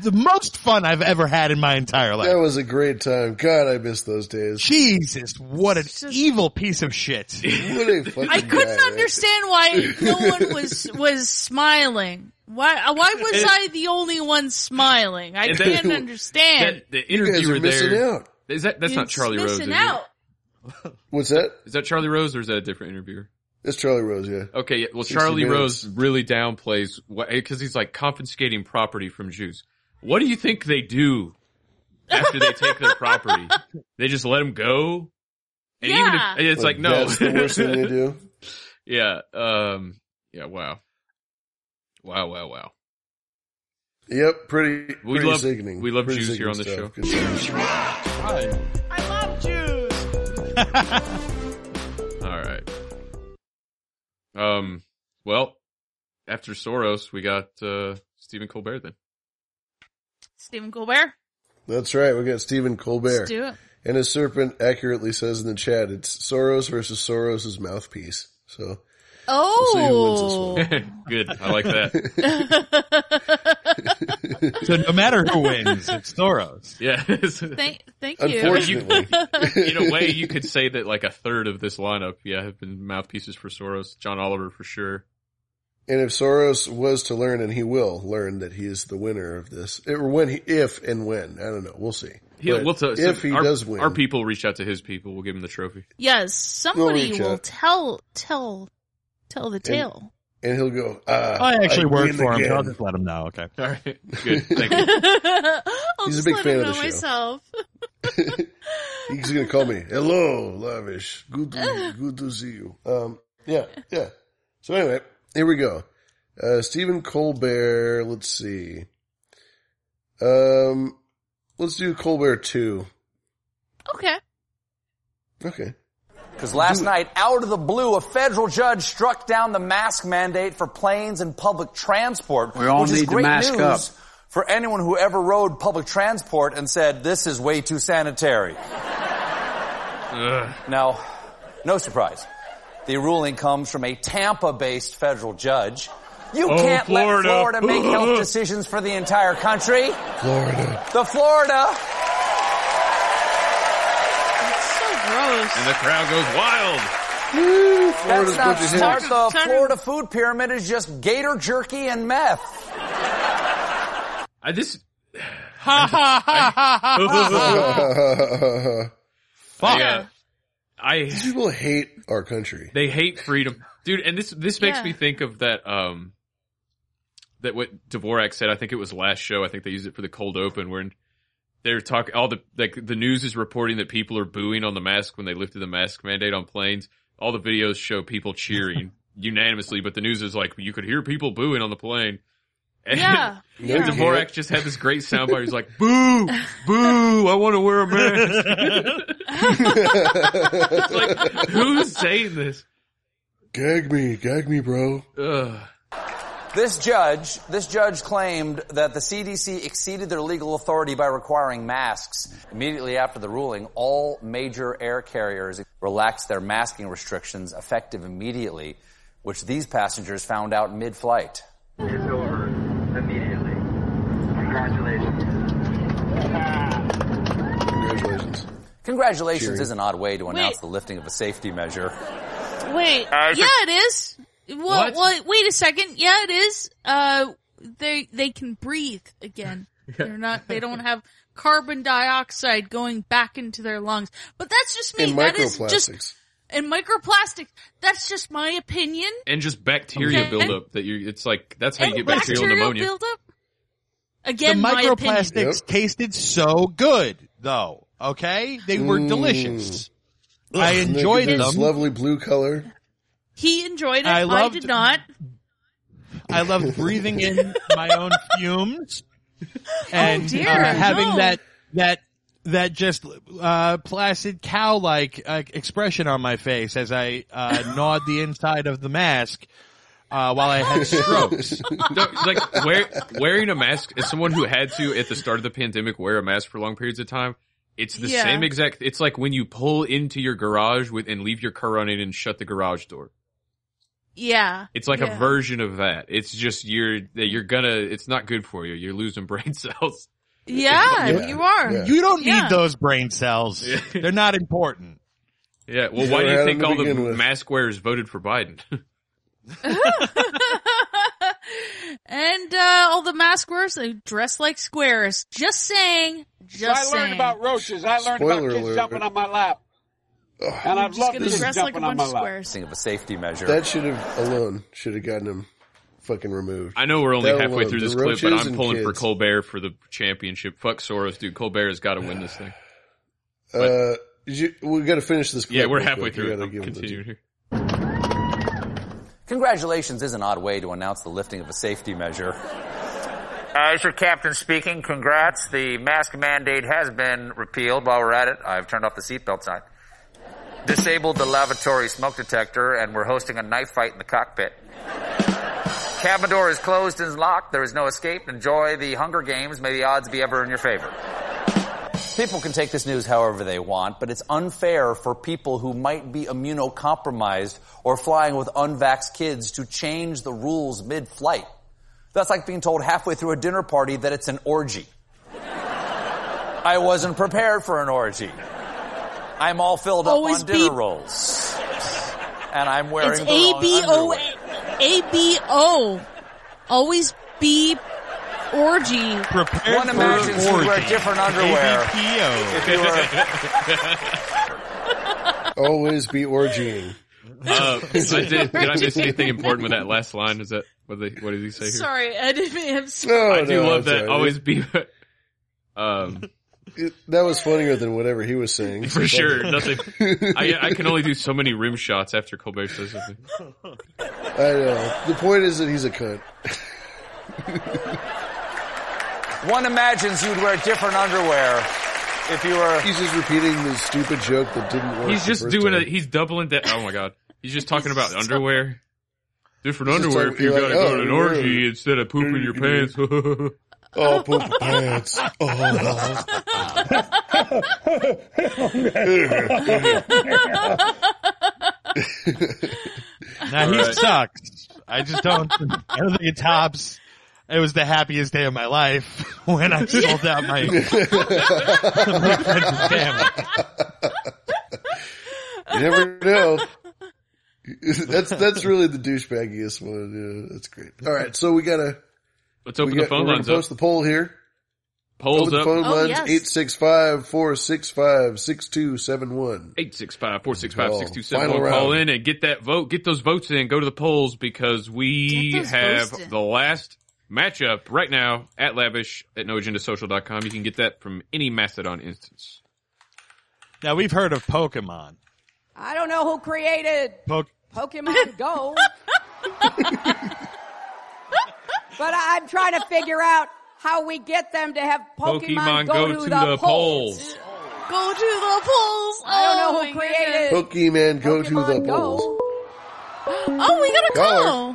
[SPEAKER 6] the most fun I've ever had in my entire life.
[SPEAKER 4] That was a great time. God, I miss those days.
[SPEAKER 6] Jesus, what an evil piece of shit!
[SPEAKER 4] What a fucking
[SPEAKER 5] I couldn't
[SPEAKER 4] guy, right?
[SPEAKER 5] understand why no one was was smiling. Why uh, why was
[SPEAKER 2] And-
[SPEAKER 5] I the only one smiling? I
[SPEAKER 2] and that-
[SPEAKER 5] can't understand.
[SPEAKER 2] That, the
[SPEAKER 4] You guys are
[SPEAKER 2] interviewer
[SPEAKER 4] missing
[SPEAKER 2] there.
[SPEAKER 4] out.
[SPEAKER 2] Is that that's not
[SPEAKER 5] It's
[SPEAKER 2] Charlie Rose?
[SPEAKER 5] missing
[SPEAKER 2] is it?
[SPEAKER 5] out.
[SPEAKER 4] What's that?
[SPEAKER 2] Is that Charlie Rose or is that a different interviewer?
[SPEAKER 4] It's Charlie Rose, yeah.
[SPEAKER 2] Okay, yeah, well,
[SPEAKER 4] 60
[SPEAKER 2] Charlie
[SPEAKER 4] minutes.
[SPEAKER 2] Rose really downplays because he's like confiscating property from Jews. What do you think they do after they take their property? They just let them go? And even
[SPEAKER 4] Yeah.
[SPEAKER 2] if, it's like,
[SPEAKER 4] Like,
[SPEAKER 2] no.
[SPEAKER 4] that's the worst thing they do?
[SPEAKER 2] Yeah. Um, yeah. Wow. Wow. Wow. Wow.
[SPEAKER 4] Yep, pretty.
[SPEAKER 2] We
[SPEAKER 4] pretty
[SPEAKER 2] love-
[SPEAKER 4] sickening.
[SPEAKER 2] we love
[SPEAKER 4] Pretty
[SPEAKER 2] Jews here on
[SPEAKER 4] sickening
[SPEAKER 2] this
[SPEAKER 4] stuff. Good stuff.
[SPEAKER 5] I love Jews.
[SPEAKER 2] All right. Um. Well, after Soros, we got uh, Stephen Colbert. Then
[SPEAKER 5] Stephen Colbert.
[SPEAKER 4] That's right. We got Stephen Colbert.
[SPEAKER 5] Let's do it.
[SPEAKER 4] And as Serpent accurately says in the chat, it's Soros versus Soros' mouthpiece. So
[SPEAKER 5] Oh,
[SPEAKER 2] good. I like that.
[SPEAKER 6] So no matter who wins, it's Soros.
[SPEAKER 2] Yeah.
[SPEAKER 5] thank thank you.
[SPEAKER 4] Unfortunately.
[SPEAKER 2] In a way, you could say that like a third of this lineup, yeah, have been mouthpieces for Soros, John Oliver for sure.
[SPEAKER 4] And if Soros was to learn, and he will learn that he is the winner of this, or when he, if and when, I don't know, we'll see.
[SPEAKER 2] He'll,
[SPEAKER 4] But
[SPEAKER 2] we'll tell,
[SPEAKER 4] if
[SPEAKER 2] so
[SPEAKER 4] he
[SPEAKER 2] our,
[SPEAKER 4] does win,
[SPEAKER 2] our people reach out to his people. We'll give him the trophy.
[SPEAKER 5] yes, somebody
[SPEAKER 4] reach
[SPEAKER 5] will
[SPEAKER 4] out.
[SPEAKER 5] tell tell tell the tale.
[SPEAKER 4] and he'll go. Ah,
[SPEAKER 6] I actually worked
[SPEAKER 4] win
[SPEAKER 6] for him, so I'll
[SPEAKER 4] again."
[SPEAKER 6] just let him know. Okay.
[SPEAKER 2] All right. Good. Thank you.
[SPEAKER 5] I'll
[SPEAKER 4] He's a
[SPEAKER 5] just
[SPEAKER 4] big
[SPEAKER 5] let
[SPEAKER 4] fan
[SPEAKER 5] him
[SPEAKER 4] of the
[SPEAKER 5] know
[SPEAKER 4] show.
[SPEAKER 5] myself.
[SPEAKER 4] He's gonna call me. Hello, lavish. Good, to, good to see you. Um, yeah, yeah. So anyway, here we go. Uh, Stephen Colbert. Let's see. Um, let's do Colbert two.
[SPEAKER 5] Okay.
[SPEAKER 4] Okay.
[SPEAKER 3] Because last night, out of the blue, a federal judge struck down the mask mandate for planes and public transport.
[SPEAKER 10] We all
[SPEAKER 3] which is
[SPEAKER 10] need to
[SPEAKER 3] great
[SPEAKER 10] mask
[SPEAKER 3] news
[SPEAKER 10] up.
[SPEAKER 3] For anyone who ever rode public transport and said, this is way too sanitary. Now, no surprise. The ruling comes from a Tampa-based federal judge. You
[SPEAKER 39] Oh,
[SPEAKER 3] can't
[SPEAKER 39] Florida.
[SPEAKER 3] let Florida make health decisions for the entire country.
[SPEAKER 4] Florida.
[SPEAKER 3] The Florida
[SPEAKER 2] And the crowd goes wild.
[SPEAKER 3] That's
[SPEAKER 2] Florida's
[SPEAKER 3] not
[SPEAKER 2] budget
[SPEAKER 3] smart.
[SPEAKER 2] hits.
[SPEAKER 3] The
[SPEAKER 2] Turn-
[SPEAKER 3] Florida food pyramid is just gator jerky and meth.
[SPEAKER 2] I just
[SPEAKER 3] Ha ha ha
[SPEAKER 4] Fuck.
[SPEAKER 2] Uh-huh. Yeah. I
[SPEAKER 4] These people hate our country.
[SPEAKER 2] They hate freedom, dude. And this this makes
[SPEAKER 4] Yeah.
[SPEAKER 2] me think of that um that what Dvorak said. I think it was last show. I think they used it for the cold open where they're talking. All the like the news is reporting that people are booing on the mask when they lifted the mask mandate on planes. All the videos show people cheering unanimously, but the news is like you could hear people booing on the plane. And
[SPEAKER 5] Yeah.
[SPEAKER 4] No, you
[SPEAKER 2] Dvorak
[SPEAKER 4] can't.
[SPEAKER 2] just had this great soundbite. He's like, "Boo, boo! I want to wear a mask." It's like, who's saying this?
[SPEAKER 4] Gag me, gag me, bro.
[SPEAKER 3] This judge, this judge claimed that the CDC exceeded their legal authority by requiring masks. Immediately after the ruling, all major air carriers relaxed their masking restrictions effective immediately, which these passengers found out mid-flight.
[SPEAKER 46] It's over immediately. Congratulations.
[SPEAKER 4] Congratulations.
[SPEAKER 3] Congratulations is an odd way to announce the lifting of a safety measure.
[SPEAKER 5] Wait.
[SPEAKER 3] I
[SPEAKER 5] yeah,
[SPEAKER 3] think-
[SPEAKER 5] it is. Well,
[SPEAKER 3] What?
[SPEAKER 5] well, wait a second. Yeah, it is. Uh, they they can breathe again. They're not. They don't have carbon dioxide going back into their lungs. But that's just me.
[SPEAKER 4] And
[SPEAKER 5] that is just
[SPEAKER 4] microplastics.
[SPEAKER 5] and microplastics. That's just my opinion.
[SPEAKER 2] and just bacteria
[SPEAKER 5] Okay.
[SPEAKER 2] buildup that you it's like that's how you get bacterial,
[SPEAKER 5] Bacterial
[SPEAKER 2] pneumonia.
[SPEAKER 5] buildup. Again,
[SPEAKER 6] the
[SPEAKER 5] my opinion.
[SPEAKER 6] microplastics tasted so good, though. Okay, they were
[SPEAKER 4] Mm.
[SPEAKER 6] delicious.
[SPEAKER 4] Ugh,
[SPEAKER 6] I
[SPEAKER 4] and they
[SPEAKER 6] enjoyed
[SPEAKER 4] give
[SPEAKER 6] them.
[SPEAKER 4] this Lovely blue color.
[SPEAKER 5] He enjoyed it.
[SPEAKER 6] I
[SPEAKER 5] I,
[SPEAKER 6] loved-
[SPEAKER 5] did not.
[SPEAKER 6] I loved breathing in my own fumes and
[SPEAKER 5] Oh, dear,
[SPEAKER 6] uh, having
[SPEAKER 5] no.
[SPEAKER 6] that that that just uh, placid cow like uh, expression on my face as I uh, gnawed the inside of the mask. Uh, while I
[SPEAKER 5] Oh,
[SPEAKER 6] had strokes,
[SPEAKER 2] No, like wear, wearing a mask as someone who had to at the start of the pandemic wear a mask for long periods of time. It's the
[SPEAKER 5] Yeah.
[SPEAKER 2] same exact. It's like when you pull into your garage with and leave your car running and shut the garage door.
[SPEAKER 5] Yeah.
[SPEAKER 2] It's like
[SPEAKER 5] Yeah.
[SPEAKER 2] a version of that. It's just you're that you're gonna. It's not good for you. You're losing brain cells.
[SPEAKER 5] Yeah,
[SPEAKER 2] Yeah.
[SPEAKER 5] you are.
[SPEAKER 6] you don't need
[SPEAKER 5] Yeah.
[SPEAKER 6] those brain cells. They're not important.
[SPEAKER 2] Yeah. Well,
[SPEAKER 6] You
[SPEAKER 2] why do
[SPEAKER 6] never
[SPEAKER 2] you
[SPEAKER 6] had
[SPEAKER 2] think
[SPEAKER 6] them to
[SPEAKER 2] all the
[SPEAKER 6] begin with.
[SPEAKER 2] mask wearers voted for Biden?
[SPEAKER 5] And uh, all the mask wearers they dress like squares. Just saying. Just
[SPEAKER 10] I
[SPEAKER 5] saying.
[SPEAKER 10] learned about roaches. I learned
[SPEAKER 3] Spoiler
[SPEAKER 10] about kids
[SPEAKER 3] alert.
[SPEAKER 10] jumping on my lap. And I'd love to
[SPEAKER 5] dress like a
[SPEAKER 10] jumping on
[SPEAKER 5] bunch
[SPEAKER 10] my
[SPEAKER 5] of
[SPEAKER 10] lap.
[SPEAKER 3] Lifting of a safety measure.
[SPEAKER 4] That should have alone should have gotten him fucking removed.
[SPEAKER 2] I know we're only
[SPEAKER 4] That
[SPEAKER 2] halfway
[SPEAKER 4] alone.
[SPEAKER 2] through
[SPEAKER 4] The
[SPEAKER 2] this clip, but
[SPEAKER 4] roaches
[SPEAKER 2] I'm
[SPEAKER 4] and
[SPEAKER 2] pulling for
[SPEAKER 4] kids.
[SPEAKER 2] Colbert for the championship. Fuck Soros, dude. Colbert has got to win this thing.
[SPEAKER 4] Uh, did you, we got to finish this. Clip
[SPEAKER 2] Yeah, we're
[SPEAKER 4] real
[SPEAKER 2] halfway
[SPEAKER 4] quick. We
[SPEAKER 2] through. it.
[SPEAKER 4] gotta
[SPEAKER 2] I'm
[SPEAKER 4] give him the-
[SPEAKER 2] continuing here.
[SPEAKER 3] Congratulations is an odd way to announce the lifting of a safety measure.
[SPEAKER 39] Uh, is your captain speaking? Congrats. The mask mandate has been repealed. While we're at it, I've turned off the seatbelt sign. Disabled the lavatory smoke detector, and we're hosting a knife fight in the cockpit. Cabin door is closed and locked. There is no escape. Enjoy the Hunger Games. May the odds be ever in your favor.
[SPEAKER 3] People can take this news however they want, but it's unfair for people who might be immunocompromised or flying with unvaxxed kids to change the rules mid-flight. That's like being told halfway through a dinner party that it's an orgy. I wasn't prepared for an orgy. I'm all filled
[SPEAKER 5] Always
[SPEAKER 3] up on dinner
[SPEAKER 5] be-
[SPEAKER 3] rolls. And I'm wearing
[SPEAKER 5] It's
[SPEAKER 3] the wrong
[SPEAKER 5] A B O
[SPEAKER 3] underwear.
[SPEAKER 5] A B O. Always be orgy.
[SPEAKER 6] Prepare
[SPEAKER 3] One imagines you wear different underwear. If you
[SPEAKER 4] Always be orgying.
[SPEAKER 2] Uh, I did, did I miss anything important with that last line? Is that what, they, what did he say here?
[SPEAKER 5] Sorry, I didn't have.
[SPEAKER 2] I do
[SPEAKER 4] Oh, no,
[SPEAKER 2] love
[SPEAKER 4] that's all right.
[SPEAKER 2] that. Always be. Um,
[SPEAKER 4] It- that was funnier than whatever he was saying.
[SPEAKER 2] for sure. Nothing. I, I can only do so many rim shots after Colbert says something.
[SPEAKER 4] I know. The point is that he's a cunt.
[SPEAKER 3] One imagines you'd wear different underwear if you were.
[SPEAKER 4] He's just repeating the stupid joke that didn't work.
[SPEAKER 2] He's
[SPEAKER 4] the
[SPEAKER 2] just
[SPEAKER 4] first
[SPEAKER 2] doing
[SPEAKER 4] time.
[SPEAKER 2] it. He's doubling that. Oh my god. He's just talking about underwear. Different
[SPEAKER 4] He's just
[SPEAKER 2] underwear.
[SPEAKER 4] talking-
[SPEAKER 2] if you
[SPEAKER 4] you're
[SPEAKER 2] gotta
[SPEAKER 4] like,
[SPEAKER 2] go
[SPEAKER 4] oh,
[SPEAKER 2] to an
[SPEAKER 4] you're
[SPEAKER 2] orgy
[SPEAKER 4] wearing-
[SPEAKER 2] instead of pooping your pants.
[SPEAKER 4] Oh, poop pants. Oh.
[SPEAKER 6] Now he
[SPEAKER 2] Alright.
[SPEAKER 6] sucks. I just don't. I don't think it tops. It was the happiest day of my life when I sold out my. my friend's family.
[SPEAKER 4] You never know. that's that's really the douchebaggiest one. Yeah, that's great. All right, so we gotta
[SPEAKER 2] Let's open
[SPEAKER 4] we
[SPEAKER 2] the phone
[SPEAKER 4] we're gonna
[SPEAKER 2] lines
[SPEAKER 4] Post
[SPEAKER 2] up.
[SPEAKER 4] the poll here.
[SPEAKER 2] Polls
[SPEAKER 4] open the
[SPEAKER 2] up.
[SPEAKER 4] phone
[SPEAKER 2] Oh,
[SPEAKER 4] lines
[SPEAKER 2] yes.
[SPEAKER 4] 865-465-6271.
[SPEAKER 2] 865 465
[SPEAKER 4] Final
[SPEAKER 2] 6271.
[SPEAKER 4] round.
[SPEAKER 2] Call in and get that vote. Get those votes in. Go to the polls because we
[SPEAKER 4] Get those votes in.
[SPEAKER 2] have the last matchup right now at lavish at noagendasocial.com. You can get that from any Mastodon instance.
[SPEAKER 6] Now we've heard of Pokemon.
[SPEAKER 33] I don't know who created
[SPEAKER 6] Poke.
[SPEAKER 33] Pokemon Go. but I- I'm trying to figure out how we get them to have Pokemon, go, to, the, polls.
[SPEAKER 5] Go to the polls.
[SPEAKER 33] I don't know
[SPEAKER 5] Oh my
[SPEAKER 33] who created.
[SPEAKER 4] Pokemon go to the polls.
[SPEAKER 5] Oh, we gotta
[SPEAKER 4] Caller.
[SPEAKER 5] go.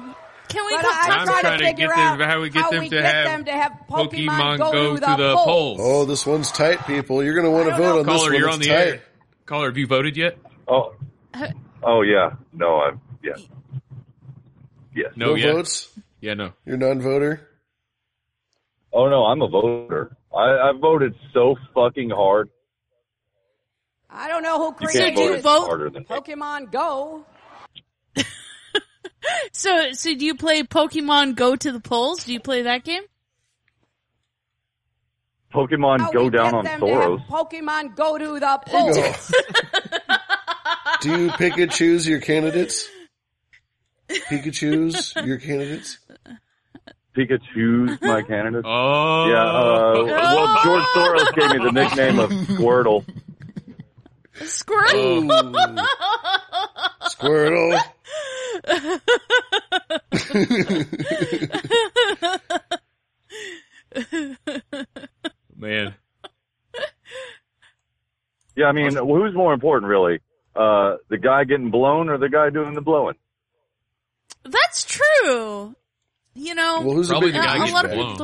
[SPEAKER 5] Can we
[SPEAKER 33] But
[SPEAKER 5] put
[SPEAKER 33] I'm
[SPEAKER 5] time?
[SPEAKER 33] trying to
[SPEAKER 2] trying to
[SPEAKER 33] figure
[SPEAKER 2] get
[SPEAKER 33] out
[SPEAKER 2] them- how we get them to
[SPEAKER 33] get
[SPEAKER 2] have
[SPEAKER 33] them to have Pokemon,
[SPEAKER 2] Pokemon
[SPEAKER 33] go, to, the, polls.
[SPEAKER 4] Oh, this one's tight, people. You're gonna want to vote on this
[SPEAKER 2] Caller,
[SPEAKER 4] one.
[SPEAKER 2] you're
[SPEAKER 4] It's
[SPEAKER 2] on the
[SPEAKER 4] tight.
[SPEAKER 2] air. Caller, have you voted yet?
[SPEAKER 21] Oh. Oh yeah. No, I'm yeah. Yes.
[SPEAKER 4] No No yet. votes?
[SPEAKER 2] Yeah, no.
[SPEAKER 4] You're non-voter.
[SPEAKER 21] Oh no, I'm a voter. I, I voted so fucking hard.
[SPEAKER 14] I don't know who
[SPEAKER 5] You
[SPEAKER 14] created
[SPEAKER 5] can't vote
[SPEAKER 14] it.
[SPEAKER 5] harder than-
[SPEAKER 14] Pokemon Go.
[SPEAKER 5] So, so do you play Pokemon Go to the polls? Do you play that game?
[SPEAKER 30] Pokemon
[SPEAKER 14] How
[SPEAKER 30] go
[SPEAKER 14] we
[SPEAKER 30] down
[SPEAKER 14] get
[SPEAKER 30] on
[SPEAKER 14] them
[SPEAKER 30] Thoros.
[SPEAKER 14] To have Pokemon Go to the polls.
[SPEAKER 4] Do you pick and choose your candidates? Pikachu's your candidates?
[SPEAKER 30] Pikachu's my candidate.
[SPEAKER 2] Oh.
[SPEAKER 30] Yeah, uh,
[SPEAKER 4] Oh!
[SPEAKER 30] well, George Soros gave me the nickname of Squirtle.
[SPEAKER 5] Squirtle.
[SPEAKER 4] Oh. Squirtle.
[SPEAKER 2] Man.
[SPEAKER 30] Yeah, I mean, who's more important, really? Uh, the guy getting blown or the guy doing the blowing?
[SPEAKER 5] That's true. You know,
[SPEAKER 4] Well, who's the Probably big the guy
[SPEAKER 5] a
[SPEAKER 4] getting
[SPEAKER 5] lot of people
[SPEAKER 4] blown.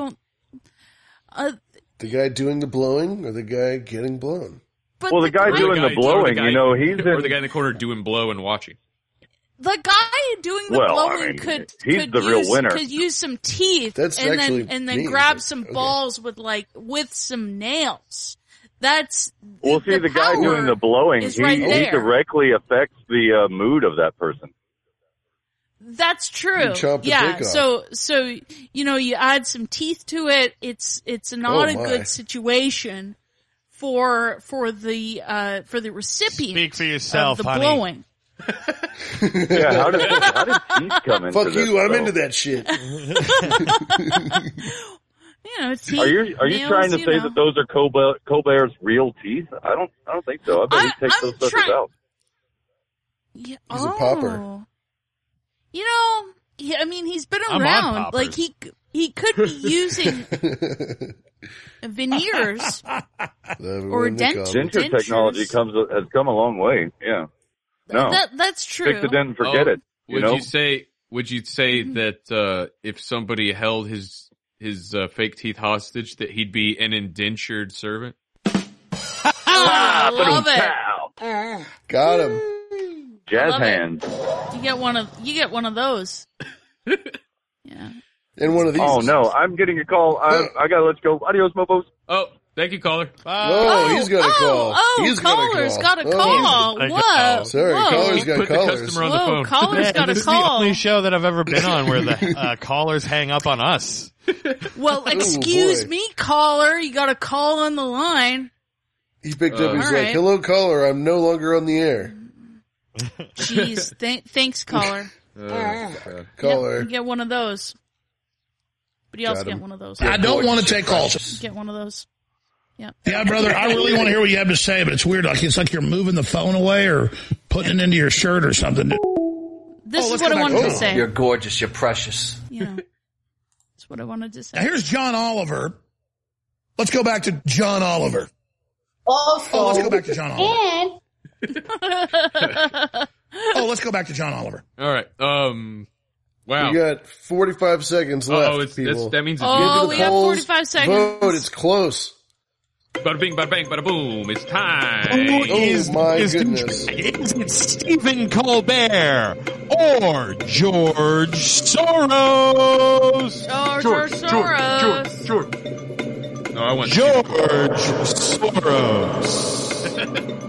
[SPEAKER 5] don't. Uh,
[SPEAKER 4] The guy doing the blowing or the guy getting blown?
[SPEAKER 5] but
[SPEAKER 30] Well, the guy
[SPEAKER 2] Or
[SPEAKER 30] doing the
[SPEAKER 2] or
[SPEAKER 30] blowing, you know, he's
[SPEAKER 2] or
[SPEAKER 30] in-
[SPEAKER 2] the guy in the corner doing blow and watching.
[SPEAKER 5] the guy doing the
[SPEAKER 2] Well, I
[SPEAKER 5] blowing
[SPEAKER 2] mean,
[SPEAKER 5] could
[SPEAKER 2] he's
[SPEAKER 5] could
[SPEAKER 2] the real
[SPEAKER 5] use,
[SPEAKER 2] winner.
[SPEAKER 5] could use some teeth
[SPEAKER 2] That's
[SPEAKER 5] and
[SPEAKER 2] actually
[SPEAKER 5] then and then
[SPEAKER 2] me,
[SPEAKER 5] grab
[SPEAKER 2] but-
[SPEAKER 5] some balls with like with some nails. That's
[SPEAKER 30] Well, see, the,
[SPEAKER 5] power
[SPEAKER 30] guy doing the blowing,
[SPEAKER 5] is
[SPEAKER 30] he,
[SPEAKER 5] right
[SPEAKER 30] he
[SPEAKER 5] there.
[SPEAKER 30] directly affects the uh, mood of that person.
[SPEAKER 5] That's true.
[SPEAKER 30] You chop the
[SPEAKER 5] Yeah.
[SPEAKER 30] dick off.
[SPEAKER 5] So so you know you add some teeth to it. It's it's not
[SPEAKER 30] Oh,
[SPEAKER 5] a
[SPEAKER 30] my.
[SPEAKER 5] good situation for for the uh for the recipient.
[SPEAKER 6] Speak for yourself,
[SPEAKER 5] of the
[SPEAKER 6] honey.
[SPEAKER 5] blowing.
[SPEAKER 30] yeah, how did, how did teeth come into
[SPEAKER 4] Fuck
[SPEAKER 30] this,
[SPEAKER 4] you, I'm
[SPEAKER 30] though?
[SPEAKER 4] into that shit.
[SPEAKER 5] You know, teeth,
[SPEAKER 30] Are you are you
[SPEAKER 5] nails,
[SPEAKER 30] trying to say
[SPEAKER 5] know.
[SPEAKER 30] that those are Colbert, Colbert's real teeth? I don't I don't think so. I bet he takes those suckers out.
[SPEAKER 5] Yeah,
[SPEAKER 4] He's a popper.
[SPEAKER 5] oh. You know, he, I mean, he's been
[SPEAKER 4] I'm on
[SPEAKER 5] around.
[SPEAKER 4] poppers.
[SPEAKER 5] Like he c- he could be using veneers. Oh, Or dent-
[SPEAKER 30] denture
[SPEAKER 5] dentures.
[SPEAKER 30] technology comes has come a long way. Yeah, no,
[SPEAKER 5] That, that's true.
[SPEAKER 30] fix it in, forget
[SPEAKER 2] Oh,
[SPEAKER 30] it. You
[SPEAKER 2] would
[SPEAKER 30] know,
[SPEAKER 2] you say would you say
[SPEAKER 4] Mm-hmm.
[SPEAKER 2] that uh, if somebody held his his uh, fake teeth hostage, that he'd be an indentured servant?
[SPEAKER 5] I love it.
[SPEAKER 4] Got him.
[SPEAKER 30] jazz
[SPEAKER 5] love it.
[SPEAKER 30] hands.
[SPEAKER 5] You get one of you get one of those.
[SPEAKER 4] And one of these.
[SPEAKER 30] Oh no, I'm getting a call. I I gotta let's go. Adios, mofos.
[SPEAKER 2] Oh, thank you, caller.
[SPEAKER 4] Oh, he's got a call.
[SPEAKER 5] oh,
[SPEAKER 4] He's got a
[SPEAKER 5] caller's
[SPEAKER 4] call.
[SPEAKER 5] got a
[SPEAKER 4] Oh.
[SPEAKER 5] call. Whoa,
[SPEAKER 4] Sorry,
[SPEAKER 5] whoa.
[SPEAKER 4] caller's got
[SPEAKER 6] Put the
[SPEAKER 4] callers.
[SPEAKER 6] customer on
[SPEAKER 5] Whoa,
[SPEAKER 6] the phone.
[SPEAKER 5] caller's got a
[SPEAKER 6] this is the
[SPEAKER 5] call.
[SPEAKER 6] only show that I've ever been on where the uh, callers hang up on us.
[SPEAKER 5] Well, excuse me, caller. You got a call on the line.
[SPEAKER 4] He picked up.
[SPEAKER 5] Uh,
[SPEAKER 4] He's
[SPEAKER 5] All
[SPEAKER 4] like,
[SPEAKER 5] right.
[SPEAKER 4] "Hello, caller. I'm no longer on the air."
[SPEAKER 5] Jeez, th- thanks, caller.
[SPEAKER 2] Uh,
[SPEAKER 4] Uh, Caller.
[SPEAKER 5] You get one of those. But you
[SPEAKER 4] Got
[SPEAKER 5] also
[SPEAKER 4] him.
[SPEAKER 5] get one of those.
[SPEAKER 4] I don't wanna
[SPEAKER 12] take calls.
[SPEAKER 5] Get one of those. Yep.
[SPEAKER 12] Yeah, brother, I really want to hear what you have to say, but it's weird. Like it's like you're moving the phone away or putting it into your shirt or something.
[SPEAKER 4] Oh,
[SPEAKER 5] This is what I wanted to say.
[SPEAKER 19] You're gorgeous. You're precious.
[SPEAKER 5] You know, that's what I wanted to say.
[SPEAKER 12] Now here's John Oliver. Let's go back to John Oliver.
[SPEAKER 5] Also,
[SPEAKER 12] Oh, let's go back to John Oliver.
[SPEAKER 5] and
[SPEAKER 12] Oh, let's go back to John Oliver.
[SPEAKER 2] All right. Um. Wow.
[SPEAKER 4] You got 45 seconds
[SPEAKER 2] Uh-oh,
[SPEAKER 4] left.
[SPEAKER 2] it's-
[SPEAKER 4] people.
[SPEAKER 2] that's- that means it's-
[SPEAKER 4] Get to
[SPEAKER 5] oh,
[SPEAKER 4] the
[SPEAKER 5] we got
[SPEAKER 4] polls,
[SPEAKER 5] forty five seconds.
[SPEAKER 4] Vote. It's close.
[SPEAKER 2] Bada bing, bada bang, bada boom. It's time.
[SPEAKER 5] Oh,
[SPEAKER 6] Who is,
[SPEAKER 4] oh my
[SPEAKER 6] is,
[SPEAKER 4] goodness.
[SPEAKER 6] Is it Stephen Colbert or George Soros?
[SPEAKER 5] Oh, George, Soros.
[SPEAKER 2] George, No, I want
[SPEAKER 6] George Soros.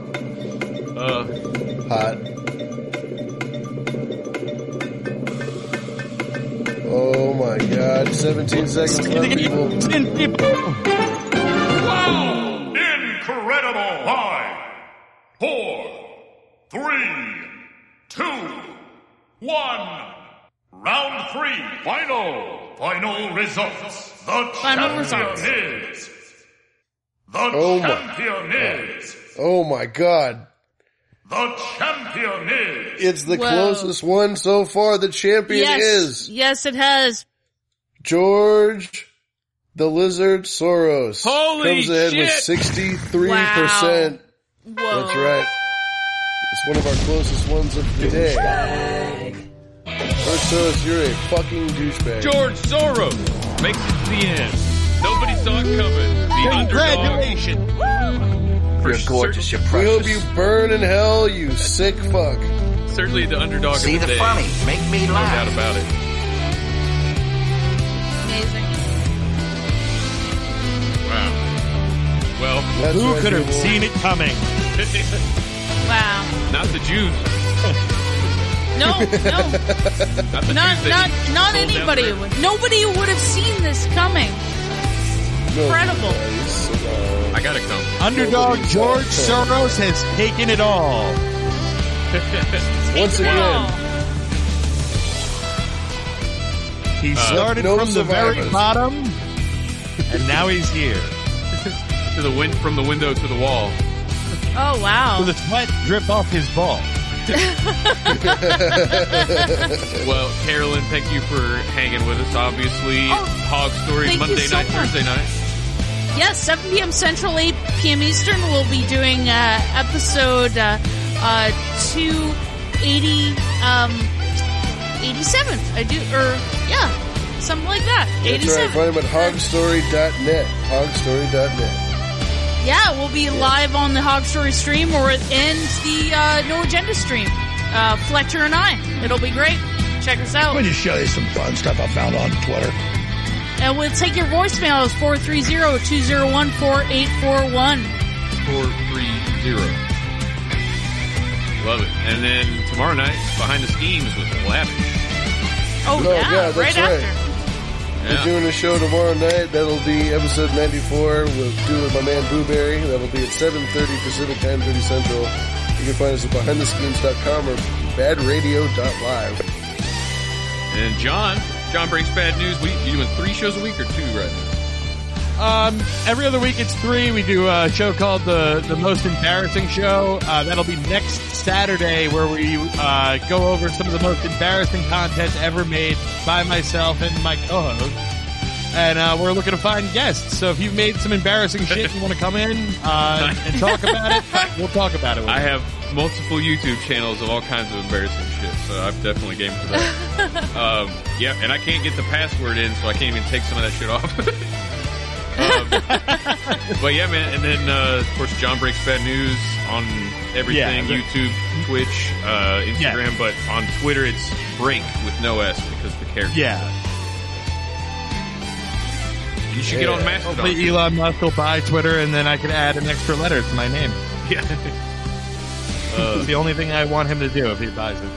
[SPEAKER 2] Uh,
[SPEAKER 4] Hot. Oh my God! 17 seconds left, people.
[SPEAKER 16] Wow! Incredible! Five, four, three, two, one. Round three, final. Final results. The
[SPEAKER 5] Final
[SPEAKER 16] champion
[SPEAKER 5] results.
[SPEAKER 16] is. The
[SPEAKER 4] Oh my-
[SPEAKER 16] champion is.
[SPEAKER 4] Oh my God!
[SPEAKER 16] The champion is.
[SPEAKER 4] It's the
[SPEAKER 5] Whoa.
[SPEAKER 4] closest one so far. The champion
[SPEAKER 5] Yes,
[SPEAKER 4] is
[SPEAKER 5] yes, it has.
[SPEAKER 4] George the Lizard Soros.
[SPEAKER 5] Holy
[SPEAKER 4] Comes ahead with
[SPEAKER 5] shit.
[SPEAKER 4] 63 percent.
[SPEAKER 5] Whoa.
[SPEAKER 4] That's right. It's one of our closest ones of the day. George Soros, you're a fucking douchebag.
[SPEAKER 2] George Soros makes it to the end. Nobody saw it coming. The
[SPEAKER 6] Congratulations.
[SPEAKER 2] underdog. For
[SPEAKER 19] You're gorgeous. You're
[SPEAKER 4] We hope
[SPEAKER 19] precious.
[SPEAKER 4] you burn in hell, you sick fuck.
[SPEAKER 2] Certainly the underdog
[SPEAKER 19] See
[SPEAKER 2] of the,
[SPEAKER 19] the
[SPEAKER 2] day.
[SPEAKER 19] funny. Make me
[SPEAKER 2] No
[SPEAKER 19] laugh.
[SPEAKER 2] doubt about it.
[SPEAKER 5] Amazing.
[SPEAKER 2] Wow. Well,
[SPEAKER 6] Who could have seen it coming?
[SPEAKER 5] Wow.
[SPEAKER 2] Not the Jews.
[SPEAKER 5] No, no.
[SPEAKER 2] Not the
[SPEAKER 5] Not
[SPEAKER 2] Jews. that
[SPEAKER 5] not not
[SPEAKER 2] he sold down
[SPEAKER 5] anybody.
[SPEAKER 2] there.
[SPEAKER 5] would- Nobody would have seen this coming. Incredible.
[SPEAKER 2] I gotta come.
[SPEAKER 6] Underdog George Soros has taken it all.
[SPEAKER 4] Once again,
[SPEAKER 6] He
[SPEAKER 4] Uh,
[SPEAKER 6] started
[SPEAKER 4] no
[SPEAKER 6] from the very
[SPEAKER 4] survivors.
[SPEAKER 6] bottom, and now he's here.
[SPEAKER 2] to the wind from the window to the wall.
[SPEAKER 5] Oh wow.
[SPEAKER 6] So the sweat drip off his ball.
[SPEAKER 2] Well, Carolyn, thank you for hanging with us. Obviously, Hog
[SPEAKER 5] Oh,
[SPEAKER 2] Stories
[SPEAKER 5] thank you
[SPEAKER 2] Monday
[SPEAKER 5] so
[SPEAKER 2] night,
[SPEAKER 5] much.
[SPEAKER 2] Thursday night.
[SPEAKER 5] Yes, 7 p.m. Central, 8 p.m. Eastern. We'll be doing uh, episode uh, uh, 280, um, 87. I do, or yeah, something like that.
[SPEAKER 4] That's
[SPEAKER 5] 87.
[SPEAKER 4] right. Find them at hogstory.net. Hogstory.net.
[SPEAKER 5] Yeah, we'll be live on the Hog Story stream or and the uh, No Agenda stream. Uh, Fletcher and I. It'll be great. Check us out.
[SPEAKER 12] Let me just show you some fun stuff I found on Twitter.
[SPEAKER 5] And we'll take your voicemails 430 201 4841.
[SPEAKER 2] 430. Love it. And then tomorrow night, Behind the Schemes with Lavish.
[SPEAKER 5] Oh,
[SPEAKER 4] No,
[SPEAKER 5] yeah,
[SPEAKER 4] yeah, that's
[SPEAKER 5] right,
[SPEAKER 4] right.
[SPEAKER 5] after.
[SPEAKER 4] We're doing a show tomorrow night. That'll be episode 94. We'll do it with my man Booberry. That'll be at 7.30 Pacific time, 30 Central. You can find us at behindtheschemes.com or badradio.live.
[SPEAKER 2] And John, John Breaks Bad News. We, you doing three shows a week or two right now?
[SPEAKER 6] Um, every other week it's three. We do a show called the the most embarrassing show. Uh, that'll be next Saturday, where we uh, go over some of the most embarrassing content ever made by myself and my co-host. And uh, we're looking to find guests. So if you've made some embarrassing shit and you want to come in uh, and talk about it, we'll talk about it. with
[SPEAKER 2] I
[SPEAKER 6] you.
[SPEAKER 2] have multiple YouTube channels of all kinds of embarrassing shit, so I've definitely game for that. um, yeah, and I can't get the password in, so I can't even take some of that shit off. um, but yeah, man, and then uh, of course John breaks bad news on everything:
[SPEAKER 6] Yeah, the-
[SPEAKER 2] YouTube, Twitch, uh,
[SPEAKER 6] Yeah.
[SPEAKER 2] Instagram. But on Twitter, it's break with no s because the character.
[SPEAKER 6] Yeah.
[SPEAKER 2] you should get on Mastodon.
[SPEAKER 6] Hopefully Elon Musk will buy Twitter, and then I can add an extra letter to my name.
[SPEAKER 2] Yeah.
[SPEAKER 6] it's the only thing I want him to do if he buys it.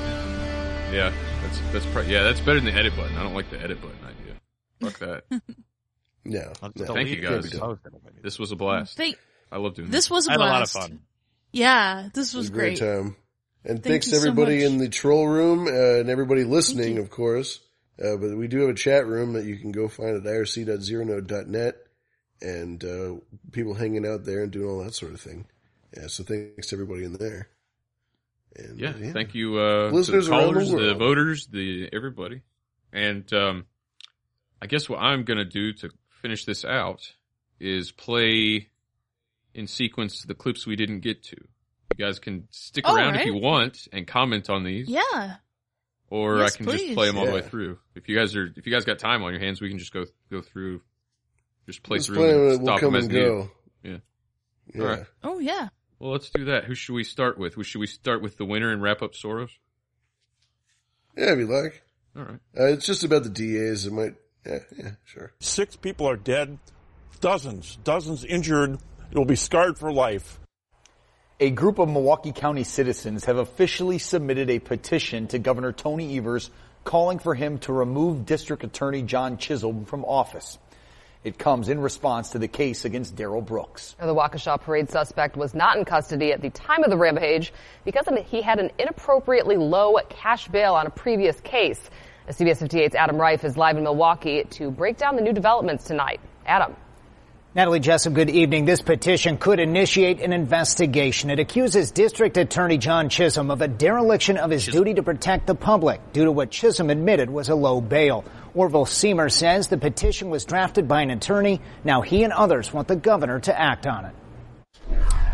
[SPEAKER 2] Yeah, that's that's pro- yeah, that's better than the edit button. I don't like the edit button idea. Fuck that.
[SPEAKER 4] No. no.
[SPEAKER 2] Thank you
[SPEAKER 4] Can't be
[SPEAKER 2] guys.
[SPEAKER 4] done.
[SPEAKER 2] This was a blast.
[SPEAKER 5] Thank-
[SPEAKER 2] I love doing
[SPEAKER 5] This was a
[SPEAKER 2] I
[SPEAKER 5] blast. Yeah, this was
[SPEAKER 4] It a great,
[SPEAKER 5] great.
[SPEAKER 4] time. And
[SPEAKER 5] Thank
[SPEAKER 4] thanks
[SPEAKER 5] you
[SPEAKER 4] to
[SPEAKER 5] so
[SPEAKER 4] everybody in the troll room uh, and everybody listening, of course. Uh, but we do have a chat room that you can go find at irc.zeronode.net and uh, people hanging out there and doing all that sort of thing. Yeah, so thanks to everybody in there. And,
[SPEAKER 2] Yeah, thank you uh,
[SPEAKER 4] Listeners
[SPEAKER 2] to the
[SPEAKER 4] around the
[SPEAKER 2] callers, the,
[SPEAKER 4] world.
[SPEAKER 2] voters, the everybody. And um, I guess what I'm gonna do to finish this out is play in sequence the clips we didn't get to. You guys can stick
[SPEAKER 5] All
[SPEAKER 2] around
[SPEAKER 5] right.
[SPEAKER 2] if you want and comment on these,
[SPEAKER 5] Yeah.
[SPEAKER 2] or
[SPEAKER 5] Yes,
[SPEAKER 2] I can
[SPEAKER 5] please.
[SPEAKER 2] just play them all the way
[SPEAKER 4] Yeah.
[SPEAKER 2] through. If you guys are, if you guys got time on your hands, we can just go go through, just play
[SPEAKER 4] Let's
[SPEAKER 2] through
[SPEAKER 4] play
[SPEAKER 2] them and
[SPEAKER 4] it, we'll
[SPEAKER 2] stop
[SPEAKER 4] come
[SPEAKER 2] them as
[SPEAKER 4] and
[SPEAKER 2] needed.
[SPEAKER 4] go.
[SPEAKER 2] Yeah.
[SPEAKER 4] Yeah.
[SPEAKER 2] All right.
[SPEAKER 5] Oh, yeah.
[SPEAKER 2] Well, let's do that. Who should we start with? Should we start with the winner and wrap up Soros?
[SPEAKER 4] Yeah, if you like.
[SPEAKER 2] All right.
[SPEAKER 4] Uh, it's just about the DAs. It might. Yeah, yeah, sure.
[SPEAKER 30] Six people are dead, dozens, dozens injured. It will be scarred for life.
[SPEAKER 3] A group of Milwaukee County citizens have officially submitted a petition to Governor Tony Evers calling for him to remove District Attorney John Chisholm from office. It comes in response to the case against Daryl Brooks.
[SPEAKER 49] The Waukesha parade suspect was not in custody at the time of the rampage because he had an inappropriately low cash bail on a previous case. CBS 58's Adam Reif is live in Milwaukee to break down the new developments tonight. Adam.
[SPEAKER 50] Natalie Jessup, good evening. This petition could initiate an investigation. It accuses District Attorney John Chisholm of a dereliction of his duty to protect the public due to what Chisholm admitted was a low bail. Orville Seamer says the petition was drafted by an attorney. Now he and others want the governor to act on it.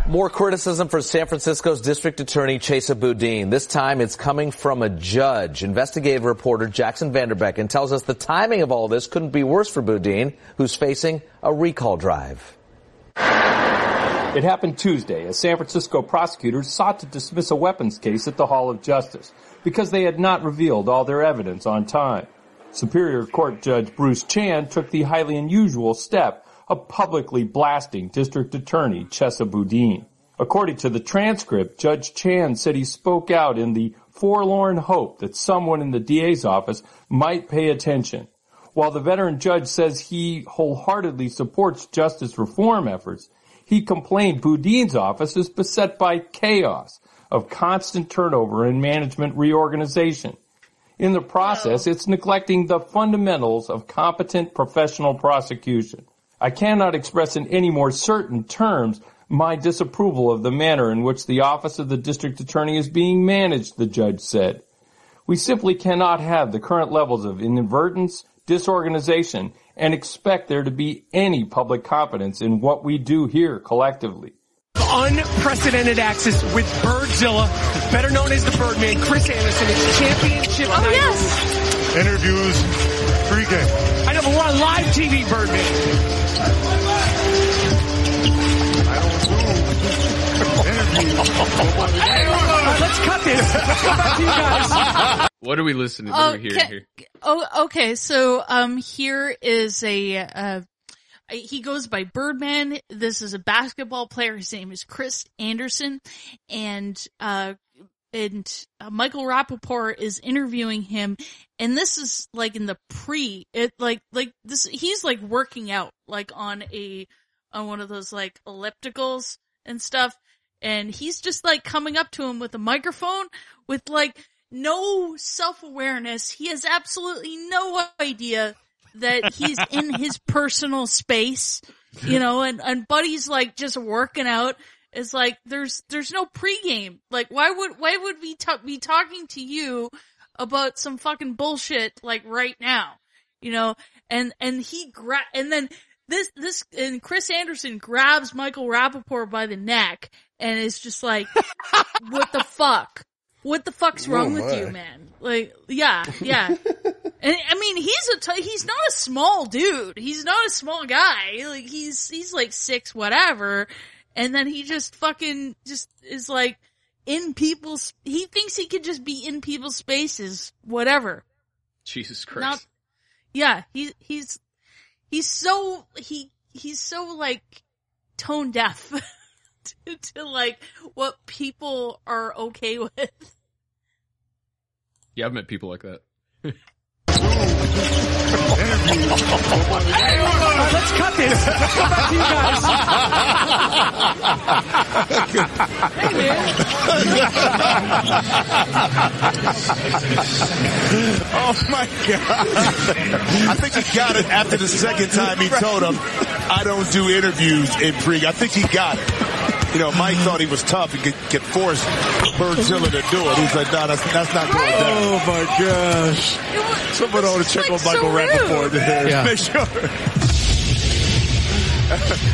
[SPEAKER 17] More criticism for San Francisco's District Attorney Chesa Boudin. This time it's coming from a judge. Investigative reporter Jackson Vanderbecken tells us the timing of all this couldn't be worse for Boudin, who's facing a recall drive.
[SPEAKER 20] It happened Tuesday as San Francisco prosecutors sought to dismiss a weapons case at the Hall of Justice because they had not revealed all their evidence on time. Superior Court Judge Bruce Chan took the highly unusual step of publicly blasting District Attorney Chesa Boudin. According to the transcript, Judge Chan said he spoke out in the forlorn hope that someone in the DA's office might pay attention. While the veteran judge says he wholeheartedly supports justice reform efforts, he complained Boudin's office is beset by chaos of constant turnover and management reorganization. In the process, it's neglecting the fundamentals of competent professional prosecution. I cannot express in any more certain terms my disapproval of the manner in which the office of the district attorney is being managed, the judge said. We simply cannot have the current levels of inadvertence, disorganization, and expect there to be any public competence in what we do here collectively.
[SPEAKER 33] Unprecedented access with Birdzilla, better known as the Birdman, Chris Anderson. It's championship night.
[SPEAKER 50] Interviews pregame.
[SPEAKER 33] I know, but we're on live TV, Birdman. Let's cut this. Let's go back to you guys.
[SPEAKER 2] What are we listening to
[SPEAKER 5] Oh,
[SPEAKER 2] here?
[SPEAKER 5] ca-
[SPEAKER 2] here?
[SPEAKER 5] Oh, okay. So, um, here is a, uh, he goes by Birdman. This is a basketball player. His name is Chris Anderson and, uh, and uh, Michael Rappaport is interviewing him. And this is like in the pre, it like, like this, he's like working out like on a, on one of those like ellipticals and stuff. And he's just like coming up to him with a microphone with like no self awareness. He has absolutely no idea that he's in his personal space, you know, and, and Buddy's like just working out. It's like there's there's no pregame. Like why would why would we ta- be talking to you about some fucking bullshit like right now? you know, and, and he gra- and then this, this, and Chris Anderson grabs Michael Rappaport by the neck and is just like, what the fuck? What the fuck's wrong
[SPEAKER 44] Oh,
[SPEAKER 5] with you,
[SPEAKER 44] my.
[SPEAKER 5] man? Like, yeah, yeah. and I mean, he's a, t- he's not a small dude. He's not a small guy. Like, he's, he's like six, whatever. And then he just fucking just is like in people's, he thinks he could just be in people's spaces, whatever.
[SPEAKER 2] Jesus Christ.
[SPEAKER 5] Not, yeah, he he's he's so he he's so like tone deaf to, to like what people are okay with.
[SPEAKER 2] Yeah, I've met people like that.
[SPEAKER 33] Let's cut this. Let's go back to you
[SPEAKER 16] oh my god! I think he got it after the second time he told him, "I don't do interviews in pre." I think he got it. You know, Mike thought he was tough and could, could force Birdzilla to do it. He's like, "No, that's, that's not going down." Oh my gosh! Someone ought to check on Michael Rappaport there.
[SPEAKER 50] Yeah.
[SPEAKER 16] Make sure.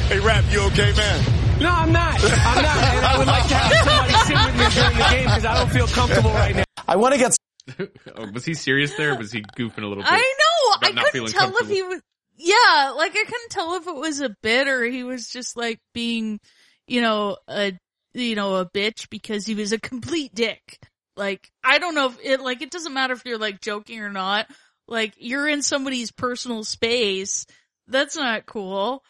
[SPEAKER 16] hey, Rap, you okay, man?
[SPEAKER 33] No, I'm not. I'm not. And I would like to have somebody sit with me during the game because I don't feel comfortable right now.
[SPEAKER 2] I want to get. oh, was he serious there? Or was he goofing a little bit?
[SPEAKER 5] I know.
[SPEAKER 2] About
[SPEAKER 5] I
[SPEAKER 2] not
[SPEAKER 5] couldn't
[SPEAKER 2] feeling
[SPEAKER 5] tell if
[SPEAKER 2] comfortable.
[SPEAKER 5] he was. Yeah, like I couldn't tell if it was a bit or he was just like being, you know, a you know a bitch because he was a complete dick. Like I don't know if it like it doesn't matter if you're like joking or not. Like you're in somebody's personal space. That's not cool.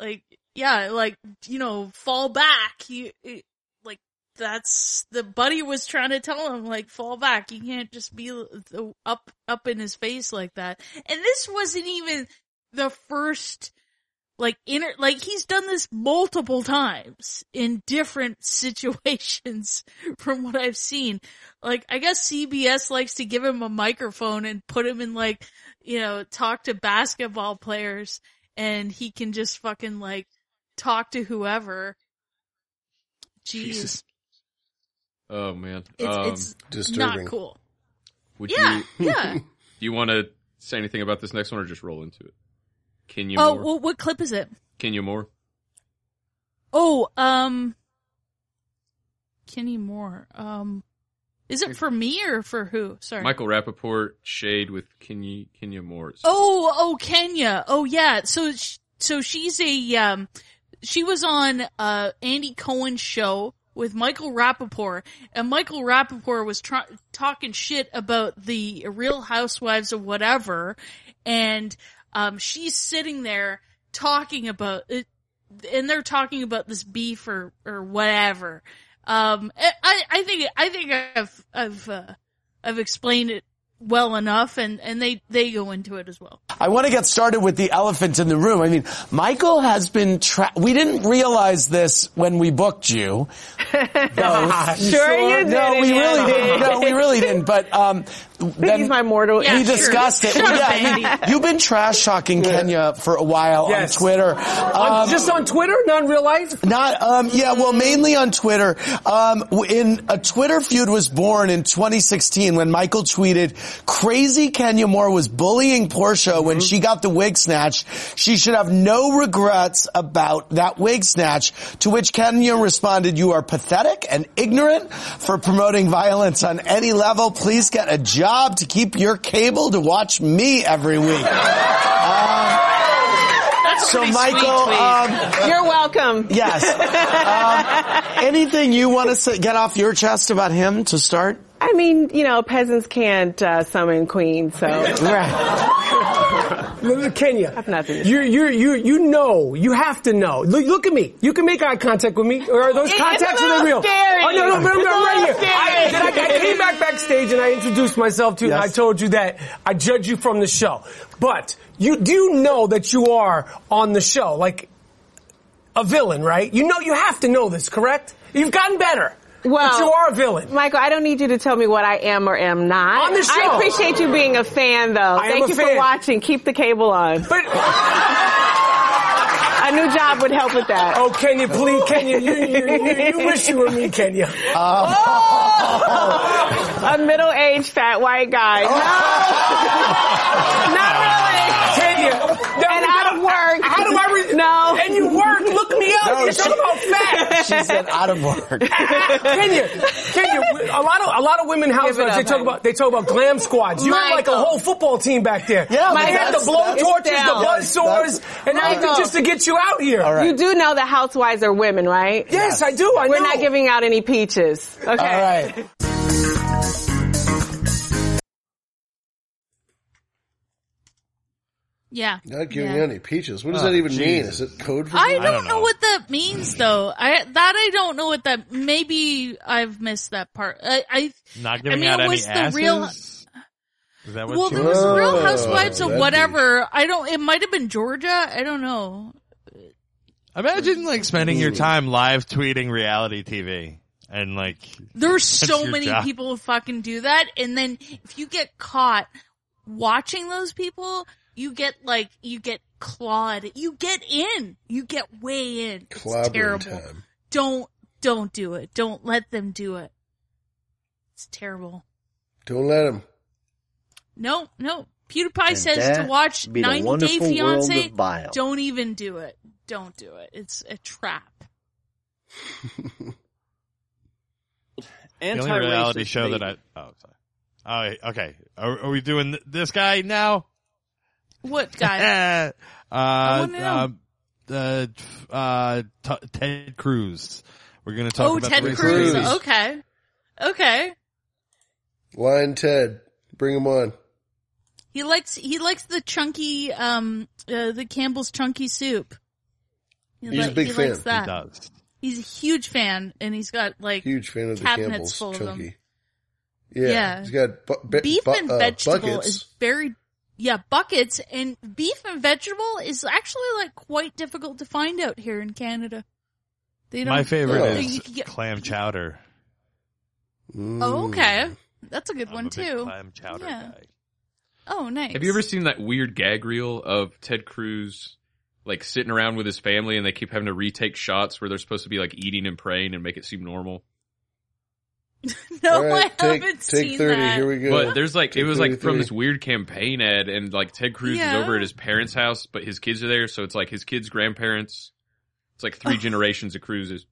[SPEAKER 5] Like yeah, like you know, fall back. You it- like that's the buddy was trying to tell him like fall back you can't just be l- th- up up in his face like that and this wasn't even the first like inner like he's done this multiple times in different situations from what i've seen like i guess cbs likes to give him a microphone and put him in like you know talk to basketball players and he can just fucking like talk to whoever Jeez.
[SPEAKER 2] Jesus. Oh man,
[SPEAKER 5] It's,
[SPEAKER 2] um,
[SPEAKER 5] it's not cool.
[SPEAKER 2] Would
[SPEAKER 5] Yeah,
[SPEAKER 2] you,
[SPEAKER 5] yeah.
[SPEAKER 2] Do you want to say anything about this next one, or just roll into it? Kenya
[SPEAKER 5] Oh,
[SPEAKER 2] Moore.
[SPEAKER 5] well, what clip is it?
[SPEAKER 2] Kenya Moore.
[SPEAKER 5] Oh, um, Kenny Moore. Um, is it for me or for who? Sorry.
[SPEAKER 2] Michael Rappaport shade with Kenya Kenya Moore.
[SPEAKER 5] Oh, oh, Kenya. Oh, yeah. So, sh- so she's a, um, she was on, uh, Andy Cohen's show with Michael Rappaport, and Michael Rappaport was try- talking shit about the Real Housewives of whatever, and, um, she's sitting there talking about it, and they're talking about this beef or or whatever. Um, I I think I think I've I've uh, I've explained it well enough, and and they they go into it as well.
[SPEAKER 7] I want to get started with the elephant in the room. I mean, Michael has been. Tra- we didn't realize this when we booked you.
[SPEAKER 40] Sure you
[SPEAKER 7] No,
[SPEAKER 40] didn't,
[SPEAKER 7] we really
[SPEAKER 40] Andy.
[SPEAKER 7] didn't. No, we really didn't. But um, then
[SPEAKER 40] He's my mortal.
[SPEAKER 7] we discussed it. Yeah, I mean, you've been trash talking Kenya for a while
[SPEAKER 40] Yes.
[SPEAKER 7] on Twitter. Um,
[SPEAKER 40] On- just on Twitter, not in real life.
[SPEAKER 7] Not um, yeah, well, mainly on Twitter. Um, w- in a Twitter feud was born in 2016 when Michael tweeted, "Crazy Kenya Moore was bullying Portia
[SPEAKER 9] Mm-hmm.
[SPEAKER 7] when she got the wig snatch. She should have no regrets about that wig snatch." To which Kenya responded, "You are pathetic and ignorant for promoting violence on any level. Please get a job to keep your cable to watch me every week." so, Michael, um,
[SPEAKER 40] you're welcome.
[SPEAKER 7] Yes. Um, anything you want to get off your chest about him to start?
[SPEAKER 40] I mean, you know, peasants can't uh, summon queens, so.
[SPEAKER 33] Kenya, I have nothing. You you you you know. You have to know. Look, look at me. You can make eye contact with me. Or are those
[SPEAKER 40] It's
[SPEAKER 33] contacts
[SPEAKER 40] a
[SPEAKER 33] are
[SPEAKER 40] little
[SPEAKER 33] they real?
[SPEAKER 40] scary.
[SPEAKER 33] Oh no no, but I'm,
[SPEAKER 40] It's a
[SPEAKER 33] I'm right here.
[SPEAKER 40] little
[SPEAKER 33] I,
[SPEAKER 40] scary.
[SPEAKER 33] then I- I came back backstage and I introduced myself to you. And I told you that I judge you from the show, but you do know that you are on the show, like a villain, right? You know you have to know this, correct? You've gotten better. but you are a villain.
[SPEAKER 40] Michael, I don't need you to tell me what I am or am not.
[SPEAKER 33] On the show.
[SPEAKER 40] I appreciate you being a fan, though.
[SPEAKER 33] I am
[SPEAKER 40] Thank
[SPEAKER 33] a
[SPEAKER 40] you
[SPEAKER 33] fan.
[SPEAKER 40] for watching. Keep the cable on.
[SPEAKER 33] But
[SPEAKER 40] a new job would help with that.
[SPEAKER 33] Oh, Kenya, please, Kenya, you, you, you, you wish you were me, Kenya.
[SPEAKER 40] Oh! a middle-aged fat white guy.
[SPEAKER 33] Oh. Kenya, no,
[SPEAKER 40] and out of work.
[SPEAKER 33] How do I re-
[SPEAKER 40] No.
[SPEAKER 33] And you work. Look me up.
[SPEAKER 40] No,
[SPEAKER 33] You're
[SPEAKER 40] she-
[SPEAKER 33] talking about fat.
[SPEAKER 40] she said
[SPEAKER 7] out of work.
[SPEAKER 33] Kenya, Kenya, a lot of a lot of women housewives
[SPEAKER 40] up,
[SPEAKER 33] they talk
[SPEAKER 40] honey.
[SPEAKER 33] about they talk about glam squads. You're like a
[SPEAKER 40] Michael.
[SPEAKER 33] whole football team back there.
[SPEAKER 40] Yeah,
[SPEAKER 33] they got the
[SPEAKER 40] Michael.
[SPEAKER 33] blowtorches,
[SPEAKER 40] It's down.
[SPEAKER 33] the buzz saws, and everything
[SPEAKER 40] Michael.
[SPEAKER 33] just to get you out here.
[SPEAKER 40] You do know that housewives are women, right?
[SPEAKER 33] Yes, I do. I
[SPEAKER 40] We're
[SPEAKER 33] know.
[SPEAKER 40] not giving out any peaches. Okay. All
[SPEAKER 7] right.
[SPEAKER 5] Yeah.
[SPEAKER 4] Not giving
[SPEAKER 5] Yeah.
[SPEAKER 4] you any peaches. What does
[SPEAKER 30] Ah,
[SPEAKER 6] Oh,
[SPEAKER 4] that even mean?
[SPEAKER 6] Jesus.
[SPEAKER 4] Is it code for?
[SPEAKER 5] I don't, know. what that means though. I that I don't know what that. Maybe I've missed that part. I, I
[SPEAKER 6] Not
[SPEAKER 5] I
[SPEAKER 6] giving
[SPEAKER 5] mean,
[SPEAKER 6] out
[SPEAKER 5] it
[SPEAKER 6] any
[SPEAKER 5] was
[SPEAKER 6] asses.
[SPEAKER 5] the real.
[SPEAKER 6] Is that what
[SPEAKER 5] Well,
[SPEAKER 6] she
[SPEAKER 5] there was
[SPEAKER 6] was?
[SPEAKER 5] Real Housewives
[SPEAKER 6] Oh, that'd
[SPEAKER 5] or
[SPEAKER 6] be-
[SPEAKER 5] whatever. I don't. It might have been Georgia. I don't know.
[SPEAKER 6] Imagine like spending your time live tweeting reality TV and like
[SPEAKER 5] There's
[SPEAKER 6] that's
[SPEAKER 5] so
[SPEAKER 6] your
[SPEAKER 5] many
[SPEAKER 6] job.
[SPEAKER 5] people who fucking do that, and then if you get caught watching those people, you get like you get clawed. You get in. You get way in. It's
[SPEAKER 4] Clobbering
[SPEAKER 5] terrible.
[SPEAKER 4] time.
[SPEAKER 5] Don't don't do it. Don't let them do it. It's terrible.
[SPEAKER 4] Don't let him.
[SPEAKER 5] No, no. PewDiePie
[SPEAKER 51] And
[SPEAKER 5] says to
[SPEAKER 51] that
[SPEAKER 5] watch
[SPEAKER 51] be the
[SPEAKER 5] 90 Day
[SPEAKER 51] wonderful world
[SPEAKER 5] Fiance.
[SPEAKER 51] of bile.
[SPEAKER 5] Don't even do it. Don't do it. It's a trap.
[SPEAKER 6] The only reality show that I oh sorry. All right, okay. Are, are we doing th- this guy now?
[SPEAKER 5] What guy?
[SPEAKER 6] uh,
[SPEAKER 5] wanna know.
[SPEAKER 6] um, uh, f- uh, T- Ted Cruz. We're gonna talk
[SPEAKER 5] oh,
[SPEAKER 6] about
[SPEAKER 5] Ted
[SPEAKER 6] the recent-
[SPEAKER 5] Cruz. Okay. Okay.
[SPEAKER 4] Lion Ted, bring him on.
[SPEAKER 5] He likes he likes the chunky um uh, the Campbell's chunky soup. He
[SPEAKER 4] He's a
[SPEAKER 5] li-
[SPEAKER 4] big
[SPEAKER 5] he
[SPEAKER 4] fan.
[SPEAKER 5] Likes that.
[SPEAKER 4] He
[SPEAKER 5] He's a huge fan, and he's got like
[SPEAKER 4] Huge fan of the
[SPEAKER 5] cabinets
[SPEAKER 4] Campbell's
[SPEAKER 5] full of them.
[SPEAKER 4] chunky. Yeah,
[SPEAKER 5] Yeah.
[SPEAKER 4] he's got bu- be-
[SPEAKER 5] beef
[SPEAKER 4] bu-
[SPEAKER 5] and
[SPEAKER 4] uh,
[SPEAKER 5] vegetable
[SPEAKER 4] buckets.
[SPEAKER 5] is very yeah buckets and beef and vegetable is actually like quite difficult to find out here in Canada. They don't.
[SPEAKER 6] My favorite
[SPEAKER 5] they-
[SPEAKER 6] is
[SPEAKER 5] Oh, you can get-
[SPEAKER 6] clam chowder.
[SPEAKER 5] oh,
[SPEAKER 2] Mm.
[SPEAKER 5] okay, that's a good one too.
[SPEAKER 6] clam chowder guy.
[SPEAKER 5] Oh, nice.
[SPEAKER 2] Have you ever seen that weird gag reel of Ted Cruz like sitting around with his family and they keep having to retake shots where they're supposed to be like eating and praying and make it seem normal?
[SPEAKER 5] No,
[SPEAKER 4] All right,
[SPEAKER 5] I
[SPEAKER 4] take-
[SPEAKER 5] haven't
[SPEAKER 4] take
[SPEAKER 5] seen
[SPEAKER 4] 30,
[SPEAKER 5] that.
[SPEAKER 4] here we go.
[SPEAKER 2] But there's like it
[SPEAKER 4] Take
[SPEAKER 2] was like
[SPEAKER 4] 33.
[SPEAKER 2] from this weird campaign ad and like Ted Cruz
[SPEAKER 5] Yeah.
[SPEAKER 2] is over at his parents' house, but his kids are there, so it's like his kids' grandparents. It's like three generations of Cruzes.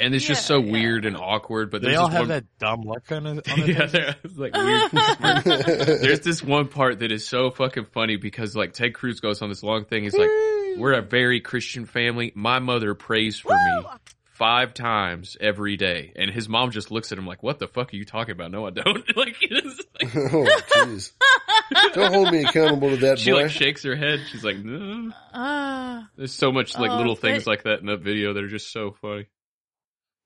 [SPEAKER 2] And it's just so weird and awkward, but
[SPEAKER 6] They
[SPEAKER 2] there's
[SPEAKER 6] all
[SPEAKER 2] this
[SPEAKER 6] have
[SPEAKER 2] one-
[SPEAKER 6] that dumb look on it.
[SPEAKER 2] yeah, they're- it's like weird. There's this one part that is so fucking funny because like Ted Cruz goes on this long thing. He's like, "We're a very Christian family. My mother prays for me five times every day," and his mom just looks at him like, "What the fuck are you talking about? No, I don't." like, it's like-
[SPEAKER 4] oh, jeez. Don't hold me accountable to that,
[SPEAKER 2] She
[SPEAKER 4] boy.
[SPEAKER 2] like shakes her head. She's like, no.
[SPEAKER 5] Ah,
[SPEAKER 2] There's so much like
[SPEAKER 5] Oh,
[SPEAKER 2] little things
[SPEAKER 5] that-
[SPEAKER 2] like that in that video that are just so funny.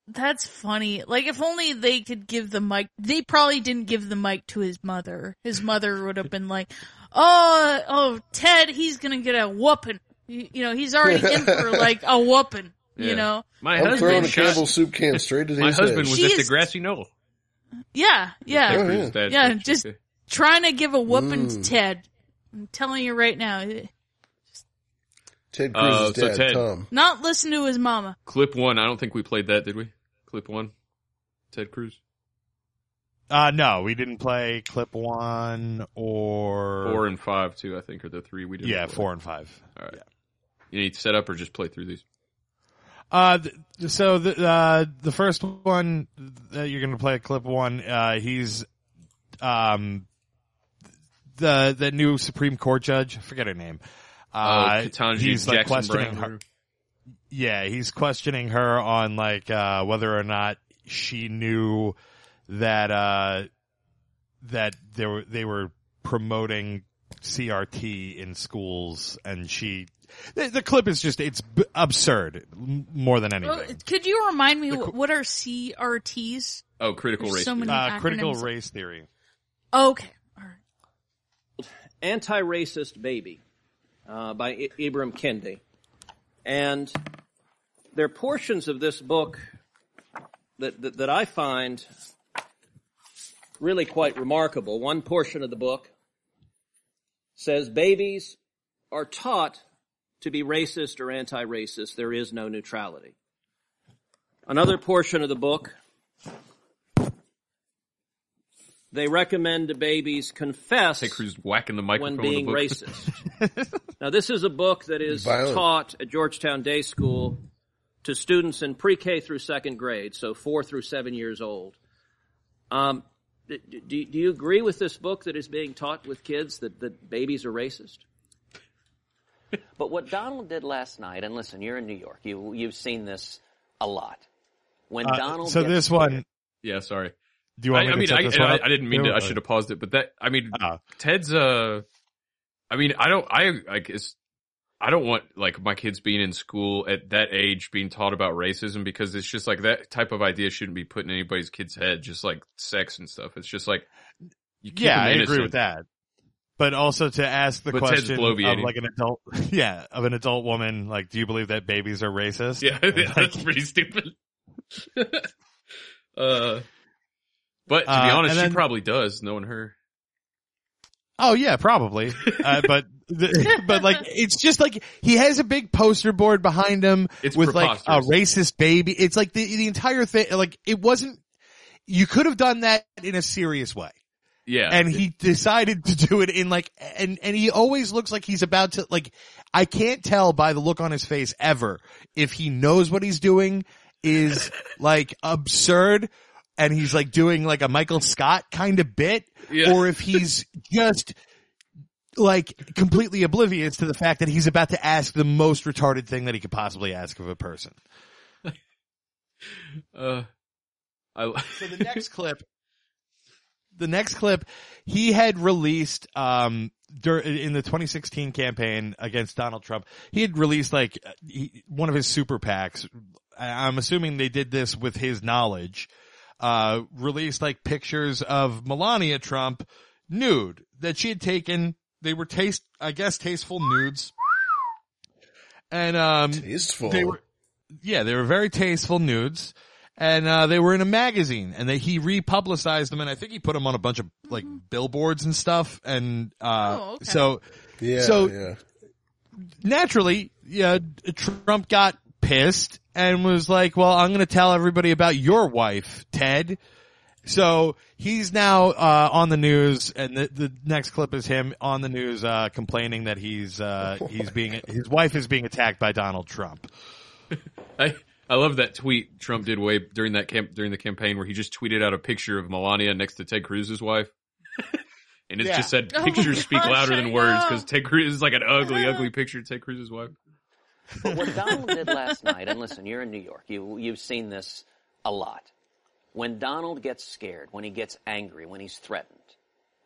[SPEAKER 5] that's funny. Like if only they could give the mic. They probably didn't give the mic to his mother. His mother would have been like, "Oh, oh, Ted, he's gonna get a whooping. You, you know, he's already in for like a whooping.
[SPEAKER 2] Yeah.
[SPEAKER 5] You know,
[SPEAKER 2] My
[SPEAKER 4] I'm throwing
[SPEAKER 2] husband
[SPEAKER 4] a
[SPEAKER 2] shot-
[SPEAKER 4] Campbell soup can straight at
[SPEAKER 2] My
[SPEAKER 4] his
[SPEAKER 2] husband
[SPEAKER 4] head.
[SPEAKER 2] was
[SPEAKER 5] She
[SPEAKER 2] at the
[SPEAKER 5] is-
[SPEAKER 2] grassy knoll.
[SPEAKER 5] Yeah, yeah,
[SPEAKER 2] Thank
[SPEAKER 52] Mm.
[SPEAKER 2] you, Dad.
[SPEAKER 5] yeah. Just trying to give a whooping
[SPEAKER 4] Mm.
[SPEAKER 5] to Ted. I'm telling you right now,
[SPEAKER 4] Ted Cruz's
[SPEAKER 2] Uh, so
[SPEAKER 4] dad,
[SPEAKER 2] Ted.
[SPEAKER 4] Tom.
[SPEAKER 5] not listen to his mama.
[SPEAKER 2] Clip one. I don't think we played that, did we? Clip one. Ted Cruz.
[SPEAKER 6] Uh, no, we didn't play clip one or
[SPEAKER 2] Four and five, too, I think, are the three we did.
[SPEAKER 6] yeah, four and five.
[SPEAKER 2] All right. You need to set up or just play through these?
[SPEAKER 6] Uh, th- so the uh, the first one that you're gonna play, clip one. Uh, he's um the the new Supreme Court judge. I forget her name. Uh,
[SPEAKER 2] Oh, Ketanji
[SPEAKER 6] he's like
[SPEAKER 2] Jackson
[SPEAKER 6] questioning
[SPEAKER 2] Brown.
[SPEAKER 6] her. Yeah, he's questioning her on like uh, whether or not she knew that uh, that they were they were promoting CRT in schools, and she the, the clip is just it's b- absurd m- more than anything.
[SPEAKER 5] Oh, could you remind me wh- what are CRTs?
[SPEAKER 2] Oh, critical
[SPEAKER 5] There's
[SPEAKER 2] race.
[SPEAKER 5] so many
[SPEAKER 6] uh, critical
[SPEAKER 5] acronyms.
[SPEAKER 6] race theory.
[SPEAKER 5] Okay.
[SPEAKER 32] Anti Racist Baby uh, by I- Ibram Kendi. And there are portions of this book that, that, that I find really quite remarkable. One portion of the book says babies are taught to be racist or anti racist. There is no neutrality. Another portion of the book they recommend to babies confess
[SPEAKER 2] Ted Cruz whacking the microphone.
[SPEAKER 32] when being
[SPEAKER 2] in the book.
[SPEAKER 32] racist. now, this is a book that is
[SPEAKER 2] Violent.
[SPEAKER 32] taught at Georgetown Day School to students in pre-K through second grade, so four through seven years old. Um, d- d- do, do you agree with this book that is being taught with kids that, that babies are racist?
[SPEAKER 52] But what Donald did last night, and listen, you're in New York. You you've seen this a lot. When
[SPEAKER 6] Uh,
[SPEAKER 52] Donald
[SPEAKER 6] so
[SPEAKER 52] gets-
[SPEAKER 6] this one,
[SPEAKER 2] Yeah, sorry.
[SPEAKER 6] Do you
[SPEAKER 2] I,
[SPEAKER 6] want me
[SPEAKER 2] I
[SPEAKER 6] to
[SPEAKER 2] mean,
[SPEAKER 6] set
[SPEAKER 2] I,
[SPEAKER 6] this
[SPEAKER 2] and
[SPEAKER 6] one
[SPEAKER 2] I-
[SPEAKER 6] up? Uh-huh.
[SPEAKER 2] I didn't mean
[SPEAKER 6] No,
[SPEAKER 2] to. I
[SPEAKER 6] uh,
[SPEAKER 2] should have paused it, but that. I mean, Ted's. Uh, I mean, I don't. I like. It's. I don't want like my kids being in school at that age being taught about racism because it's just like that type of idea shouldn't be put in anybody's kid's head. Just like sex and stuff. It's just like. You keep
[SPEAKER 6] yeah,
[SPEAKER 2] them
[SPEAKER 6] I agree
[SPEAKER 2] innocent.
[SPEAKER 6] with that. But also to ask the
[SPEAKER 2] But Ted's
[SPEAKER 6] question of
[SPEAKER 2] bloviating.
[SPEAKER 6] like an adult, yeah, of an adult woman, like, do you believe that babies are racist?
[SPEAKER 2] Yeah,
[SPEAKER 6] And, like,
[SPEAKER 2] that's pretty stupid. uh, but to be
[SPEAKER 6] Uh,
[SPEAKER 2] honest,
[SPEAKER 6] and
[SPEAKER 2] she
[SPEAKER 6] then-
[SPEAKER 2] probably does, knowing her.
[SPEAKER 6] Oh yeah, probably. Uh, but the, but like it's just like he has a big poster board behind him
[SPEAKER 2] It's
[SPEAKER 6] with like a
[SPEAKER 2] preposterous.
[SPEAKER 6] racist baby. It's like the the entire thing. Like it wasn't. You could have done that in a serious way.
[SPEAKER 2] Yeah,
[SPEAKER 6] and he decided to do it in like and and he always looks like he's about to like I can't tell by the look on his face ever if he knows what he's doing is like absurd and he's like doing like a Michael Scott kind of bit
[SPEAKER 2] Yeah.
[SPEAKER 6] or if he's just like completely oblivious to the fact that he's about to ask the most retarded thing that he could possibly ask of a person.
[SPEAKER 2] Uh, I.
[SPEAKER 6] So the next clip the next clip, he had released um dur- in the 2016 campaign against Donald Trump. He had released like he, one of his super PACs. I- I'm assuming they did this with his knowledge. Uh, released like pictures of Melania Trump nude that she had taken. They were taste, I guess, tasteful nudes. And um,
[SPEAKER 4] tasteful.
[SPEAKER 6] They were, yeah, they were very tasteful nudes, and uh, they were in a magazine, and they, he republicized them, and I think he put them on a bunch of like billboards and stuff, and uh, so
[SPEAKER 4] Yeah,
[SPEAKER 6] so
[SPEAKER 4] yeah.
[SPEAKER 6] naturally, yeah, Trump got pissed and was like, "Well, I'm going to tell everybody about your wife, Ted." So he's now uh, on the news, and the, the next clip is him on the news uh, complaining that he's
[SPEAKER 4] Oh
[SPEAKER 6] uh, he's being his wife is being attacked by Donald Trump.
[SPEAKER 2] I I love that tweet Trump did way during that camp during the campaign where he just tweeted out a picture of Melania next to Ted Cruz's wife. And it
[SPEAKER 6] Yeah.
[SPEAKER 2] just said
[SPEAKER 6] Oh
[SPEAKER 2] pictures
[SPEAKER 6] my
[SPEAKER 2] speak
[SPEAKER 6] gosh,
[SPEAKER 2] louder
[SPEAKER 6] I
[SPEAKER 2] than words
[SPEAKER 6] know.
[SPEAKER 2] because Ted Cruz is like an ugly, ugly picture of Ted Cruz's wife.
[SPEAKER 52] But what Donald did last night, and listen, you're in New York. You you've seen this a lot. When Donald gets scared, when he gets angry, when he's threatened,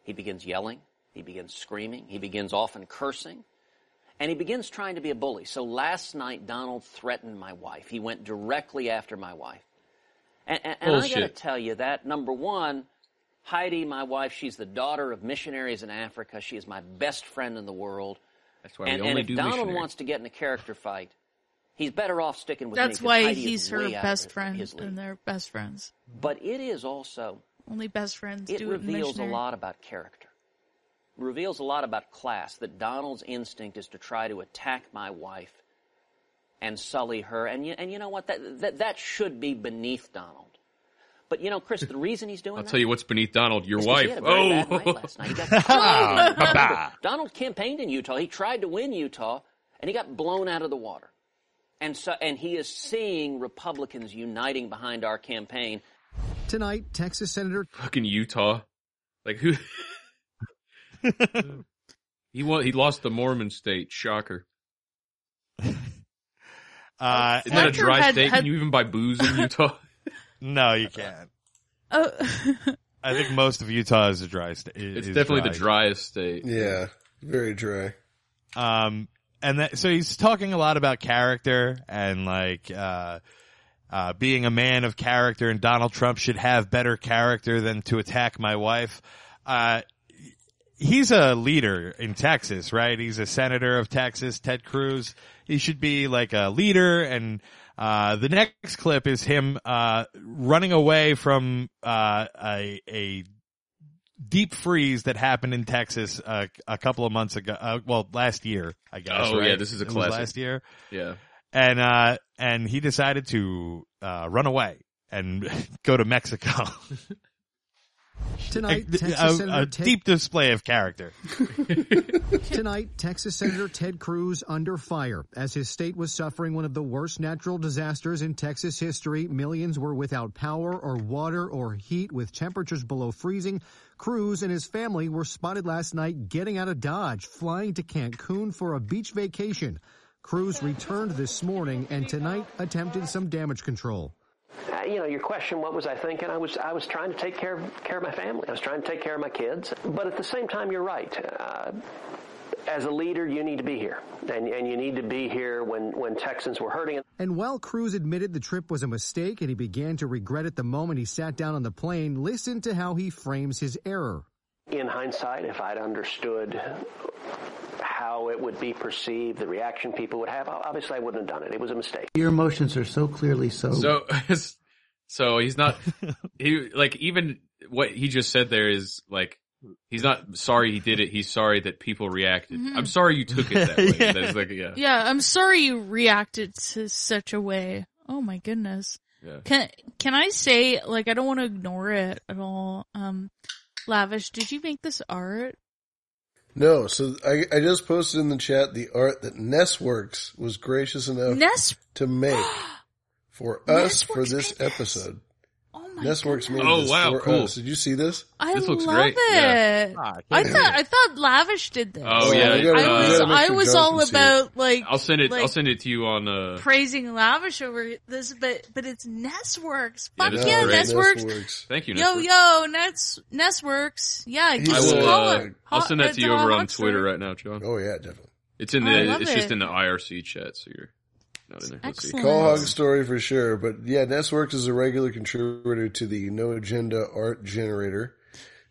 [SPEAKER 52] he begins yelling. He begins screaming. He begins often cursing. And he begins trying to be a bully. So last night, Donald threatened my wife. He went directly after my wife. And, and, and I gotta
[SPEAKER 2] Bullshit.
[SPEAKER 52] tell you that, number one, Heidi, my wife, she's the daughter of missionaries in Africa. She is my best friend in the world. That's
[SPEAKER 2] why we
[SPEAKER 52] and,
[SPEAKER 2] only
[SPEAKER 52] and if
[SPEAKER 2] do
[SPEAKER 52] Donald
[SPEAKER 2] missionaries.
[SPEAKER 52] wants to get in a character fight, he's better off sticking with me.
[SPEAKER 5] That's
[SPEAKER 52] 'cause
[SPEAKER 5] why
[SPEAKER 52] Heidi is
[SPEAKER 5] he's her
[SPEAKER 52] way out
[SPEAKER 5] best
[SPEAKER 52] of
[SPEAKER 5] friend,
[SPEAKER 52] his league.
[SPEAKER 5] and they're best friends.
[SPEAKER 52] But it is also
[SPEAKER 5] Only best friends
[SPEAKER 52] it
[SPEAKER 5] do it. in
[SPEAKER 52] reveals a
[SPEAKER 5] missionary.
[SPEAKER 52] lot about character. Reveals a lot about class that Donald's instinct is to try to attack my wife and sully her. And you, and you know what? That, that, that should be beneath Donald. But you know, Chris, the reason he's doing
[SPEAKER 2] I'll
[SPEAKER 52] that.
[SPEAKER 2] tell you what's beneath Donald, your
[SPEAKER 52] is 'cause he
[SPEAKER 2] wife.
[SPEAKER 52] had a very bad
[SPEAKER 2] Oh,
[SPEAKER 52] night last night. He got
[SPEAKER 2] Ah,
[SPEAKER 52] Remember,
[SPEAKER 2] bah.
[SPEAKER 52] Donald campaigned in Utah. He tried to win Utah, and he got blown out of the water. And so, and he is seeing Republicans uniting behind our campaign.
[SPEAKER 39] Tonight, Texas Senator
[SPEAKER 2] fucking Utah. Like who? he won. He lost the Mormon state. Shocker.
[SPEAKER 6] Uh,
[SPEAKER 2] Isn't that a
[SPEAKER 5] Fletcher
[SPEAKER 2] dry
[SPEAKER 5] had-
[SPEAKER 2] state?
[SPEAKER 5] had-
[SPEAKER 2] Can you even buy booze in Utah?
[SPEAKER 6] no, you can't.
[SPEAKER 5] Oh,
[SPEAKER 6] I think most of Utah is a dry state.
[SPEAKER 2] It's definitely the driest state.
[SPEAKER 4] Yeah, very dry.
[SPEAKER 6] Um, and that, so he's talking a lot about character and like, uh, uh, being a man of character and Donald Trump should have better character than to attack my wife. Uh, he's a leader in Texas, right? He's a senator of Texas, Ted Cruz. He should be like a leader. And uh, the next clip is him uh, running away from uh, a, a deep freeze that happened in Texas uh, a couple of months ago. Uh, well, last year, I guess.
[SPEAKER 2] Oh,
[SPEAKER 6] right?
[SPEAKER 2] yeah, this is a
[SPEAKER 6] It was
[SPEAKER 2] classic.
[SPEAKER 6] last year,
[SPEAKER 2] Yeah.
[SPEAKER 6] and uh, and he decided to uh, run away and go to Mexico.
[SPEAKER 39] Tonight,
[SPEAKER 6] A-
[SPEAKER 2] uh,
[SPEAKER 39] Texas
[SPEAKER 6] a-
[SPEAKER 39] Senator
[SPEAKER 6] a
[SPEAKER 39] Ted-
[SPEAKER 6] deep display of character.
[SPEAKER 39] Tonight, Texas Senator Ted Cruz under fire as his state was suffering one of the worst natural disasters in Texas history. Millions were without power or water or heat with temperatures below freezing. Cruz and his family were spotted last night getting out of Dodge, flying to Cancun for a beach vacation. Cruz returned this morning and tonight attempted some damage control.
[SPEAKER 32] I- Uh, you know, your question, what was I thinking? I was, I was trying to take care of, care of my family. I was trying to take care of my kids. But at the same time, you're right. Uh, as a leader, you need to be here, and, and you need to be here when, when Texans were hurting.
[SPEAKER 39] And while Cruz admitted the trip was a mistake and he began to regret it the moment he sat down on the plane, listen to how he frames his error.
[SPEAKER 32] In hindsight, if I'd understood how it would be perceived, the reaction people would have, obviously I wouldn't have done it. It was a mistake.
[SPEAKER 28] Your emotions are so clearly so.
[SPEAKER 2] So, so he's not. He like even what he just said there is like he's not sorry he did it. He's sorry that people reacted.
[SPEAKER 5] Mhm.
[SPEAKER 2] I'm sorry you took it that way. That's like yeah.
[SPEAKER 5] yeah, I'm sorry you reacted to such a way. Oh my goodness.
[SPEAKER 2] Yeah.
[SPEAKER 5] Can can I say like I don't want to ignore it at all. Um, lavish, did you make this art?
[SPEAKER 4] No, so I, I just posted in the chat the art that Nessworks was gracious enough
[SPEAKER 5] Ness-
[SPEAKER 4] to make for us for this episode.
[SPEAKER 5] Oh
[SPEAKER 4] my Nessworks made
[SPEAKER 2] Oh,
[SPEAKER 4] this
[SPEAKER 2] wow,
[SPEAKER 4] for
[SPEAKER 2] cool.
[SPEAKER 4] us. Did you see this?
[SPEAKER 5] I
[SPEAKER 2] This looks
[SPEAKER 5] love
[SPEAKER 2] great, yeah. Ah,
[SPEAKER 5] it. I thought I thought lavish did this.
[SPEAKER 2] Oh yeah.
[SPEAKER 4] we gotta-
[SPEAKER 5] I
[SPEAKER 4] we
[SPEAKER 5] was
[SPEAKER 4] gotta make
[SPEAKER 5] I
[SPEAKER 4] sure
[SPEAKER 5] was
[SPEAKER 4] John
[SPEAKER 5] all
[SPEAKER 4] can see it.
[SPEAKER 5] about like
[SPEAKER 2] I'll send it.
[SPEAKER 5] Like,
[SPEAKER 2] I'll send it to you on. Uh,
[SPEAKER 5] praising lavish over this, but but it's Nessworks.
[SPEAKER 2] Yeah,
[SPEAKER 5] Fuck
[SPEAKER 2] this
[SPEAKER 5] yeah,
[SPEAKER 2] is great.
[SPEAKER 5] Nessworks.
[SPEAKER 2] Nessworks. Thank you,
[SPEAKER 5] Yo
[SPEAKER 2] Nessworks.
[SPEAKER 5] yo, Ness Nessworks. Yeah,
[SPEAKER 2] I
[SPEAKER 5] just
[SPEAKER 2] will.
[SPEAKER 5] call
[SPEAKER 2] Uh,
[SPEAKER 5] it.
[SPEAKER 2] I'll
[SPEAKER 5] Hot-
[SPEAKER 2] send that to
[SPEAKER 5] uh,
[SPEAKER 2] you over on
[SPEAKER 5] Hot
[SPEAKER 2] Twitter right now, John.
[SPEAKER 4] Oh yeah, definitely.
[SPEAKER 2] It's in
[SPEAKER 5] Oh, I
[SPEAKER 2] the.
[SPEAKER 5] love
[SPEAKER 2] It's just
[SPEAKER 5] it.
[SPEAKER 2] in the IRC chat, so you're not in there. Let's see.
[SPEAKER 5] Excellent.
[SPEAKER 4] Call Hog Story for sure, but yeah, Nessworks is a regular contributor to the No Agenda Art Generator,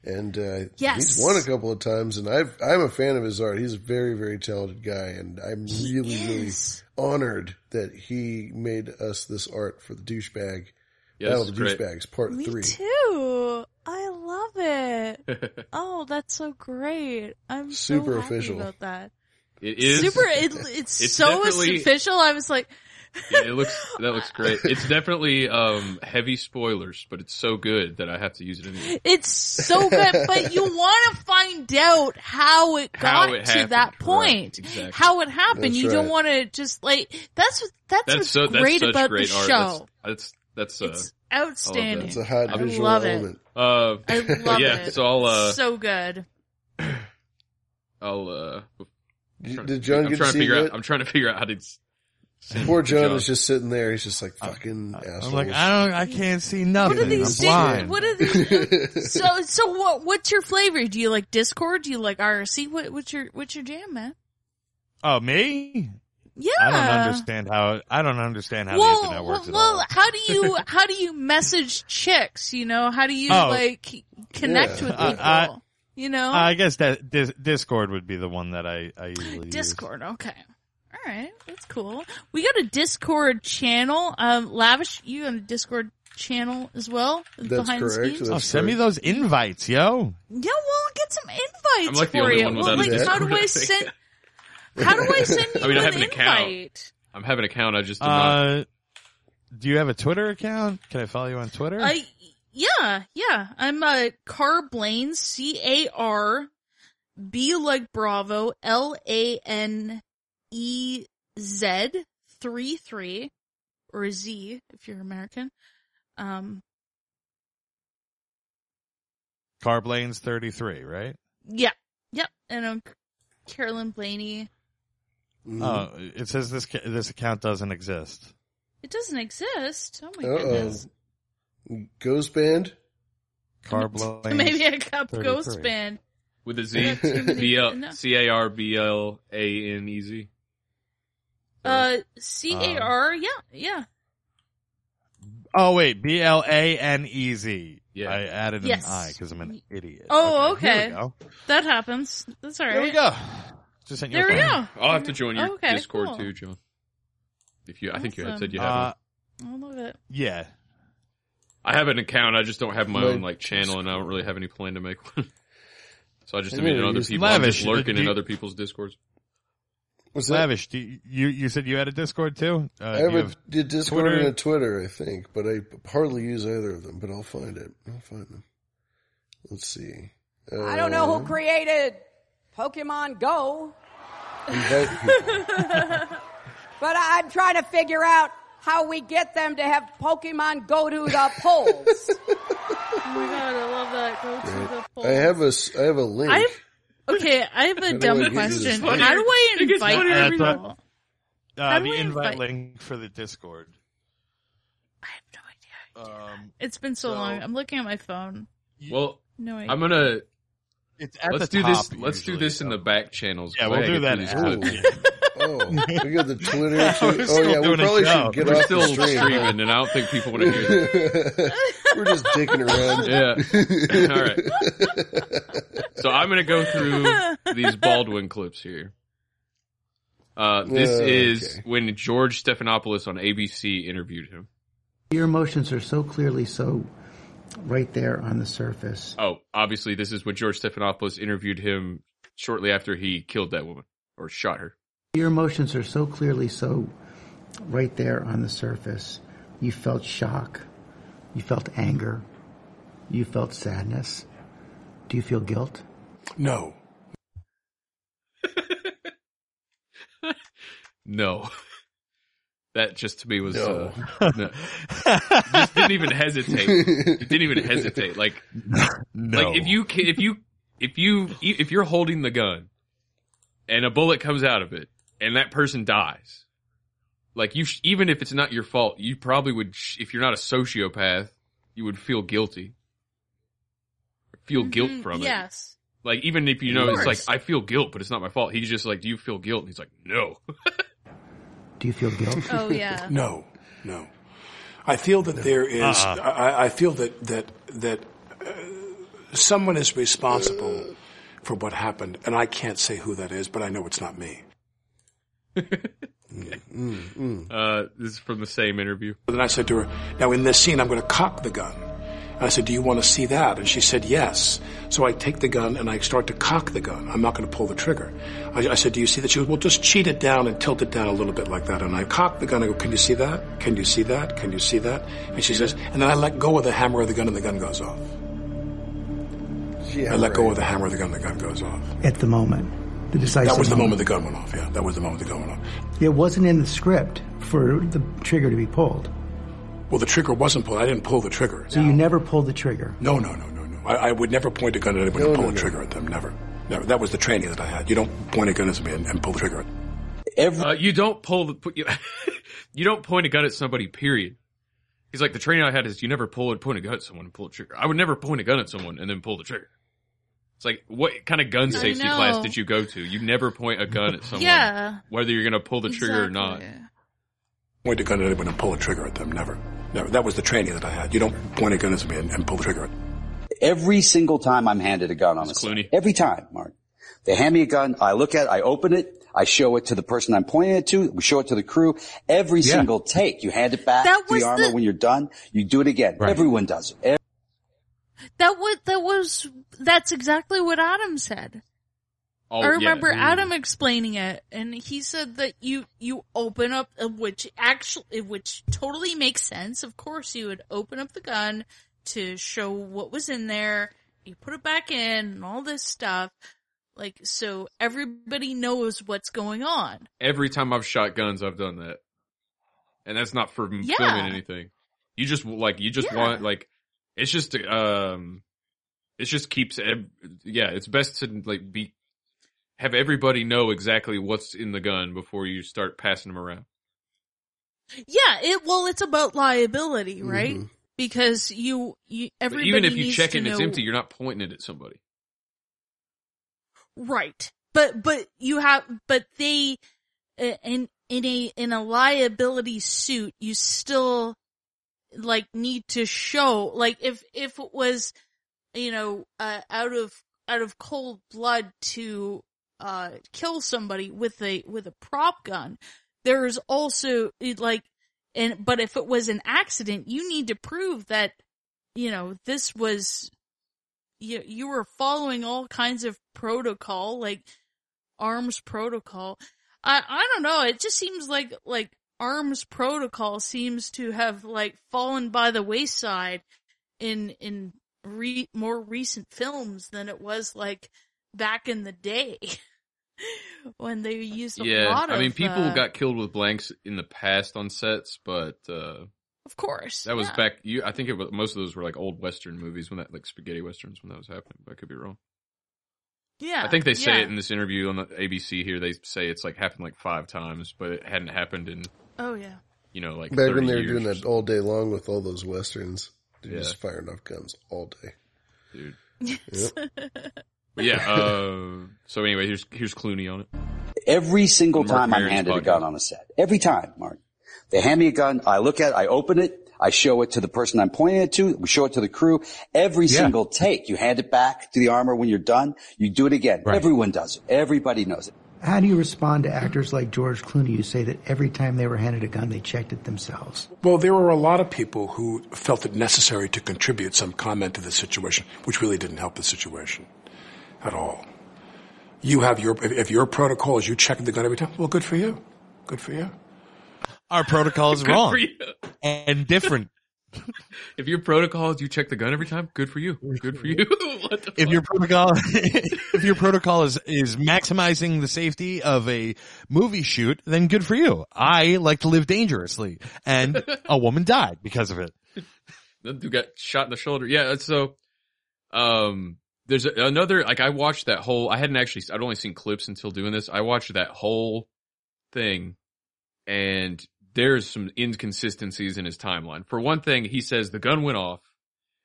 [SPEAKER 4] and uh,
[SPEAKER 5] Yes.
[SPEAKER 4] he's won a couple of times. And I've, I'm a fan of his art. He's a very, very talented guy, and I'm really, really honored that he made us this art for the douchebag
[SPEAKER 2] Yeah,
[SPEAKER 4] Battle
[SPEAKER 2] this
[SPEAKER 4] of the
[SPEAKER 2] is great.
[SPEAKER 4] Douchebags Part
[SPEAKER 5] Me
[SPEAKER 4] Three.
[SPEAKER 5] too. I love it. oh, that's so great. I'm
[SPEAKER 4] Super
[SPEAKER 5] so happy
[SPEAKER 4] official.
[SPEAKER 5] about that.
[SPEAKER 2] It is
[SPEAKER 5] Super. It, it's,
[SPEAKER 2] It's
[SPEAKER 5] so
[SPEAKER 2] definitely-
[SPEAKER 5] official. I was like,
[SPEAKER 2] Yeah, it looks. That looks great. It's definitely um heavy spoilers, but it's so good that I have to use it anyway.
[SPEAKER 5] it's so good, but you want to find out how it
[SPEAKER 2] How
[SPEAKER 5] got
[SPEAKER 2] it
[SPEAKER 5] to
[SPEAKER 2] happened,
[SPEAKER 5] that
[SPEAKER 2] right,
[SPEAKER 5] point.
[SPEAKER 2] exactly.
[SPEAKER 5] How it happened.
[SPEAKER 2] That's
[SPEAKER 5] you don't
[SPEAKER 2] right.
[SPEAKER 5] want to just like that's what that's,
[SPEAKER 2] That's
[SPEAKER 5] what's
[SPEAKER 2] so. That's
[SPEAKER 5] great
[SPEAKER 2] such
[SPEAKER 5] about
[SPEAKER 2] great
[SPEAKER 5] the
[SPEAKER 2] art.
[SPEAKER 5] show.
[SPEAKER 2] That's that's, that's uh,
[SPEAKER 5] outstanding.
[SPEAKER 4] It's a hot
[SPEAKER 5] I
[SPEAKER 4] visual
[SPEAKER 5] love it.
[SPEAKER 4] element.
[SPEAKER 2] Uh,
[SPEAKER 5] I love
[SPEAKER 2] yeah,
[SPEAKER 5] it.
[SPEAKER 2] so I'll uh,
[SPEAKER 5] so good.
[SPEAKER 2] I'll uh. I'm trying
[SPEAKER 4] did John get
[SPEAKER 2] I'm
[SPEAKER 4] to
[SPEAKER 2] trying to
[SPEAKER 4] see
[SPEAKER 2] figure out.
[SPEAKER 4] that?
[SPEAKER 2] I'm trying to figure out how to
[SPEAKER 4] Poor John is just sitting there. He's just like fucking asshole.
[SPEAKER 6] I'm like, I don't, I can't see nothing.
[SPEAKER 5] What are these
[SPEAKER 6] I'm blind.
[SPEAKER 5] things? What are these? so, so what? What's your flavor? Do you like Discord? Do you like IRC? What, what's your what's your jam, man?
[SPEAKER 6] Oh, me?
[SPEAKER 5] Yeah.
[SPEAKER 6] I don't understand how, I don't understand how
[SPEAKER 5] well,
[SPEAKER 6] the internet works
[SPEAKER 5] well,
[SPEAKER 6] at all.
[SPEAKER 5] well, how do you how do you message chicks? You know, how do you
[SPEAKER 6] Oh.
[SPEAKER 5] like connect
[SPEAKER 6] Yeah.
[SPEAKER 5] with
[SPEAKER 6] I-
[SPEAKER 5] people?
[SPEAKER 6] I-
[SPEAKER 5] you know,
[SPEAKER 6] I guess that dis- Discord would be the one that I, I usually use.
[SPEAKER 5] Discord. Okay. All right. That's cool. We got a Discord channel. Um, Lavish, you on a Discord channel as well? behind The scenes?
[SPEAKER 6] oh, send me those invites, yo.
[SPEAKER 5] Yeah, well, I'll get some invites
[SPEAKER 6] I'm like the
[SPEAKER 5] for
[SPEAKER 6] only
[SPEAKER 5] you.
[SPEAKER 6] one
[SPEAKER 5] well,
[SPEAKER 6] without a
[SPEAKER 5] like, how
[SPEAKER 6] Discord,
[SPEAKER 5] do I
[SPEAKER 6] I
[SPEAKER 5] send? How do I send you
[SPEAKER 2] I mean, I
[SPEAKER 5] an
[SPEAKER 2] have an account.
[SPEAKER 5] invite?
[SPEAKER 2] I'm having an account. I just do not.
[SPEAKER 6] Uh, do you have a Twitter account? Can I follow you on Twitter?
[SPEAKER 5] I yeah yeah. I'm uh, Car Blaine C A R B like Bravo L A N E Z three three or Z if you're American. Um,
[SPEAKER 6] Carblane's 33, right?
[SPEAKER 5] yeah, yep. And I'm Carolyn Blaney.
[SPEAKER 6] Oh, it says this ca- this account doesn't exist.
[SPEAKER 5] It doesn't exist. Oh my
[SPEAKER 4] Uh
[SPEAKER 5] goodness.
[SPEAKER 4] oh. Ghost band.
[SPEAKER 6] Carblane.
[SPEAKER 5] Maybe I got
[SPEAKER 2] 33.
[SPEAKER 5] Ghost Band.
[SPEAKER 2] With a Z.
[SPEAKER 5] No.
[SPEAKER 2] B-L- C-A-R-B-L-A-N-E-Z.
[SPEAKER 5] Uh, C A R.
[SPEAKER 2] Uh-huh.
[SPEAKER 5] Yeah, yeah.
[SPEAKER 6] Oh wait, B L A N E Z. Yeah, I added
[SPEAKER 5] Yes.
[SPEAKER 6] an I because I'm an idiot.
[SPEAKER 5] Oh,
[SPEAKER 6] Okay, here
[SPEAKER 5] okay.
[SPEAKER 6] we go.
[SPEAKER 5] That happens. That's all right.
[SPEAKER 6] There we go. Just sent you a
[SPEAKER 5] There we
[SPEAKER 6] thing.
[SPEAKER 5] go. I'll have
[SPEAKER 2] to join your
[SPEAKER 5] Okay,
[SPEAKER 2] Discord
[SPEAKER 5] cool.
[SPEAKER 2] too, John. If you, I think you had said you
[SPEAKER 6] Awesome.
[SPEAKER 2] have.
[SPEAKER 6] Uh,
[SPEAKER 2] one.
[SPEAKER 5] I love it.
[SPEAKER 6] Yeah.
[SPEAKER 2] I have an account. I just don't have my
[SPEAKER 6] My-
[SPEAKER 2] own like channel, and I don't really have any plan to make one. so I just
[SPEAKER 6] I
[SPEAKER 2] am in
[SPEAKER 6] really
[SPEAKER 2] other
[SPEAKER 6] use
[SPEAKER 2] people. I'm just
[SPEAKER 6] Lavish.
[SPEAKER 2] lurking
[SPEAKER 6] Do
[SPEAKER 2] in
[SPEAKER 6] you-
[SPEAKER 2] other people's discords.
[SPEAKER 4] What's that?
[SPEAKER 6] Lavish, do you, you you said you had a Discord too? Uh,
[SPEAKER 4] I
[SPEAKER 6] do you
[SPEAKER 4] have a
[SPEAKER 6] have
[SPEAKER 4] did Discord
[SPEAKER 6] Twitter?
[SPEAKER 4] and a Twitter, I think, but I hardly use either of them. But I'll find it. I'll find them. Let's see. Uh,
[SPEAKER 14] I don't know who created Pokemon Go,
[SPEAKER 4] Uh, invite people.
[SPEAKER 14] but I- I'm trying to figure out how we get them to have Pokemon go to the polls.
[SPEAKER 5] Oh my god, I love that. Go to the poll.
[SPEAKER 4] I have a s- I have a link.
[SPEAKER 5] I have, okay, I have a
[SPEAKER 4] How do I
[SPEAKER 5] dumb
[SPEAKER 4] get you this
[SPEAKER 5] question.
[SPEAKER 4] funny?
[SPEAKER 5] How do I
[SPEAKER 4] It gets
[SPEAKER 5] invite
[SPEAKER 4] funnier every
[SPEAKER 5] people?
[SPEAKER 4] time.
[SPEAKER 6] uh, the invite link for the Discord? I have no idea. Um,
[SPEAKER 5] It's been so,
[SPEAKER 6] So-
[SPEAKER 5] long. I'm looking at my phone.
[SPEAKER 2] Well,
[SPEAKER 5] No idea.
[SPEAKER 2] I'm gonna.
[SPEAKER 6] It's at
[SPEAKER 2] let's
[SPEAKER 6] the
[SPEAKER 2] do
[SPEAKER 6] top
[SPEAKER 2] this. Let's do this in the back channels.
[SPEAKER 6] Yeah,
[SPEAKER 2] Go
[SPEAKER 6] we'll
[SPEAKER 2] ahead,
[SPEAKER 6] do
[SPEAKER 2] get
[SPEAKER 6] that
[SPEAKER 2] through these clips.
[SPEAKER 4] Oh, we got the Twitter.
[SPEAKER 6] We're
[SPEAKER 4] too. Oh
[SPEAKER 6] still
[SPEAKER 4] yeah, we
[SPEAKER 6] doing a
[SPEAKER 4] probably
[SPEAKER 6] show.
[SPEAKER 4] should get
[SPEAKER 6] We're
[SPEAKER 4] off
[SPEAKER 6] still
[SPEAKER 4] the stream.
[SPEAKER 2] streaming, and I don't think people want to hear that.
[SPEAKER 4] We're just dicking around.
[SPEAKER 2] Yeah. All right. So I'm going to go through these Baldwin clips here. Uh, this
[SPEAKER 28] Uh,
[SPEAKER 2] is when George Stephanopoulos on ABC interviewed him.
[SPEAKER 28] Your emotions are so clearly so right there on the surface.
[SPEAKER 2] Oh, obviously, this is when George Stephanopoulos interviewed him shortly after he killed that woman or shot her.
[SPEAKER 28] Your emotions are so clearly so right there on the surface. You felt shock. You felt anger. You felt sadness. Do you feel guilt?
[SPEAKER 4] No.
[SPEAKER 2] No. That just to me was
[SPEAKER 6] No.
[SPEAKER 2] uh, no. just didn't even hesitate. It didn't even hesitate. Like, like if you ca- if you if you if you're holding the gun and a bullet comes out of it and that person dies, like you sh- even if it's not your fault, you probably would sh- if you're not a sociopath, you would feel guilty. Feel guilt
[SPEAKER 5] Mhm,
[SPEAKER 2] from it.
[SPEAKER 5] Yes.
[SPEAKER 2] Like even if you
[SPEAKER 5] Of
[SPEAKER 2] know it's like
[SPEAKER 5] course.
[SPEAKER 2] I feel guilt, but it's not my fault. He's just like, do you feel guilt? And he's like, no.
[SPEAKER 28] Do you feel guilt?
[SPEAKER 5] Oh, yeah.
[SPEAKER 21] No, no. I feel that there is-
[SPEAKER 28] Uh-uh.
[SPEAKER 21] I, I feel that that that uh, someone is responsible for what happened, and I can't say who that is, but I know it's not me.
[SPEAKER 2] Uh, this is from the same interview.
[SPEAKER 21] Mm. And then I said to her, "Now in this scene, I'm going to cock the gun." And I said, "Do you want to see that?" And she said, "Yes." So I take the gun and I start to cock the gun. I'm not going to pull the trigger. I, I said, "Do you see that?" She goes, "Well, just cheat it down and tilt it down a little bit like that." And I cock the gun. I go, "Can you see that? Can you see that? Can you see that?" And she says, and then I let go of the hammer of the gun, and the gun goes off. I let go of the hammer of the gun, and the gun goes off.
[SPEAKER 28] At the moment. The decisive
[SPEAKER 21] that was the moment the gun went off. Yeah, that was the moment the gun went off.
[SPEAKER 28] It wasn't in the script for the trigger to be pulled.
[SPEAKER 21] Well, the trigger wasn't pulled. I didn't pull the trigger.
[SPEAKER 28] So you never pulled the trigger.
[SPEAKER 21] No, no, no, no, no. I, I would never point a gun at anybody
[SPEAKER 28] No,
[SPEAKER 21] and pull
[SPEAKER 28] no,
[SPEAKER 21] a
[SPEAKER 28] no.
[SPEAKER 21] trigger at them. Never. Never. That was the training that I had. You don't point a gun at somebody and, and pull the trigger.
[SPEAKER 2] Uh, you don't pull the. Put, you, You don't point a gun at somebody, period. He's like, the training I had is you never pull and point a gun at someone and pull the trigger. I would never point a gun at someone and then pull the trigger. It's like, what kind of
[SPEAKER 5] I
[SPEAKER 2] gun safety class
[SPEAKER 5] know.
[SPEAKER 2] did you go to? You never point a gun at someone.
[SPEAKER 5] Yeah.
[SPEAKER 2] Whether you're going to pull the trigger or not.
[SPEAKER 21] Point a gun at anyone and pull a trigger at them. Never. Never. That was the training that I had. You don't point a gun at somebody and, and pull the trigger at
[SPEAKER 19] Every single time I'm handed a gun on a set. Every time, Mark. They hand me a gun, I look at it, I open it, I show it to the person I'm pointing it to, we show it to the crew. Every single take, you hand it back
[SPEAKER 5] That
[SPEAKER 19] to
[SPEAKER 5] was
[SPEAKER 19] the armor
[SPEAKER 5] the-
[SPEAKER 19] when you're done, you do it again. Everyone does it. Ev-
[SPEAKER 5] That was that was that's exactly what Adam said.
[SPEAKER 19] Oh,
[SPEAKER 5] I remember
[SPEAKER 19] yeah. Mm.
[SPEAKER 5] Adam explaining it, and he said that you you open up, uh, which actually, which totally makes sense. Of course, you would open up the gun to show what was in there. You put it back in, and all this stuff, like so everybody knows what's going on.
[SPEAKER 2] Every time I've shot guns, I've done that. And that's not for m-
[SPEAKER 5] Yeah.
[SPEAKER 2] filming anything. You just, like, you just
[SPEAKER 5] Yeah.
[SPEAKER 2] want, like, it's just, um, it just keeps, ev- yeah, it's best to, like, be, have everybody know exactly what's in the gun before you start passing them around.
[SPEAKER 5] Yeah, it well, it's about liability, right?
[SPEAKER 2] Mhm.
[SPEAKER 5] Because you you
[SPEAKER 2] But
[SPEAKER 5] everybody
[SPEAKER 2] even if you
[SPEAKER 5] needs
[SPEAKER 2] check
[SPEAKER 5] to
[SPEAKER 2] it and it's
[SPEAKER 5] know-
[SPEAKER 2] empty, you're not pointing it at somebody.
[SPEAKER 5] Right. But but you have but they uh, in in a in a liability suit you still like need to show like if if it was you know uh, out of out of cold blood to uh kill somebody with a with a prop gun there is also it, like and but if it was an accident you need to prove that you know this was you you were following all kinds of protocol, like arms protocol. I I don't know. It just seems like like arms protocol seems to have like fallen by the wayside in in re- more recent films than it was like back in the day when they used a
[SPEAKER 2] Yeah,
[SPEAKER 5] lot of.
[SPEAKER 2] I mean, people
[SPEAKER 5] uh,
[SPEAKER 2] got killed with blanks in the past on sets, but uh,
[SPEAKER 5] of course
[SPEAKER 2] that was
[SPEAKER 5] yeah.
[SPEAKER 2] back. You, I think it was, most of those were like old Western movies when that like spaghetti westerns when that was happening. But I could be wrong.
[SPEAKER 5] Yeah,
[SPEAKER 2] I think they say
[SPEAKER 5] yeah.
[SPEAKER 2] it in this interview on the ABC here. They say it's like happened like five times, but it hadn't happened in
[SPEAKER 5] Oh yeah.
[SPEAKER 2] you know like
[SPEAKER 4] Back
[SPEAKER 2] 30
[SPEAKER 4] when they were
[SPEAKER 2] years.
[SPEAKER 4] doing that all day long with all those westerns, they're
[SPEAKER 2] Yeah.
[SPEAKER 4] just firing off guns all day.
[SPEAKER 2] Dude.
[SPEAKER 4] Yep.
[SPEAKER 2] yeah. Uh, so anyway, here's here's Clooney on it.
[SPEAKER 19] Every single
[SPEAKER 2] Mark
[SPEAKER 19] time I'm
[SPEAKER 2] Maron's
[SPEAKER 19] handed a
[SPEAKER 2] podcast.
[SPEAKER 19] gun on a set. Every time, Mark. They hand me a gun, I look at it, I open it, I show it to the person I'm pointing it to, we show it to the crew. Every single take, you hand it back to the armor when you're done, you do it again. Everyone does it. Everybody knows it.
[SPEAKER 28] How do you respond to actors like George Clooney who say that every time they were handed a gun, they checked it themselves?
[SPEAKER 21] Well, there were a lot of people who felt it necessary to contribute some comment to the situation, which really didn't help the situation at all. You have your, if- if your protocol is you check the gun every time, well, good for you. Good for you.
[SPEAKER 6] Our protocol is
[SPEAKER 2] Good
[SPEAKER 6] wrong
[SPEAKER 2] for you.
[SPEAKER 6] and different.
[SPEAKER 2] If your protocol is you check the gun every time, good for you. Good for you. what the
[SPEAKER 6] if your protocol if your protocol is is maximizing the safety of a movie shoot, then good for you. I like to live dangerously, and a woman died because of it.
[SPEAKER 2] That dude got shot in the shoulder. Yeah. uh, So, um, there's a- another, like I watched that whole, I hadn't actually, I'd only seen clips until doing this. I watched that whole thing and there's some inconsistencies in his timeline. For one thing, he says the gun went off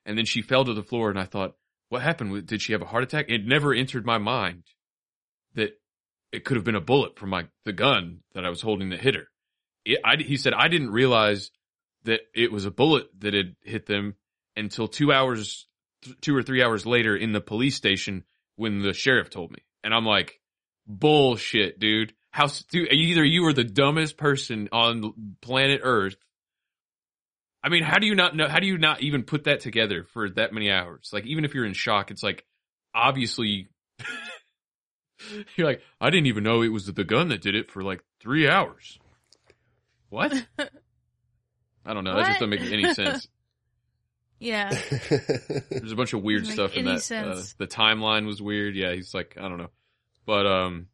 [SPEAKER 2] and then she fell to the floor and I thought, what happened? Did she have a heart attack? It never entered my mind that it could have been a bullet from my, the gun that I was holding that hit her. It, I, he said, I didn't realize that it was a bullet that had hit them until two hours, th- two or three hours later in the police station when the sheriff told me. And I'm like, bullshit, dude. How, s- dude, either you are the dumbest person on planet earth. I mean, how do you not know? How do you not even put that together for that many hours? Like, even if you're in shock, it's like, obviously, you're like, I didn't even know it was the gun that did it for like three hours. What? I don't know. That just doesn't
[SPEAKER 5] What?
[SPEAKER 2] make any sense.
[SPEAKER 5] yeah.
[SPEAKER 2] There's a bunch of weird
[SPEAKER 5] Doesn't
[SPEAKER 2] stuff
[SPEAKER 5] make
[SPEAKER 2] in
[SPEAKER 5] any
[SPEAKER 2] that. Uh,
[SPEAKER 5] sense.
[SPEAKER 2] the timeline was weird. Yeah, he's like, I don't know, but um,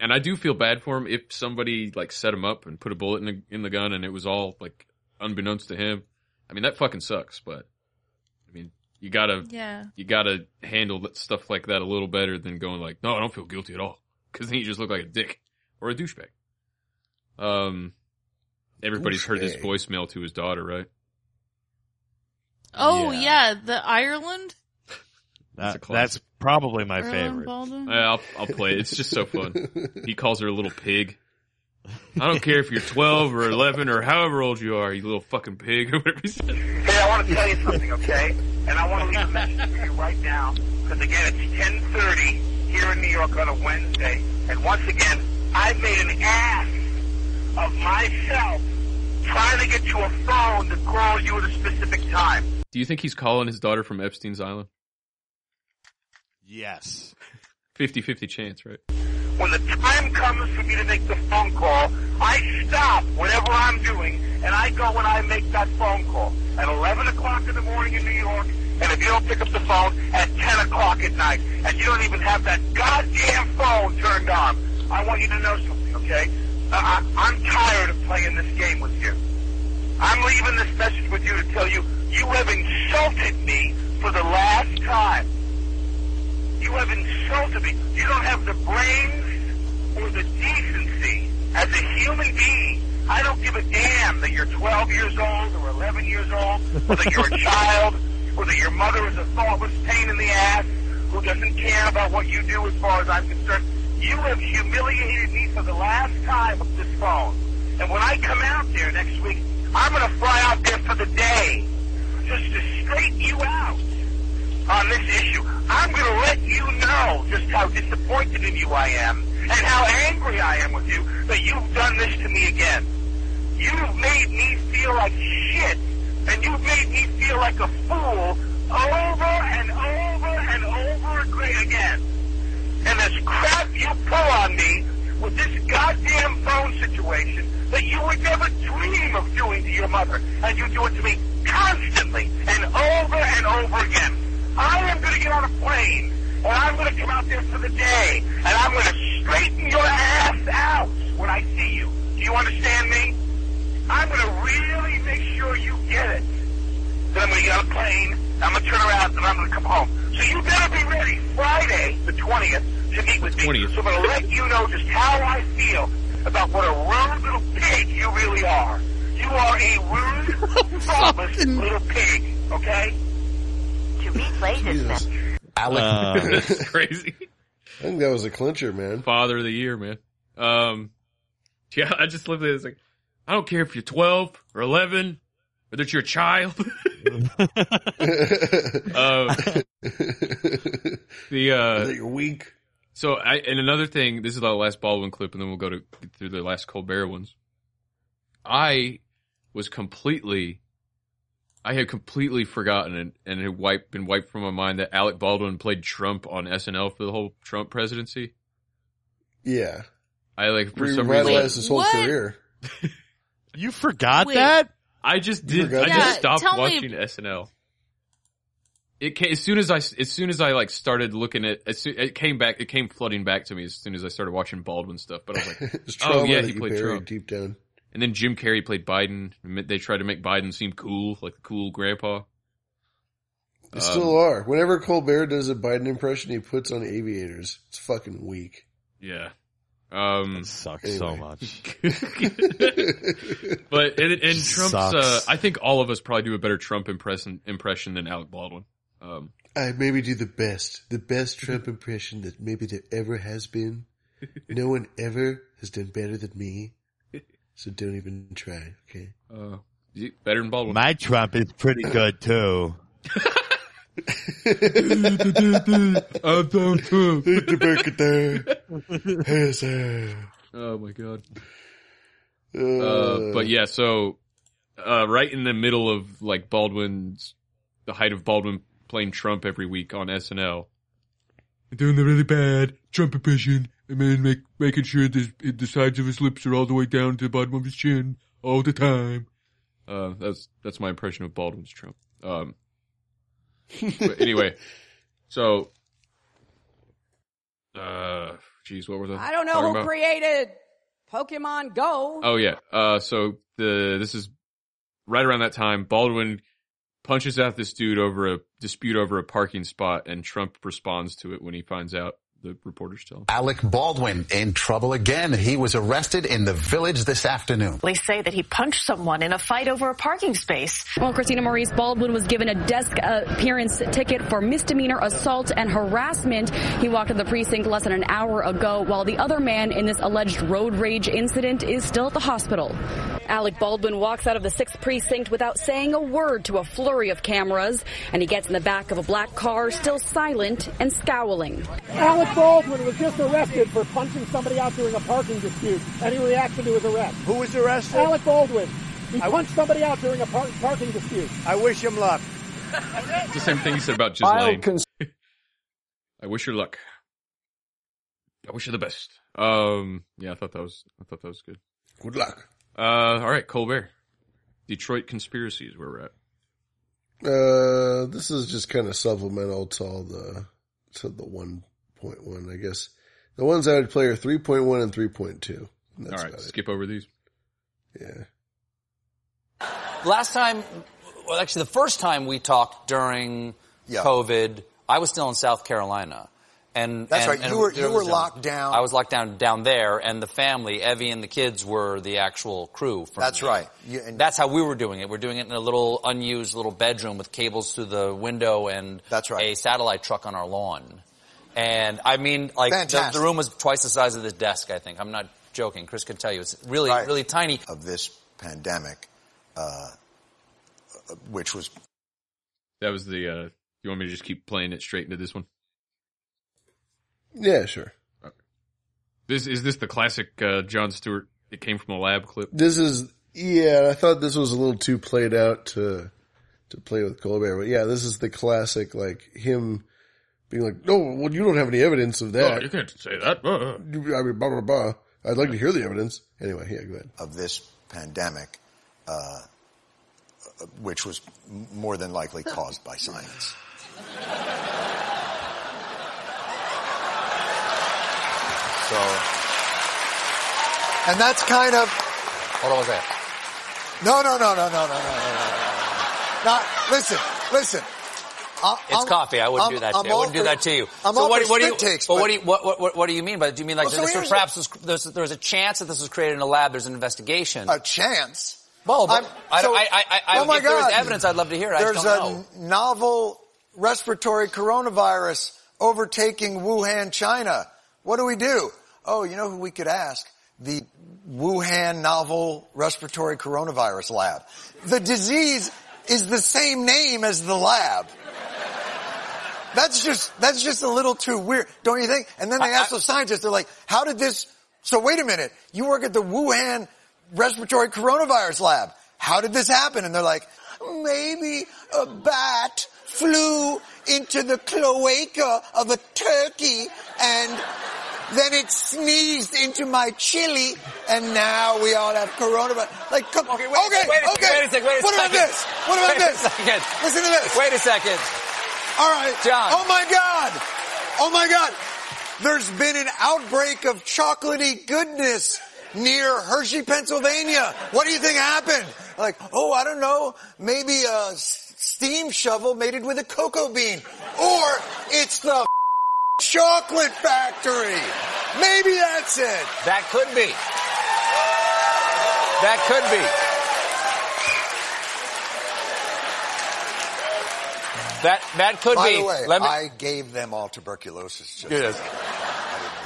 [SPEAKER 2] and I do feel bad for him if somebody like set him up and put a bullet in the in the gun and it was all like unbeknownst to him. I mean, that fucking sucks. But I mean, you gotta
[SPEAKER 5] Yeah.
[SPEAKER 2] you gotta handle that stuff like that a little better than going like, no, I don't feel guilty at all, because then you just look like a dick or a douchebag. Um, Everybody's heard this voicemail to his daughter, right?
[SPEAKER 5] Oh yeah, the Ireland.
[SPEAKER 6] That- that's probably my
[SPEAKER 5] Ireland
[SPEAKER 6] favorite.
[SPEAKER 5] Baldwin?
[SPEAKER 2] Uh, I'll, I'll play it. It's just so fun. He calls her a little pig. I don't care if you're 12 or 11 or however old you are, you little fucking pig or whatever he said.
[SPEAKER 16] Hey, I want to tell you something, okay? And I want to leave a message for you right now, because again, it's 10:30 here in New York on a Wednesday, and once again, I've made an ass of myself trying to get you a phone to call you at a specific time.
[SPEAKER 2] Do you think he's calling his daughter from Epstein's Island?
[SPEAKER 6] Yes.
[SPEAKER 2] 50 50 chance, right?
[SPEAKER 16] When the time comes for me to make the phone call, I stop whatever I'm doing and I go and I make that phone call at 11 o'clock in the morning in New York. And if you don't pick up the phone at 10 o'clock at night and you don't even have that goddamn phone turned on, I want you to know something, okay? Uh, I, I, I'm tired of playing this game with you. I'm leaving this message with you to tell you you have insulted me for the last time. You have insulted me. You don't have the brains or the decency as a human being. I don't give a damn that you're 12 years old or 11 years old, or that you're a child, or that your mother is a thoughtless pain in the ass who doesn't care about what you do as far as I'm concerned. You have humiliated me for the last time with this phone. And when I come out there next week, I'm going to fly out there for the day just to straighten you out on this issue. I'm going to let you know just how disappointed in you I am and how angry I am with you that you've done this to me again. You've made me feel like shit and you've made me feel like a fool over and over and over ag- again. And this crap you pull on me with this goddamn phone situation that you would never dream of doing to your mother and you do it to me constantly and over and over again. I am going to get on a plane, and I'm going to come out there for the day, and I'm going to straighten your ass out when I see you. Do you understand me? I'm going to really make sure you get it. Then I'm going to get on a plane, I'm going to turn around, and I'm going to come home. So you better be ready Friday, the 20th, to meet with me.
[SPEAKER 2] 20th.
[SPEAKER 16] So I'm going to let you know just how I feel about what a rude little pig you really are. You are a rude, thoughtless little pig, okay? To replay
[SPEAKER 4] Jesus.
[SPEAKER 2] Alec. That's crazy.
[SPEAKER 4] I think that was a clincher, man.
[SPEAKER 2] Father of the year, man. Um, yeah, I just love this. Like, I don't care if you're 12 or 11 or that you're a child. um, the uh,
[SPEAKER 4] That you're weak.
[SPEAKER 2] So, I, and another thing, this is the last Baldwin clip, and then we'll go to through the last Colbert ones. I was completely, I had completely forgotten and, and had wiped been wiped from my mind that Alec Baldwin played Trump on SNL for the whole Trump presidency.
[SPEAKER 4] Yeah.
[SPEAKER 2] I like for some reason
[SPEAKER 4] Revitalized his whole career.
[SPEAKER 6] you forgot
[SPEAKER 5] Wait. that?
[SPEAKER 2] I just
[SPEAKER 4] You
[SPEAKER 2] did.
[SPEAKER 4] forgot
[SPEAKER 2] I
[SPEAKER 5] that?
[SPEAKER 2] just
[SPEAKER 5] Yeah,
[SPEAKER 2] stopped
[SPEAKER 5] tell me-
[SPEAKER 2] watching SNL. It came, as soon as I as soon as I like started looking at as soon, it came back it came flooding back to me as soon as I started watching Baldwin stuff. But I was like,
[SPEAKER 4] It's
[SPEAKER 2] oh
[SPEAKER 4] trauma
[SPEAKER 2] yeah,
[SPEAKER 4] that
[SPEAKER 2] he
[SPEAKER 4] you
[SPEAKER 2] played
[SPEAKER 4] buried
[SPEAKER 2] Trump.
[SPEAKER 4] deep down.
[SPEAKER 2] And then Jim Carrey played Biden. They tried to make Biden seem cool, like the cool grandpa.
[SPEAKER 4] They
[SPEAKER 2] Um,
[SPEAKER 4] still are. Whenever Colbert does a Biden impression, he puts on aviators. It's fucking weak.
[SPEAKER 2] Yeah. Um,
[SPEAKER 6] sucks
[SPEAKER 4] so
[SPEAKER 6] much.
[SPEAKER 2] but and, and Trump's.
[SPEAKER 4] Sucks.
[SPEAKER 2] Uh, I think all of us probably do a better Trump impression impression than Alec Baldwin. Um,
[SPEAKER 4] I maybe do the best, the best Trump impression that maybe there ever has been. No one ever has done better than me. So don't even try, okay?
[SPEAKER 2] uh, you- better than Baldwin.
[SPEAKER 6] My Trump is pretty good too.
[SPEAKER 2] I'm Donald Trump.
[SPEAKER 4] Yes, sir.
[SPEAKER 2] Oh my god.
[SPEAKER 4] Uh,
[SPEAKER 2] Uh, but yeah, so uh, right in the middle of like Baldwin's the height of Baldwin playing Trump every week on SNL.
[SPEAKER 53] doing the really bad Trump impression. and then make, making sure the, the sides of his lips are all the way down to the bottom of his chin all the time.
[SPEAKER 2] Uh, that's that's my impression of Baldwin's Trump. Um, but anyway, so uh, geez, what was I?
[SPEAKER 8] I don't know
[SPEAKER 2] talking
[SPEAKER 8] who
[SPEAKER 2] about?
[SPEAKER 8] created Pokemon Go.
[SPEAKER 2] Oh yeah. Uh, so the this is right around that time. Baldwin punches out this dude over a dispute over a parking spot, and Trump responds to it when he finds out the reporters tell.
[SPEAKER 54] Alec Baldwin in trouble again. He was arrested in the village this afternoon.
[SPEAKER 5] Police say that he punched someone in a fight over a parking space.
[SPEAKER 14] Well, Christina Maurice Baldwin was given a desk appearance ticket for misdemeanor assault and harassment. He walked to the precinct less than an hour ago, while the other man in this alleged road rage incident is still at the hospital. Alec Baldwin walks out of the 6th precinct without saying a word to a flurry of cameras, and he gets in the back of a black car, still silent and scowling.
[SPEAKER 16] Alec Baldwin was just arrested for punching somebody out during a parking dispute. Any reaction to his arrest?
[SPEAKER 46] Who was arrested?
[SPEAKER 16] Alec Baldwin. He punched somebody out during a par- parking dispute.
[SPEAKER 46] I wish him luck.
[SPEAKER 2] It's the same thing you said about
[SPEAKER 46] I'll
[SPEAKER 2] Ghislaine. I wish her luck. I wish her the best. Um, yeah, I thought that was I thought that was good.
[SPEAKER 12] Good luck.
[SPEAKER 2] Uh, all right, Colbert. Detroit conspiracy is where we're at.
[SPEAKER 4] Uh, this is just kind of supplemental to all the to the one point one, I guess. The ones I would play are three point one and three point two. That's
[SPEAKER 2] all right, skip over these.
[SPEAKER 4] Yeah.
[SPEAKER 3] Last time, well, actually, the first time we talked during COVID, I was still in South Carolina. And
[SPEAKER 55] That's
[SPEAKER 3] and-
[SPEAKER 55] right.
[SPEAKER 3] and
[SPEAKER 55] You were-
[SPEAKER 3] there
[SPEAKER 55] you were
[SPEAKER 3] was a-
[SPEAKER 55] locked down.
[SPEAKER 3] I was locked down down there, and the family, Evie and the kids, were the actual crew. From
[SPEAKER 55] That's right. You-
[SPEAKER 3] That's how we were doing it. We're doing it in a little unused little bedroom with cables through the window and That's right. a satellite truck on our lawn. And I mean, like the,
[SPEAKER 55] Fantastic.
[SPEAKER 3] the room was twice the size of this desk. I think I'm not joking. Chris can tell you it's really, really tiny.
[SPEAKER 55] Of this pandemic, uh, which was
[SPEAKER 2] That was the. uh You want me to just keep playing it straight into this one?
[SPEAKER 4] Yeah, sure.
[SPEAKER 2] This is this the classic uh, John Stewart. It came from a lab clip.
[SPEAKER 4] This is yeah. I thought this was a little too played out to to play with Colbert, but yeah, this is the classic like him being like, "No, well, you don't have any evidence of
[SPEAKER 2] Oh,
[SPEAKER 4] that."
[SPEAKER 2] you can't say that. Uh,
[SPEAKER 4] I mean, blah blah blah. I'd like to hear the evidence. Anyway, yeah, go ahead.
[SPEAKER 55] of this pandemic, uh, which was m- more than likely caused by science. so, and that's kind of.
[SPEAKER 3] Hold on a second.
[SPEAKER 55] No, no, no, no, no, no, no, no, no, no. Now, listen, listen. I,
[SPEAKER 3] It's
[SPEAKER 55] I'm-
[SPEAKER 3] coffee. I wouldn't
[SPEAKER 55] I'm-
[SPEAKER 3] do that.
[SPEAKER 55] I'm
[SPEAKER 3] to you. I wouldn't
[SPEAKER 55] all
[SPEAKER 3] do
[SPEAKER 55] for-
[SPEAKER 3] that to you.
[SPEAKER 55] I'm all
[SPEAKER 3] what,
[SPEAKER 55] for
[SPEAKER 3] do- what do you?
[SPEAKER 55] spit takes,
[SPEAKER 3] but what
[SPEAKER 55] but-
[SPEAKER 3] do you? What, what, what- what do you mean? by do you mean like
[SPEAKER 55] Well, so
[SPEAKER 3] this,
[SPEAKER 55] here's the-
[SPEAKER 3] perhaps this, there's, there's a chance that this was created in a lab? There's an investigation.
[SPEAKER 55] A chance.
[SPEAKER 3] Well, but
[SPEAKER 55] I'm-
[SPEAKER 3] I,
[SPEAKER 55] so-
[SPEAKER 3] I, I, I,
[SPEAKER 55] oh my
[SPEAKER 3] if there was
[SPEAKER 55] God.
[SPEAKER 3] evidence, I'd love to hear it. I
[SPEAKER 55] There's
[SPEAKER 3] just don't know.
[SPEAKER 55] a novel respiratory coronavirus overtaking Wuhan, China. What do we do? Oh, you know who we could ask? The Wuhan novel respiratory coronavirus lab. The disease is the same name as the lab. That's just, that's just a little too weird, don't you think? And then they ask the scientists, they're like, how did this, so wait a minute, you work at the Wuhan respiratory coronavirus lab. How did this happen? And they're like, maybe a bat flew into the cloaca of a turkey and then it sneezed into my chili and now we all have coronavirus. Like, come, okay, wait, okay,
[SPEAKER 3] wait a
[SPEAKER 55] okay.
[SPEAKER 3] second, wait a second, wait a
[SPEAKER 55] what
[SPEAKER 3] second.
[SPEAKER 55] about this? What about
[SPEAKER 3] Wait a
[SPEAKER 55] this?
[SPEAKER 3] second.
[SPEAKER 55] Listen to this.
[SPEAKER 3] Wait a second.
[SPEAKER 55] All right.
[SPEAKER 3] John.
[SPEAKER 55] Oh my God. Oh my God. There's been an outbreak of chocolatey goodness near Hershey, Pennsylvania. What do you think happened? Like, oh, I don't know. Maybe a s- steam shovel made it with a cocoa bean. Or it's the chocolate factory. Maybe that's it.
[SPEAKER 3] That could be. That could be. That that could
[SPEAKER 55] By
[SPEAKER 3] be.
[SPEAKER 55] the way,
[SPEAKER 3] Let me-
[SPEAKER 55] I gave them all tuberculosis. Just
[SPEAKER 3] Yes.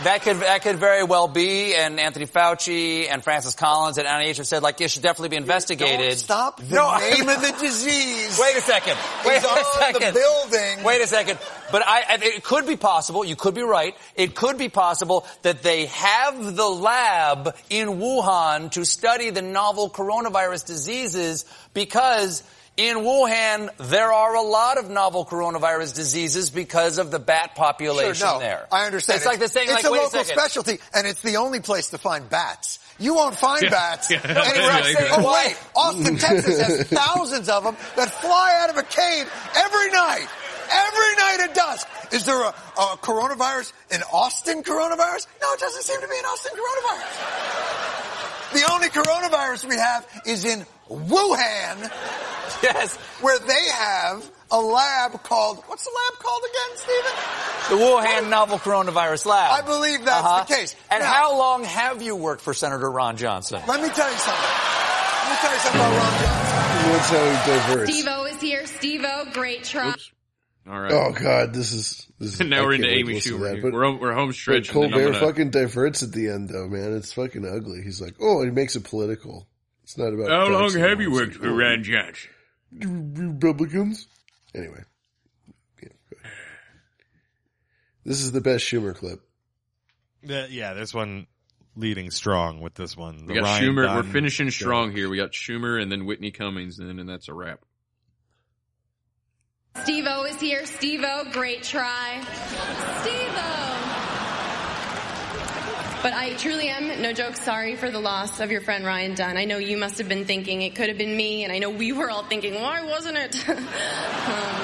[SPEAKER 3] That could that could very well be, and Anthony Fauci and Francis Collins at NIH have said like it should definitely be investigated.
[SPEAKER 55] stop the name of the disease.
[SPEAKER 3] Wait a second. Wait
[SPEAKER 55] It's
[SPEAKER 3] a
[SPEAKER 55] on the
[SPEAKER 3] second.
[SPEAKER 55] building.
[SPEAKER 3] Wait a second. But I, I- it could be possible. You could be right. It could be possible that they have the lab in Wuhan to study the novel coronavirus diseases because. In Wuhan, there are a lot of novel coronavirus diseases because of the bat population
[SPEAKER 55] Sure, no,
[SPEAKER 3] there.
[SPEAKER 55] I understand.
[SPEAKER 3] It's, like the saying,
[SPEAKER 55] It's
[SPEAKER 3] like,
[SPEAKER 55] a
[SPEAKER 3] wait
[SPEAKER 55] local
[SPEAKER 3] a second.
[SPEAKER 55] specialty, and it's the only place to find bats. You won't find
[SPEAKER 3] Yeah.
[SPEAKER 55] bats
[SPEAKER 3] Yeah.
[SPEAKER 55] anywhere else.
[SPEAKER 3] Yeah,
[SPEAKER 55] Oh
[SPEAKER 3] yeah.
[SPEAKER 55] wait, Austin, Texas has thousands of them that fly out of a cave every night. Every night at dusk. Is there a, a coronavirus in Austin coronavirus? No, it doesn't seem to be an Austin coronavirus. The only coronavirus we have is in Wuhan,
[SPEAKER 46] yes.
[SPEAKER 55] Where they have a lab called, what's the lab called again, Stephen?
[SPEAKER 46] The Wuhan Novel Coronavirus Lab.
[SPEAKER 55] I believe that's
[SPEAKER 3] Uh-huh.
[SPEAKER 55] the case.
[SPEAKER 46] And
[SPEAKER 55] Now-
[SPEAKER 46] how long have you worked for Senator Ron Johnson?
[SPEAKER 55] Let me tell you something. Let me tell you something about Ron Johnson.
[SPEAKER 4] That's how he diverts.
[SPEAKER 37] Steve O is here. Steve O, great try.
[SPEAKER 2] All right.
[SPEAKER 4] Oh God, this is this is.
[SPEAKER 2] now
[SPEAKER 4] I
[SPEAKER 2] we're
[SPEAKER 4] can't wait
[SPEAKER 2] into
[SPEAKER 4] to
[SPEAKER 2] Amy
[SPEAKER 4] listen to
[SPEAKER 2] Schumer.
[SPEAKER 4] that,
[SPEAKER 2] dude.
[SPEAKER 4] but-
[SPEAKER 2] we're home, we're home
[SPEAKER 4] But
[SPEAKER 2] stretch. and then I'm
[SPEAKER 4] Colbert
[SPEAKER 2] gonna-
[SPEAKER 4] fucking diverts at the end, though, man. It's fucking ugly. He's like, oh, he makes it political. It's not about
[SPEAKER 2] How long
[SPEAKER 4] facts
[SPEAKER 2] have you
[SPEAKER 4] anymore.
[SPEAKER 2] worked for Ron Johnson?
[SPEAKER 4] Republicans. Anyway, Yeah, go ahead. this is the best Schumer clip.
[SPEAKER 6] Yeah, yeah, this one leading strong with this one.
[SPEAKER 2] We
[SPEAKER 6] The
[SPEAKER 2] got
[SPEAKER 6] Ryan
[SPEAKER 2] Schumer.
[SPEAKER 6] Dunn-
[SPEAKER 2] We're finishing strong here. We got Schumer and then Whitney Cummings, and then and that's a wrap.
[SPEAKER 37] Steve O is here. Steve O, great try. Steve O. But I truly am, no joke, sorry for the loss of your friend Ryan Dunn. I know you must have been thinking it could have been me, and I know we were all thinking, why wasn't it? um,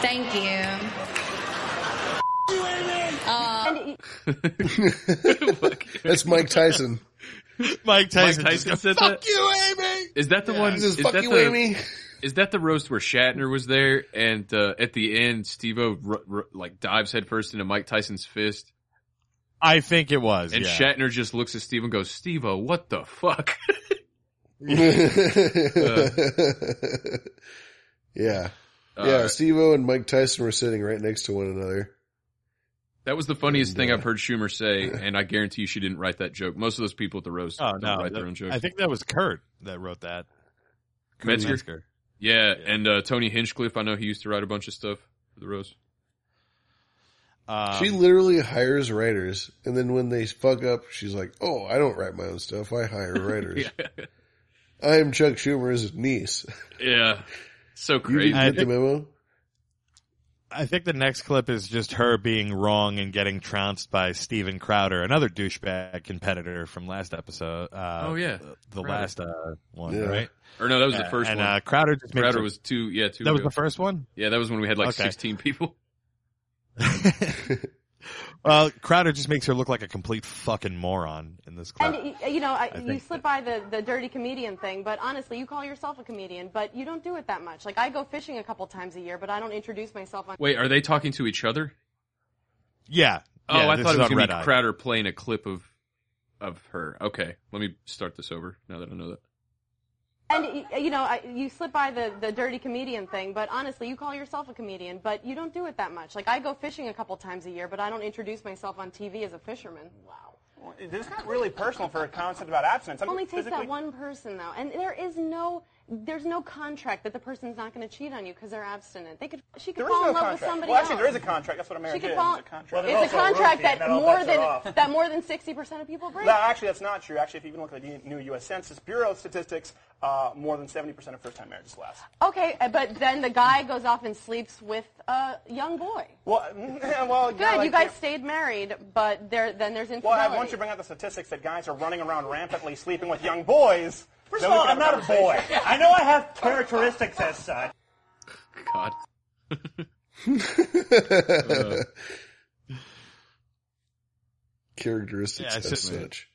[SPEAKER 37] thank you. Uh,
[SPEAKER 4] That's Mike Tyson.
[SPEAKER 6] Mike
[SPEAKER 2] Tyson Tyson just said
[SPEAKER 4] "Fuck
[SPEAKER 2] that?
[SPEAKER 4] you, Amy."
[SPEAKER 2] Is that the one?
[SPEAKER 4] He says,
[SPEAKER 2] is
[SPEAKER 4] "Fuck
[SPEAKER 2] that
[SPEAKER 4] you,
[SPEAKER 2] the,
[SPEAKER 4] Amy."
[SPEAKER 2] Is that the roast where Shatner was there, and uh, at the end, Steve-O r- r- like dives headfirst into Mike Tyson's fist,
[SPEAKER 6] I think it was.
[SPEAKER 2] and
[SPEAKER 6] yeah.
[SPEAKER 2] Shatner just looks at Steve and goes, "Steve-O, what the fuck?"
[SPEAKER 4] yeah,
[SPEAKER 2] All
[SPEAKER 4] yeah.
[SPEAKER 2] right.
[SPEAKER 4] Steve O and Mike Tyson were sitting right next to one another.
[SPEAKER 2] That was the funniest thing I've heard Schumer say, and I guarantee you she didn't write that joke. Most of those people at the roast
[SPEAKER 6] Oh
[SPEAKER 2] don't
[SPEAKER 6] no,
[SPEAKER 2] write
[SPEAKER 6] that-
[SPEAKER 2] their own jokes.
[SPEAKER 6] I think that was Kurt that wrote that. Kurt
[SPEAKER 2] Metzger? Yeah, and uh, Tony Hinchcliffe, I know he used to write a bunch of stuff for the roast.
[SPEAKER 6] Um,
[SPEAKER 4] she literally hires writers, and then when they fuck up, she's like, "Oh, I don't write my own stuff. I hire writers. I am Chuck Schumer's niece.
[SPEAKER 2] Yeah, so
[SPEAKER 4] You
[SPEAKER 2] crazy.
[SPEAKER 4] didn't get the memo?
[SPEAKER 6] I think the next clip is just her being wrong and getting trounced by Steven Crowder, another douchebag competitor from last episode. Uh,
[SPEAKER 2] Oh, yeah.
[SPEAKER 6] the, the
[SPEAKER 2] Crowder.
[SPEAKER 6] last uh, one,
[SPEAKER 2] Yeah.
[SPEAKER 6] right?
[SPEAKER 2] Or no, that was the
[SPEAKER 6] Uh,
[SPEAKER 2] first
[SPEAKER 6] and,
[SPEAKER 2] one.
[SPEAKER 6] uh, Crowder just makes
[SPEAKER 2] Crowder
[SPEAKER 6] a-
[SPEAKER 2] was two. Yeah, two.
[SPEAKER 6] That was
[SPEAKER 2] ago.
[SPEAKER 6] the first one?
[SPEAKER 2] Yeah, that was when we had like
[SPEAKER 6] Okay.
[SPEAKER 2] sixteen people.
[SPEAKER 6] Well, Crowder just makes her look like a complete fucking moron in this clip.
[SPEAKER 1] And y- uh, you know, I,
[SPEAKER 6] I
[SPEAKER 1] you
[SPEAKER 6] think
[SPEAKER 1] slip by the the dirty comedian thing, but honestly, you call yourself a comedian, but you don't do it that much. Like I go fishing a couple times a year, but I don't introduce myself on.
[SPEAKER 2] Wait, are they talking to each other?
[SPEAKER 6] Yeah.
[SPEAKER 2] Oh,
[SPEAKER 6] Yeah,
[SPEAKER 2] I
[SPEAKER 6] this
[SPEAKER 2] thought it
[SPEAKER 6] is
[SPEAKER 2] was
[SPEAKER 6] on
[SPEAKER 2] gonna
[SPEAKER 6] Red
[SPEAKER 2] be
[SPEAKER 6] Eye.
[SPEAKER 2] Crowder playing a clip of of her. Okay, let me start this over now that I know that.
[SPEAKER 1] And y- you know, I, you slip by the the dirty comedian thing, but honestly, you call yourself a comedian, but you don't do it that much. Like I go fishing a couple times a year, but I don't introduce myself on TV as a fisherman. Wow.
[SPEAKER 3] This is not really personal for a concept about abstinence.
[SPEAKER 1] It
[SPEAKER 3] I'm
[SPEAKER 1] only takes
[SPEAKER 3] physically-
[SPEAKER 1] that one person though, and there is no. There's no contract that the person's not going to cheat on you because they're abstinent. They could, she could
[SPEAKER 3] There is
[SPEAKER 1] fall
[SPEAKER 3] no
[SPEAKER 1] in love
[SPEAKER 3] contract.
[SPEAKER 1] with somebody
[SPEAKER 3] well,
[SPEAKER 1] else.
[SPEAKER 3] actually, there is a contract. That's what a
[SPEAKER 1] She
[SPEAKER 3] marriage
[SPEAKER 1] could
[SPEAKER 3] is.
[SPEAKER 1] fall-
[SPEAKER 3] It's a contract.
[SPEAKER 1] it's a contract that more than that more than sixty percent of people break.
[SPEAKER 3] No, actually, that's not true. Actually, if you even look at the new U.S. Census Bureau statistics, uh, more than 70% of first-time marriages last.
[SPEAKER 1] Okay, uh, but then the guy goes off and sleeps with a young boy.
[SPEAKER 3] Well, mm, well
[SPEAKER 1] Good,
[SPEAKER 3] yeah, like,
[SPEAKER 16] you
[SPEAKER 3] yeah.
[SPEAKER 1] guys stayed married, but there then there's infidelity.
[SPEAKER 3] Well, I- once you bring out the statistics that guys are running around rampantly sleeping with young boys.
[SPEAKER 7] First
[SPEAKER 3] then
[SPEAKER 7] of
[SPEAKER 3] we
[SPEAKER 7] all,
[SPEAKER 3] can
[SPEAKER 7] I'm
[SPEAKER 3] have
[SPEAKER 7] not a boy.
[SPEAKER 3] conversation.
[SPEAKER 7] I know I have characteristics as such.
[SPEAKER 2] God.
[SPEAKER 4] Characteristics
[SPEAKER 6] Yeah,
[SPEAKER 4] as
[SPEAKER 6] so-
[SPEAKER 4] such.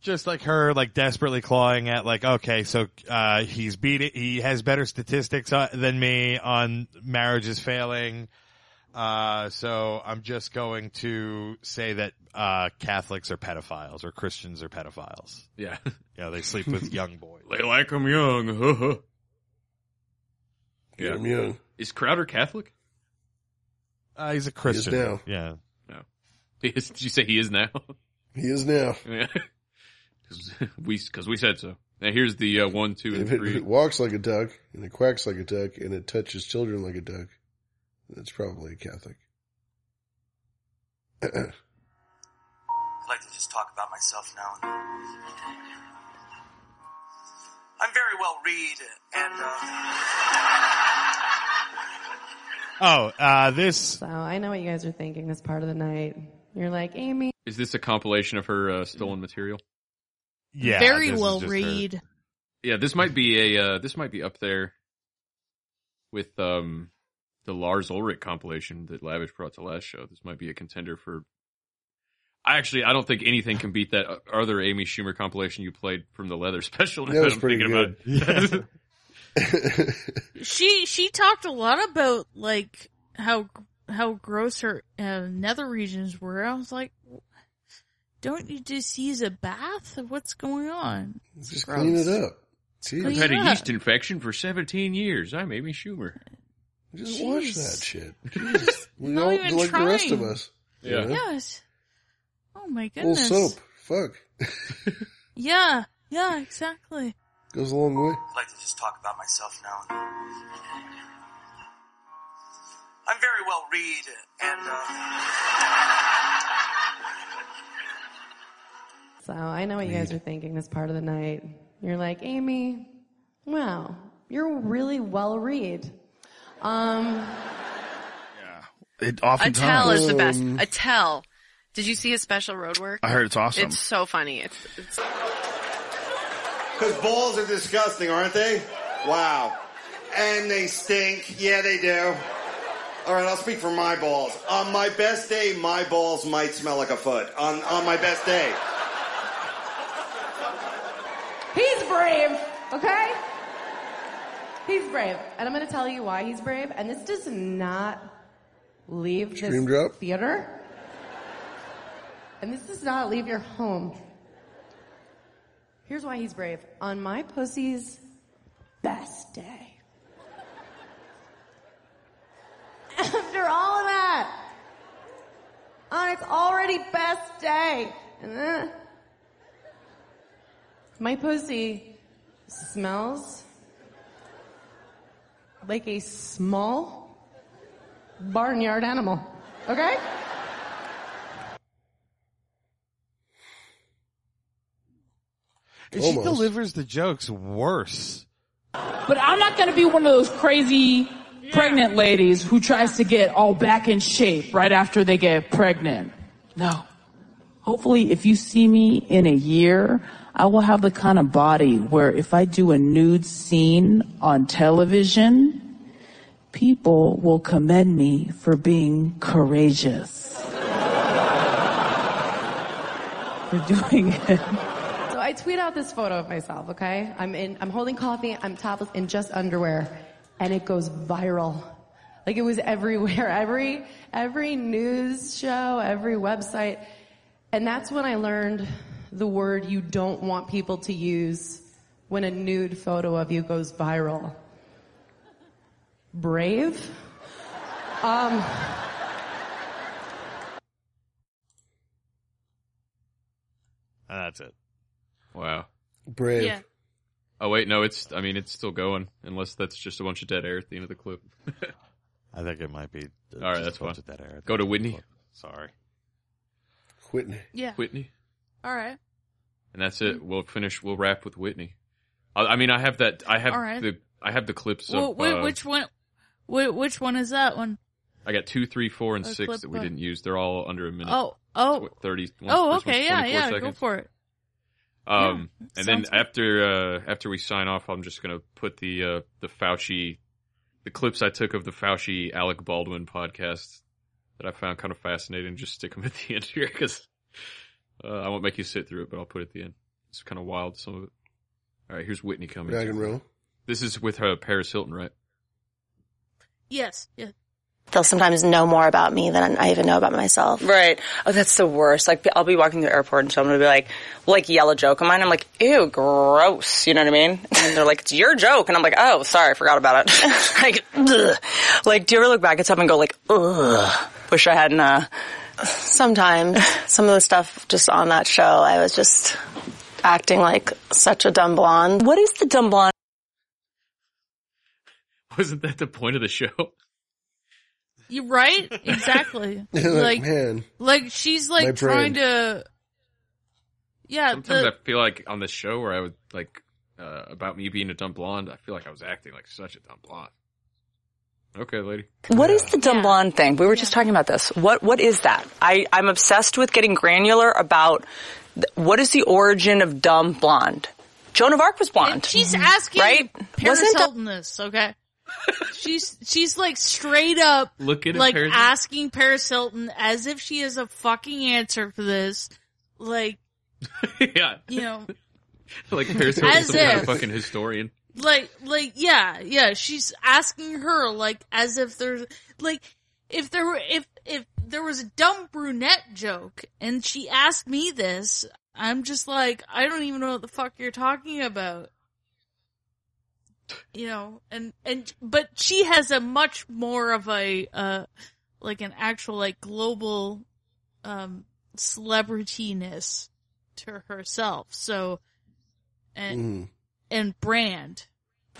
[SPEAKER 6] just like her, like desperately clawing at, like, okay, so uh, he's beat it. He has better statistics uh, than me on marriages failing. Uh, so I'm just going to say that uh, Catholics are pedophiles or Christians are pedophiles.
[SPEAKER 2] Yeah,
[SPEAKER 6] yeah, they sleep with young boys.
[SPEAKER 2] They like him young. yeah,
[SPEAKER 4] I'm young.
[SPEAKER 2] Is Crowder Catholic?
[SPEAKER 6] Uh, he's a Christian.
[SPEAKER 4] now.
[SPEAKER 6] Yeah.
[SPEAKER 2] No. He is, Oh. did you say he is now?
[SPEAKER 4] He is now.
[SPEAKER 2] Yeah. 'Cause we because we said so. Now here's the uh, one, two, and
[SPEAKER 4] If it, if
[SPEAKER 2] three.
[SPEAKER 4] it walks like a duck, and it quacks like a duck, and it touches children like a duck, that's probably a Catholic.
[SPEAKER 7] I'd like to just talk about myself now. I'm very well read, and
[SPEAKER 56] uh,
[SPEAKER 6] Oh, uh, this.
[SPEAKER 37] So I know what you guys are thinking this part of the night. You're like, Amy.
[SPEAKER 2] Is this a compilation of her uh, stolen material?
[SPEAKER 6] Yeah,
[SPEAKER 5] Very well read.
[SPEAKER 2] Yeah, this might be a uh, this might be up there with um the Lars Ulrich compilation that Lavish brought to last show. This might be a contender for. I actually I don't think anything can beat that uh, other Amy Schumer compilation you played from the Leather Special.
[SPEAKER 4] That was pretty
[SPEAKER 2] good.
[SPEAKER 5] she she talked a lot about like how how gross her uh, nether regions were. I was like, don't you just use a bath? What's going on? It's
[SPEAKER 4] Just
[SPEAKER 5] gross.
[SPEAKER 4] clean it up. Jeez.
[SPEAKER 2] I've had a
[SPEAKER 5] Yeah.
[SPEAKER 2] yeast infection for 17 years. I'm Amy Schumer.
[SPEAKER 4] Just
[SPEAKER 5] Jeez.
[SPEAKER 4] wash that shit. Jesus. We
[SPEAKER 5] Not
[SPEAKER 4] all
[SPEAKER 5] even
[SPEAKER 4] like the rest of
[SPEAKER 5] trying.
[SPEAKER 4] us.
[SPEAKER 2] Yeah.
[SPEAKER 4] you know?
[SPEAKER 5] Yes. Oh my
[SPEAKER 4] Old
[SPEAKER 5] goodness.
[SPEAKER 4] soap. Fuck.
[SPEAKER 5] Yeah. Yeah. Exactly.
[SPEAKER 4] Goes a long way.
[SPEAKER 56] I'd like to just talk about myself now. I'm very well read, and uh,
[SPEAKER 1] So I know what you guys are thinking this part of the night. You're like, Amy, wow, you're really well read. Um,
[SPEAKER 57] It oftentimes
[SPEAKER 58] Attell is the best.
[SPEAKER 4] Oh.
[SPEAKER 58] Attell. Did you see his special road work?
[SPEAKER 57] I heard it's awesome.
[SPEAKER 58] It's so funny. It's, it's
[SPEAKER 16] Because balls are disgusting, aren't they? Wow. And they stink. Yeah, they do. All right, I'll speak for my balls. On my best day, my balls might smell like a foot. On on my best day.
[SPEAKER 1] He's brave, okay? He's brave. And I'm going to tell you why he's brave. And this does not leave this
[SPEAKER 4] Stream drop?
[SPEAKER 1] theater. And this does not leave your home. Here's why he's brave. On my pussy's best day. After all of that, on its already best day, and uh, then my pussy smells like a small barnyard animal. Okay?
[SPEAKER 6] And She
[SPEAKER 38] Almost.
[SPEAKER 6] delivers the jokes worse.
[SPEAKER 38] But I'm not going to be one of those crazy pregnant ladies who tries to get all back in shape right after they get pregnant. No. Hopefully, if you see me in a year, I will have the kind of body where if I do a nude scene on television, people will commend me for being courageous. for doing it.
[SPEAKER 1] So I tweet out this photo of myself, okay? I'm in I'm holding coffee, I'm topless in just underwear, and it goes viral. Like it was everywhere, every every news show, every website. And that's when I learned the word you don't want people to use when a nude photo of you goes viral. Brave? Um
[SPEAKER 6] And Ah, that's it.
[SPEAKER 2] Wow.
[SPEAKER 4] Brave.
[SPEAKER 5] Yeah.
[SPEAKER 2] Oh wait, no, it's I mean it's still going unless that's just a bunch of dead air at the end of the clip.
[SPEAKER 6] I think it might be.
[SPEAKER 2] All right, that's fine. Go to Whitney.
[SPEAKER 6] Sorry.
[SPEAKER 4] Whitney.
[SPEAKER 5] Yeah. Mm.
[SPEAKER 2] Whitney.
[SPEAKER 5] All right.
[SPEAKER 2] And that's it. We'll finish we'll wrap with Whitney. I, I mean I have that I have
[SPEAKER 5] All right.
[SPEAKER 2] the I have the clips
[SPEAKER 5] Wh-
[SPEAKER 2] of
[SPEAKER 5] wh-
[SPEAKER 2] uh,
[SPEAKER 5] which one? wh- which one is that one?
[SPEAKER 2] I got two, three, four, and
[SPEAKER 5] Or
[SPEAKER 2] six
[SPEAKER 5] clip
[SPEAKER 2] that we
[SPEAKER 5] of-
[SPEAKER 2] didn't use. They're all under a minute.
[SPEAKER 5] Oh, oh.
[SPEAKER 2] What, thirty. one-
[SPEAKER 5] oh,
[SPEAKER 2] this one's
[SPEAKER 5] okay. Yeah,
[SPEAKER 2] 24
[SPEAKER 5] yeah. Go
[SPEAKER 2] seconds.
[SPEAKER 5] for it.
[SPEAKER 2] Um, and then
[SPEAKER 5] sounds
[SPEAKER 2] after uh, after we sign off, I'm just gonna put the uh, the Fauci, the clips I took of the Fauci Alec Baldwin podcast that I found kind of fascinating. Just stick them at the end here because uh, I won't make you sit through it, but I'll put it at the end. It's kind of wild, some of it. All right, here's Whitney Cummings.
[SPEAKER 4] Rock and roll.
[SPEAKER 2] This is with her Paris Hilton, right?
[SPEAKER 5] Yes. Yeah.
[SPEAKER 11] They'll sometimes know more about me than I even know about myself.
[SPEAKER 9] Right. Oh, that's the worst. Like, I'll be walking through the airport and someone will be like, like, yell a joke of mine. I'm like, ew, gross. You know what I mean? And they're like, it's your joke. And I'm like, oh, sorry, I forgot about it. like, ugh. like, do you ever look back at something and go like, ugh, wish I hadn't, uh,
[SPEAKER 11] Sometimes some of the stuff just on that show, I was just acting like such a dumb blonde. What is the dumb blonde?
[SPEAKER 2] Wasn't that the point of the show?
[SPEAKER 5] You right? Exactly.
[SPEAKER 4] like, man.
[SPEAKER 5] like she's
[SPEAKER 4] My
[SPEAKER 5] like
[SPEAKER 4] brain.
[SPEAKER 5] trying to. Yeah.
[SPEAKER 2] Sometimes
[SPEAKER 5] the-
[SPEAKER 2] I feel like on this show where I would like uh, about me being a dumb blonde, I feel like I was acting like such a dumb blonde. Okay, lady.
[SPEAKER 9] What is the dumb blonde thing? We were just talking about this. What what is that? I I'm obsessed with getting granular about th- what is the origin of dumb blonde. Joan of Arc was blonde.
[SPEAKER 2] Mm-hmm.
[SPEAKER 5] She's asking
[SPEAKER 9] right?
[SPEAKER 5] Paris
[SPEAKER 9] Wasn't
[SPEAKER 5] Hilton this, okay? she's she's like straight up
[SPEAKER 2] Look at it,
[SPEAKER 5] like
[SPEAKER 2] Paris.
[SPEAKER 5] asking Paris Hilton as if she has a fucking answer for this. Like
[SPEAKER 2] yeah,
[SPEAKER 5] you know,
[SPEAKER 2] like Paris
[SPEAKER 5] As
[SPEAKER 2] Hilton's some kind of
[SPEAKER 5] if.
[SPEAKER 2] fucking historian.
[SPEAKER 5] like like yeah yeah she's asking her like as if there's like if there were if if there was a dumb brunette joke and she asked me this i'm just like i don't even know what the fuck you're talking about you know and and but she has a much more of a uh like an actual like global um celebrityness to herself so and and brand.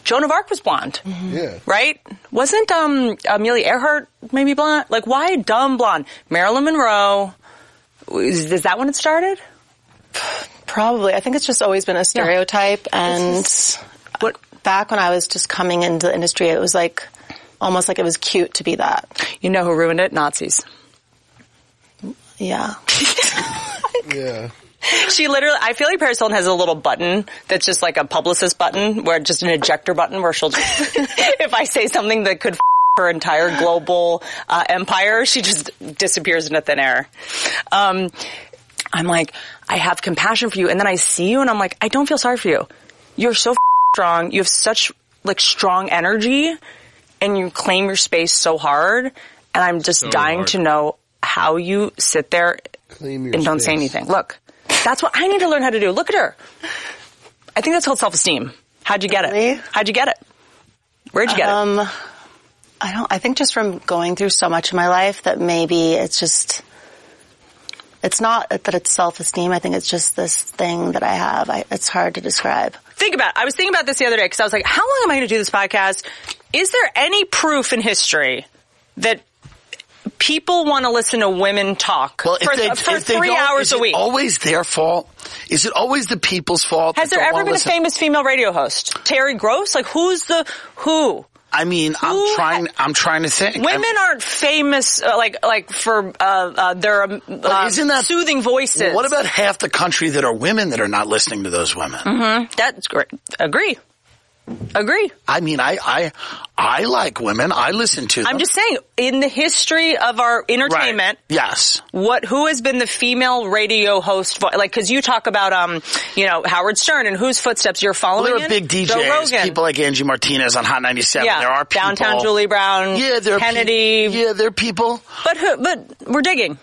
[SPEAKER 9] Joan of Arc was blonde.
[SPEAKER 4] Yeah.
[SPEAKER 9] Right? Wasn't um, Amelia Earhart maybe blonde? Like, why dumb blonde? Marilyn Monroe. Is, is that when it started?
[SPEAKER 33] Probably. I think it's just always been a stereotype. And what back when I was just coming into the industry, it was like almost like it was cute to be that.
[SPEAKER 9] You know who ruined it? Nazis.
[SPEAKER 33] Yeah.
[SPEAKER 4] yeah.
[SPEAKER 9] She literally, I feel like Paris Hilton has a little button that's just like a publicist button, where just an ejector button, where she'll, just, if I say something that could f- her entire global uh, empire, she just disappears into thin air. Um, I'm like, I have compassion for you, and then I see you, and I'm like, I don't feel sorry for you. You're so f- strong. You have such like strong energy, and you claim your space so hard. And I'm just
[SPEAKER 33] So
[SPEAKER 9] dying
[SPEAKER 33] hard.
[SPEAKER 9] to know how you sit there
[SPEAKER 4] Claim
[SPEAKER 9] and don't say anything. Look, that's what I need to learn how to do. Look at her. I think that's called self-esteem. How'd you get it? How'd you get it? Where'd you get
[SPEAKER 33] um, I don't. I think just from going through so much in my life that maybe it's just. It's not that it's self-esteem. I think it's just this thing that I have. I, it's hard to describe.
[SPEAKER 9] it? Think about it. I was thinking about this the other day because I was like, how long am I going to do this podcast? Is there any proof in history that people want to listen to women talk
[SPEAKER 8] Well, if
[SPEAKER 9] for,
[SPEAKER 8] they,
[SPEAKER 9] for
[SPEAKER 8] if they
[SPEAKER 9] three
[SPEAKER 8] don't,
[SPEAKER 9] hours
[SPEAKER 8] is
[SPEAKER 9] a
[SPEAKER 8] it
[SPEAKER 9] week?
[SPEAKER 8] Always their fault. Is it always the people's fault?
[SPEAKER 9] Has
[SPEAKER 8] that
[SPEAKER 9] there
[SPEAKER 8] don't
[SPEAKER 9] ever
[SPEAKER 8] wanna
[SPEAKER 9] been
[SPEAKER 8] listen?
[SPEAKER 9] a famous female radio host? Terry Gross? Like who's the who?
[SPEAKER 8] I mean, I'm trying. I'm trying to think. I'm-
[SPEAKER 9] Women aren't famous uh, like like for uh, uh, their um, uh,
[SPEAKER 8] isn't that-
[SPEAKER 9] soothing voices.
[SPEAKER 8] What about half the country that are women that are not listening to those women?
[SPEAKER 16] Mm-hmm.
[SPEAKER 9] hmm That's great. Agree. Agree.
[SPEAKER 8] I mean, I I I like women. I listen to. Them.
[SPEAKER 9] I'm just saying, in the history of our entertainment,
[SPEAKER 8] Yes.
[SPEAKER 9] what who has been the female radio host? vo- Like, because you talk about, um, you know, Howard Stern and whose footsteps you're following.
[SPEAKER 8] Well, there are
[SPEAKER 9] in?
[SPEAKER 8] big
[SPEAKER 9] Joe
[SPEAKER 8] DJs,
[SPEAKER 9] Rogan.
[SPEAKER 8] people like Angie Martinez on Hot 97.
[SPEAKER 9] Yeah,
[SPEAKER 8] There are people.
[SPEAKER 9] downtown Julie Brown.
[SPEAKER 8] Yeah, there are pe-
[SPEAKER 9] Kennedy.
[SPEAKER 8] yeah, there are people.
[SPEAKER 9] But who? But we're digging.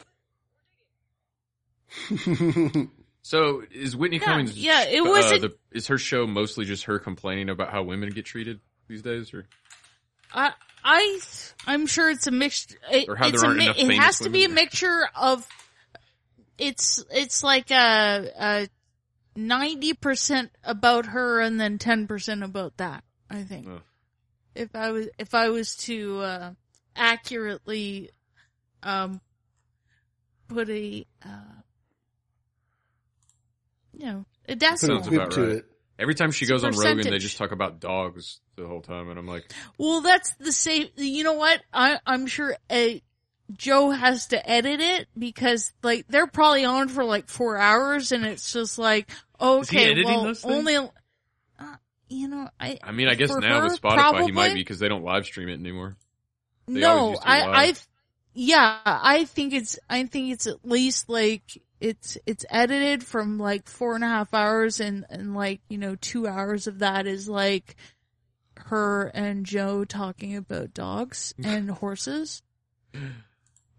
[SPEAKER 2] So is Whitney Cummings?
[SPEAKER 5] yeah, it
[SPEAKER 2] uh,
[SPEAKER 5] wasn't-
[SPEAKER 2] the- is her show mostly just her complaining about how women get treated these days, or
[SPEAKER 5] I I I'm sure it's a mixture. It,
[SPEAKER 2] Or how
[SPEAKER 5] it's
[SPEAKER 2] there
[SPEAKER 5] a
[SPEAKER 2] aren't
[SPEAKER 5] mi-
[SPEAKER 2] enough
[SPEAKER 5] it
[SPEAKER 2] famous
[SPEAKER 5] has to be a
[SPEAKER 2] women.
[SPEAKER 5] mixture of. It's it's like a a ninety percent about her and then ten percent about that. I think if I was if I was to uh, accurately um put a uh, you know a decimal.
[SPEAKER 2] sounds about right? Every time she
[SPEAKER 5] It's a
[SPEAKER 2] goes on Rogan, they
[SPEAKER 5] percentage.
[SPEAKER 2] just talk about dogs the whole time, and I'm like,
[SPEAKER 5] Well, that's the same. You know what? I, I'm sure a, Joe has to edit it because like they're probably on for like four hours, and it's just like
[SPEAKER 2] he
[SPEAKER 5] okay,
[SPEAKER 2] editing
[SPEAKER 5] well,
[SPEAKER 2] those things?
[SPEAKER 5] only uh, you know. I
[SPEAKER 2] I mean, I guess
[SPEAKER 5] for
[SPEAKER 2] now
[SPEAKER 5] her,
[SPEAKER 2] with Spotify, he might
[SPEAKER 5] probably.
[SPEAKER 2] be because they don't live stream it anymore. They always
[SPEAKER 5] no,
[SPEAKER 2] used to live.
[SPEAKER 5] I, I, yeah, I think it's, I think it's at least like it's, it's edited from like four and a half hours and, and like, you know, two hours of that is like her and Joe talking about dogs and horses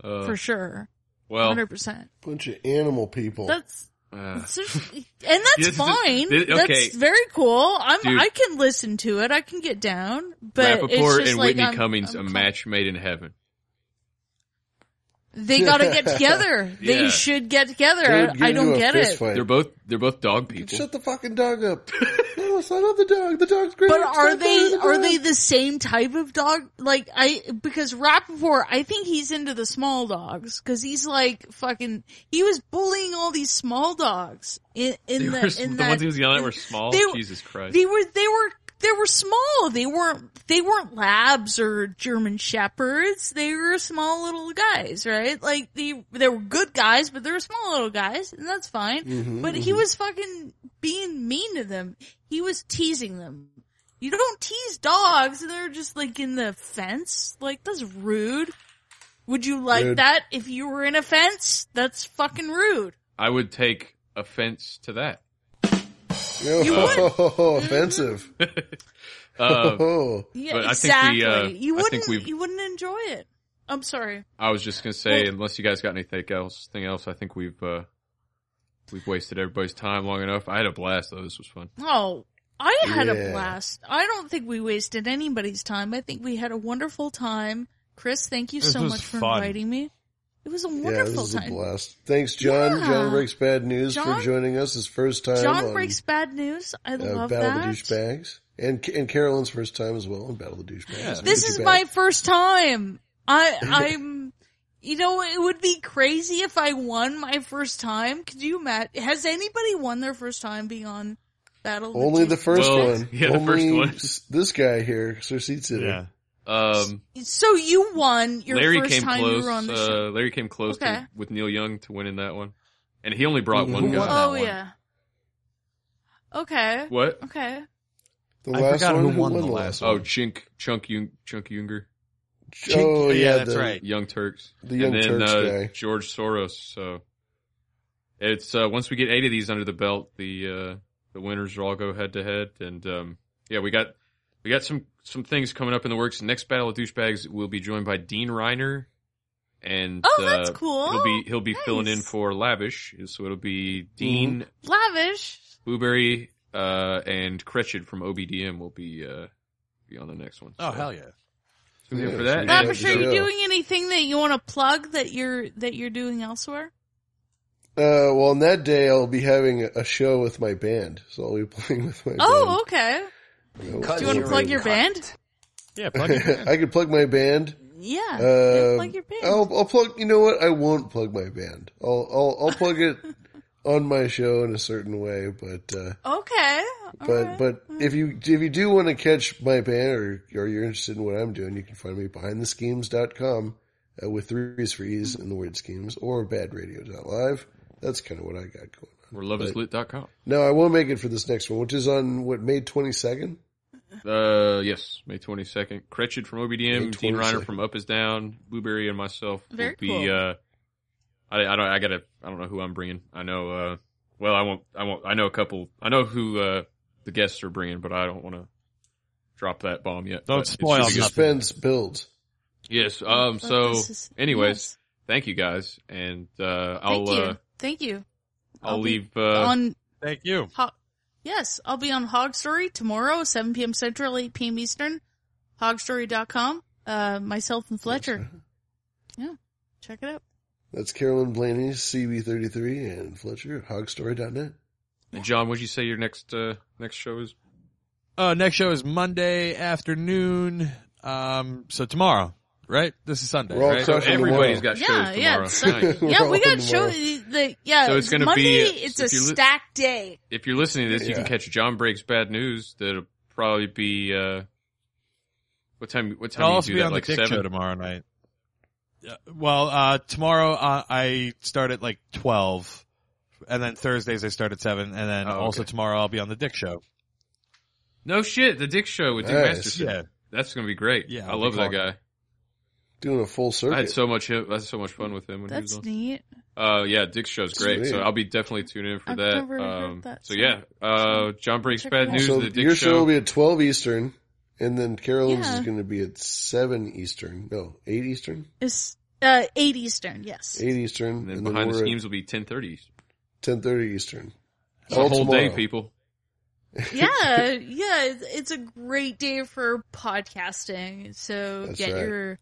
[SPEAKER 2] Uh,
[SPEAKER 5] for sure.
[SPEAKER 2] Well,
[SPEAKER 5] 100%.
[SPEAKER 4] Bunch of animal people.
[SPEAKER 5] That's,
[SPEAKER 2] uh,
[SPEAKER 5] it's just- and that's
[SPEAKER 4] This is-
[SPEAKER 5] fine.
[SPEAKER 4] thi- okay.
[SPEAKER 5] That's very cool. I'm,
[SPEAKER 2] Dude.
[SPEAKER 5] I can listen to it. I can get down, but it's
[SPEAKER 2] Rappaport
[SPEAKER 5] just like um,
[SPEAKER 2] and Whitney
[SPEAKER 5] I'm-
[SPEAKER 2] Cummings, a match made in heaven.
[SPEAKER 5] They gotta get together. They
[SPEAKER 2] Yeah.
[SPEAKER 5] should get together. I, I don't get it.
[SPEAKER 2] They're both they're both dog people.
[SPEAKER 4] Shut the fucking dog up. no, it's not the dog. The dog's great.
[SPEAKER 5] But
[SPEAKER 4] It's
[SPEAKER 5] are
[SPEAKER 4] not
[SPEAKER 5] they
[SPEAKER 4] the
[SPEAKER 5] are
[SPEAKER 4] dog.
[SPEAKER 5] they the same type of dog? Like I because Rappaport, I think he's into the small dogs because he's like fucking. He was bullying all these small dogs in in
[SPEAKER 2] They
[SPEAKER 5] the
[SPEAKER 2] were-
[SPEAKER 5] in
[SPEAKER 2] the
[SPEAKER 5] that,
[SPEAKER 2] ones he was yelling at were small. Jesus Christ!
[SPEAKER 5] They were they were they were small. They weren't they weren't labs or German shepherds. They were small little guys, right? Like they they were good guys, but they were small little guys, and that's fine.
[SPEAKER 2] Mm-hmm,
[SPEAKER 32] Mhm,
[SPEAKER 5] but he
[SPEAKER 32] mhm.
[SPEAKER 5] was fucking being mean to them. He was teasing them. you don't tease dogs and they're just like in the fence. Like that's rude. Would you like
[SPEAKER 2] Rude.
[SPEAKER 5] that if you were in a fence? That's fucking rude.
[SPEAKER 2] I would take offense to that.
[SPEAKER 4] You
[SPEAKER 5] Mm-hmm.
[SPEAKER 2] would?
[SPEAKER 4] offensive.
[SPEAKER 2] Uh,
[SPEAKER 4] Oh.
[SPEAKER 5] Yeah,
[SPEAKER 2] but
[SPEAKER 5] exactly.
[SPEAKER 2] I think we, uh,
[SPEAKER 5] you
[SPEAKER 2] I
[SPEAKER 5] wouldn't.
[SPEAKER 2] think we've
[SPEAKER 5] you wouldn't enjoy it. I'm sorry.
[SPEAKER 2] I was just gonna say, unless you guys got anything else, thing else, I think we've uh, we've wasted everybody's time long enough. I had a blast though; this was fun.
[SPEAKER 5] Oh, I had
[SPEAKER 2] Yeah.
[SPEAKER 5] a blast. I don't think we wasted anybody's time. I think we had a wonderful time. Chris, thank you
[SPEAKER 4] This
[SPEAKER 5] so
[SPEAKER 4] was
[SPEAKER 5] much for
[SPEAKER 4] fun.
[SPEAKER 5] inviting me. It was a
[SPEAKER 4] Yeah, this
[SPEAKER 5] wonderful
[SPEAKER 4] is a
[SPEAKER 5] time.
[SPEAKER 4] blast. Thanks, John.
[SPEAKER 5] Yeah.
[SPEAKER 4] John breaks bad news
[SPEAKER 5] John-
[SPEAKER 4] for joining us his first time.
[SPEAKER 5] John
[SPEAKER 4] on,
[SPEAKER 5] breaks bad news. I
[SPEAKER 4] uh, Battle of
[SPEAKER 5] love
[SPEAKER 4] the
[SPEAKER 5] that.
[SPEAKER 4] Douchebags, and and Carolyn's first time as well on Battle of the Douchebags.
[SPEAKER 5] This
[SPEAKER 4] Get
[SPEAKER 5] is
[SPEAKER 4] you
[SPEAKER 5] my
[SPEAKER 4] back.
[SPEAKER 5] first time. I I'm you know, it would be crazy if I won my first time. Could you Matt has anybody won their first time being on Battle of
[SPEAKER 4] only
[SPEAKER 5] Douche-
[SPEAKER 4] the first
[SPEAKER 2] Well,
[SPEAKER 4] one.
[SPEAKER 2] yeah, the first
[SPEAKER 4] Only
[SPEAKER 2] one.
[SPEAKER 4] s- This guy here, Sir Seat Sitter.
[SPEAKER 2] Yeah. Um,
[SPEAKER 5] So you won your
[SPEAKER 2] Larry
[SPEAKER 5] first
[SPEAKER 2] came
[SPEAKER 5] time
[SPEAKER 2] close.
[SPEAKER 5] you were on the
[SPEAKER 2] uh,
[SPEAKER 5] show.
[SPEAKER 2] Larry came close
[SPEAKER 5] Okay.
[SPEAKER 2] to, with Neil Young to winning that one, and he only brought one
[SPEAKER 5] oh
[SPEAKER 2] guy.
[SPEAKER 5] yeah. Okay.
[SPEAKER 2] What?
[SPEAKER 5] Okay.
[SPEAKER 4] The last one
[SPEAKER 2] Oh, Chink Chunk Yung, Chunk Younger.
[SPEAKER 4] Oh, yeah, yeah, that's the- right.
[SPEAKER 2] Young Turks.
[SPEAKER 4] the Young
[SPEAKER 2] and then,
[SPEAKER 4] Turks
[SPEAKER 2] uh,
[SPEAKER 4] guy.
[SPEAKER 2] George Soros. So it's uh, once we get eight of these under the belt, the uh, the winners will all go head to head, and um, yeah, we got we got some some things coming up in the works. Next battle of douchebags, we'll be joined by Dean Reiner. And
[SPEAKER 5] Oh, that's
[SPEAKER 2] uh,
[SPEAKER 5] cool.
[SPEAKER 2] He'll be he'll be filling in for Lavish, so it'll be
[SPEAKER 4] Mm-hmm.
[SPEAKER 2] Dean,
[SPEAKER 5] Lavish.
[SPEAKER 2] Blueberry uh, and Cretched from OBDM will be uh, be on the next one.
[SPEAKER 6] Oh, hell yeah.
[SPEAKER 2] Tune in
[SPEAKER 6] Yeah,
[SPEAKER 2] for that.
[SPEAKER 6] should be
[SPEAKER 2] and,
[SPEAKER 5] Lavish, are you
[SPEAKER 2] uh,
[SPEAKER 5] doing anything that you want to plug that you're that you're doing elsewhere?
[SPEAKER 4] Uh, well, on that day, I'll be having a show with my band, so I'll be playing with my
[SPEAKER 5] Oh, okay.
[SPEAKER 4] band.
[SPEAKER 5] Do you want to plug your band?
[SPEAKER 6] Yeah,
[SPEAKER 4] I could plug my band.
[SPEAKER 5] Yeah,
[SPEAKER 4] Uh,
[SPEAKER 5] plug your band.
[SPEAKER 4] I'll, I'll plug. You know what? I won't plug my band. I'll I'll, I'll plug it on my show in a certain way. But uh,
[SPEAKER 5] Okay.
[SPEAKER 4] but but if you if you do want to catch my band or or you're interested in what I'm doing, you can find me behindtheschemes.com uh, with threes for ease and the word schemes or badradio.live. That's kind of what I got going.
[SPEAKER 2] Or loveislit.com.
[SPEAKER 4] No, I won't make it for this next one, which is on what May twenty second.
[SPEAKER 2] Uh, yes, May 22nd. Cretched from
[SPEAKER 4] May
[SPEAKER 2] OBDM, Dean Reiner
[SPEAKER 4] 22nd.
[SPEAKER 2] from Up is Down, Blueberry and myself
[SPEAKER 5] Very
[SPEAKER 2] will be,
[SPEAKER 5] cool.
[SPEAKER 2] uh, I, I don't, I gotta, I don't know who I'm bringing. I know, uh, well, I won't, I won't, I know a couple, I know who, uh, the guests are bringing, but I don't want to drop that bomb yet.
[SPEAKER 6] Don't
[SPEAKER 2] but it's
[SPEAKER 6] spoil
[SPEAKER 2] pretty good.
[SPEAKER 4] Suspense builds.
[SPEAKER 2] Yes. Um, so
[SPEAKER 5] Oh, this is-
[SPEAKER 2] anyways,
[SPEAKER 5] yes.
[SPEAKER 2] thank you guys. And, uh, I'll,
[SPEAKER 5] Thank you.
[SPEAKER 2] uh,
[SPEAKER 5] Thank you.
[SPEAKER 2] I'll,
[SPEAKER 5] I'll be
[SPEAKER 2] leave, uh,
[SPEAKER 5] on-
[SPEAKER 6] Thank you.
[SPEAKER 5] Ho- yes, I'll be on Hog Story tomorrow, 7 p.m. Central, 8 p.m. Eastern. Hogstory.com. Uh, myself and Fletcher. Yeah, check it out.
[SPEAKER 4] That's Carolyn Blaney, CB33, and Fletcher at hogstory.net.
[SPEAKER 2] And John, would you say your next uh, next show is?
[SPEAKER 6] Uh, next show is Monday afternoon. Um, so tomorrow, right? This is Sunday.
[SPEAKER 4] We're all
[SPEAKER 6] right?
[SPEAKER 4] crushing
[SPEAKER 6] everybody's
[SPEAKER 4] tomorrow.
[SPEAKER 6] got
[SPEAKER 5] Yeah,
[SPEAKER 6] shows
[SPEAKER 5] yeah,
[SPEAKER 6] tomorrow.
[SPEAKER 5] it's Sunday.
[SPEAKER 6] Nice.
[SPEAKER 5] yeah. We
[SPEAKER 6] We're
[SPEAKER 5] got
[SPEAKER 6] on
[SPEAKER 5] show. The, yeah,
[SPEAKER 2] So it's gonna be-
[SPEAKER 5] Monday. it's a
[SPEAKER 2] if you li-
[SPEAKER 5] stacked day.
[SPEAKER 2] If you're listening to this, you can catch John breaks bad news. That'll probably be uh, what time? What time
[SPEAKER 6] I'll
[SPEAKER 2] do
[SPEAKER 6] also
[SPEAKER 2] you
[SPEAKER 6] be
[SPEAKER 2] do that?
[SPEAKER 6] on
[SPEAKER 2] like
[SPEAKER 6] the Dick
[SPEAKER 2] seven
[SPEAKER 6] Show tomorrow night. Yeah, Well, uh, tomorrow uh, I start at like twelve, and then Thursdays I start at seven, and then
[SPEAKER 2] Oh,
[SPEAKER 6] also
[SPEAKER 2] okay.
[SPEAKER 6] tomorrow I'll be on the Dick Show.
[SPEAKER 2] No shit, the Dick Show with Dick
[SPEAKER 4] Nice.
[SPEAKER 2] Masterson.
[SPEAKER 4] Yeah.
[SPEAKER 2] That's gonna be great.
[SPEAKER 4] Yeah,
[SPEAKER 2] I
[SPEAKER 4] I'll
[SPEAKER 2] love
[SPEAKER 4] be
[SPEAKER 2] that
[SPEAKER 4] calling.
[SPEAKER 2] guy.
[SPEAKER 4] Doing a full circuit.
[SPEAKER 2] I had so much I had so much fun with him when he
[SPEAKER 5] That's
[SPEAKER 2] was on.
[SPEAKER 5] neat.
[SPEAKER 2] Uh, yeah, Dick Show's great. So
[SPEAKER 4] Sweet.
[SPEAKER 2] I'll be definitely tuning in for
[SPEAKER 5] I've
[SPEAKER 2] that.
[SPEAKER 5] never heard
[SPEAKER 2] um,
[SPEAKER 5] that
[SPEAKER 2] so yeah, uh, John breaks
[SPEAKER 5] Check it
[SPEAKER 2] bad
[SPEAKER 5] out.
[SPEAKER 2] news.
[SPEAKER 4] so
[SPEAKER 2] the Dick
[SPEAKER 4] your
[SPEAKER 2] Show
[SPEAKER 4] show will be at 12 Eastern, and then Carolyn's
[SPEAKER 5] Yeah.
[SPEAKER 4] is going to be at 7 Eastern. No, 8 Eastern?
[SPEAKER 5] It's uh, 8 Eastern, yes.
[SPEAKER 4] 8 Eastern. And then,
[SPEAKER 2] behind the
[SPEAKER 4] we're
[SPEAKER 2] schemes will be ten thirty.
[SPEAKER 4] at 10.30 Eastern.
[SPEAKER 2] It's a
[SPEAKER 4] All
[SPEAKER 2] whole day,
[SPEAKER 4] tomorrow.
[SPEAKER 2] people.
[SPEAKER 5] yeah, yeah, it's, it's a great day for podcasting. So
[SPEAKER 6] That's
[SPEAKER 5] get
[SPEAKER 6] right.
[SPEAKER 5] your,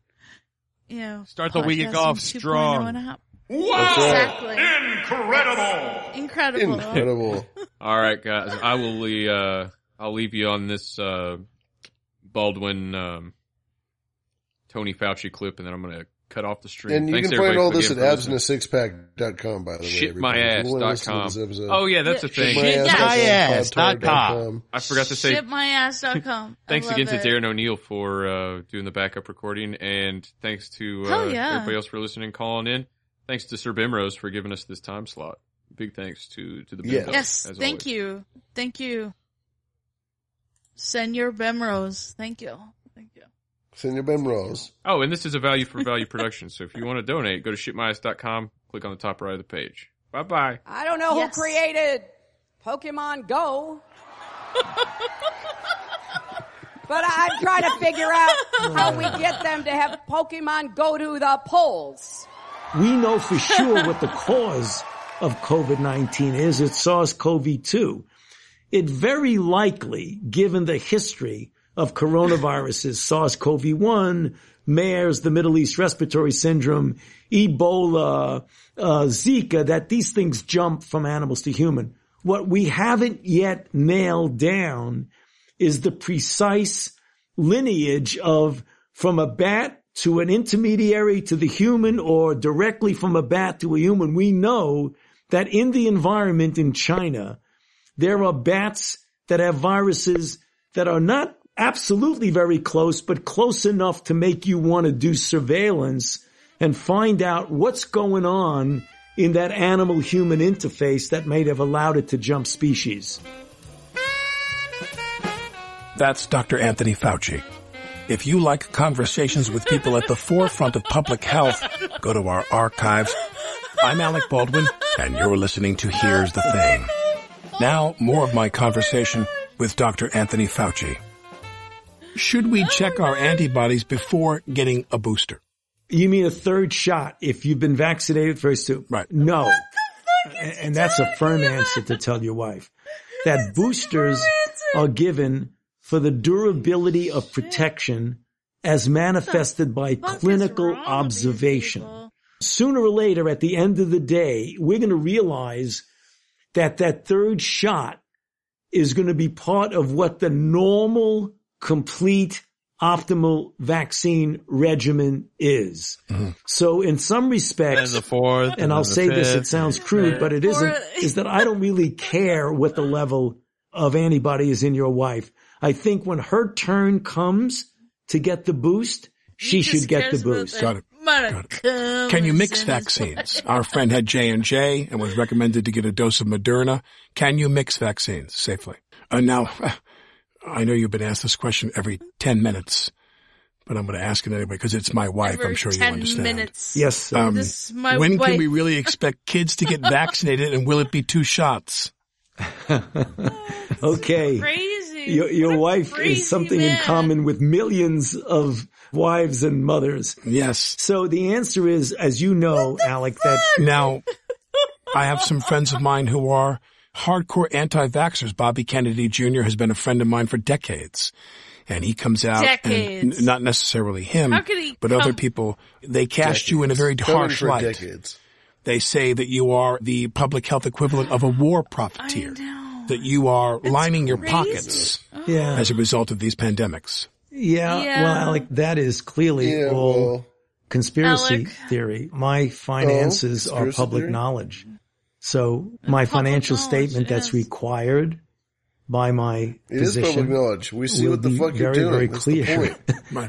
[SPEAKER 5] you know,
[SPEAKER 6] Start the weekend
[SPEAKER 5] podcasting
[SPEAKER 6] off
[SPEAKER 5] 2.0
[SPEAKER 6] strong.
[SPEAKER 5] and up.
[SPEAKER 6] That's right.
[SPEAKER 5] Exactly.
[SPEAKER 2] Incredible.
[SPEAKER 5] Incredible.
[SPEAKER 2] All right, guys. I will le- uh I'll leave you on this uh Baldwin um Tony Fauci clip and then I'm gonna cut off the stream.
[SPEAKER 4] And you
[SPEAKER 2] Thanks
[SPEAKER 4] can find
[SPEAKER 2] everybody
[SPEAKER 4] all
[SPEAKER 2] for-
[SPEAKER 4] this at
[SPEAKER 2] again for listening.
[SPEAKER 4] abstinasixpack.com, by the way. everybody. If you wanna listen to this
[SPEAKER 2] Shitmyass.com.
[SPEAKER 4] episode,
[SPEAKER 2] Oh yeah, that's a thing.
[SPEAKER 4] shitmyass.com.
[SPEAKER 2] I forgot to say
[SPEAKER 5] Shipmyass.com. I
[SPEAKER 2] thanks
[SPEAKER 5] love
[SPEAKER 2] again to
[SPEAKER 5] it.
[SPEAKER 2] Darren O'Neill for uh doing the backup recording and thanks to uh,
[SPEAKER 5] Hell yeah.
[SPEAKER 2] everybody else for listening and calling in. Thanks to Sir Bimrose for giving us this time slot. Big thanks to to the Bim
[SPEAKER 5] Yes,
[SPEAKER 2] As
[SPEAKER 5] thank
[SPEAKER 2] always.
[SPEAKER 5] you. Thank you. Senor Bemrose. Thank you. Thank you.
[SPEAKER 4] Senor Ben Rose.
[SPEAKER 2] Oh, and this is a value for value production. So if you want to donate, go to shitmice.com, click on the top right of the page. Bye bye.
[SPEAKER 32] I don't know
[SPEAKER 5] Yes.
[SPEAKER 32] who created Pokemon Go. but I'm trying to figure out how we get them to have Pokemon go to the polls.
[SPEAKER 24] We know for sure what the cause of COVID-19 is. It's SARS-CoV-2. It very likely, given the history of coronaviruses, SARS-CoV-1, MERS, the Middle East Respiratory Syndrome, Ebola, uh, Zika, that these things jump from animals to human. What we haven't yet nailed down is the precise lineage of from a bat to an intermediary to the human or directly from a bat to a human. We know that in the environment in China, there are bats that have viruses that are not absolutely very close, but close enough to make you want to do surveillance and find out what's going on in that animal human interface that may have allowed it to jump species.
[SPEAKER 21] That's Dr. Anthony Fauci. If you like conversations with people at the forefront of public health, go to our archives. I'm Alec Baldwin, and you're listening to Here's the Thing. Now, more of my conversation with Dr. Anthony Fauci. Should we check our antibodies before getting a booster?
[SPEAKER 24] You mean a third shot if you've been vaccinated first two? Right. No. and, and that's a firm answer to tell your wife that boosters are given for the durability of protection as manifested by clinical observation. Sooner or later, at the end of the day, we're going to realize that that third shot is going to be part of what the normal, complete, optimal vaccine regimen is. So in some respects,
[SPEAKER 6] the fourth,
[SPEAKER 24] and I'll
[SPEAKER 6] then the
[SPEAKER 24] say this,
[SPEAKER 6] fifth.
[SPEAKER 24] it sounds crude, but it isn't, is that I don't really care what the level of antibody is in your wife. I think when her turn comes to get the boost, she should get the boost.
[SPEAKER 5] um,
[SPEAKER 21] Can you mix vaccines? Our friend had J and J and was recommended to get a dose of Moderna. Can you mix vaccines safely? Uh, now, I know you've been asked this question every ten minutes, but I'm going to ask it anyway because it's my wife. I'm
[SPEAKER 5] Every
[SPEAKER 21] sure you
[SPEAKER 5] 10
[SPEAKER 21] understand.
[SPEAKER 5] minutes.
[SPEAKER 24] Yes.
[SPEAKER 21] Um,
[SPEAKER 5] This is my
[SPEAKER 21] when can
[SPEAKER 5] wife.
[SPEAKER 21] we really expect kids to get vaccinated, and will it be two shots?
[SPEAKER 24] Okay. Your, your wife
[SPEAKER 5] crazy
[SPEAKER 24] is something in common with millions of wives and mothers.
[SPEAKER 21] Yes.
[SPEAKER 24] So the answer is, as you know, Alec, that
[SPEAKER 21] now I have some friends of mine who are hardcore anti-vaxxers. Bobby Kennedy Jr. has been a friend of mine for decades. And he comes out, and
[SPEAKER 5] Decades.
[SPEAKER 21] n- not necessarily him,
[SPEAKER 5] How could he
[SPEAKER 21] but other
[SPEAKER 5] come-
[SPEAKER 21] people, they cast you in a very
[SPEAKER 4] Decades. Covered
[SPEAKER 21] harsh
[SPEAKER 4] for
[SPEAKER 21] light.
[SPEAKER 4] decades.
[SPEAKER 21] They say that you are the public health equivalent of a war profiteer. That you are lining your pockets
[SPEAKER 5] Oh.
[SPEAKER 24] Yeah.
[SPEAKER 21] as a result of these pandemics.
[SPEAKER 24] Yeah,
[SPEAKER 21] Yeah.
[SPEAKER 24] well, Alec, that is clearly
[SPEAKER 21] Yeah,
[SPEAKER 24] all conspiracy
[SPEAKER 21] Alec.
[SPEAKER 24] theory. My finances
[SPEAKER 4] Oh,
[SPEAKER 24] are
[SPEAKER 4] conspiracy
[SPEAKER 24] public
[SPEAKER 4] theory?
[SPEAKER 24] knowledge.
[SPEAKER 5] Mm-hmm.
[SPEAKER 24] So my financial statement that's required by my
[SPEAKER 4] It is
[SPEAKER 24] physician
[SPEAKER 4] public knowledge. We see
[SPEAKER 24] will
[SPEAKER 4] what the
[SPEAKER 24] be
[SPEAKER 4] fuck you're
[SPEAKER 24] very,
[SPEAKER 4] doing.
[SPEAKER 24] Very
[SPEAKER 4] That's the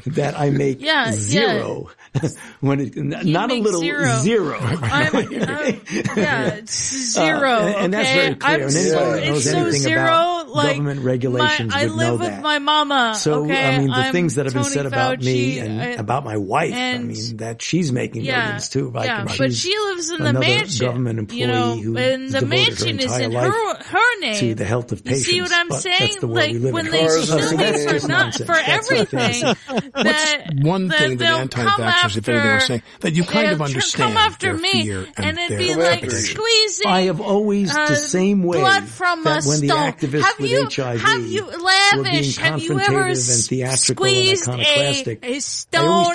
[SPEAKER 24] clear that I make
[SPEAKER 5] Yeah, yeah.
[SPEAKER 24] zero when it n- not a
[SPEAKER 5] makes
[SPEAKER 24] little
[SPEAKER 5] zero.
[SPEAKER 24] zero.
[SPEAKER 5] Yeah, it's zero.
[SPEAKER 24] Uh, and, and that's
[SPEAKER 5] okay?
[SPEAKER 24] very clear.
[SPEAKER 5] I'm
[SPEAKER 24] and anybody
[SPEAKER 5] so-
[SPEAKER 24] that knows
[SPEAKER 5] it's so
[SPEAKER 24] anything
[SPEAKER 5] zero,
[SPEAKER 24] about
[SPEAKER 5] like,
[SPEAKER 24] government regulations
[SPEAKER 5] I
[SPEAKER 24] would know
[SPEAKER 5] live with
[SPEAKER 24] that.
[SPEAKER 5] my mama.
[SPEAKER 24] So
[SPEAKER 5] Uh, okay?
[SPEAKER 24] I mean, the
[SPEAKER 5] I'm
[SPEAKER 24] things that have been
[SPEAKER 5] Tony
[SPEAKER 24] said about me
[SPEAKER 5] Fauci,
[SPEAKER 24] and
[SPEAKER 5] I-
[SPEAKER 24] about my wife.
[SPEAKER 5] and-
[SPEAKER 24] I mean, that she's making
[SPEAKER 5] yeah,
[SPEAKER 24] millions too. Right?
[SPEAKER 5] yeah,
[SPEAKER 24] She's
[SPEAKER 5] but she lives in the
[SPEAKER 24] another
[SPEAKER 5] mansion.
[SPEAKER 24] government employee
[SPEAKER 5] you know,
[SPEAKER 24] who
[SPEAKER 5] and the
[SPEAKER 24] devoted
[SPEAKER 5] mansion
[SPEAKER 24] her
[SPEAKER 5] is
[SPEAKER 24] entire
[SPEAKER 5] in
[SPEAKER 24] life
[SPEAKER 5] her her name
[SPEAKER 24] to the health of
[SPEAKER 5] You
[SPEAKER 24] patients.
[SPEAKER 5] see what I'm
[SPEAKER 24] but
[SPEAKER 5] saying?
[SPEAKER 24] That's the world
[SPEAKER 5] like
[SPEAKER 24] we live
[SPEAKER 5] when
[SPEAKER 24] in.
[SPEAKER 5] they
[SPEAKER 24] Cars,
[SPEAKER 5] sue
[SPEAKER 24] so that's
[SPEAKER 5] me for
[SPEAKER 24] just
[SPEAKER 5] not
[SPEAKER 24] nonsense.
[SPEAKER 5] for
[SPEAKER 24] That's what I think.
[SPEAKER 5] everything, that
[SPEAKER 21] One
[SPEAKER 5] that
[SPEAKER 21] thing that
[SPEAKER 5] they'll come
[SPEAKER 21] anti-vaxxers, if anything, are
[SPEAKER 5] after-
[SPEAKER 21] saying that you kind
[SPEAKER 5] they'll
[SPEAKER 21] of
[SPEAKER 5] tr-
[SPEAKER 21] understand
[SPEAKER 5] Come after
[SPEAKER 21] their
[SPEAKER 5] me,
[SPEAKER 21] fear and,
[SPEAKER 5] and it'd
[SPEAKER 21] their
[SPEAKER 5] be like
[SPEAKER 21] apprehension.
[SPEAKER 5] squeezing.
[SPEAKER 24] I have always
[SPEAKER 5] uh,
[SPEAKER 24] the same way
[SPEAKER 5] blood from
[SPEAKER 24] that
[SPEAKER 5] a
[SPEAKER 24] when the
[SPEAKER 5] stone.
[SPEAKER 24] activists
[SPEAKER 5] Have
[SPEAKER 24] with
[SPEAKER 5] you-
[SPEAKER 24] HIV
[SPEAKER 5] have you-
[SPEAKER 24] were being
[SPEAKER 5] Lavish, have you
[SPEAKER 24] confrontative
[SPEAKER 5] ever
[SPEAKER 24] and
[SPEAKER 5] s-
[SPEAKER 24] theatrical and
[SPEAKER 5] squeezed a-
[SPEAKER 24] iconoclastic,
[SPEAKER 5] a
[SPEAKER 24] I always
[SPEAKER 5] stone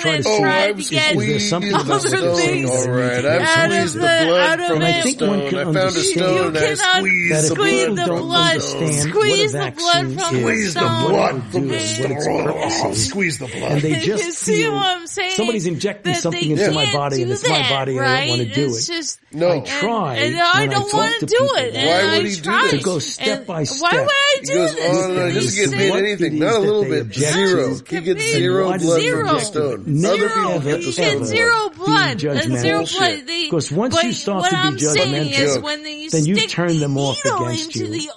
[SPEAKER 24] try to
[SPEAKER 5] and
[SPEAKER 24] see,
[SPEAKER 5] tried to
[SPEAKER 24] is,
[SPEAKER 5] get
[SPEAKER 24] is there something
[SPEAKER 5] other
[SPEAKER 24] about those
[SPEAKER 5] things
[SPEAKER 24] things that we
[SPEAKER 4] Alright,
[SPEAKER 24] can
[SPEAKER 4] I've
[SPEAKER 24] do?
[SPEAKER 4] squeezed the blood from
[SPEAKER 24] I
[SPEAKER 4] a
[SPEAKER 24] think one
[SPEAKER 4] stone.
[SPEAKER 24] can
[SPEAKER 4] I found a
[SPEAKER 24] understand
[SPEAKER 4] stone and I
[SPEAKER 24] that
[SPEAKER 4] squeezed
[SPEAKER 24] if
[SPEAKER 4] the
[SPEAKER 24] people
[SPEAKER 4] blood
[SPEAKER 24] don't
[SPEAKER 4] from the
[SPEAKER 24] understand what a
[SPEAKER 4] stone. Squeeze
[SPEAKER 24] vaccine
[SPEAKER 4] the blood from
[SPEAKER 24] is,
[SPEAKER 4] the Squeeze the
[SPEAKER 24] what it will do and what its purpose is,
[SPEAKER 4] blood from the stone. Squeeze the
[SPEAKER 5] "Oh,
[SPEAKER 4] blood.
[SPEAKER 24] and they
[SPEAKER 4] You
[SPEAKER 24] just
[SPEAKER 5] see
[SPEAKER 24] feel
[SPEAKER 5] what I'm saying?
[SPEAKER 24] somebody's injecting
[SPEAKER 5] That
[SPEAKER 24] something
[SPEAKER 5] they
[SPEAKER 24] into my
[SPEAKER 5] can't
[SPEAKER 24] body, and
[SPEAKER 5] do
[SPEAKER 24] it's my
[SPEAKER 5] that,
[SPEAKER 24] body, and I
[SPEAKER 5] right?
[SPEAKER 24] don't want to do
[SPEAKER 5] It's
[SPEAKER 24] it.
[SPEAKER 5] just-
[SPEAKER 24] I
[SPEAKER 5] and-
[SPEAKER 24] try,
[SPEAKER 5] and I
[SPEAKER 24] when
[SPEAKER 5] don't
[SPEAKER 24] talk
[SPEAKER 5] wanna
[SPEAKER 24] to
[SPEAKER 5] do
[SPEAKER 24] people,
[SPEAKER 5] it, and Why would I he do try, that?
[SPEAKER 24] to go step
[SPEAKER 5] and
[SPEAKER 24] by
[SPEAKER 5] why
[SPEAKER 24] step?
[SPEAKER 5] would I do
[SPEAKER 4] He goes
[SPEAKER 5] this?
[SPEAKER 4] on and on. He doesn't get paid anything. Not a little bit. Zero. He gets zero
[SPEAKER 24] Why does
[SPEAKER 4] blood
[SPEAKER 24] everyone
[SPEAKER 4] from the
[SPEAKER 24] get
[SPEAKER 4] stone.
[SPEAKER 24] it?
[SPEAKER 4] Other people get the
[SPEAKER 5] He
[SPEAKER 4] stone.
[SPEAKER 5] gets zero blood.
[SPEAKER 24] Be
[SPEAKER 5] And zero
[SPEAKER 24] judgmental.
[SPEAKER 5] blood. They,
[SPEAKER 24] Because once
[SPEAKER 5] but
[SPEAKER 24] you start
[SPEAKER 5] what
[SPEAKER 24] to be
[SPEAKER 5] I'm saying
[SPEAKER 24] judgmental,
[SPEAKER 5] is
[SPEAKER 24] Joke.
[SPEAKER 5] when they
[SPEAKER 24] then you
[SPEAKER 5] stick
[SPEAKER 24] turn them off
[SPEAKER 5] needle
[SPEAKER 24] against
[SPEAKER 5] into
[SPEAKER 24] you
[SPEAKER 5] the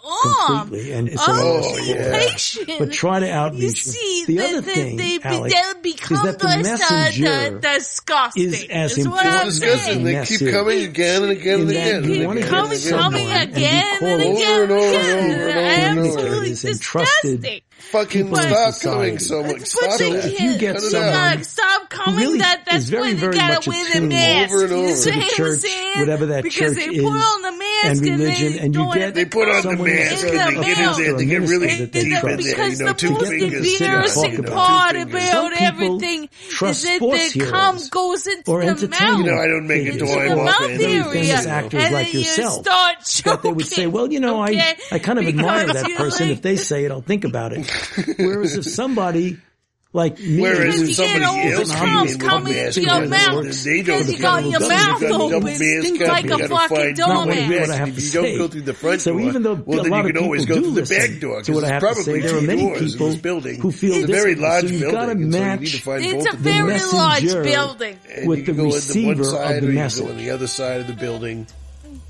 [SPEAKER 5] arm
[SPEAKER 24] completely, and it's
[SPEAKER 5] of
[SPEAKER 24] a loss
[SPEAKER 5] the
[SPEAKER 24] for them.
[SPEAKER 5] patient,
[SPEAKER 24] But try to outreach.
[SPEAKER 5] you
[SPEAKER 24] them.
[SPEAKER 5] see
[SPEAKER 24] the
[SPEAKER 5] that
[SPEAKER 24] other
[SPEAKER 5] they-
[SPEAKER 24] thing,
[SPEAKER 5] they be-
[SPEAKER 24] Alex,
[SPEAKER 5] they'll become
[SPEAKER 24] is that the
[SPEAKER 5] the- the-
[SPEAKER 24] messenger
[SPEAKER 5] the disgusting,
[SPEAKER 24] is as
[SPEAKER 5] is what
[SPEAKER 24] important.
[SPEAKER 5] I'm It's disgusting. saying.
[SPEAKER 4] They keep coming again and again and again.
[SPEAKER 24] You
[SPEAKER 4] And
[SPEAKER 24] want to
[SPEAKER 4] again.
[SPEAKER 24] get
[SPEAKER 5] coming
[SPEAKER 24] someone and be
[SPEAKER 5] again and
[SPEAKER 24] called
[SPEAKER 5] again and
[SPEAKER 24] over and
[SPEAKER 5] again.
[SPEAKER 24] over and over and over. Is entrusted
[SPEAKER 4] Fucking
[SPEAKER 24] people in
[SPEAKER 4] stop
[SPEAKER 24] society.
[SPEAKER 4] coming so much. Stop
[SPEAKER 24] they
[SPEAKER 4] that.
[SPEAKER 24] can't- If you get
[SPEAKER 4] Cut it
[SPEAKER 24] someone
[SPEAKER 4] out.
[SPEAKER 5] Look, stop coming.
[SPEAKER 24] really
[SPEAKER 5] that that's
[SPEAKER 24] is very,
[SPEAKER 5] when they
[SPEAKER 24] very
[SPEAKER 5] gotta
[SPEAKER 24] much
[SPEAKER 5] wear the
[SPEAKER 24] attuned
[SPEAKER 5] mask.
[SPEAKER 24] over and
[SPEAKER 5] You
[SPEAKER 24] over
[SPEAKER 5] see
[SPEAKER 24] to the
[SPEAKER 5] what I'm
[SPEAKER 24] church,
[SPEAKER 5] saying?
[SPEAKER 24] whatever that
[SPEAKER 5] because
[SPEAKER 24] church
[SPEAKER 5] they put
[SPEAKER 24] is,
[SPEAKER 5] on the mask
[SPEAKER 24] and
[SPEAKER 5] they
[SPEAKER 24] religion, and you
[SPEAKER 5] don't
[SPEAKER 24] get
[SPEAKER 4] They put on the
[SPEAKER 24] someone
[SPEAKER 4] mask
[SPEAKER 5] in
[SPEAKER 4] and they
[SPEAKER 5] the
[SPEAKER 4] get in there.
[SPEAKER 24] mouth.
[SPEAKER 4] They get really
[SPEAKER 24] It-
[SPEAKER 4] deep
[SPEAKER 24] it-
[SPEAKER 4] in there. You
[SPEAKER 5] because
[SPEAKER 4] know,
[SPEAKER 5] the
[SPEAKER 4] two
[SPEAKER 5] most
[SPEAKER 4] fingers. sit on it,
[SPEAKER 5] embarrassing
[SPEAKER 4] you know, two
[SPEAKER 5] part
[SPEAKER 4] fingers.
[SPEAKER 5] about everything is
[SPEAKER 24] trust
[SPEAKER 5] that
[SPEAKER 24] sports
[SPEAKER 5] the cum
[SPEAKER 24] heroes
[SPEAKER 5] goes into
[SPEAKER 24] or
[SPEAKER 5] the mouth.
[SPEAKER 24] entertainment.
[SPEAKER 4] You know, I don't make it
[SPEAKER 24] figures
[SPEAKER 4] till I
[SPEAKER 24] or
[SPEAKER 4] walk in.
[SPEAKER 24] Very
[SPEAKER 5] Theory,
[SPEAKER 24] famous
[SPEAKER 5] and
[SPEAKER 24] actors
[SPEAKER 5] then
[SPEAKER 24] like
[SPEAKER 5] you
[SPEAKER 24] yourself.
[SPEAKER 5] start
[SPEAKER 24] That they would say, well, you know,
[SPEAKER 5] okay?
[SPEAKER 24] I, I kind of admire
[SPEAKER 5] Because
[SPEAKER 24] that
[SPEAKER 5] you
[SPEAKER 24] person.
[SPEAKER 5] like-
[SPEAKER 24] If they say it, I'll think about it. Whereas if somebody like me,
[SPEAKER 4] Whereas
[SPEAKER 24] who's
[SPEAKER 4] if somebody
[SPEAKER 24] an obvious
[SPEAKER 4] else came in with a
[SPEAKER 24] public
[SPEAKER 4] mask
[SPEAKER 24] figure
[SPEAKER 4] on,
[SPEAKER 24] that works
[SPEAKER 4] they don't
[SPEAKER 24] for the
[SPEAKER 4] come.
[SPEAKER 24] federal government,
[SPEAKER 4] You got a dumb mask on,
[SPEAKER 5] like
[SPEAKER 4] you
[SPEAKER 5] a
[SPEAKER 4] gotta
[SPEAKER 5] fucking
[SPEAKER 4] find
[SPEAKER 5] dumbass.
[SPEAKER 4] your way
[SPEAKER 24] What I
[SPEAKER 4] back.
[SPEAKER 24] have
[SPEAKER 4] If
[SPEAKER 24] to
[SPEAKER 4] you don't
[SPEAKER 24] say.
[SPEAKER 4] go through the front
[SPEAKER 24] So
[SPEAKER 4] door,
[SPEAKER 24] even though
[SPEAKER 4] well,
[SPEAKER 24] a
[SPEAKER 4] then
[SPEAKER 24] lot
[SPEAKER 4] you
[SPEAKER 24] of
[SPEAKER 4] can always
[SPEAKER 24] people
[SPEAKER 4] go
[SPEAKER 24] do
[SPEAKER 4] through the
[SPEAKER 24] listen
[SPEAKER 4] back door
[SPEAKER 24] to
[SPEAKER 4] because
[SPEAKER 24] what I
[SPEAKER 4] it's
[SPEAKER 24] have to
[SPEAKER 4] probably
[SPEAKER 24] say, there are
[SPEAKER 4] two
[SPEAKER 24] many
[SPEAKER 4] doors in
[SPEAKER 24] people
[SPEAKER 4] this building.
[SPEAKER 24] who feel
[SPEAKER 4] It's a very
[SPEAKER 24] differently.
[SPEAKER 4] large
[SPEAKER 24] So you've gotta
[SPEAKER 4] building, and so you need
[SPEAKER 24] match-
[SPEAKER 4] to find
[SPEAKER 5] It's
[SPEAKER 4] both
[SPEAKER 5] a
[SPEAKER 4] of them.
[SPEAKER 5] very
[SPEAKER 24] messenger
[SPEAKER 5] large building.
[SPEAKER 4] And
[SPEAKER 24] with
[SPEAKER 4] you
[SPEAKER 24] the
[SPEAKER 4] can go in the
[SPEAKER 24] receiver
[SPEAKER 4] one
[SPEAKER 24] of
[SPEAKER 4] side
[SPEAKER 24] the
[SPEAKER 4] or
[SPEAKER 24] message.
[SPEAKER 4] you can go on the other side of the building.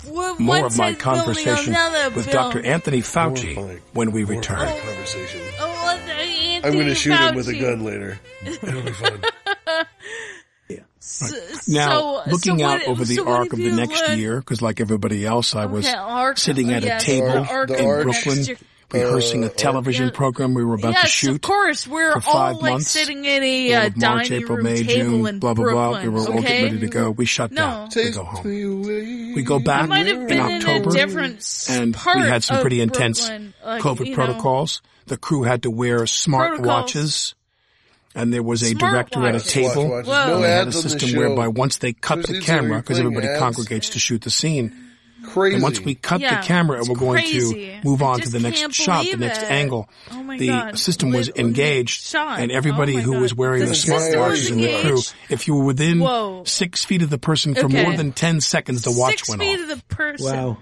[SPEAKER 5] One
[SPEAKER 21] More of my
[SPEAKER 5] says building,
[SPEAKER 21] conversation
[SPEAKER 5] another
[SPEAKER 21] with
[SPEAKER 5] building.
[SPEAKER 21] Dr. Anthony Fauci when we return.
[SPEAKER 4] Conversation.
[SPEAKER 5] Oh, the
[SPEAKER 4] I'm going
[SPEAKER 5] Anthony
[SPEAKER 4] to shoot him with a
[SPEAKER 5] Fauci.
[SPEAKER 4] gun later.
[SPEAKER 21] Now,
[SPEAKER 5] So-
[SPEAKER 21] looking
[SPEAKER 5] so
[SPEAKER 21] out
[SPEAKER 5] what-
[SPEAKER 21] over the
[SPEAKER 5] so what
[SPEAKER 21] arc
[SPEAKER 5] if
[SPEAKER 21] of the
[SPEAKER 5] you
[SPEAKER 21] next
[SPEAKER 5] learn-
[SPEAKER 21] year, because like everybody else, I was
[SPEAKER 5] Okay, arc-
[SPEAKER 21] sitting at
[SPEAKER 5] yes,
[SPEAKER 21] a table
[SPEAKER 5] the arc
[SPEAKER 21] in
[SPEAKER 5] of next
[SPEAKER 21] Brooklyn
[SPEAKER 5] year.
[SPEAKER 21] rehearsing
[SPEAKER 4] Uh,
[SPEAKER 21] a television
[SPEAKER 5] yeah.
[SPEAKER 21] program we were about
[SPEAKER 5] yes,
[SPEAKER 21] to shoot.
[SPEAKER 5] of course. We're
[SPEAKER 21] for
[SPEAKER 5] all
[SPEAKER 21] five
[SPEAKER 5] like
[SPEAKER 21] months.
[SPEAKER 5] sitting at
[SPEAKER 21] All
[SPEAKER 5] a uh,
[SPEAKER 21] of March,
[SPEAKER 5] dining
[SPEAKER 21] April,
[SPEAKER 5] room
[SPEAKER 21] May,
[SPEAKER 5] table
[SPEAKER 21] June,
[SPEAKER 5] in
[SPEAKER 21] blah blah
[SPEAKER 5] Brooklyn.
[SPEAKER 21] blah. We were all
[SPEAKER 5] okay?
[SPEAKER 21] getting ready to go. We shut
[SPEAKER 5] No.
[SPEAKER 21] down. We go home. We go
[SPEAKER 5] I
[SPEAKER 21] back
[SPEAKER 5] might have
[SPEAKER 21] in
[SPEAKER 5] been in a
[SPEAKER 21] October,
[SPEAKER 5] different s-
[SPEAKER 21] and
[SPEAKER 5] part
[SPEAKER 21] we had some pretty
[SPEAKER 5] of
[SPEAKER 21] intense
[SPEAKER 5] Brooklyn, like,
[SPEAKER 21] COVID
[SPEAKER 5] you know.
[SPEAKER 21] protocols. The crew had to wear smart
[SPEAKER 5] Protocols.
[SPEAKER 21] watches, and there was a
[SPEAKER 5] Smart
[SPEAKER 21] director at a
[SPEAKER 5] watches.
[SPEAKER 21] table.
[SPEAKER 4] Watch watches.
[SPEAKER 5] Whoa.
[SPEAKER 21] And
[SPEAKER 4] No
[SPEAKER 21] they had a
[SPEAKER 4] ads on this
[SPEAKER 21] system
[SPEAKER 4] show.
[SPEAKER 21] whereby once they cut
[SPEAKER 4] There's
[SPEAKER 21] the
[SPEAKER 4] either
[SPEAKER 21] camera, because
[SPEAKER 4] playing
[SPEAKER 21] everybody
[SPEAKER 4] ads.
[SPEAKER 21] congregates to shoot the scene.
[SPEAKER 4] Crazy.
[SPEAKER 21] And once we cut
[SPEAKER 5] Yeah,
[SPEAKER 21] the camera and
[SPEAKER 5] it's
[SPEAKER 21] we're going
[SPEAKER 5] crazy.
[SPEAKER 21] to move
[SPEAKER 5] I
[SPEAKER 21] on to
[SPEAKER 5] just
[SPEAKER 21] the next
[SPEAKER 5] can't
[SPEAKER 21] shot, the
[SPEAKER 5] believe
[SPEAKER 21] next
[SPEAKER 5] it.
[SPEAKER 21] angle,
[SPEAKER 5] Oh my
[SPEAKER 21] the
[SPEAKER 5] God.
[SPEAKER 21] system was
[SPEAKER 5] Lit- lit-
[SPEAKER 21] engaged,
[SPEAKER 5] shot.
[SPEAKER 21] and everybody
[SPEAKER 5] Oh my
[SPEAKER 21] who was
[SPEAKER 5] God.
[SPEAKER 21] wearing
[SPEAKER 5] The
[SPEAKER 21] the, smart
[SPEAKER 5] system was
[SPEAKER 21] watches in the crew,
[SPEAKER 5] engaged.
[SPEAKER 21] if you were within
[SPEAKER 5] Whoa.
[SPEAKER 21] six feet of the person for
[SPEAKER 5] Okay.
[SPEAKER 21] more than 10 seconds, the watch
[SPEAKER 5] Six
[SPEAKER 21] went
[SPEAKER 5] feet
[SPEAKER 21] off.
[SPEAKER 5] of the person.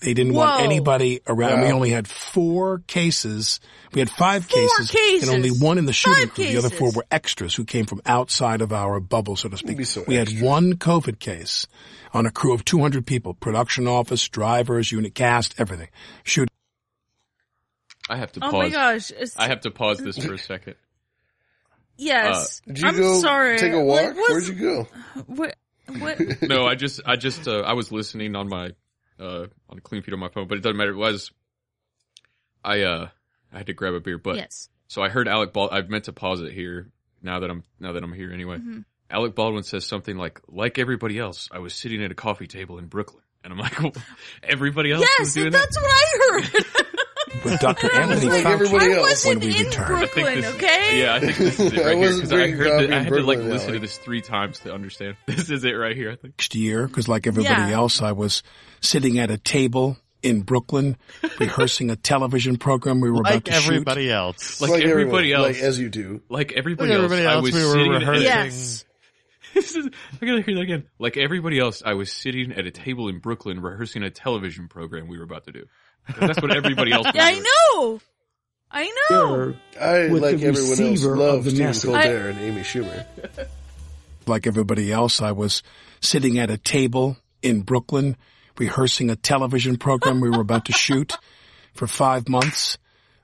[SPEAKER 21] They didn't want
[SPEAKER 5] Whoa.
[SPEAKER 21] anybody around. We
[SPEAKER 4] Wow.
[SPEAKER 21] only had four cases. We had five cases,
[SPEAKER 5] cases.
[SPEAKER 21] and only one in the shooting
[SPEAKER 5] Five
[SPEAKER 21] crew. The other
[SPEAKER 5] cases.
[SPEAKER 21] four were extras who came from outside of our bubble, so to speak.
[SPEAKER 4] Be so
[SPEAKER 21] we had one COVID case on a crew of 200 people, production office, drivers, unit cast, everything. Shoot.
[SPEAKER 2] I have to
[SPEAKER 5] Oh
[SPEAKER 2] pause.
[SPEAKER 5] my gosh, it's-
[SPEAKER 2] I have to pause this for a second.
[SPEAKER 5] Yes.
[SPEAKER 2] Uh,
[SPEAKER 4] Did you
[SPEAKER 5] I'm
[SPEAKER 4] go
[SPEAKER 5] sorry.
[SPEAKER 4] take a
[SPEAKER 5] Like,
[SPEAKER 4] walk?
[SPEAKER 5] what's-
[SPEAKER 4] Where'd you go?
[SPEAKER 5] What? What?
[SPEAKER 2] no, I just, I just, uh, I was listening on my, uh, on a clean feed on my phone, but it doesn't matter. It was, I, uh, I had to grab a beer, but
[SPEAKER 5] Yes.
[SPEAKER 2] So I heard Alec Bald. I've meant to pause it here now that I'm now that I'm here anyway.
[SPEAKER 4] Mm-hmm.
[SPEAKER 5] Mhm.
[SPEAKER 2] Alec Baldwin says something like, "Like everybody else, I was sitting at a coffee table in Brooklyn," and I'm like, "Everybody else was
[SPEAKER 5] Yes,
[SPEAKER 2] doing that."
[SPEAKER 5] that's what I heard.
[SPEAKER 21] With Dr. Anthony
[SPEAKER 4] Like everybody
[SPEAKER 21] Fauci
[SPEAKER 4] else. I
[SPEAKER 21] when
[SPEAKER 5] wasn't
[SPEAKER 21] we
[SPEAKER 5] in
[SPEAKER 21] return.
[SPEAKER 5] Brooklyn,
[SPEAKER 2] this-
[SPEAKER 5] okay?
[SPEAKER 2] Yeah, I think this is it
[SPEAKER 4] I
[SPEAKER 2] right here
[SPEAKER 4] wasn't
[SPEAKER 2] because I
[SPEAKER 4] drinking
[SPEAKER 2] heard that
[SPEAKER 4] coffee
[SPEAKER 2] I
[SPEAKER 4] in
[SPEAKER 2] had to like
[SPEAKER 4] Brooklyn,
[SPEAKER 2] listen to
[SPEAKER 4] Alec.
[SPEAKER 2] this three times to understand. This is it right here. I think.
[SPEAKER 21] next year because, like everybody
[SPEAKER 5] Yeah.
[SPEAKER 21] else, I was sitting at a table in Brooklyn rehearsing a television program we were about
[SPEAKER 6] Like
[SPEAKER 21] to shoot.
[SPEAKER 6] everybody else.
[SPEAKER 2] Like,
[SPEAKER 4] Like
[SPEAKER 2] everybody
[SPEAKER 4] everyone,
[SPEAKER 2] else,
[SPEAKER 4] like as you do.
[SPEAKER 2] like everybody,
[SPEAKER 6] Like everybody
[SPEAKER 2] else, I
[SPEAKER 6] else,
[SPEAKER 2] was
[SPEAKER 6] we
[SPEAKER 2] sitting
[SPEAKER 6] were
[SPEAKER 2] at a-
[SPEAKER 6] rehearsing.
[SPEAKER 5] Yes.
[SPEAKER 2] This is- I gotta hear that again. Like everybody else, I was sitting at a table in Brooklyn rehearsing a television program we were about to do. That's what everybody else. Was
[SPEAKER 5] Yeah, I
[SPEAKER 2] doing.
[SPEAKER 5] know. I know.
[SPEAKER 4] I,
[SPEAKER 24] Oh. With
[SPEAKER 4] like
[SPEAKER 24] the
[SPEAKER 4] everyone else,
[SPEAKER 24] receiver of
[SPEAKER 4] love
[SPEAKER 24] the
[SPEAKER 4] Stephen
[SPEAKER 24] message.
[SPEAKER 4] Colbert and Amy Schumer.
[SPEAKER 21] Like everybody else, I was sitting at a table in Brooklyn rehearsing a television program we were about to shoot for five months.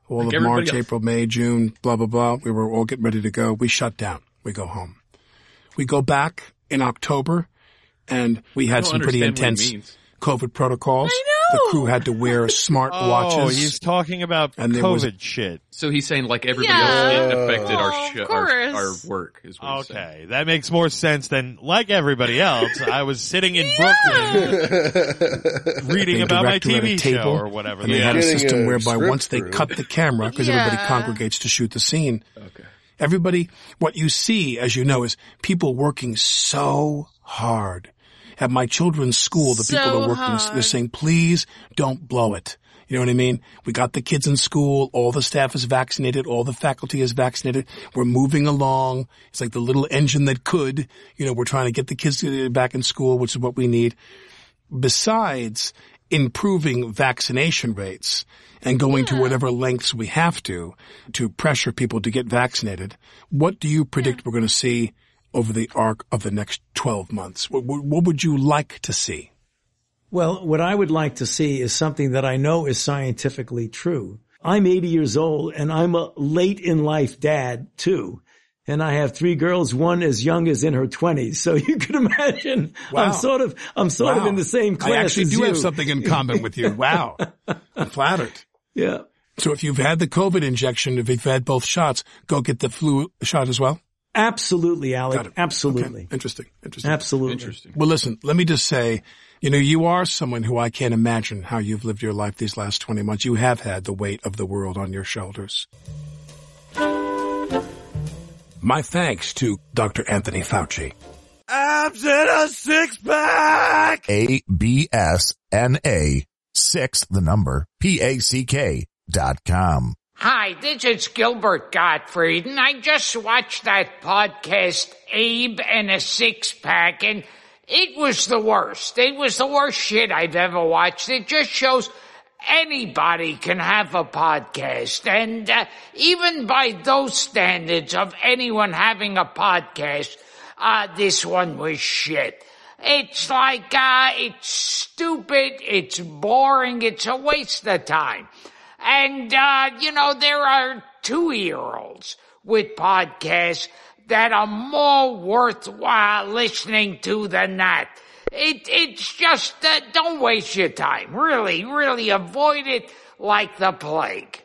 [SPEAKER 21] All
[SPEAKER 2] Like
[SPEAKER 21] of March,
[SPEAKER 2] everybody else.
[SPEAKER 21] April, May, June, blah, blah, blah. We were all getting ready to go. We shut down. We go home. We go back in October and we
[SPEAKER 2] I
[SPEAKER 21] had
[SPEAKER 2] don't
[SPEAKER 21] some pretty
[SPEAKER 2] understand what it
[SPEAKER 21] intense
[SPEAKER 2] means.
[SPEAKER 21] COVID protocols.
[SPEAKER 5] I know.
[SPEAKER 21] The crew had to wear smart
[SPEAKER 6] Oh,
[SPEAKER 21] watches.
[SPEAKER 6] he's talking about
[SPEAKER 21] And there was-
[SPEAKER 6] COVID shit.
[SPEAKER 2] So he's saying like everybody
[SPEAKER 5] Yeah.
[SPEAKER 2] else, it affected
[SPEAKER 5] Oh, of
[SPEAKER 2] our, sh- our
[SPEAKER 5] course.
[SPEAKER 2] our work is what he's saying.
[SPEAKER 6] Okay, that makes more sense than like everybody else. I was sitting in Brooklyn reading
[SPEAKER 21] They
[SPEAKER 6] about my
[SPEAKER 21] director at a
[SPEAKER 6] TV show
[SPEAKER 21] table,
[SPEAKER 6] or whatever.
[SPEAKER 21] And they
[SPEAKER 6] the
[SPEAKER 21] had a
[SPEAKER 4] Getting
[SPEAKER 21] system
[SPEAKER 4] a
[SPEAKER 21] whereby
[SPEAKER 4] script
[SPEAKER 21] once they
[SPEAKER 4] through.
[SPEAKER 21] cut the camera, because everybody
[SPEAKER 5] Yeah.
[SPEAKER 21] congregates to shoot the scene. Everybody, what you see, as you know, is people working so hard. At my children's school, the people
[SPEAKER 5] So
[SPEAKER 21] are working, they're
[SPEAKER 5] hard.
[SPEAKER 21] saying, please don't blow it. You know what I mean? We got the kids in school. All the staff is vaccinated. All the faculty is vaccinated. We're moving along. It's like the little engine that could. You know, we're trying to get the kids uh, back in school, which is what we need besides improving vaccination rates and going to whatever lengths we have to to pressure people to get vaccinated. What do you predict we're going to see over the arc of the next 12 months? What, what, what would you like to see?
[SPEAKER 24] Well, what I would like to see is something that I know is scientifically true. I'm 80 years old and I'm a late in life dad too. And I have three girls, one as young as in her 20s. So you can imagine
[SPEAKER 21] Wow.
[SPEAKER 24] I'm sort of, I'm sort of
[SPEAKER 21] Wow.
[SPEAKER 24] in the same class.
[SPEAKER 21] I actually
[SPEAKER 24] as
[SPEAKER 21] do have
[SPEAKER 24] you.
[SPEAKER 21] something in common with you. Wow. I'm flattered.
[SPEAKER 24] Yeah.
[SPEAKER 21] So if you've had the COVID injection, if you've had both shots, go get the flu shot as well?
[SPEAKER 24] Absolutely, Alec. Absolutely.
[SPEAKER 21] Interesting. Interesting.
[SPEAKER 24] Absolutely. Interesting.
[SPEAKER 21] Well, listen, let me just say, you know, you are someone who I can't imagine how you've lived your life these last 20 months. You have had the weight of the world on your shoulders. My thanks to Dr. Anthony Fauci.
[SPEAKER 10] Abs in a six pack.
[SPEAKER 12] A B S N A six the number P A C K dot com.
[SPEAKER 53] Hi, this is Gilbert Gottfried, and I just watched that podcast, Abe and a Six Pack, and it was the worst. It was the worst shit I've ever watched. It just shows anybody can have a podcast, and uh, even by those standards of anyone having a podcast, uh, this one was shit. It's like, uh, it's stupid, it's boring, it's a waste of time. And, uh, you know, there are two year olds with podcasts that are more worthwhile listening to than that. It, it's just, uh, don't waste your time. Really, really avoid it like the plague.